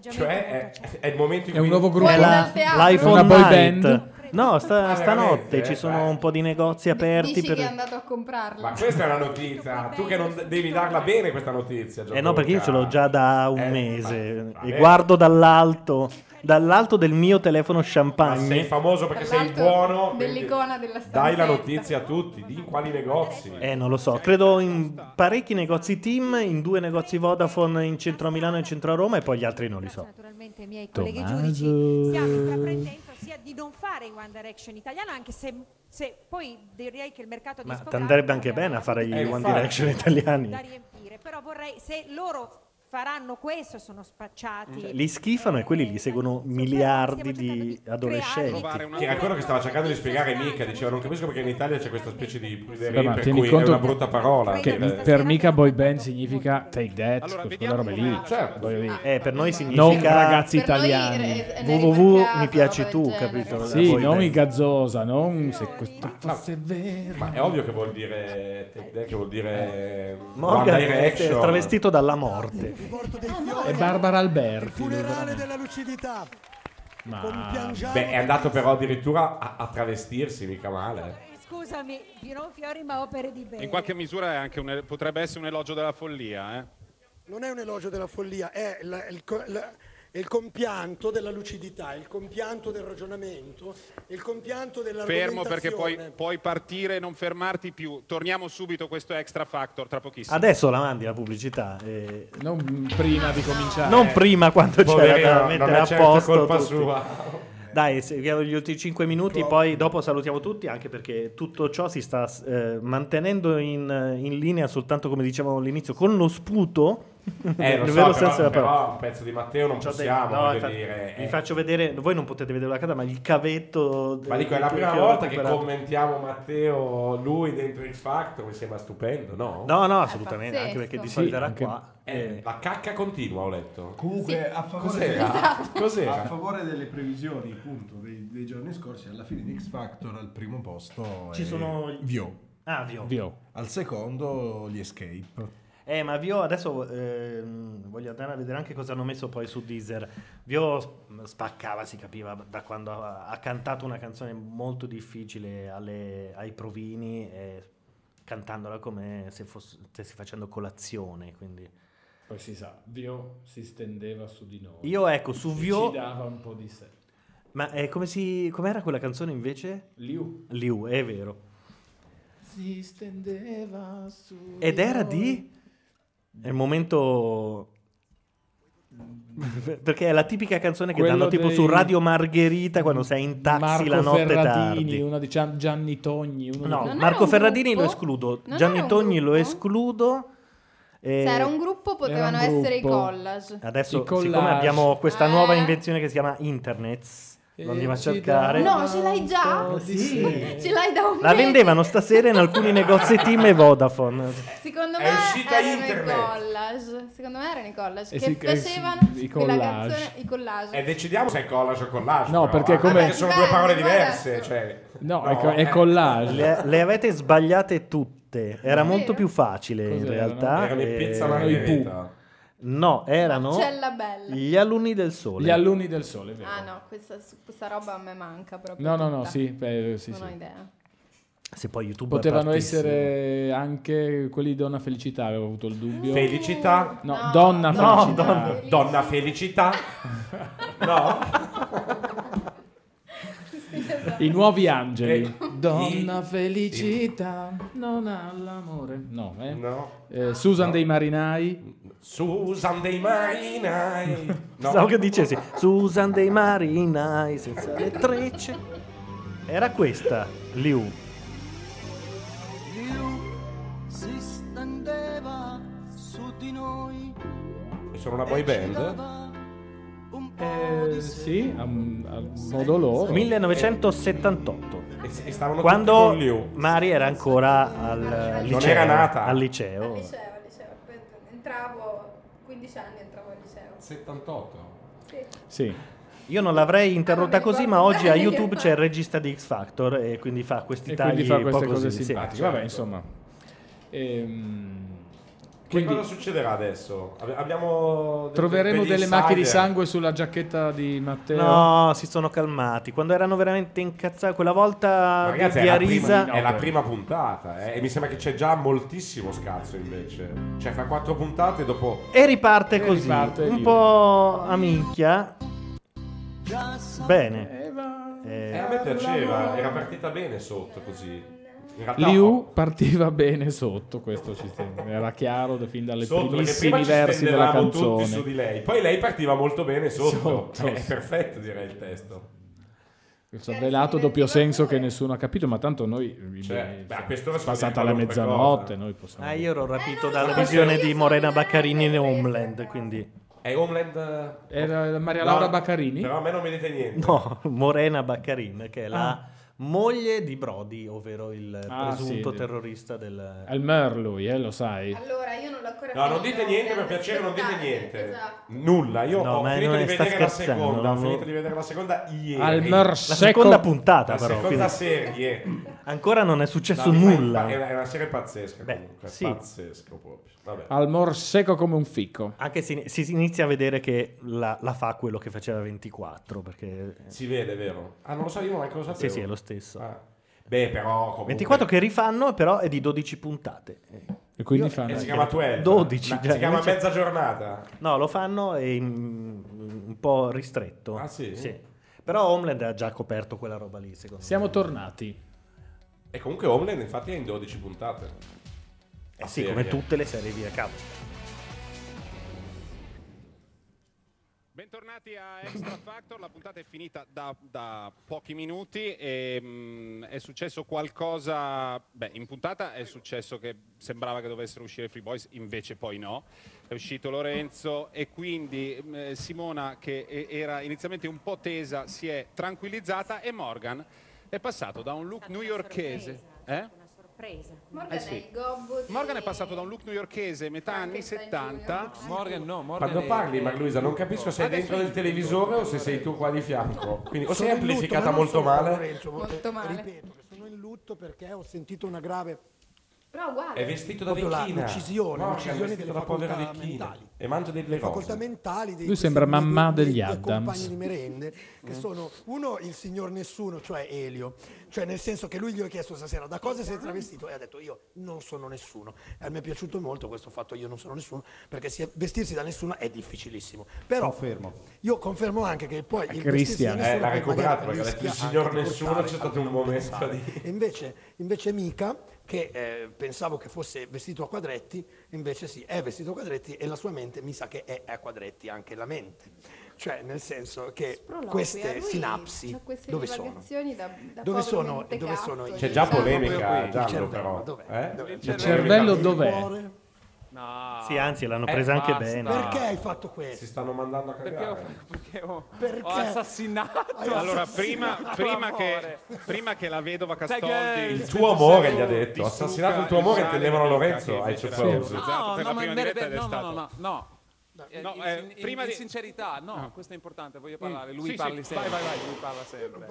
[SPEAKER 3] Cioè, è, è il momento in
[SPEAKER 5] È
[SPEAKER 3] cui
[SPEAKER 5] un nuovo gruppo.
[SPEAKER 2] È la- l'iPhone
[SPEAKER 5] Una boy
[SPEAKER 2] Night.
[SPEAKER 5] band.
[SPEAKER 2] No, sta-
[SPEAKER 3] Ah, veramente?
[SPEAKER 2] stanotte ci sono un po' di negozi aperti
[SPEAKER 4] Dici
[SPEAKER 2] per...
[SPEAKER 4] che è andato a comprarla.
[SPEAKER 3] Ma questa è una notizia. Tu che non devi darla bene questa notizia.
[SPEAKER 2] Eh no, perché io ce l'ho già da un mese e
[SPEAKER 3] bene.
[SPEAKER 2] guardo dall'alto, dall'alto del mio telefono
[SPEAKER 3] Ma sei
[SPEAKER 2] champagne.
[SPEAKER 3] famoso perché sei il
[SPEAKER 21] Esatto,
[SPEAKER 4] Dall'alto
[SPEAKER 3] buono. quindi
[SPEAKER 4] Dell'icona della stanza.
[SPEAKER 3] Dai la notizia a tutti, di in quali negozi.
[SPEAKER 2] Eh, non lo so, credo in parecchi negozi Team, in due negozi Vodafone in centro a Milano e centro a Roma e poi gli altri non li so.
[SPEAKER 21] naturalmente i miei colleghi giudici stiamo
[SPEAKER 2] Tommaso.
[SPEAKER 21] intraprendendo sia di non fare in One Direction italiano, anche se, se poi direi che il mercato
[SPEAKER 2] Ma
[SPEAKER 21] discografico
[SPEAKER 2] t'andrebbe anche bene a fare gli
[SPEAKER 21] Eh,
[SPEAKER 2] One
[SPEAKER 21] infatti.
[SPEAKER 2] Direction
[SPEAKER 21] da
[SPEAKER 2] italiani.
[SPEAKER 21] riempire, però vorrei se loro faranno questo, sono spacciati.
[SPEAKER 2] Li schifano e quelli li seguono miliardi di adolescenti.
[SPEAKER 3] Che era quello che stava cercando di spiegare mica. Diceva, non capisco perché in Italia c'è questa specie di pruderie
[SPEAKER 5] Vabbè, ma
[SPEAKER 3] per
[SPEAKER 5] tieni
[SPEAKER 3] cui è
[SPEAKER 5] conto
[SPEAKER 3] una brutta parola.
[SPEAKER 5] Che per mica boy band significa take that, quella roba lì.
[SPEAKER 21] Certo.
[SPEAKER 5] voglio dire.
[SPEAKER 2] Eh, per noi significa
[SPEAKER 5] Non ragazzi
[SPEAKER 2] Per noi
[SPEAKER 5] italiani.
[SPEAKER 2] www mi piaci tu,
[SPEAKER 4] cioè,
[SPEAKER 2] capito?
[SPEAKER 5] Sì,
[SPEAKER 2] Poi-
[SPEAKER 5] non i gazzosa, non se questo fosse vero.
[SPEAKER 3] Ma è ovvio che vuol dire take that, che vuol dire
[SPEAKER 2] Morgan
[SPEAKER 3] One
[SPEAKER 2] è
[SPEAKER 3] Direction.
[SPEAKER 2] travestito dalla morte.
[SPEAKER 4] Eh,
[SPEAKER 2] Certo.
[SPEAKER 5] È Barbara Alberti.
[SPEAKER 20] della lucidità.
[SPEAKER 3] Ma... Beh, è andato però addirittura a, a travestirsi, mica male.
[SPEAKER 21] Scusami, di non fiori ma opere di bene.
[SPEAKER 7] In qualche misura è anche un- potrebbe essere un elogio della follia. eh.
[SPEAKER 20] Non è un elogio della follia, è il, il co- la- il compianto della lucidità, il compianto del ragionamento, il compianto
[SPEAKER 7] Fermo
[SPEAKER 20] dell'argomentazione.
[SPEAKER 7] perché puoi, puoi partire e non fermarti più. Torniamo subito a questo extra factor tra pochissimo.
[SPEAKER 2] Adesso la mandi la pubblicità. eh,
[SPEAKER 5] Non Mm, prima di cominciare.
[SPEAKER 2] Non prima quando
[SPEAKER 5] Poverino,
[SPEAKER 2] c'era da
[SPEAKER 5] non
[SPEAKER 2] mettere
[SPEAKER 5] è
[SPEAKER 2] a
[SPEAKER 5] certo
[SPEAKER 2] posto.
[SPEAKER 5] colpa
[SPEAKER 2] tutti.
[SPEAKER 5] sua.
[SPEAKER 2] Dai, seguiamo gli ultimi 5 minuti, poi dopo salutiamo tutti, anche perché tutto ciò si sta eh, mantenendo in, in linea soltanto, come dicevamo all'inizio, con lo sputo
[SPEAKER 3] Eh, lo
[SPEAKER 2] Nel vero
[SPEAKER 3] so, però-
[SPEAKER 2] senso della
[SPEAKER 3] però
[SPEAKER 2] parola.
[SPEAKER 3] un pezzo di Matteo non
[SPEAKER 2] Ci ho
[SPEAKER 3] possiamo,
[SPEAKER 2] detto-
[SPEAKER 3] voglio
[SPEAKER 2] infatti,
[SPEAKER 3] dire,
[SPEAKER 2] Vi
[SPEAKER 3] eh.
[SPEAKER 2] faccio vedere, voi non potete vedere la casa, ma il cavetto.
[SPEAKER 3] Ma
[SPEAKER 2] del-
[SPEAKER 3] dico, è la
[SPEAKER 2] che
[SPEAKER 3] prima
[SPEAKER 2] ho
[SPEAKER 3] volta che
[SPEAKER 2] recuperato.
[SPEAKER 3] commentiamo Matteo, lui dentro il facto, mi sembra stupendo, no?
[SPEAKER 2] No,
[SPEAKER 5] Eh,
[SPEAKER 2] no, assolutamente, anche perché di
[SPEAKER 3] Sì,
[SPEAKER 2] solito era
[SPEAKER 3] anche-
[SPEAKER 2] qua.
[SPEAKER 3] eh, La cacca continua, ho letto.
[SPEAKER 12] Comunque, a favore,
[SPEAKER 3] Cos'era?
[SPEAKER 12] Esatto.
[SPEAKER 3] Cos'era?
[SPEAKER 12] a favore delle previsioni, appunto, dei, dei giorni scorsi, alla fine di X Factor al primo posto
[SPEAKER 2] Ci
[SPEAKER 12] è
[SPEAKER 2] sono-
[SPEAKER 12] Vio.
[SPEAKER 2] Ah, Vio. Vio.
[SPEAKER 12] Al secondo gli
[SPEAKER 5] Ah,
[SPEAKER 12] Escape.
[SPEAKER 2] Eh, ma Vio adesso ehm, voglio andare a vedere anche cosa hanno messo poi su Deezer. Vio sp- spaccava, si capiva, da quando ha, ha cantato una canzone molto difficile alle- ai provini, e cantandola come se fosse- stessi facendo colazione. Quindi.
[SPEAKER 5] Poi si sa, Vio si stendeva su di noi.
[SPEAKER 2] Io, ecco, su
[SPEAKER 5] E
[SPEAKER 2] Vio-
[SPEAKER 5] Ci dava un po' di sé.
[SPEAKER 2] Ma eh, come si, com'era quella canzone invece?
[SPEAKER 5] Liu.
[SPEAKER 2] Liu, è vero.
[SPEAKER 5] Si stendeva su
[SPEAKER 2] Ed era di... È il momento... Perché è la tipica canzone che
[SPEAKER 5] Quello
[SPEAKER 2] danno tipo
[SPEAKER 5] dei-
[SPEAKER 2] su Radio Margherita quando sei in taxi
[SPEAKER 5] Marco
[SPEAKER 2] la notte
[SPEAKER 5] Ferradini,
[SPEAKER 2] tardi.
[SPEAKER 5] una di Gian- Gianni Togni. uno
[SPEAKER 2] No,
[SPEAKER 5] di-
[SPEAKER 4] Non era
[SPEAKER 2] Marco
[SPEAKER 4] un
[SPEAKER 2] Ferradini lo
[SPEAKER 4] gruppo?
[SPEAKER 2] escludo,
[SPEAKER 4] Non era
[SPEAKER 2] Gianni
[SPEAKER 4] un
[SPEAKER 2] Togni lo
[SPEAKER 4] gruppo?
[SPEAKER 2] escludo. eh,
[SPEAKER 4] Se era un gruppo potevano
[SPEAKER 2] era un
[SPEAKER 4] essere i
[SPEAKER 2] gruppo.
[SPEAKER 4] collage.
[SPEAKER 2] Adesso,
[SPEAKER 5] I collage.
[SPEAKER 2] siccome abbiamo questa
[SPEAKER 4] Eh.
[SPEAKER 2] nuova invenzione che si chiama Internet,
[SPEAKER 5] Eh,
[SPEAKER 2] andiamo a cercare.
[SPEAKER 4] No, ce l'hai già? Oh,
[SPEAKER 2] Sì. Sì.
[SPEAKER 4] Ce l'hai da un
[SPEAKER 2] La
[SPEAKER 4] mese.
[SPEAKER 2] vendevano stasera in alcuni negozi Team e Vodafone.
[SPEAKER 4] Secondo
[SPEAKER 3] È
[SPEAKER 4] me
[SPEAKER 3] uscita
[SPEAKER 4] erano
[SPEAKER 3] internet.
[SPEAKER 4] i collage. Secondo me erano i collage
[SPEAKER 5] Eh
[SPEAKER 3] E
[SPEAKER 4] che
[SPEAKER 3] sì, che sì,
[SPEAKER 4] facevano
[SPEAKER 3] i
[SPEAKER 4] quella
[SPEAKER 3] collage.
[SPEAKER 4] canzone, i collage.
[SPEAKER 3] E decidiamo se è collage o collage.
[SPEAKER 5] No,
[SPEAKER 3] però,
[SPEAKER 5] perché
[SPEAKER 3] eh,
[SPEAKER 5] come-
[SPEAKER 3] perché sono due parole
[SPEAKER 4] Guarda,
[SPEAKER 3] diverse. Cioè,
[SPEAKER 5] No, ecco, è co- è collage.
[SPEAKER 2] eh, Le, le avete sbagliate tutte. Era molto più facile in
[SPEAKER 5] Cos'erano?
[SPEAKER 2] realtà.
[SPEAKER 5] Erano i
[SPEAKER 2] Eh,
[SPEAKER 5] Pizza Margherita.
[SPEAKER 2] i Pooh. No, erano
[SPEAKER 4] Marcella Bella.
[SPEAKER 2] gli alunni del sole.
[SPEAKER 5] Gli alunni del sole, vero.
[SPEAKER 4] Ah no, questa, questa roba a me manca proprio.
[SPEAKER 5] No, no, no,
[SPEAKER 4] tutta.
[SPEAKER 5] sì, eh, sì,
[SPEAKER 4] non ho
[SPEAKER 5] sì.
[SPEAKER 4] idea.
[SPEAKER 2] Se poi YouTube
[SPEAKER 5] Potevano
[SPEAKER 2] partisse-
[SPEAKER 5] essere anche quelli di Donna Felicità, avevo avuto il
[SPEAKER 2] Ah.
[SPEAKER 5] dubbio.
[SPEAKER 3] Felicità?
[SPEAKER 5] No,
[SPEAKER 3] No,
[SPEAKER 5] Donna
[SPEAKER 3] no,
[SPEAKER 5] Felicità.
[SPEAKER 3] Donna- Donna Felicità? No?
[SPEAKER 5] I nuovi angeli.
[SPEAKER 6] Donna felicità non ha l'amore.
[SPEAKER 5] No, eh. Eh, Susan dei Marinai.
[SPEAKER 3] Susan dei Marinai. No.
[SPEAKER 2] Pensavo che dicessi Susan dei Marinai senza le trecce. Era questa, Liu.
[SPEAKER 10] si stendeva su di noi.
[SPEAKER 3] Sono una boy band?
[SPEAKER 5] Eh, sì, a, a modo loro.
[SPEAKER 2] 1978.
[SPEAKER 3] E, e stavano tutti
[SPEAKER 2] Quando
[SPEAKER 3] con Liu.
[SPEAKER 2] Mari era ancora al liceo.
[SPEAKER 3] era nata.
[SPEAKER 2] Al
[SPEAKER 5] Oh.
[SPEAKER 2] liceo.
[SPEAKER 4] Liceo, liceo. Entravo 15 anni, entravo al liceo.
[SPEAKER 3] 78.
[SPEAKER 4] Sì.
[SPEAKER 5] Sì.
[SPEAKER 2] Io non l'avrei interrotta
[SPEAKER 4] ricordo
[SPEAKER 2] così, ma oggi a
[SPEAKER 4] bene.
[SPEAKER 2] YouTube c'è il regista di X Factor e quindi fa questi
[SPEAKER 5] E
[SPEAKER 2] tagli
[SPEAKER 5] quindi fa
[SPEAKER 2] un po'
[SPEAKER 5] queste cose
[SPEAKER 2] così, sì,
[SPEAKER 5] simpatiche.
[SPEAKER 2] certo.
[SPEAKER 5] Vabbè, insomma. Ehm,
[SPEAKER 3] Che
[SPEAKER 5] quindi
[SPEAKER 3] cosa succederà adesso? Abbi- Abbiamo de-
[SPEAKER 5] troveremo
[SPEAKER 3] degli
[SPEAKER 5] delle macchie di
[SPEAKER 3] insider.
[SPEAKER 5] sangue sulla giacchetta di Matteo.
[SPEAKER 2] No, si sono calmati. Quando erano veramente incazzati, quella volta
[SPEAKER 3] Ragazzi,
[SPEAKER 2] di
[SPEAKER 3] è la, prima,
[SPEAKER 2] Arisa
[SPEAKER 3] è la prima puntata eh, e mi sembra che c'è già moltissimo scazzo invece. Cioè, fra quattro puntate dopo
[SPEAKER 2] E riparte
[SPEAKER 3] E
[SPEAKER 2] così,
[SPEAKER 3] riparte
[SPEAKER 2] un
[SPEAKER 3] lì.
[SPEAKER 2] po' a minchia. Bene.
[SPEAKER 3] Eh, a me piaceva, era partita bene sotto così. In realtà,
[SPEAKER 5] Liu partiva bene sotto questo sistema, era chiaro da- fin dalle
[SPEAKER 3] sotto, perché prima
[SPEAKER 5] primissimi
[SPEAKER 3] ci
[SPEAKER 5] versi della
[SPEAKER 3] stendevamo tutti
[SPEAKER 5] canzone.
[SPEAKER 3] su di lei. Poi lei partiva molto bene sotto.
[SPEAKER 5] Sotto,
[SPEAKER 3] Eh, È
[SPEAKER 5] sì.
[SPEAKER 3] perfetto, direi il testo.
[SPEAKER 5] Questo velato doppio senso che nessuno ha capito, ma tanto noi
[SPEAKER 3] Cioè,
[SPEAKER 5] eh,
[SPEAKER 3] beh, a quest'ora si può
[SPEAKER 5] passata
[SPEAKER 3] dire
[SPEAKER 5] la
[SPEAKER 3] qualunque
[SPEAKER 5] mezzanotte,
[SPEAKER 3] cosa.
[SPEAKER 5] noi possiamo
[SPEAKER 2] Ah, io ero
[SPEAKER 3] Eh,
[SPEAKER 2] rapito
[SPEAKER 5] non lo
[SPEAKER 2] dalla
[SPEAKER 5] so,
[SPEAKER 2] visione
[SPEAKER 5] io
[SPEAKER 2] di Morena Baccarini in Homeland, quindi...
[SPEAKER 3] È Homeland. eh,
[SPEAKER 5] Era Maria Laura
[SPEAKER 3] No,
[SPEAKER 5] Baccarini?
[SPEAKER 3] Però a me non mi dite niente.
[SPEAKER 2] No, Morena Baccarin, che è la moglie di Brody, ovvero il
[SPEAKER 5] Ah,
[SPEAKER 2] presunto
[SPEAKER 5] sì.
[SPEAKER 2] terrorista del...
[SPEAKER 5] Al Mer lui, eh, lo sai.
[SPEAKER 4] Allora, io non l'ho ancora
[SPEAKER 3] No, non
[SPEAKER 4] finito,
[SPEAKER 3] dite niente, per
[SPEAKER 4] devo
[SPEAKER 3] piacere, non dite
[SPEAKER 4] aspettare.
[SPEAKER 3] niente.
[SPEAKER 4] Esatto.
[SPEAKER 3] Nulla, io
[SPEAKER 2] No,
[SPEAKER 3] ho
[SPEAKER 2] ma
[SPEAKER 3] finito
[SPEAKER 2] non
[SPEAKER 3] di
[SPEAKER 2] è- sta
[SPEAKER 3] vedere la
[SPEAKER 2] scherzando,
[SPEAKER 3] seconda, ho
[SPEAKER 2] non-
[SPEAKER 3] finito di vedere la seconda ieri.
[SPEAKER 5] Al Merseco-
[SPEAKER 2] La seconda puntata,
[SPEAKER 3] La
[SPEAKER 2] però,
[SPEAKER 3] seconda
[SPEAKER 2] quindi-
[SPEAKER 3] serie.
[SPEAKER 2] Ancora non è successo
[SPEAKER 3] No, mi fa
[SPEAKER 2] nulla.
[SPEAKER 3] impa- È una- è una serie pazzesca comunque,
[SPEAKER 2] sì.
[SPEAKER 3] pazzesco proprio. Vabbè.
[SPEAKER 5] Al Morseco come un ficco.
[SPEAKER 2] Anche se si inizia a vedere che la, la fa quello che faceva 24, perché...
[SPEAKER 3] Si vede, vero? Ah, non lo so, io neanche lo sapevo.
[SPEAKER 2] Sì, sì, è lo stesso.
[SPEAKER 3] Ah. Beh, però comunque...
[SPEAKER 2] 24 che rifanno, però è di 12 puntate.
[SPEAKER 5] E quindi
[SPEAKER 3] E
[SPEAKER 5] fanno...
[SPEAKER 3] si chiama 12.
[SPEAKER 2] 12,
[SPEAKER 3] Ma
[SPEAKER 2] già,
[SPEAKER 3] si chiama
[SPEAKER 2] cioè, invece-
[SPEAKER 3] mezza giornata.
[SPEAKER 2] No, lo fanno e in- un po' ristretto.
[SPEAKER 3] Ah, sì?
[SPEAKER 2] Però Homeland ha già coperto quella roba lì, secondo
[SPEAKER 5] Siamo tornati.
[SPEAKER 3] E comunque Homeland infatti è in 12 puntate.
[SPEAKER 2] me. Eh sì, come tutte le serie via cavo.
[SPEAKER 7] Bentornati a Extra Factor, la puntata è finita da, da pochi minuti e mm, è successo qualcosa, beh in puntata è successo che sembrava che dovessero uscire Free Boys, invece poi no, è uscito Lorenzo e quindi mm, eh, Simona che e- era inizialmente un po' tesa si è tranquillizzata e Morgan è passato da un look newyorchese. Eh?
[SPEAKER 21] Sorpresa.
[SPEAKER 4] Morgan
[SPEAKER 7] Eh sì.
[SPEAKER 4] è il gobbo di...
[SPEAKER 7] Morgan è passato da un look newyorchese metà anni 70.
[SPEAKER 14] Morgan no, Morgan
[SPEAKER 3] Quando
[SPEAKER 14] è-
[SPEAKER 3] parli, Maria Luisa, non capisco se è
[SPEAKER 7] Adesso
[SPEAKER 3] dentro
[SPEAKER 7] io-
[SPEAKER 3] del televisore o se sei tu qua di fianco. Quindi o
[SPEAKER 20] Sono
[SPEAKER 3] sei
[SPEAKER 20] in lutto,
[SPEAKER 3] amplificata
[SPEAKER 20] ma non
[SPEAKER 3] molto
[SPEAKER 20] sono
[SPEAKER 3] male.
[SPEAKER 20] Lorenzo,
[SPEAKER 4] Molto
[SPEAKER 20] eh,
[SPEAKER 4] male.
[SPEAKER 20] Ripeto che sono in lutto perché ho sentito una grave
[SPEAKER 4] Però guarda,
[SPEAKER 3] È vestito da
[SPEAKER 20] Proprio la-
[SPEAKER 3] vecchina.
[SPEAKER 20] l'uccisione,
[SPEAKER 3] Morgan è
[SPEAKER 20] l'uccisione
[SPEAKER 3] vestito
[SPEAKER 20] delle
[SPEAKER 3] da povera
[SPEAKER 20] facoltà
[SPEAKER 3] vecchina.
[SPEAKER 20] mentali.
[SPEAKER 3] E mangia delle
[SPEAKER 20] facoltà
[SPEAKER 3] cose.
[SPEAKER 20] mentali dei
[SPEAKER 5] Lui sembra
[SPEAKER 20] questi
[SPEAKER 5] mammà
[SPEAKER 20] due-
[SPEAKER 5] degli
[SPEAKER 20] due
[SPEAKER 5] Addams.
[SPEAKER 20] compagni di merende che
[SPEAKER 5] Mm.
[SPEAKER 20] sono uno il signor nessuno cioè Elio cioè nel senso che lui gli ho chiesto stasera da cosa sei travestito e ha detto io non sono nessuno e mi è piaciuto molto questo fatto io non sono nessuno perché si- vestirsi da nessuno è difficilissimo però io confermo anche che poi il vestirsi da
[SPEAKER 3] Cristian, eh,
[SPEAKER 20] nessuno
[SPEAKER 3] l'ha
[SPEAKER 20] poi
[SPEAKER 3] recuperato
[SPEAKER 20] magari
[SPEAKER 3] perché ha detto il
[SPEAKER 20] rischia
[SPEAKER 3] signor
[SPEAKER 20] anche di
[SPEAKER 3] nessuno
[SPEAKER 20] portare
[SPEAKER 3] c'è
[SPEAKER 20] a
[SPEAKER 3] stato un
[SPEAKER 20] non
[SPEAKER 3] momento
[SPEAKER 20] pensare.
[SPEAKER 3] di...
[SPEAKER 20] E invece, invece Mica, che eh, pensavo che fosse vestito a quadretti, invece sì, è vestito a quadretti e la sua mente mi sa che è a quadretti anche la mente. Cioè, nel senso che
[SPEAKER 4] sproloquia,
[SPEAKER 20] queste
[SPEAKER 4] lui
[SPEAKER 20] sinapsi
[SPEAKER 4] c'ha queste
[SPEAKER 20] dove sono?
[SPEAKER 4] divagazioni da,
[SPEAKER 20] Dove
[SPEAKER 4] da povero
[SPEAKER 20] sono,
[SPEAKER 4] mentecatto.
[SPEAKER 20] dove sono i-
[SPEAKER 3] C'è già
[SPEAKER 20] Esatto.
[SPEAKER 3] polemica,
[SPEAKER 20] Il
[SPEAKER 3] Giallo,
[SPEAKER 20] cervello,
[SPEAKER 3] però.
[SPEAKER 20] dov'è?
[SPEAKER 3] eh?
[SPEAKER 20] Dov'è?
[SPEAKER 3] C'è
[SPEAKER 2] Il cervello
[SPEAKER 3] polemica.
[SPEAKER 2] dov'è?
[SPEAKER 20] Cuore?
[SPEAKER 14] No.
[SPEAKER 2] Sì, anzi, l'hanno presa
[SPEAKER 3] Eh,
[SPEAKER 2] anche
[SPEAKER 14] basta.
[SPEAKER 2] bene.
[SPEAKER 20] Perché hai fatto questo?
[SPEAKER 3] Si stanno mandando a
[SPEAKER 14] Perché ho,
[SPEAKER 3] cagare.
[SPEAKER 14] perché ho-
[SPEAKER 20] Perché?
[SPEAKER 14] ho assassinato.
[SPEAKER 7] Allora, prima, prima che,
[SPEAKER 14] Amore.
[SPEAKER 7] prima che la vedova
[SPEAKER 14] Sai che-
[SPEAKER 7] Castoldi
[SPEAKER 3] Il tuo amore, gli ha detto. Assassinato il tuo amore,
[SPEAKER 7] Sale,
[SPEAKER 3] intendevano Lorenzo.
[SPEAKER 7] che
[SPEAKER 3] Hai
[SPEAKER 7] invece era
[SPEAKER 3] cercato.
[SPEAKER 7] utilizzato
[SPEAKER 14] No,
[SPEAKER 7] per
[SPEAKER 14] no,
[SPEAKER 7] la
[SPEAKER 14] ma
[SPEAKER 7] prima
[SPEAKER 14] in vere-
[SPEAKER 7] diretta ed è
[SPEAKER 14] no, no,
[SPEAKER 7] stato-
[SPEAKER 14] no, no, no. Eh,
[SPEAKER 7] No,
[SPEAKER 14] in-
[SPEAKER 7] eh,
[SPEAKER 14] in, in-
[SPEAKER 7] prima
[SPEAKER 14] in
[SPEAKER 7] di-
[SPEAKER 14] sincerità, no, questo è importante, voglio parlare.
[SPEAKER 7] Mm,
[SPEAKER 14] Lui
[SPEAKER 7] sì,
[SPEAKER 14] parli
[SPEAKER 7] sì,
[SPEAKER 14] sempre.
[SPEAKER 7] vai, vai, vai.
[SPEAKER 14] Lui parla sempre.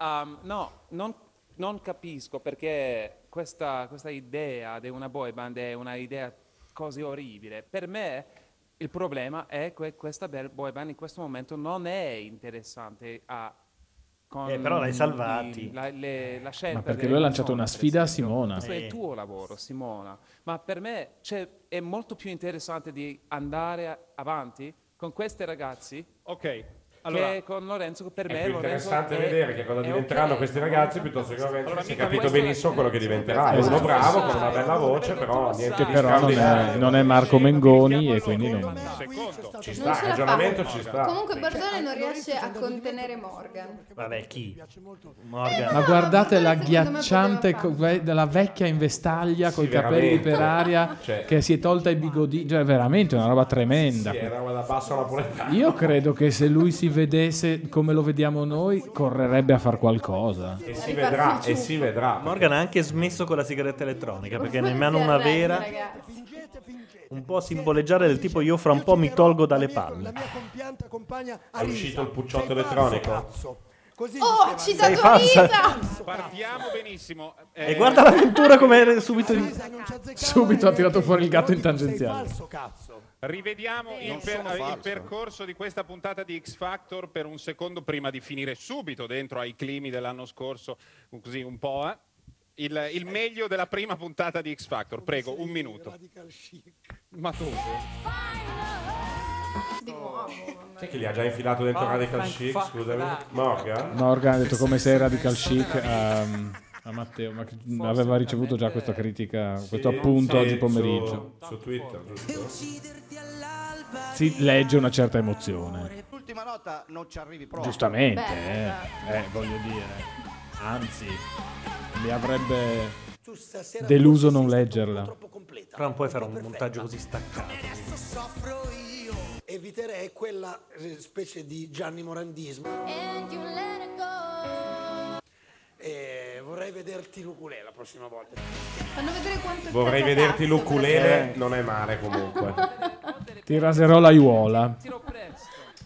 [SPEAKER 14] Um, no, non, non capisco perché questa, questa idea di una boy band è una idea così orribile. Per me il problema è che questa bel- boy band in questo momento non è interessante a... Con
[SPEAKER 2] Eh, però l'hai
[SPEAKER 14] i-
[SPEAKER 2] salvati. Eh,
[SPEAKER 14] la, le- la scelta
[SPEAKER 5] Ma perché
[SPEAKER 14] delle
[SPEAKER 5] lui ha lanciato
[SPEAKER 14] canzoni,
[SPEAKER 5] una
[SPEAKER 14] per
[SPEAKER 5] sfida a
[SPEAKER 14] esempio.
[SPEAKER 5] Simona.
[SPEAKER 14] Questo è
[SPEAKER 5] Eh.
[SPEAKER 14] il tuo lavoro, Simona. Ma per me c'è- è molto più interessante di andare a- avanti con questi ragazzi
[SPEAKER 7] Ok.
[SPEAKER 14] che
[SPEAKER 7] allora-
[SPEAKER 14] con Lorenzo. che Per
[SPEAKER 3] È
[SPEAKER 14] me
[SPEAKER 3] più
[SPEAKER 14] Lorenzo
[SPEAKER 3] interessante
[SPEAKER 14] è-
[SPEAKER 3] vedere che cosa
[SPEAKER 14] è
[SPEAKER 3] diventeranno
[SPEAKER 14] ok.
[SPEAKER 3] questi ragazzi piuttosto che Lorenzo
[SPEAKER 14] Allora,
[SPEAKER 3] si è
[SPEAKER 14] mica
[SPEAKER 3] capito
[SPEAKER 14] questo è-
[SPEAKER 3] benissimo quello che diventerà. È
[SPEAKER 14] Questo
[SPEAKER 3] uno
[SPEAKER 14] è-
[SPEAKER 3] bravo, con
[SPEAKER 14] questo
[SPEAKER 3] una
[SPEAKER 14] è-
[SPEAKER 3] bella voce, però niente di
[SPEAKER 5] Però non è,
[SPEAKER 3] straordinario.
[SPEAKER 5] non è Marco Mengoni e quindi non...
[SPEAKER 3] Ci
[SPEAKER 4] Non
[SPEAKER 3] sta,
[SPEAKER 4] ce
[SPEAKER 3] il
[SPEAKER 4] la
[SPEAKER 3] ragionamento
[SPEAKER 4] fa.
[SPEAKER 3] ci sta.
[SPEAKER 4] Comunque
[SPEAKER 11] Cioè,
[SPEAKER 4] Bordone non riesce a contenere Morgan.
[SPEAKER 2] Vabbè, chi?
[SPEAKER 4] Eh,
[SPEAKER 2] Morgan.
[SPEAKER 5] Ma guardate la
[SPEAKER 4] secondo me
[SPEAKER 5] ghiacciante
[SPEAKER 4] poteva
[SPEAKER 5] co- ve- della vecchia in vestaglia con i capelli
[SPEAKER 3] veramente.
[SPEAKER 5] per aria
[SPEAKER 3] Cioè-
[SPEAKER 5] che si è tolta i bigodini, cioè veramente una roba tremenda.
[SPEAKER 3] Sì, è roba da basso napoletano.
[SPEAKER 5] Io credo che se lui si vedesse come lo vediamo noi, correrebbe a far qualcosa.
[SPEAKER 3] E si vedrà, e si vedrà.
[SPEAKER 2] Morgan ha anche smesso con la sigaretta elettronica perché ne
[SPEAKER 4] Come
[SPEAKER 2] mano
[SPEAKER 4] si
[SPEAKER 2] una
[SPEAKER 4] arrabbi,
[SPEAKER 2] vera,
[SPEAKER 4] ragazzi?
[SPEAKER 2] un po' simboleggiare del tipo io fra un po' mi tolgo dalle palle.
[SPEAKER 3] È uscito il pucciotto elettronico.
[SPEAKER 4] Oh, ci
[SPEAKER 2] Sei
[SPEAKER 4] satonizza!
[SPEAKER 7] Partiamo benissimo. Eh,
[SPEAKER 2] E guarda l'avventura come subito,
[SPEAKER 5] subito ha tirato fuori il gatto in tangenziale.
[SPEAKER 7] Rivediamo il, per- il percorso di questa puntata di X Factor per un secondo prima di finire subito dentro ai climi dell'anno scorso, così un po'. eh. Il, il meglio della prima puntata di X Factor, prego, un minuto. Ma tu?
[SPEAKER 3] Sai che li ha già infilato dentro Radical Chic, scusami? Morgan?
[SPEAKER 5] Morgan ha detto come sei radical chic a, ehm, a Matteo, ma che aveva ricevuto già questa critica, questo appunto
[SPEAKER 3] Sì,
[SPEAKER 5] oggi pomeriggio.
[SPEAKER 3] Su, su Twitter, giusto?
[SPEAKER 5] Si legge una certa emozione.
[SPEAKER 1] L'ultima nota non ci arrivi proprio.
[SPEAKER 5] Giustamente,
[SPEAKER 1] Beh,
[SPEAKER 5] eh. Eh, voglio dire. Anzi, mi avrebbe deluso non leggerla.
[SPEAKER 2] Però non puoi fare un montaggio così staccato.
[SPEAKER 20] Eviterei quella eh, specie di Gianni Morandismo.
[SPEAKER 18] E vorrei vederti l'uculè la prossima volta.
[SPEAKER 4] Fanno vedere quanto è
[SPEAKER 3] Vorrei
[SPEAKER 4] stato
[SPEAKER 3] vederti
[SPEAKER 4] cazzo,
[SPEAKER 5] Eh.
[SPEAKER 3] l'uculele, non è male comunque.
[SPEAKER 5] Ti raserò la iuola.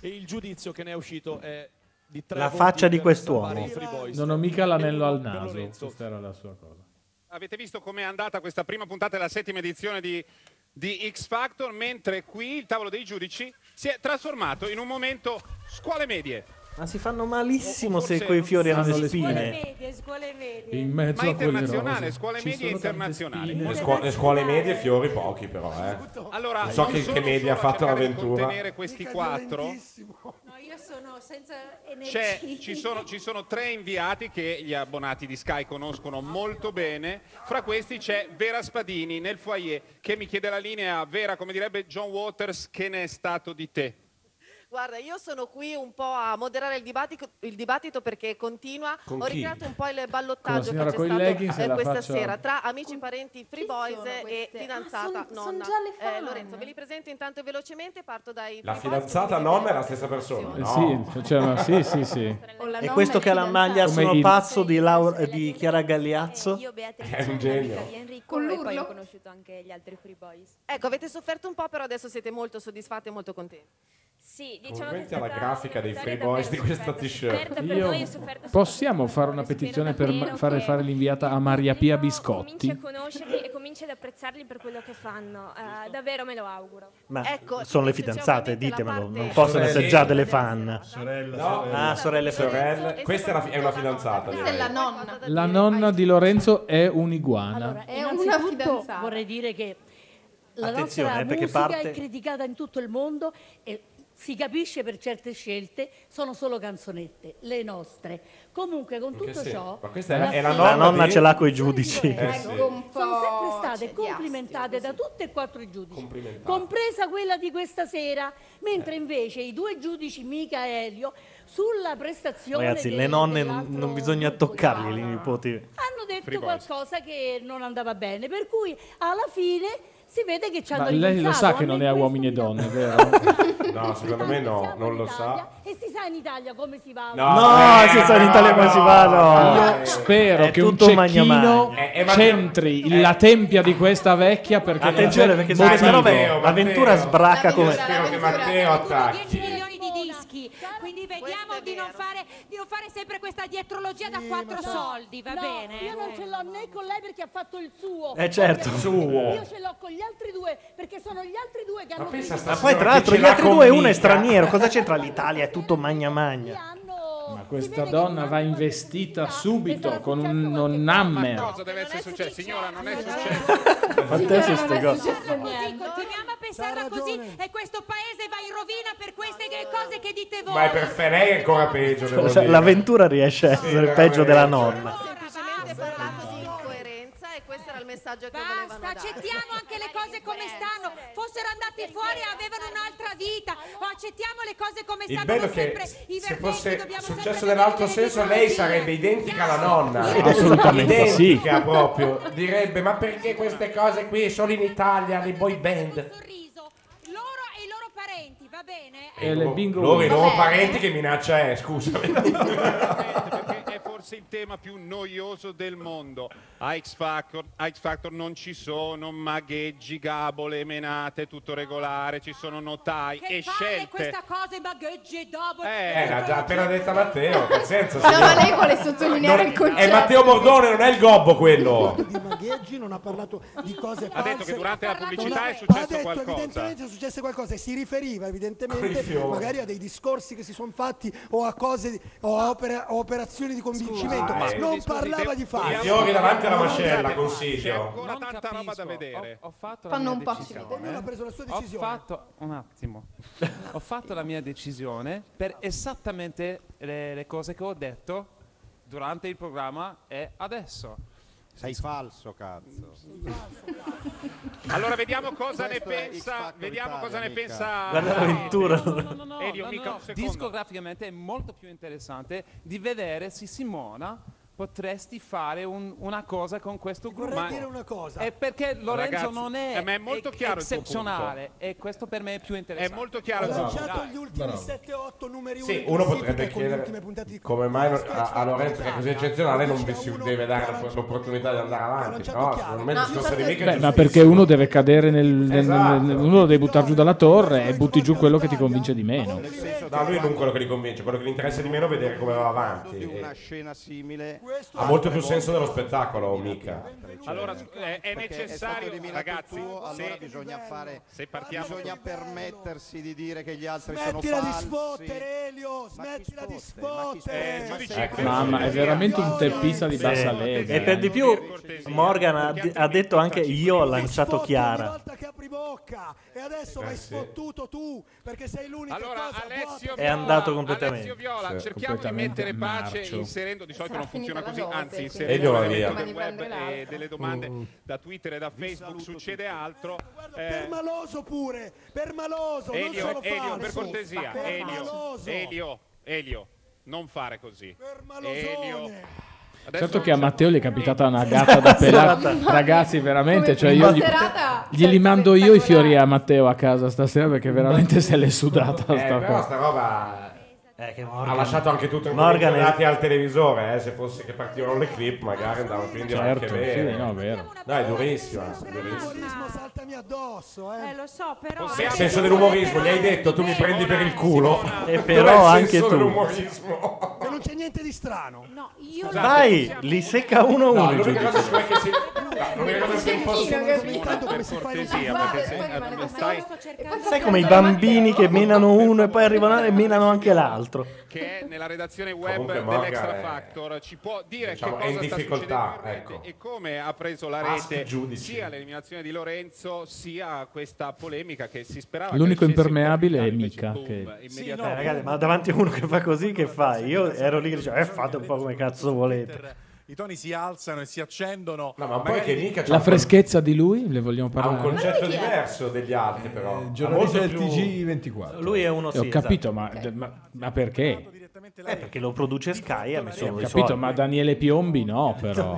[SPEAKER 8] E il giudizio che ne è uscito è di tre
[SPEAKER 5] La
[SPEAKER 8] voti
[SPEAKER 5] faccia di
[SPEAKER 8] per
[SPEAKER 5] quest'uomo.
[SPEAKER 8] salvare i Free Boys.
[SPEAKER 5] Non ho mica l'anello al
[SPEAKER 8] Per
[SPEAKER 5] naso.
[SPEAKER 8] Lorenzo.
[SPEAKER 5] Questa era la sua cosa.
[SPEAKER 7] Avete visto com'è andata questa prima puntata della settima edizione di, di X Factor, mentre qui il tavolo dei giudici si è trasformato in un momento scuole medie.
[SPEAKER 2] Ma si fanno malissimo se
[SPEAKER 7] Forse
[SPEAKER 2] coi fiori
[SPEAKER 7] non
[SPEAKER 2] hanno
[SPEAKER 7] si
[SPEAKER 2] le
[SPEAKER 7] fanno
[SPEAKER 2] spine.
[SPEAKER 21] Medie, scuole medie.
[SPEAKER 5] In mezzo
[SPEAKER 7] Ma
[SPEAKER 5] a quelle
[SPEAKER 7] internazionale,
[SPEAKER 5] rose.
[SPEAKER 7] scuole
[SPEAKER 5] Ci
[SPEAKER 7] medie
[SPEAKER 5] sono tante
[SPEAKER 7] internazionali.
[SPEAKER 5] spine.
[SPEAKER 3] Le, scuo- le scuole medie, fiori pochi però, eh.
[SPEAKER 7] Allora,
[SPEAKER 3] non so
[SPEAKER 7] non
[SPEAKER 3] che,
[SPEAKER 7] solo
[SPEAKER 3] che media ha
[SPEAKER 7] solo a
[SPEAKER 3] fatto
[SPEAKER 7] cercare di
[SPEAKER 3] l'avventura.
[SPEAKER 7] contenere questi quattro.
[SPEAKER 21] No, io sono senza
[SPEAKER 7] C'è-
[SPEAKER 21] energia.
[SPEAKER 7] ci, sono, ci sono tre inviati che gli abbonati di Sky conoscono molto bene. Fra questi c'è Vera Spadini nel foyer che mi chiede la linea. Vera, come direbbe John Waters, che ne è stato di te?
[SPEAKER 11] Guarda, io sono qui un po' a moderare il dibattito, il dibattito perché continua.
[SPEAKER 5] Con
[SPEAKER 11] Ho
[SPEAKER 5] chi?
[SPEAKER 11] ricreato un po' il
[SPEAKER 5] Con la
[SPEAKER 11] ballottaggio
[SPEAKER 5] signora
[SPEAKER 11] che
[SPEAKER 5] coi
[SPEAKER 11] c'è stato
[SPEAKER 5] leggings e
[SPEAKER 11] eh,
[SPEAKER 5] la
[SPEAKER 11] questa
[SPEAKER 5] faccia-
[SPEAKER 11] sera tra amici, parenti, free boys e fidanzata
[SPEAKER 4] Ah, son- son
[SPEAKER 11] nonna.
[SPEAKER 4] già le
[SPEAKER 11] Eh,
[SPEAKER 4] fan.
[SPEAKER 11] Lorenzo, ve li presento intanto velocemente, parto dai
[SPEAKER 3] La
[SPEAKER 11] free boys.
[SPEAKER 3] fidanzata nonna è la stessa persona, no?
[SPEAKER 5] Sì, cioè, ma sì, sì, sì.
[SPEAKER 2] E questo che ha la maglia
[SPEAKER 5] Come
[SPEAKER 2] sono
[SPEAKER 5] il-
[SPEAKER 2] pazzo di, Laura- di Chiara Galliazzo.
[SPEAKER 5] È un genio.
[SPEAKER 11] di Enrico
[SPEAKER 4] Con
[SPEAKER 11] e
[SPEAKER 4] l'urlo?
[SPEAKER 11] poi ho conosciuto anche gli altri free boys. Ecco, avete sofferto un po', però adesso siete molto soddisfatti e molto contenti. Sì,
[SPEAKER 16] diciamo
[SPEAKER 3] Commenti alla grafica dei Free
[SPEAKER 2] Diciamo
[SPEAKER 3] Boys di questa t-shirt.
[SPEAKER 5] Io- possiamo fare una petizione per ma- fare, fare l'inviata a Maria Pia Biscotti?
[SPEAKER 22] conoscerli e cominci ad apprezzarli per quello che fanno. Eh, davvero me lo auguro.
[SPEAKER 2] Ma sono le fidanzate, ditemelo, non
[SPEAKER 22] parte-
[SPEAKER 2] possono essere già
[SPEAKER 3] Sorelle.
[SPEAKER 2] delle fan.
[SPEAKER 3] No,
[SPEAKER 2] Ah, sorelle,
[SPEAKER 3] sorelle. Questa è, la fi- è una fidanzata.
[SPEAKER 4] Questa è
[SPEAKER 3] direi.
[SPEAKER 4] la nonna.
[SPEAKER 5] La nonna di Lorenzo è un'iguana.
[SPEAKER 4] È una
[SPEAKER 23] Innanzitutto
[SPEAKER 4] fidanzata.
[SPEAKER 23] Vorrei dire che la
[SPEAKER 5] Attenzione,
[SPEAKER 23] nostra
[SPEAKER 5] eh, perché
[SPEAKER 23] musica
[SPEAKER 5] parte-
[SPEAKER 23] è criticata in tutto il mondo e si capisce per certe scelte sono solo canzonette, le nostre. Comunque con
[SPEAKER 2] In
[SPEAKER 23] tutto
[SPEAKER 2] che
[SPEAKER 23] ciò
[SPEAKER 2] senso?
[SPEAKER 3] Ma questa è la, è
[SPEAKER 2] La
[SPEAKER 3] la
[SPEAKER 2] nonna,
[SPEAKER 3] nonna. di-
[SPEAKER 2] ce l'ha coi giudici.
[SPEAKER 3] Eh sì.
[SPEAKER 4] Ecco,
[SPEAKER 23] sono sempre state complimentate da tutte e quattro i giudici, compresa quella di questa sera, mentre invece i due giudici Mica e Elio sulla prestazione
[SPEAKER 2] Ragazzi,
[SPEAKER 23] del-
[SPEAKER 2] le nonne
[SPEAKER 23] dell'altro
[SPEAKER 2] non, non bisogna toccargli, i nipoti.
[SPEAKER 23] hanno
[SPEAKER 2] Free
[SPEAKER 23] detto
[SPEAKER 2] Boys.
[SPEAKER 23] qualcosa che non andava bene, per cui alla fine si vede che ci hanno
[SPEAKER 5] Ma lei lo
[SPEAKER 23] ripensato,
[SPEAKER 5] sa che
[SPEAKER 23] hanno
[SPEAKER 5] non è a uomini e donne, vero?
[SPEAKER 3] no, secondo me no, non lo sa.
[SPEAKER 23] E si sa in Italia come si va?
[SPEAKER 3] No,
[SPEAKER 5] No,
[SPEAKER 3] eh,
[SPEAKER 5] si sa in Italia come si va, no. Io spero
[SPEAKER 2] Eh, È
[SPEAKER 5] che un
[SPEAKER 2] tutto
[SPEAKER 5] cecchino
[SPEAKER 2] magna-magna. Eh, eh, ma-
[SPEAKER 5] centri la tempia di questa vecchia perché
[SPEAKER 2] Attenzione, perché se no Matteo, Avventura sbracca come-
[SPEAKER 3] Spero che Matteo attacchi.
[SPEAKER 21] 10 milioni di dischi, quindi vediamo di non, fare, di non fare sempre questa dietrologia da quattro soldi, va
[SPEAKER 23] No,
[SPEAKER 21] bene?
[SPEAKER 23] Io non ce l'ho né con lei perché ha fatto il suo.
[SPEAKER 2] Eh, certo.
[SPEAKER 23] Io-
[SPEAKER 2] Suo.
[SPEAKER 23] Io ce l'ho con gli altri due perché sono gli altri due che hanno
[SPEAKER 3] pensa
[SPEAKER 2] Ma
[SPEAKER 23] criticato.
[SPEAKER 2] poi, tra l'altro,
[SPEAKER 3] Che ce
[SPEAKER 2] gli
[SPEAKER 3] l'ha
[SPEAKER 2] altri due, uno
[SPEAKER 3] convinta.
[SPEAKER 2] è straniero. Cosa c'entra l'Italia? È tutto magna magna.
[SPEAKER 5] Ma questa donna va investita subito con un
[SPEAKER 3] Ah,
[SPEAKER 5] nonnammer.
[SPEAKER 7] Cosa deve essere successo? Signora, non è successo.
[SPEAKER 5] Ma te sei ste cose.
[SPEAKER 21] Così, continuiamo a pensarla così e questo paese va in rovina per queste che- cose che dite voi.
[SPEAKER 3] Ma è per fe- lei è ancora peggio. Devo
[SPEAKER 2] Cioè,
[SPEAKER 3] dire.
[SPEAKER 2] l'avventura riesce a essere peggio della nonna.
[SPEAKER 11] Semplicemente parlato di incoerenza e questo era il messaggio che volevano dare.
[SPEAKER 21] Accettiamo anche le cose come stanno. Fossero andati fuori e avevano un'altra vita. O accettiamo le cose come
[SPEAKER 3] Il
[SPEAKER 21] stanno.
[SPEAKER 3] bello è
[SPEAKER 21] Non
[SPEAKER 3] che
[SPEAKER 21] sempre i
[SPEAKER 3] se
[SPEAKER 21] verdetti
[SPEAKER 3] fosse
[SPEAKER 21] dobbiamo
[SPEAKER 3] successo nell'altro senso lei sarebbe identica alla nonna.
[SPEAKER 5] Sì, assolutamente sì.
[SPEAKER 3] Identica proprio. Direbbe ma perché queste cose qui solo in Italia, le boy band.
[SPEAKER 5] E le bingo.
[SPEAKER 3] Loro i loro
[SPEAKER 5] Vabbè.
[SPEAKER 3] parenti che minaccia eh, è, scusami.
[SPEAKER 7] è forse il tema più noioso del mondo. A X Factor, a X Factor non ci sono magheggi, gabole, menate, tutto regolare, ci sono notai e scelte. cioè,
[SPEAKER 21] Questa cosa i magheggi e dopo.
[SPEAKER 3] Eh, l'ha già appena detta Matteo, pazienza.
[SPEAKER 21] No,
[SPEAKER 3] signora.
[SPEAKER 21] ma lei vuole sottolineare
[SPEAKER 3] Non-
[SPEAKER 21] il concetto.
[SPEAKER 3] È Matteo Bordone, non è il gobbo quello.
[SPEAKER 20] Di Magheggi non ha parlato di cose
[SPEAKER 7] Ha
[SPEAKER 20] false.
[SPEAKER 7] detto che durante la pubblicità
[SPEAKER 20] Non ha-
[SPEAKER 7] è successo
[SPEAKER 20] ha detto,
[SPEAKER 7] qualcosa.
[SPEAKER 20] evidentemente è successo qualcosa e si riferiva
[SPEAKER 3] Coi
[SPEAKER 20] evidentemente
[SPEAKER 3] fiori.
[SPEAKER 20] magari a dei discorsi che si sono fatti o a cose o a opere- o operazioni di convincimento.
[SPEAKER 3] Scusa, eh.
[SPEAKER 20] non
[SPEAKER 3] Scusi,
[SPEAKER 20] parlava di
[SPEAKER 3] I
[SPEAKER 20] falsi.
[SPEAKER 3] fiori davanti alla
[SPEAKER 20] Non-
[SPEAKER 3] mascella,
[SPEAKER 7] C'è
[SPEAKER 3] consiglio.
[SPEAKER 7] ancora tanta roba da vedere.
[SPEAKER 14] Ho fatto
[SPEAKER 20] Fanno
[SPEAKER 14] la
[SPEAKER 20] un
[SPEAKER 14] mia
[SPEAKER 20] po'
[SPEAKER 14] decisione.
[SPEAKER 20] civile. Ognuno ha preso la sua decisione.
[SPEAKER 14] Ho fatto un attimo. ho fatto la mia decisione per esattamente le, le cose che ho detto durante il programma e adesso.
[SPEAKER 24] Sei falso, cazzo.
[SPEAKER 7] Allora vediamo cosa ne
[SPEAKER 14] Questo è X
[SPEAKER 7] pensa.
[SPEAKER 14] Factor
[SPEAKER 7] Vediamo
[SPEAKER 14] Italia,
[SPEAKER 7] cosa ne
[SPEAKER 14] mica.
[SPEAKER 7] pensa.
[SPEAKER 2] Guarda l'avventura.
[SPEAKER 14] No, no, no, no, no,
[SPEAKER 7] Elio,
[SPEAKER 14] no,
[SPEAKER 7] mica
[SPEAKER 14] no,
[SPEAKER 7] un secondo.
[SPEAKER 14] Discograficamente è molto più interessante di vedere se Simona potresti fare un- una cosa con questo gruppo.
[SPEAKER 20] Vorrei dire una cosa.
[SPEAKER 14] È perché Lorenzo
[SPEAKER 20] Ragazzi,
[SPEAKER 14] non è,
[SPEAKER 20] eh, ma è molto
[SPEAKER 14] ex-
[SPEAKER 20] chiaro il tuo
[SPEAKER 14] eccezionale e questo per me è più interessante. È molto
[SPEAKER 20] Ho lanciato gli ultimi 7-8 numeri uno
[SPEAKER 3] Sì,
[SPEAKER 20] in
[SPEAKER 3] uno
[SPEAKER 20] classifica
[SPEAKER 3] potrebbe
[SPEAKER 20] con le ultime puntate
[SPEAKER 3] chiedere
[SPEAKER 20] di
[SPEAKER 3] come mai non- a, a Lorenzo, che è così eccezionale, non vi si deve dare la- l'opportunità di andare avanti. No, secondo me il discorso di mica
[SPEAKER 5] Beh, ma perché uno deve cadere nel, nel-
[SPEAKER 3] Esatto.
[SPEAKER 5] nel- nel- uno lo devi buttare giù dalla torre e butti giù quello che ti convince di meno.
[SPEAKER 3] No, lui non quello che li convince, quello che gli interessa di meno è vedere come va avanti.
[SPEAKER 1] Una
[SPEAKER 3] E-
[SPEAKER 1] scena simile.
[SPEAKER 3] Ha molto più senso dello spettacolo, mica. Cioè,
[SPEAKER 7] Allora scu- eh, è
[SPEAKER 1] Cioè, Perché è stato
[SPEAKER 7] necessario,
[SPEAKER 1] eliminato
[SPEAKER 7] ragazzi.
[SPEAKER 1] il tuo, allora
[SPEAKER 7] se-
[SPEAKER 1] bisogna fare
[SPEAKER 7] se partiamo
[SPEAKER 1] bisogna permettersi di dire che gli altri
[SPEAKER 20] Smettila
[SPEAKER 1] sono
[SPEAKER 20] di
[SPEAKER 1] falsi.
[SPEAKER 20] sfottere, Elio! Smettila di
[SPEAKER 7] Eh,
[SPEAKER 20] sfottere!
[SPEAKER 5] Mamma, è veramente un teppista di
[SPEAKER 2] Sì.
[SPEAKER 5] bassa lega. eh.
[SPEAKER 2] E per di più, Morgan ha, ha detto anche io ho lanciato Chiara.
[SPEAKER 20] bocca e adesso
[SPEAKER 3] Eh
[SPEAKER 20] vai
[SPEAKER 3] sì.
[SPEAKER 20] sfottuto tu perché sei l'unica
[SPEAKER 7] Allora,
[SPEAKER 20] cosa
[SPEAKER 7] Alessio
[SPEAKER 20] vuota.
[SPEAKER 2] È andato completamente.
[SPEAKER 7] Alessio Viola,
[SPEAKER 2] Sì,
[SPEAKER 7] cerchiamo di
[SPEAKER 2] completamente
[SPEAKER 7] mettere pace
[SPEAKER 2] marcio.
[SPEAKER 7] inserendo, di solito non funziona così, anzi
[SPEAKER 3] Elio
[SPEAKER 7] inserendo
[SPEAKER 3] va
[SPEAKER 7] delle
[SPEAKER 3] via. Mm.
[SPEAKER 7] domande
[SPEAKER 3] Prima
[SPEAKER 7] web e delle domande da Twitter e da Facebook, succede altro. Eh,
[SPEAKER 20] Permaloso pure, permaloso, non
[SPEAKER 7] Elio,
[SPEAKER 20] solo
[SPEAKER 7] Elio,
[SPEAKER 20] falso.
[SPEAKER 7] per cortesia, Elio,
[SPEAKER 20] Permaloso.
[SPEAKER 7] Elio, Elio, non fare così. Elio. Adesso-
[SPEAKER 5] Certo che a Matteo gli è capitata una gatta da
[SPEAKER 3] Esatto.
[SPEAKER 5] pelare,
[SPEAKER 7] Serata.
[SPEAKER 5] ragazzi, veramente. Cioè io gli,
[SPEAKER 7] Serata
[SPEAKER 5] glieli mando io i fiori a Matteo a casa stasera perché veramente se l'è sudata.
[SPEAKER 3] Eh,
[SPEAKER 5] sta
[SPEAKER 3] però
[SPEAKER 5] cosa.
[SPEAKER 3] sta roba eh, ha
[SPEAKER 5] Morgan-
[SPEAKER 3] lasciato anche tutto i
[SPEAKER 5] Morgan è-
[SPEAKER 3] dati al televisore. eh, se fosse che partivano le clip, magari andavano quindi
[SPEAKER 5] Certo,
[SPEAKER 3] anche bene.
[SPEAKER 5] sì, no, è vero.
[SPEAKER 3] No, è durissimo. eh, durissimo.
[SPEAKER 20] saltami addosso, eh.
[SPEAKER 21] lo so, però...
[SPEAKER 3] Se ha senso dell'umorismo, gli hai detto tu mi prendi per il culo.
[SPEAKER 5] Eh,
[SPEAKER 2] E
[SPEAKER 3] Dov'è
[SPEAKER 2] però
[SPEAKER 3] il
[SPEAKER 2] anche
[SPEAKER 3] senso
[SPEAKER 2] tu.
[SPEAKER 3] dell'umorismo?
[SPEAKER 20] Ma non c'è niente di strano.
[SPEAKER 21] No, io
[SPEAKER 2] Vai, li secca Ah, uno a uno. i
[SPEAKER 3] Esatto. l'unica cosa
[SPEAKER 2] giudici.
[SPEAKER 3] cioè che si... no, l'unica cosa è che un po'
[SPEAKER 1] Sì,
[SPEAKER 3] su-
[SPEAKER 1] ho capito.
[SPEAKER 7] Una, per cortesia, perché se eh, stai
[SPEAKER 2] Sai come i bambini che menano uno e poi arrivano e menano anche l'altro.
[SPEAKER 7] che è nella redazione web
[SPEAKER 3] Comunque Morgan
[SPEAKER 7] dell'Extra
[SPEAKER 3] è-
[SPEAKER 7] Factor ci può dire
[SPEAKER 3] diciamo,
[SPEAKER 7] che
[SPEAKER 3] è in
[SPEAKER 7] cosa sta
[SPEAKER 3] difficoltà,
[SPEAKER 7] succedendo in rete
[SPEAKER 3] ecco.
[SPEAKER 7] e come ha preso la
[SPEAKER 3] Ask
[SPEAKER 7] rete
[SPEAKER 3] giudici.
[SPEAKER 7] sia l'eliminazione di Lorenzo sia questa polemica che si sperava
[SPEAKER 5] L'unico
[SPEAKER 7] crescesse
[SPEAKER 5] impermeabile è Mika. Che...
[SPEAKER 7] immediatamente.
[SPEAKER 2] Eh, ragazzi, ma davanti a uno che fa così, che fai? Io ero lì e dicevo, eh, fate un po' come cazzo volete.
[SPEAKER 13] I toni si alzano e si accendono.
[SPEAKER 3] No, ma poi
[SPEAKER 13] Magari-
[SPEAKER 3] che mica c'ha
[SPEAKER 5] La
[SPEAKER 3] un con-
[SPEAKER 5] freschezza di lui, le vogliamo
[SPEAKER 3] ha un
[SPEAKER 5] parlare.
[SPEAKER 3] concetto
[SPEAKER 13] Ma lui chi è?
[SPEAKER 3] diverso degli altri, però. Ha molto
[SPEAKER 12] giornalista del
[SPEAKER 3] più-
[SPEAKER 12] TG24.
[SPEAKER 2] Lui è uno esatto.
[SPEAKER 5] Eh, ho capito, ma, ma- ma perché?
[SPEAKER 2] Eh, perché lo produce Sky, ha messo
[SPEAKER 5] Ho
[SPEAKER 2] i Eh,
[SPEAKER 5] capito,
[SPEAKER 2] soldi.
[SPEAKER 5] ma Daniele Piombi no, però.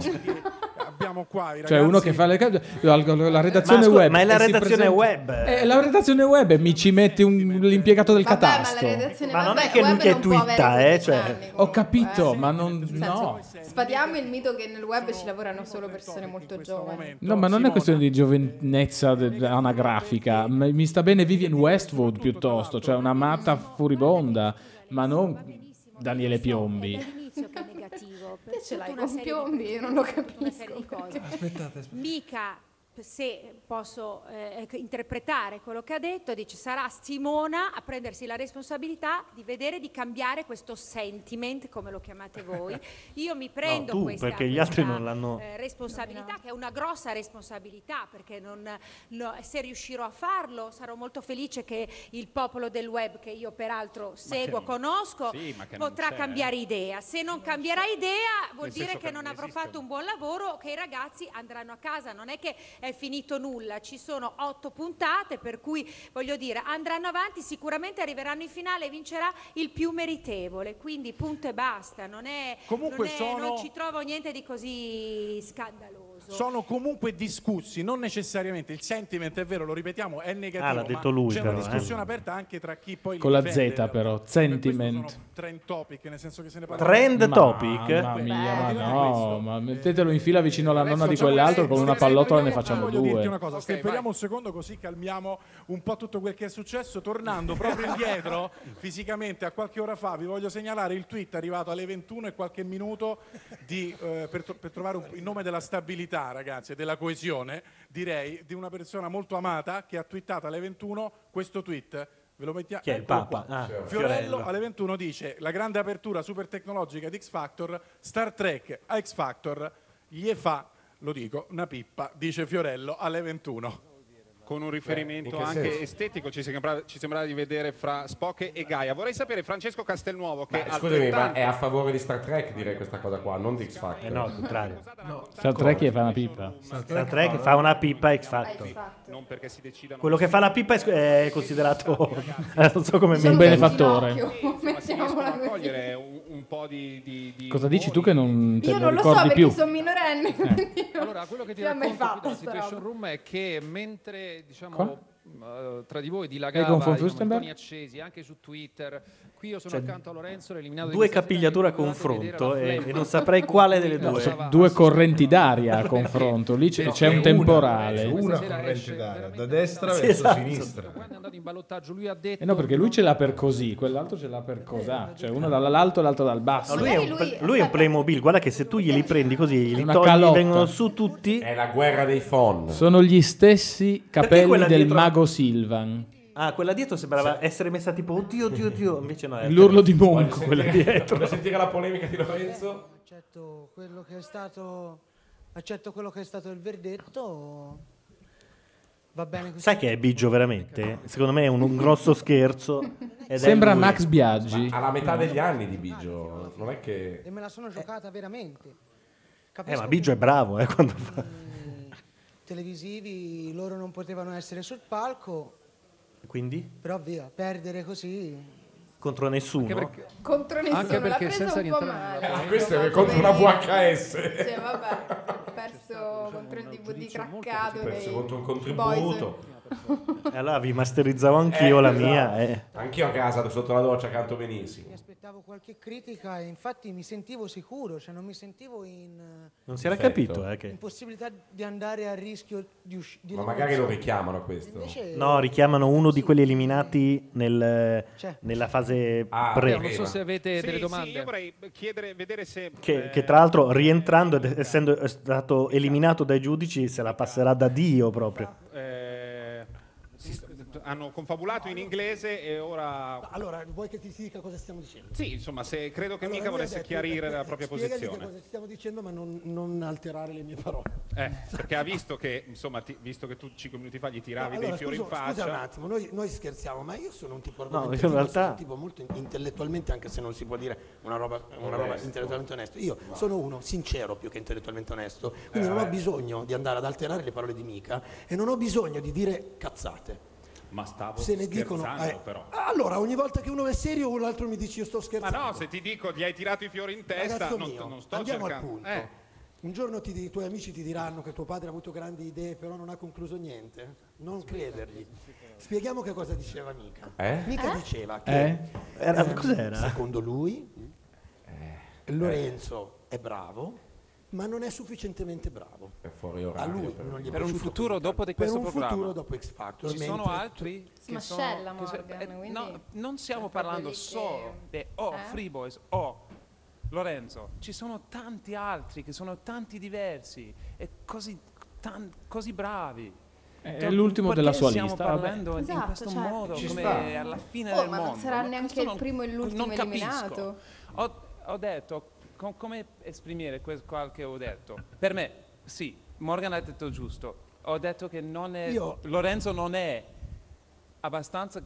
[SPEAKER 13] Abbiamo qua i
[SPEAKER 5] Cioè uno che fa le cose, la, la redazione
[SPEAKER 2] Ma ascolta,
[SPEAKER 5] web.
[SPEAKER 2] ma è la
[SPEAKER 5] e si
[SPEAKER 2] redazione
[SPEAKER 5] presenta-
[SPEAKER 2] web.
[SPEAKER 5] Eh, la redazione web e mi ci metti un- l'impiegato del catasto.
[SPEAKER 2] Ma non è che lui che twitta, eh, cioè...
[SPEAKER 5] Ho capito, ma non
[SPEAKER 4] No.
[SPEAKER 5] no.
[SPEAKER 4] Spadiamo il mito che nel web ci lavorano solo persone molto giovani.
[SPEAKER 5] No, ma non è questione di giovinezza de- anagrafica. M- Mi sta bene Vivian Westwood piuttosto, cioè una matta furibonda, ma non Daniele Piombi.
[SPEAKER 4] All'inizio che è negativo. Te ce l'hai con Piombi, io non lo capisco. perché.
[SPEAKER 21] Aspettate, Mica, se posso eh, ecco, interpretare quello che ha detto, dice sarà Simona a prendersi la responsabilità di vedere di cambiare questo sentiment, come lo chiamate voi. Io mi
[SPEAKER 2] No,
[SPEAKER 21] prendo
[SPEAKER 2] tu,
[SPEAKER 21] questa,
[SPEAKER 2] perché gli altri
[SPEAKER 21] questa,
[SPEAKER 2] non l'hanno...
[SPEAKER 21] eh, responsabilità, che è una grossa responsabilità, perché non, no, se riuscirò a farlo sarò molto felice che il popolo del web, che io peraltro seguo,
[SPEAKER 7] non-
[SPEAKER 21] conosco,
[SPEAKER 7] sì, ma che non
[SPEAKER 21] potrà
[SPEAKER 7] c'è, eh.
[SPEAKER 21] cambiare idea. Se non cambierà idea vuol
[SPEAKER 7] Nel
[SPEAKER 21] dire
[SPEAKER 7] senso
[SPEAKER 21] che
[SPEAKER 7] che
[SPEAKER 21] non
[SPEAKER 7] non
[SPEAKER 21] avrò
[SPEAKER 7] esistono.
[SPEAKER 21] fatto un buon lavoro, che i ragazzi andranno a casa, non è che è finito nulla, ci sono otto puntate, per cui voglio dire, andranno avanti, sicuramente arriveranno in finale e vincerà il più meritevole, quindi punto e basta, non, è, non
[SPEAKER 13] Comunque
[SPEAKER 21] è-
[SPEAKER 13] sono-
[SPEAKER 21] non ci trovo niente di così scandaloso.
[SPEAKER 13] Sono comunque discussi, non necessariamente il sentiment, è vero, lo ripetiamo, è negativo.
[SPEAKER 2] Ah, l'ha detto
[SPEAKER 13] ma
[SPEAKER 2] lui,
[SPEAKER 13] c'è
[SPEAKER 2] però,
[SPEAKER 13] una
[SPEAKER 2] eh.
[SPEAKER 13] discussione aperta anche tra chi poi. li
[SPEAKER 5] Con la
[SPEAKER 13] difende,
[SPEAKER 5] Z però, sentiment.
[SPEAKER 13] Trend topic, nel senso che se ne parla.
[SPEAKER 2] Trend
[SPEAKER 5] Ma-
[SPEAKER 2] topic?
[SPEAKER 5] Mamma mia,
[SPEAKER 13] eh,
[SPEAKER 5] ma no, ma mettetelo in fila vicino alla nonna di quell'altro con una pallottola ne facciamo
[SPEAKER 13] Voglio dirti una
[SPEAKER 5] due.
[SPEAKER 13] cosa, scriveriamo un secondo così calmiamo un po' tutto quel che è successo. Tornando proprio indietro, fisicamente, a qualche ora fa, vi voglio segnalare il tweet arrivato alle 21 e qualche minuto di, eh, per, tro- per trovare un- il nome della stabilità, ragazzi, e della coesione, direi, di una persona molto amata che ha twittato alle 21 questo tweet. Ve lo eh, mettiamo.
[SPEAKER 2] Chi è il
[SPEAKER 13] Eccolo
[SPEAKER 2] Papa?
[SPEAKER 13] qua.
[SPEAKER 2] Ah,
[SPEAKER 13] Fiorello,
[SPEAKER 2] Fiorello.
[SPEAKER 13] alle 21 dice la grande apertura super tecnologica di X Factor, Star Trek a X Factor, gli fa, lo dico, una pippa, dice Fiorello alle 21.
[SPEAKER 7] Con un riferimento
[SPEAKER 3] Eh,
[SPEAKER 13] in che
[SPEAKER 7] anche
[SPEAKER 13] senso?
[SPEAKER 7] estetico ci sembrava, ci sembrava di vedere fra Spock e Gaia. Vorrei sapere Francesco Castelnuovo che
[SPEAKER 3] Ma, scusami, ma
[SPEAKER 7] altrettanto-
[SPEAKER 3] è a favore di Star Trek dire questa cosa qua, non di X
[SPEAKER 2] Eh
[SPEAKER 3] Factor.
[SPEAKER 2] no, al contrario.
[SPEAKER 5] Star Trek che fa una pippa.
[SPEAKER 2] Star Trek fa una pippa esatto. X Factor.
[SPEAKER 7] non perché si decidano
[SPEAKER 2] Quello che fa la pippa è sc- è considerato... non so come...
[SPEAKER 5] Un benefattore.
[SPEAKER 7] Riescono
[SPEAKER 4] Mettiamola
[SPEAKER 7] a
[SPEAKER 4] così.
[SPEAKER 7] cogliere un, un po' di, di- di
[SPEAKER 5] Cosa dici tu che non te
[SPEAKER 4] Io
[SPEAKER 5] lo
[SPEAKER 4] non lo so
[SPEAKER 5] ricordi
[SPEAKER 4] perché
[SPEAKER 5] più?
[SPEAKER 4] sono
[SPEAKER 20] Eh.
[SPEAKER 4] minorenne. quindi io-
[SPEAKER 15] Allora, quello che ti
[SPEAKER 4] non l'ho mai
[SPEAKER 15] racconto qui
[SPEAKER 4] fatta
[SPEAKER 15] dalla
[SPEAKER 4] sta
[SPEAKER 15] Situation
[SPEAKER 4] roba.
[SPEAKER 15] Room è che mentre
[SPEAKER 5] Qua?
[SPEAKER 15] diciamo eh, tra di voi
[SPEAKER 5] Egon
[SPEAKER 15] dilagava
[SPEAKER 5] von
[SPEAKER 15] diciamo, i
[SPEAKER 5] Furstenberg?
[SPEAKER 15] toni accesi anche su Twitter, qui io sono
[SPEAKER 2] Cioè,
[SPEAKER 15] accanto a Lorenzo, l'eliminato di
[SPEAKER 2] Due
[SPEAKER 15] questa sera,
[SPEAKER 2] capigliature a
[SPEAKER 15] che mi ha fatto
[SPEAKER 2] confronto eh,
[SPEAKER 15] vedere la
[SPEAKER 2] e,
[SPEAKER 15] flemma.
[SPEAKER 2] e non saprei quale delle
[SPEAKER 15] No,
[SPEAKER 2] due.
[SPEAKER 15] stava-
[SPEAKER 5] Due correnti d'aria a confronto, lì c'è,
[SPEAKER 15] No,
[SPEAKER 5] c'è
[SPEAKER 15] è
[SPEAKER 5] un
[SPEAKER 15] una,
[SPEAKER 5] temporale.
[SPEAKER 15] una sera
[SPEAKER 12] Una
[SPEAKER 15] esce
[SPEAKER 12] corrente d'aria,
[SPEAKER 15] veramente
[SPEAKER 12] da destra
[SPEAKER 15] tanto.
[SPEAKER 12] verso
[SPEAKER 15] Sì, esatto.
[SPEAKER 12] sinistra.
[SPEAKER 15] Quando è andato in ballottaggio lui ha detto
[SPEAKER 5] Eh no, perché lui ce l'ha per così, quell'altro ce l'ha per cos'ha. Cioè uno dall'alto e l'altro dal
[SPEAKER 2] No,
[SPEAKER 5] basso.
[SPEAKER 2] lui, è un, pl- lui è un Playmobil, guarda che se tu glieli prendi così, glieli
[SPEAKER 5] Una
[SPEAKER 2] togli,
[SPEAKER 5] calotta.
[SPEAKER 2] vengono su tutti. È
[SPEAKER 3] la guerra dei phon.
[SPEAKER 5] Sono gli stessi
[SPEAKER 2] quella
[SPEAKER 5] capelli del
[SPEAKER 2] dietro-
[SPEAKER 5] mago Silvan.
[SPEAKER 2] Ah, quella dietro sembrava essere messa tipo oddio, oddio, oddio, invece no. è-
[SPEAKER 5] L'urlo di Monco,
[SPEAKER 2] Voglio
[SPEAKER 5] quella
[SPEAKER 2] sentire-
[SPEAKER 5] dietro.
[SPEAKER 3] Voglio sentire la polemica di Lorenzo.
[SPEAKER 19] Accetto quello che è stato accetto quello che è stato il verdetto
[SPEAKER 27] Va bene così.
[SPEAKER 2] Sai che è Biggio veramente? Secondo me è un, un grosso scherzo. ed è
[SPEAKER 5] Sembra
[SPEAKER 2] lui.
[SPEAKER 5] Max Biaggi.
[SPEAKER 3] Alla metà degli anni di Biggio, non è che...
[SPEAKER 27] E me la sono giocata veramente.
[SPEAKER 2] Eh,
[SPEAKER 27] Capisco
[SPEAKER 2] ma Biggio è bravo, eh, quando fa.
[SPEAKER 27] che televisivi loro non potevano essere sul palco,
[SPEAKER 2] Quindi?
[SPEAKER 27] però via, perdere così.
[SPEAKER 2] Contro nessuno.
[SPEAKER 4] Contro nessuno,
[SPEAKER 14] Anche
[SPEAKER 4] l'ha
[SPEAKER 14] perché
[SPEAKER 4] presa
[SPEAKER 14] senza
[SPEAKER 4] un
[SPEAKER 14] rientrare
[SPEAKER 4] po'
[SPEAKER 14] nella
[SPEAKER 4] male.
[SPEAKER 14] Ah,
[SPEAKER 3] questo è contro una VHS.
[SPEAKER 4] Cioè, vabbè, ho perso contro il DVD craccato.
[SPEAKER 3] Penso
[SPEAKER 4] dei
[SPEAKER 3] contro un
[SPEAKER 4] boys.
[SPEAKER 3] contributo.
[SPEAKER 2] E allora vi masterizzavo anch'io
[SPEAKER 3] Eh,
[SPEAKER 2] la
[SPEAKER 3] esatto.
[SPEAKER 2] mia. eh.
[SPEAKER 3] Anch'io a casa sotto la doccia canto benissimo.
[SPEAKER 27] Aspettavo qualche critica e infatti mi sentivo sicuro, cioè non mi sentivo in eh,
[SPEAKER 2] Non si era
[SPEAKER 3] Perfetto.
[SPEAKER 2] capito, eh, che...
[SPEAKER 27] impossibilità di andare a rischio di uscire.
[SPEAKER 3] Ma magari lo richiamano questo.
[SPEAKER 2] No, richiamano uno di quelli eliminati nel- nella fase
[SPEAKER 3] Ah,
[SPEAKER 2] pre.
[SPEAKER 14] non so se avete
[SPEAKER 7] Sì,
[SPEAKER 14] delle
[SPEAKER 7] sì,
[SPEAKER 14] domande.
[SPEAKER 7] io vorrei chiedere, vedere se...
[SPEAKER 20] Eh.
[SPEAKER 2] Che, che tra l'altro rientrando ed essendo stato eliminato dai giudici se la passerà da Dio proprio.
[SPEAKER 20] Esatto,
[SPEAKER 7] eh, si sta- hanno confabulato in inglese e ora...
[SPEAKER 20] Allora, vuoi che ti dica cosa stiamo dicendo?
[SPEAKER 7] Sì, insomma, se, credo che
[SPEAKER 20] Allora,
[SPEAKER 7] mica
[SPEAKER 20] lui ha
[SPEAKER 7] volesse
[SPEAKER 20] detto-
[SPEAKER 7] chiarire la propria
[SPEAKER 20] spiegali che
[SPEAKER 7] posizione.
[SPEAKER 20] cosa stiamo dicendo, ma non, non alterare le mie parole.
[SPEAKER 7] Eh, perché ha visto che, insomma, ti- visto che tu 5 minuti fa gli tiravi
[SPEAKER 20] No,
[SPEAKER 7] dei
[SPEAKER 20] allora,
[SPEAKER 7] fiori in
[SPEAKER 20] scusa-
[SPEAKER 7] faccia...
[SPEAKER 20] scusa un attimo,
[SPEAKER 12] noi-
[SPEAKER 20] noi
[SPEAKER 12] scherziamo, ma io sono un tipo
[SPEAKER 20] argomentativo,
[SPEAKER 12] in realtà-
[SPEAKER 20] sono un tipo molto in- intellettualmente, anche se non si può dire una roba, una roba
[SPEAKER 12] Onesto.
[SPEAKER 20] intellettualmente onesta.
[SPEAKER 12] Io
[SPEAKER 20] sono uno sincero più che intellettualmente onesto,
[SPEAKER 12] Eh,
[SPEAKER 20] quindi non ho
[SPEAKER 12] vabbè.
[SPEAKER 20] bisogno di andare ad alterare le parole di mica e non ho bisogno di dire cazzate.
[SPEAKER 7] Ma stavo
[SPEAKER 20] Se ne dicono,
[SPEAKER 7] scherzando,
[SPEAKER 20] eh,
[SPEAKER 7] però.
[SPEAKER 20] Allora, ogni volta che uno è serio, l'altro mi dice io sto
[SPEAKER 7] Ma
[SPEAKER 20] scherzando.
[SPEAKER 7] no, se ti dico gli hai tirato i fiori in testa,
[SPEAKER 20] Ragazzo
[SPEAKER 7] non,
[SPEAKER 20] mio,
[SPEAKER 7] non sto
[SPEAKER 20] andiamo al
[SPEAKER 7] cercando...
[SPEAKER 20] punto. Un giorno ti- i tuoi amici ti diranno che tuo padre ha avuto grandi idee, però non ha concluso niente. Non credergli. Spieghiamo che cosa diceva Mica.
[SPEAKER 3] Eh?
[SPEAKER 20] Mica
[SPEAKER 3] Eh?
[SPEAKER 20] diceva che
[SPEAKER 2] Eh? Era-
[SPEAKER 20] ehm,
[SPEAKER 2] cos'era?
[SPEAKER 20] secondo lui eh.
[SPEAKER 5] Eh.
[SPEAKER 20] Lorenzo è bravo, ma non è sufficientemente bravo.
[SPEAKER 3] È fuori
[SPEAKER 20] A
[SPEAKER 3] orario.
[SPEAKER 20] lui
[SPEAKER 3] però.
[SPEAKER 20] non gli è
[SPEAKER 3] Per un
[SPEAKER 20] piaciuto
[SPEAKER 3] futuro
[SPEAKER 20] così
[SPEAKER 3] dopo
[SPEAKER 20] tanto. Per
[SPEAKER 3] di questo
[SPEAKER 20] un
[SPEAKER 3] programma.
[SPEAKER 20] futuro dopo X Factor.
[SPEAKER 27] Ci sono
[SPEAKER 20] mentre-
[SPEAKER 27] altri
[SPEAKER 20] che sono-
[SPEAKER 4] Smascella
[SPEAKER 20] che so-
[SPEAKER 4] Morgan,
[SPEAKER 20] eh,
[SPEAKER 4] quindi...
[SPEAKER 27] no,
[SPEAKER 20] non stiamo
[SPEAKER 4] È proprio
[SPEAKER 20] parlando
[SPEAKER 4] lì che-
[SPEAKER 20] solo di o
[SPEAKER 4] Eh?
[SPEAKER 20] Free Boys o Lorenzo, ci sono tanti altri che sono tanti diversi e così, tan- così bravi.
[SPEAKER 5] È
[SPEAKER 20] Cioè,
[SPEAKER 5] l'ultimo
[SPEAKER 20] perché
[SPEAKER 5] della sua
[SPEAKER 20] stiamo
[SPEAKER 5] lista, vabbè.
[SPEAKER 20] parlando in
[SPEAKER 4] Esatto,
[SPEAKER 20] questo
[SPEAKER 4] certo.
[SPEAKER 20] modo
[SPEAKER 5] Ci
[SPEAKER 20] come
[SPEAKER 5] sta.
[SPEAKER 20] alla fine
[SPEAKER 4] Oh,
[SPEAKER 20] del
[SPEAKER 4] ma
[SPEAKER 20] mondo.
[SPEAKER 4] non sarà neanche
[SPEAKER 20] questo
[SPEAKER 4] il
[SPEAKER 20] non-
[SPEAKER 4] primo e l'ultimo
[SPEAKER 20] non capisco.
[SPEAKER 4] eliminato.
[SPEAKER 20] Ho, ho detto, co- come esprimere quel, quel che ho detto? Per me, sì, Morgan ha detto giusto. Ho detto che non è,
[SPEAKER 27] Io-
[SPEAKER 20] Lorenzo non è abbastanza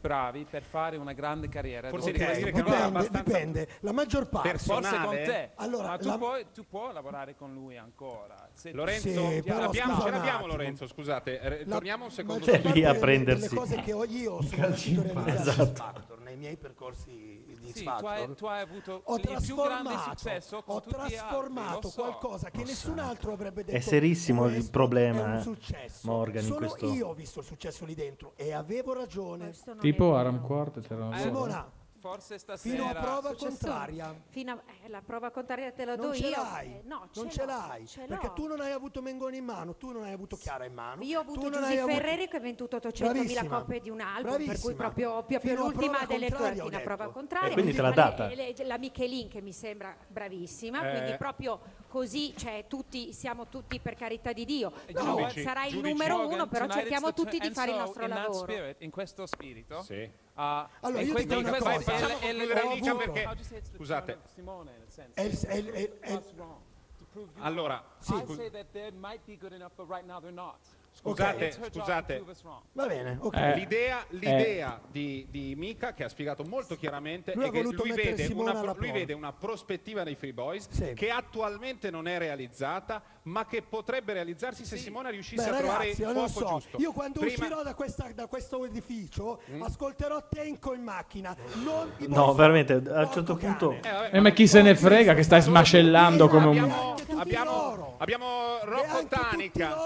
[SPEAKER 20] bravi per fare una grande carriera.
[SPEAKER 7] Forse
[SPEAKER 20] dopo
[SPEAKER 7] devi
[SPEAKER 20] questo
[SPEAKER 7] dire che non è
[SPEAKER 20] programma.
[SPEAKER 7] abbastanza-
[SPEAKER 20] dipende. La maggior
[SPEAKER 7] parte-
[SPEAKER 20] Forse con
[SPEAKER 7] Personale?
[SPEAKER 20] te. Allora, ma tu, la- puoi, tu puoi lavorare con lui ancora. Se-
[SPEAKER 7] Lorenzo,
[SPEAKER 20] se-
[SPEAKER 7] ce l'abbiamo-
[SPEAKER 20] scusa
[SPEAKER 7] ce
[SPEAKER 20] un
[SPEAKER 7] l'abbiamo
[SPEAKER 20] attimo.
[SPEAKER 7] Lorenzo, scusate, eh,
[SPEAKER 20] La-
[SPEAKER 7] torniamo un secondo.
[SPEAKER 20] maggior
[SPEAKER 7] su-
[SPEAKER 20] parte Cioè, Lì a delle-
[SPEAKER 2] Cioè, prendersi.
[SPEAKER 20] delle cose che ho io sono
[SPEAKER 2] Calci in
[SPEAKER 20] riuscito a
[SPEAKER 2] faccia.
[SPEAKER 20] realizzare.
[SPEAKER 2] Esatto.
[SPEAKER 20] Factor,
[SPEAKER 12] nei miei percorsi
[SPEAKER 20] di
[SPEAKER 12] X
[SPEAKER 20] Sì, tu hai,
[SPEAKER 12] Factor.
[SPEAKER 20] tu hai avuto ho il più grande trasformato, successo con ho tutti gli altri, lo trasformato so. qualcosa che nessun altro avrebbe
[SPEAKER 2] È serissimo il
[SPEAKER 20] è
[SPEAKER 2] problema
[SPEAKER 20] un
[SPEAKER 2] eh,
[SPEAKER 20] successo.
[SPEAKER 2] Morgan in
[SPEAKER 20] Solo
[SPEAKER 2] questo.
[SPEAKER 20] io ho visto il successo lì dentro e avevo ragione.
[SPEAKER 5] Tipo Aram Quartet era
[SPEAKER 20] Eh, Simona, forse stasera
[SPEAKER 27] Fino a prova
[SPEAKER 20] Successo-
[SPEAKER 27] contraria.
[SPEAKER 20] Fino
[SPEAKER 27] a,
[SPEAKER 21] eh,
[SPEAKER 20] la prova contraria te
[SPEAKER 27] la
[SPEAKER 20] do
[SPEAKER 27] non ce
[SPEAKER 20] io.
[SPEAKER 27] L'hai.
[SPEAKER 20] Eh, no,
[SPEAKER 27] non
[SPEAKER 20] ce l'ho,
[SPEAKER 27] ce l'hai.
[SPEAKER 20] ce
[SPEAKER 27] perché
[SPEAKER 20] l'ho.
[SPEAKER 27] tu non hai avuto Mengoni in mano, tu non hai avuto Chiara in mano.
[SPEAKER 20] Io ho
[SPEAKER 27] tu
[SPEAKER 20] avuto
[SPEAKER 27] non
[SPEAKER 20] Giusy
[SPEAKER 27] hai avuto-
[SPEAKER 20] Ferreri
[SPEAKER 27] che ha
[SPEAKER 20] venduto
[SPEAKER 27] 100.000
[SPEAKER 20] copie di un album,
[SPEAKER 27] Bravissima.
[SPEAKER 20] per cui proprio più
[SPEAKER 27] Fino
[SPEAKER 20] per
[SPEAKER 27] a
[SPEAKER 20] l'ultima
[SPEAKER 27] prova
[SPEAKER 20] delle
[SPEAKER 27] contraria,
[SPEAKER 20] tue,
[SPEAKER 27] ho
[SPEAKER 20] fino a
[SPEAKER 27] detto.
[SPEAKER 20] prova contraria.
[SPEAKER 2] E quindi te l'ha
[SPEAKER 20] Ma
[SPEAKER 2] data?
[SPEAKER 20] le- le- la Michelin che mi sembra bravissima,
[SPEAKER 2] Eh.
[SPEAKER 20] quindi proprio così, cioè tutti siamo tutti per carità di Dio.
[SPEAKER 14] Eh,
[SPEAKER 20] No, No, giudici- sarà il giudici. numero Morgan, uno, però tonight cerchiamo it's the tutti di and fare il so nostro in that lavoro. spirit, in questo spirito.
[SPEAKER 7] Sì.
[SPEAKER 20] ah, Allora, e io ti quindi dico una questo cosa. è Facciamo il- è il- concludere ho a Mica avuto- perché- Oggi sei il
[SPEAKER 7] scusate.
[SPEAKER 20] turno di Simone, nel senso, È il- to è il- prove è- è- us wrong, to prove you
[SPEAKER 7] Allora,
[SPEAKER 20] wrong.
[SPEAKER 7] sì.
[SPEAKER 20] I say that they might be good enough, but right now they're not.
[SPEAKER 7] Scusate,
[SPEAKER 20] It's her job to
[SPEAKER 7] scusate.
[SPEAKER 20] prove us wrong. Va
[SPEAKER 27] bene,
[SPEAKER 20] ok.
[SPEAKER 7] Eh, l'idea,
[SPEAKER 20] Eh.
[SPEAKER 7] l'idea di, di Mika, che ha spiegato molto chiaramente,
[SPEAKER 20] Lui
[SPEAKER 7] è
[SPEAKER 20] ha
[SPEAKER 7] che
[SPEAKER 20] voluto
[SPEAKER 7] lui
[SPEAKER 20] mettere
[SPEAKER 7] vede,
[SPEAKER 20] Simona
[SPEAKER 7] una,
[SPEAKER 20] alla
[SPEAKER 7] pro- lui
[SPEAKER 20] prova.
[SPEAKER 7] vede una prospettiva dei Free Boys che attualmente non è realizzata, ma che potrebbe realizzarsi se Simona riuscisse
[SPEAKER 20] Beh,
[SPEAKER 7] a trovare
[SPEAKER 20] ragazzi,
[SPEAKER 7] il
[SPEAKER 20] io
[SPEAKER 7] fuoco
[SPEAKER 20] non so.
[SPEAKER 7] giusto.
[SPEAKER 20] Io quando
[SPEAKER 7] Prima- Mm.
[SPEAKER 20] uscirò da, questa- da questo edificio ascolterò Tenco in macchina. Non i
[SPEAKER 2] No, veramente, a un certo punto...
[SPEAKER 5] Eh, ma chi se ne frega che stai smascellando come un...
[SPEAKER 7] Abbiamo, abbiamo Rocco Tanica,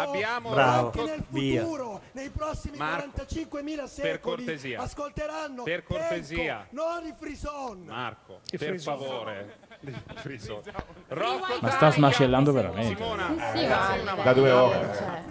[SPEAKER 7] abbiamo
[SPEAKER 5] Bravo,
[SPEAKER 7] Rocco-
[SPEAKER 5] via.
[SPEAKER 20] nei prossimi
[SPEAKER 7] Marco,
[SPEAKER 20] 45.000 secoli
[SPEAKER 7] per cortesia.
[SPEAKER 20] ascolteranno
[SPEAKER 7] Per cortesia.
[SPEAKER 20] Tenco, non i Frison.
[SPEAKER 7] Marco,
[SPEAKER 20] I
[SPEAKER 7] per
[SPEAKER 20] Free Zone.
[SPEAKER 7] favore. Free Zone. Rocco
[SPEAKER 5] Ma sta
[SPEAKER 7] Tanica,
[SPEAKER 5] smascellando veramente.
[SPEAKER 7] Simona,
[SPEAKER 20] Sì, sì,
[SPEAKER 7] ragazzi,
[SPEAKER 20] ma-
[SPEAKER 7] una
[SPEAKER 5] Da due
[SPEAKER 7] mattina.
[SPEAKER 5] ore.
[SPEAKER 20] Cioè.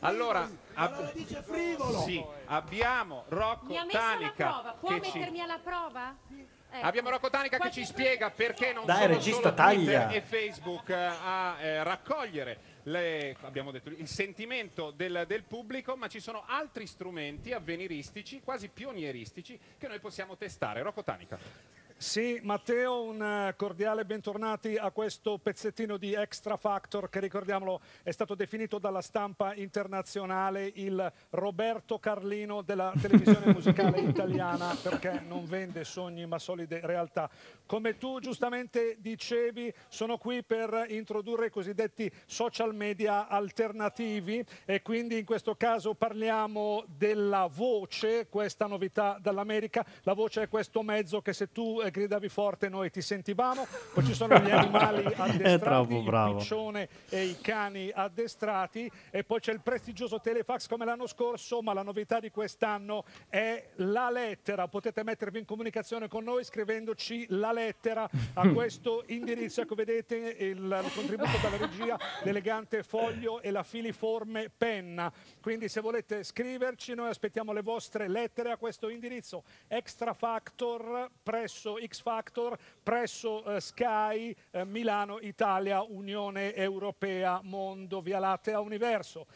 [SPEAKER 7] Allora, ab- Sì, abbiamo Rocco
[SPEAKER 20] Mi ha messo alla prova,
[SPEAKER 7] Tanica
[SPEAKER 20] può
[SPEAKER 7] che ci
[SPEAKER 20] mettermi alla prova?
[SPEAKER 21] Eh,
[SPEAKER 20] Ecco.
[SPEAKER 7] Abbiamo Rocco Tanica che ci spiega perché non
[SPEAKER 2] Dai,
[SPEAKER 7] sono solo
[SPEAKER 2] regista,
[SPEAKER 7] Twitter
[SPEAKER 2] taglia.
[SPEAKER 7] e Facebook eh, a eh, raccogliere le- abbiamo detto, il sentimento del, del pubblico, ma ci sono altri strumenti avveniristici, quasi pionieristici, che noi possiamo testare. Rocco Tanica.
[SPEAKER 6] Sì, Matteo, un eh, cordiale bentornati a questo pezzettino di Extra Factor che ricordiamolo è stato definito dalla stampa internazionale il Roberto Carlino della televisione musicale italiana perché non vende sogni ma solide realtà. Come tu giustamente dicevi, sono qui per introdurre i cosiddetti social media alternativi e quindi in questo caso parliamo della voce, questa novità dall'America. La voce è questo mezzo che se tu eh, gridavi forte noi ti sentivamo, poi ci sono gli animali
[SPEAKER 2] È
[SPEAKER 6] addestrati,
[SPEAKER 2] troppo
[SPEAKER 6] il
[SPEAKER 2] bravo.
[SPEAKER 6] piccione e i cani addestrati e poi c'è il prestigioso telefax come l'anno scorso, ma la novità di quest'anno è la lettera. Potete mettervi in comunicazione con noi scrivendoci la lettera a questo indirizzo. Ecco, vedete il, il contributo dalla regia, l'elegante foglio e la filiforme penna. Quindi se volete scriverci, noi aspettiamo le vostre lettere a questo indirizzo. Extra Factor presso X Factor presso eh, Sky eh, Milano Italia Unione Europea Mondo Via Lattea Universo.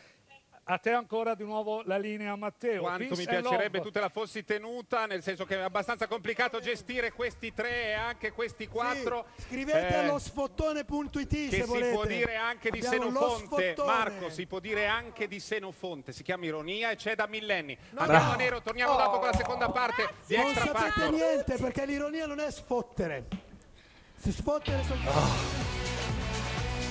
[SPEAKER 6] A te ancora di nuovo la linea Matteo.
[SPEAKER 7] Quanto mi
[SPEAKER 6] Peace
[SPEAKER 19] eh,
[SPEAKER 6] and
[SPEAKER 7] piacerebbe
[SPEAKER 6] love.
[SPEAKER 7] tu te la fossi tenuta, nel senso che è abbastanza complicato gestire questi tre e anche questi quattro.
[SPEAKER 19] Scrivete
[SPEAKER 7] Eh,
[SPEAKER 19] allo sfottone.it
[SPEAKER 7] che
[SPEAKER 19] se
[SPEAKER 7] si
[SPEAKER 19] volete.
[SPEAKER 7] può dire anche di
[SPEAKER 19] Abbiamo lo
[SPEAKER 7] Senofonte,
[SPEAKER 19] sfottone.
[SPEAKER 7] Marco, si può dire anche di Senofonte, si chiama ironia e c'è da millenni. Andiamo
[SPEAKER 19] no.
[SPEAKER 7] a nero, torniamo dopo con la seconda parte di
[SPEAKER 19] Non
[SPEAKER 7] Extra
[SPEAKER 19] sapete
[SPEAKER 7] Factor.
[SPEAKER 19] niente perché l'ironia non è sfottere. Si sfottere soltanto.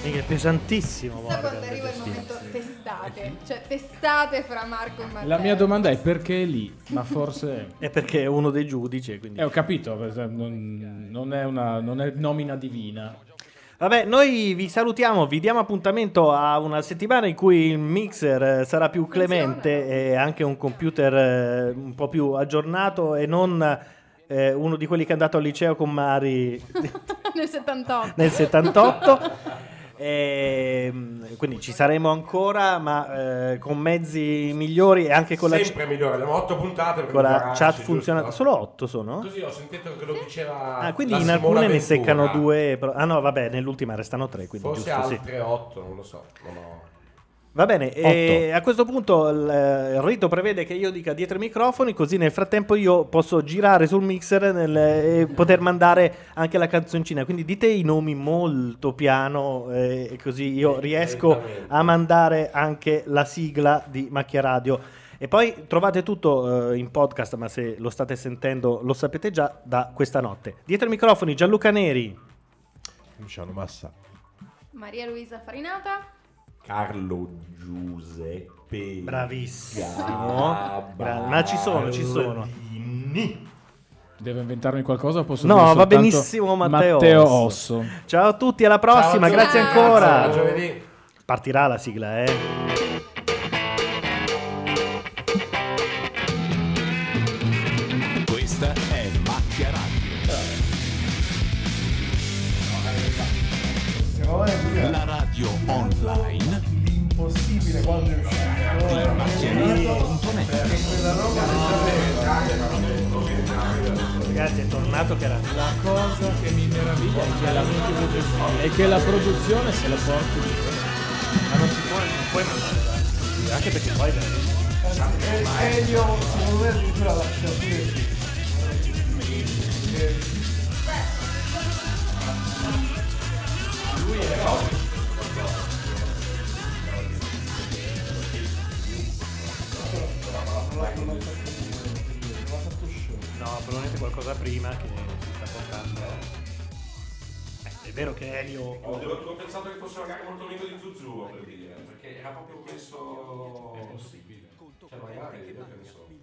[SPEAKER 2] Minchia, è pesantissimo.
[SPEAKER 4] Chissà
[SPEAKER 2] porca
[SPEAKER 4] quando arriva il
[SPEAKER 2] bestia.
[SPEAKER 4] momento testate, cioè testate fra Marco e Matteo.
[SPEAKER 5] La mia domanda è perché è lì, ma forse...
[SPEAKER 2] È perché è uno dei giudici, quindi...
[SPEAKER 5] Eh, ho capito, non, non è una non è nomina divina.
[SPEAKER 2] Vabbè, noi vi salutiamo, vi diamo appuntamento a una settimana in cui il mixer eh, sarà più clemente e anche un computer eh, un po' più aggiornato e non eh, uno di quelli che è andato al liceo con Mari
[SPEAKER 4] nel 78.
[SPEAKER 2] nel 78. E, mm, quindi ci saremo ancora, ma eh, con mezzi migliori e anche con la,
[SPEAKER 3] Sempre migliore, abbiamo otto puntate per
[SPEAKER 2] con la
[SPEAKER 3] migliorarci,
[SPEAKER 2] chat
[SPEAKER 3] giusto?
[SPEAKER 2] funzionante. Solo 8 sono?
[SPEAKER 3] Così ho sentito che lo diceva.
[SPEAKER 2] Ah, quindi
[SPEAKER 3] la
[SPEAKER 2] in
[SPEAKER 3] Simona
[SPEAKER 2] alcune ne
[SPEAKER 3] Ventura.
[SPEAKER 2] seccano due. però- Ah no, vabbè, nell'ultima restano tre, quindi
[SPEAKER 3] Forse
[SPEAKER 2] giusto, sì.
[SPEAKER 3] altre otto, non lo so. non ho-
[SPEAKER 2] Va bene, e a questo punto il, eh, il rito prevede che io dica dietro i microfoni, così nel frattempo io posso girare sul mixer nel- e poter mandare anche la canzoncina. Quindi dite i nomi molto piano, eh, e così io riesco a mandare anche la sigla di Macchia Radio. E poi trovate tutto eh, in podcast, ma se lo state sentendo lo sapete già da questa notte. Dietro i microfoni Gianluca Neri.
[SPEAKER 12] Luciano Massa.
[SPEAKER 4] Maria Luisa Farinata.
[SPEAKER 10] Carlo Giuseppe.
[SPEAKER 2] Bravissimo. Bra- ma ci sono, ci sono.
[SPEAKER 5] Devo inventarmi qualcosa o posso
[SPEAKER 2] No,
[SPEAKER 5] dire
[SPEAKER 2] va
[SPEAKER 5] soltanto
[SPEAKER 2] benissimo Matteo,
[SPEAKER 5] Osso?
[SPEAKER 2] Ciao a tutti, alla prossima,
[SPEAKER 5] Ciao a
[SPEAKER 2] grazie
[SPEAKER 5] tutti,
[SPEAKER 2] ancora.
[SPEAKER 5] a giovedì.
[SPEAKER 2] Partirà la sigla, eh.
[SPEAKER 10] Questa è Macchia
[SPEAKER 3] Eh.
[SPEAKER 10] Radio. La radio online. L'impossibile quando è uscito.
[SPEAKER 2] Ragazzi, è tornato che era la cosa che mi meraviglia è che la
[SPEAKER 5] E che la produzione se la porti
[SPEAKER 2] Ma non si può, non puoi mandare avanti. Anche perché poi
[SPEAKER 12] Ma
[SPEAKER 2] veramente.
[SPEAKER 12] Elio, secondo me addirittura lascia pure qui. Eh,
[SPEAKER 2] No, probabilmente qualcosa prima che si sta portando. Eh, è vero che Elio.
[SPEAKER 3] Ho pensato che fosse magari molto amico di Zuzuo per dire, perché era proprio questo. È possibile. Cioè, magari, io che ne so.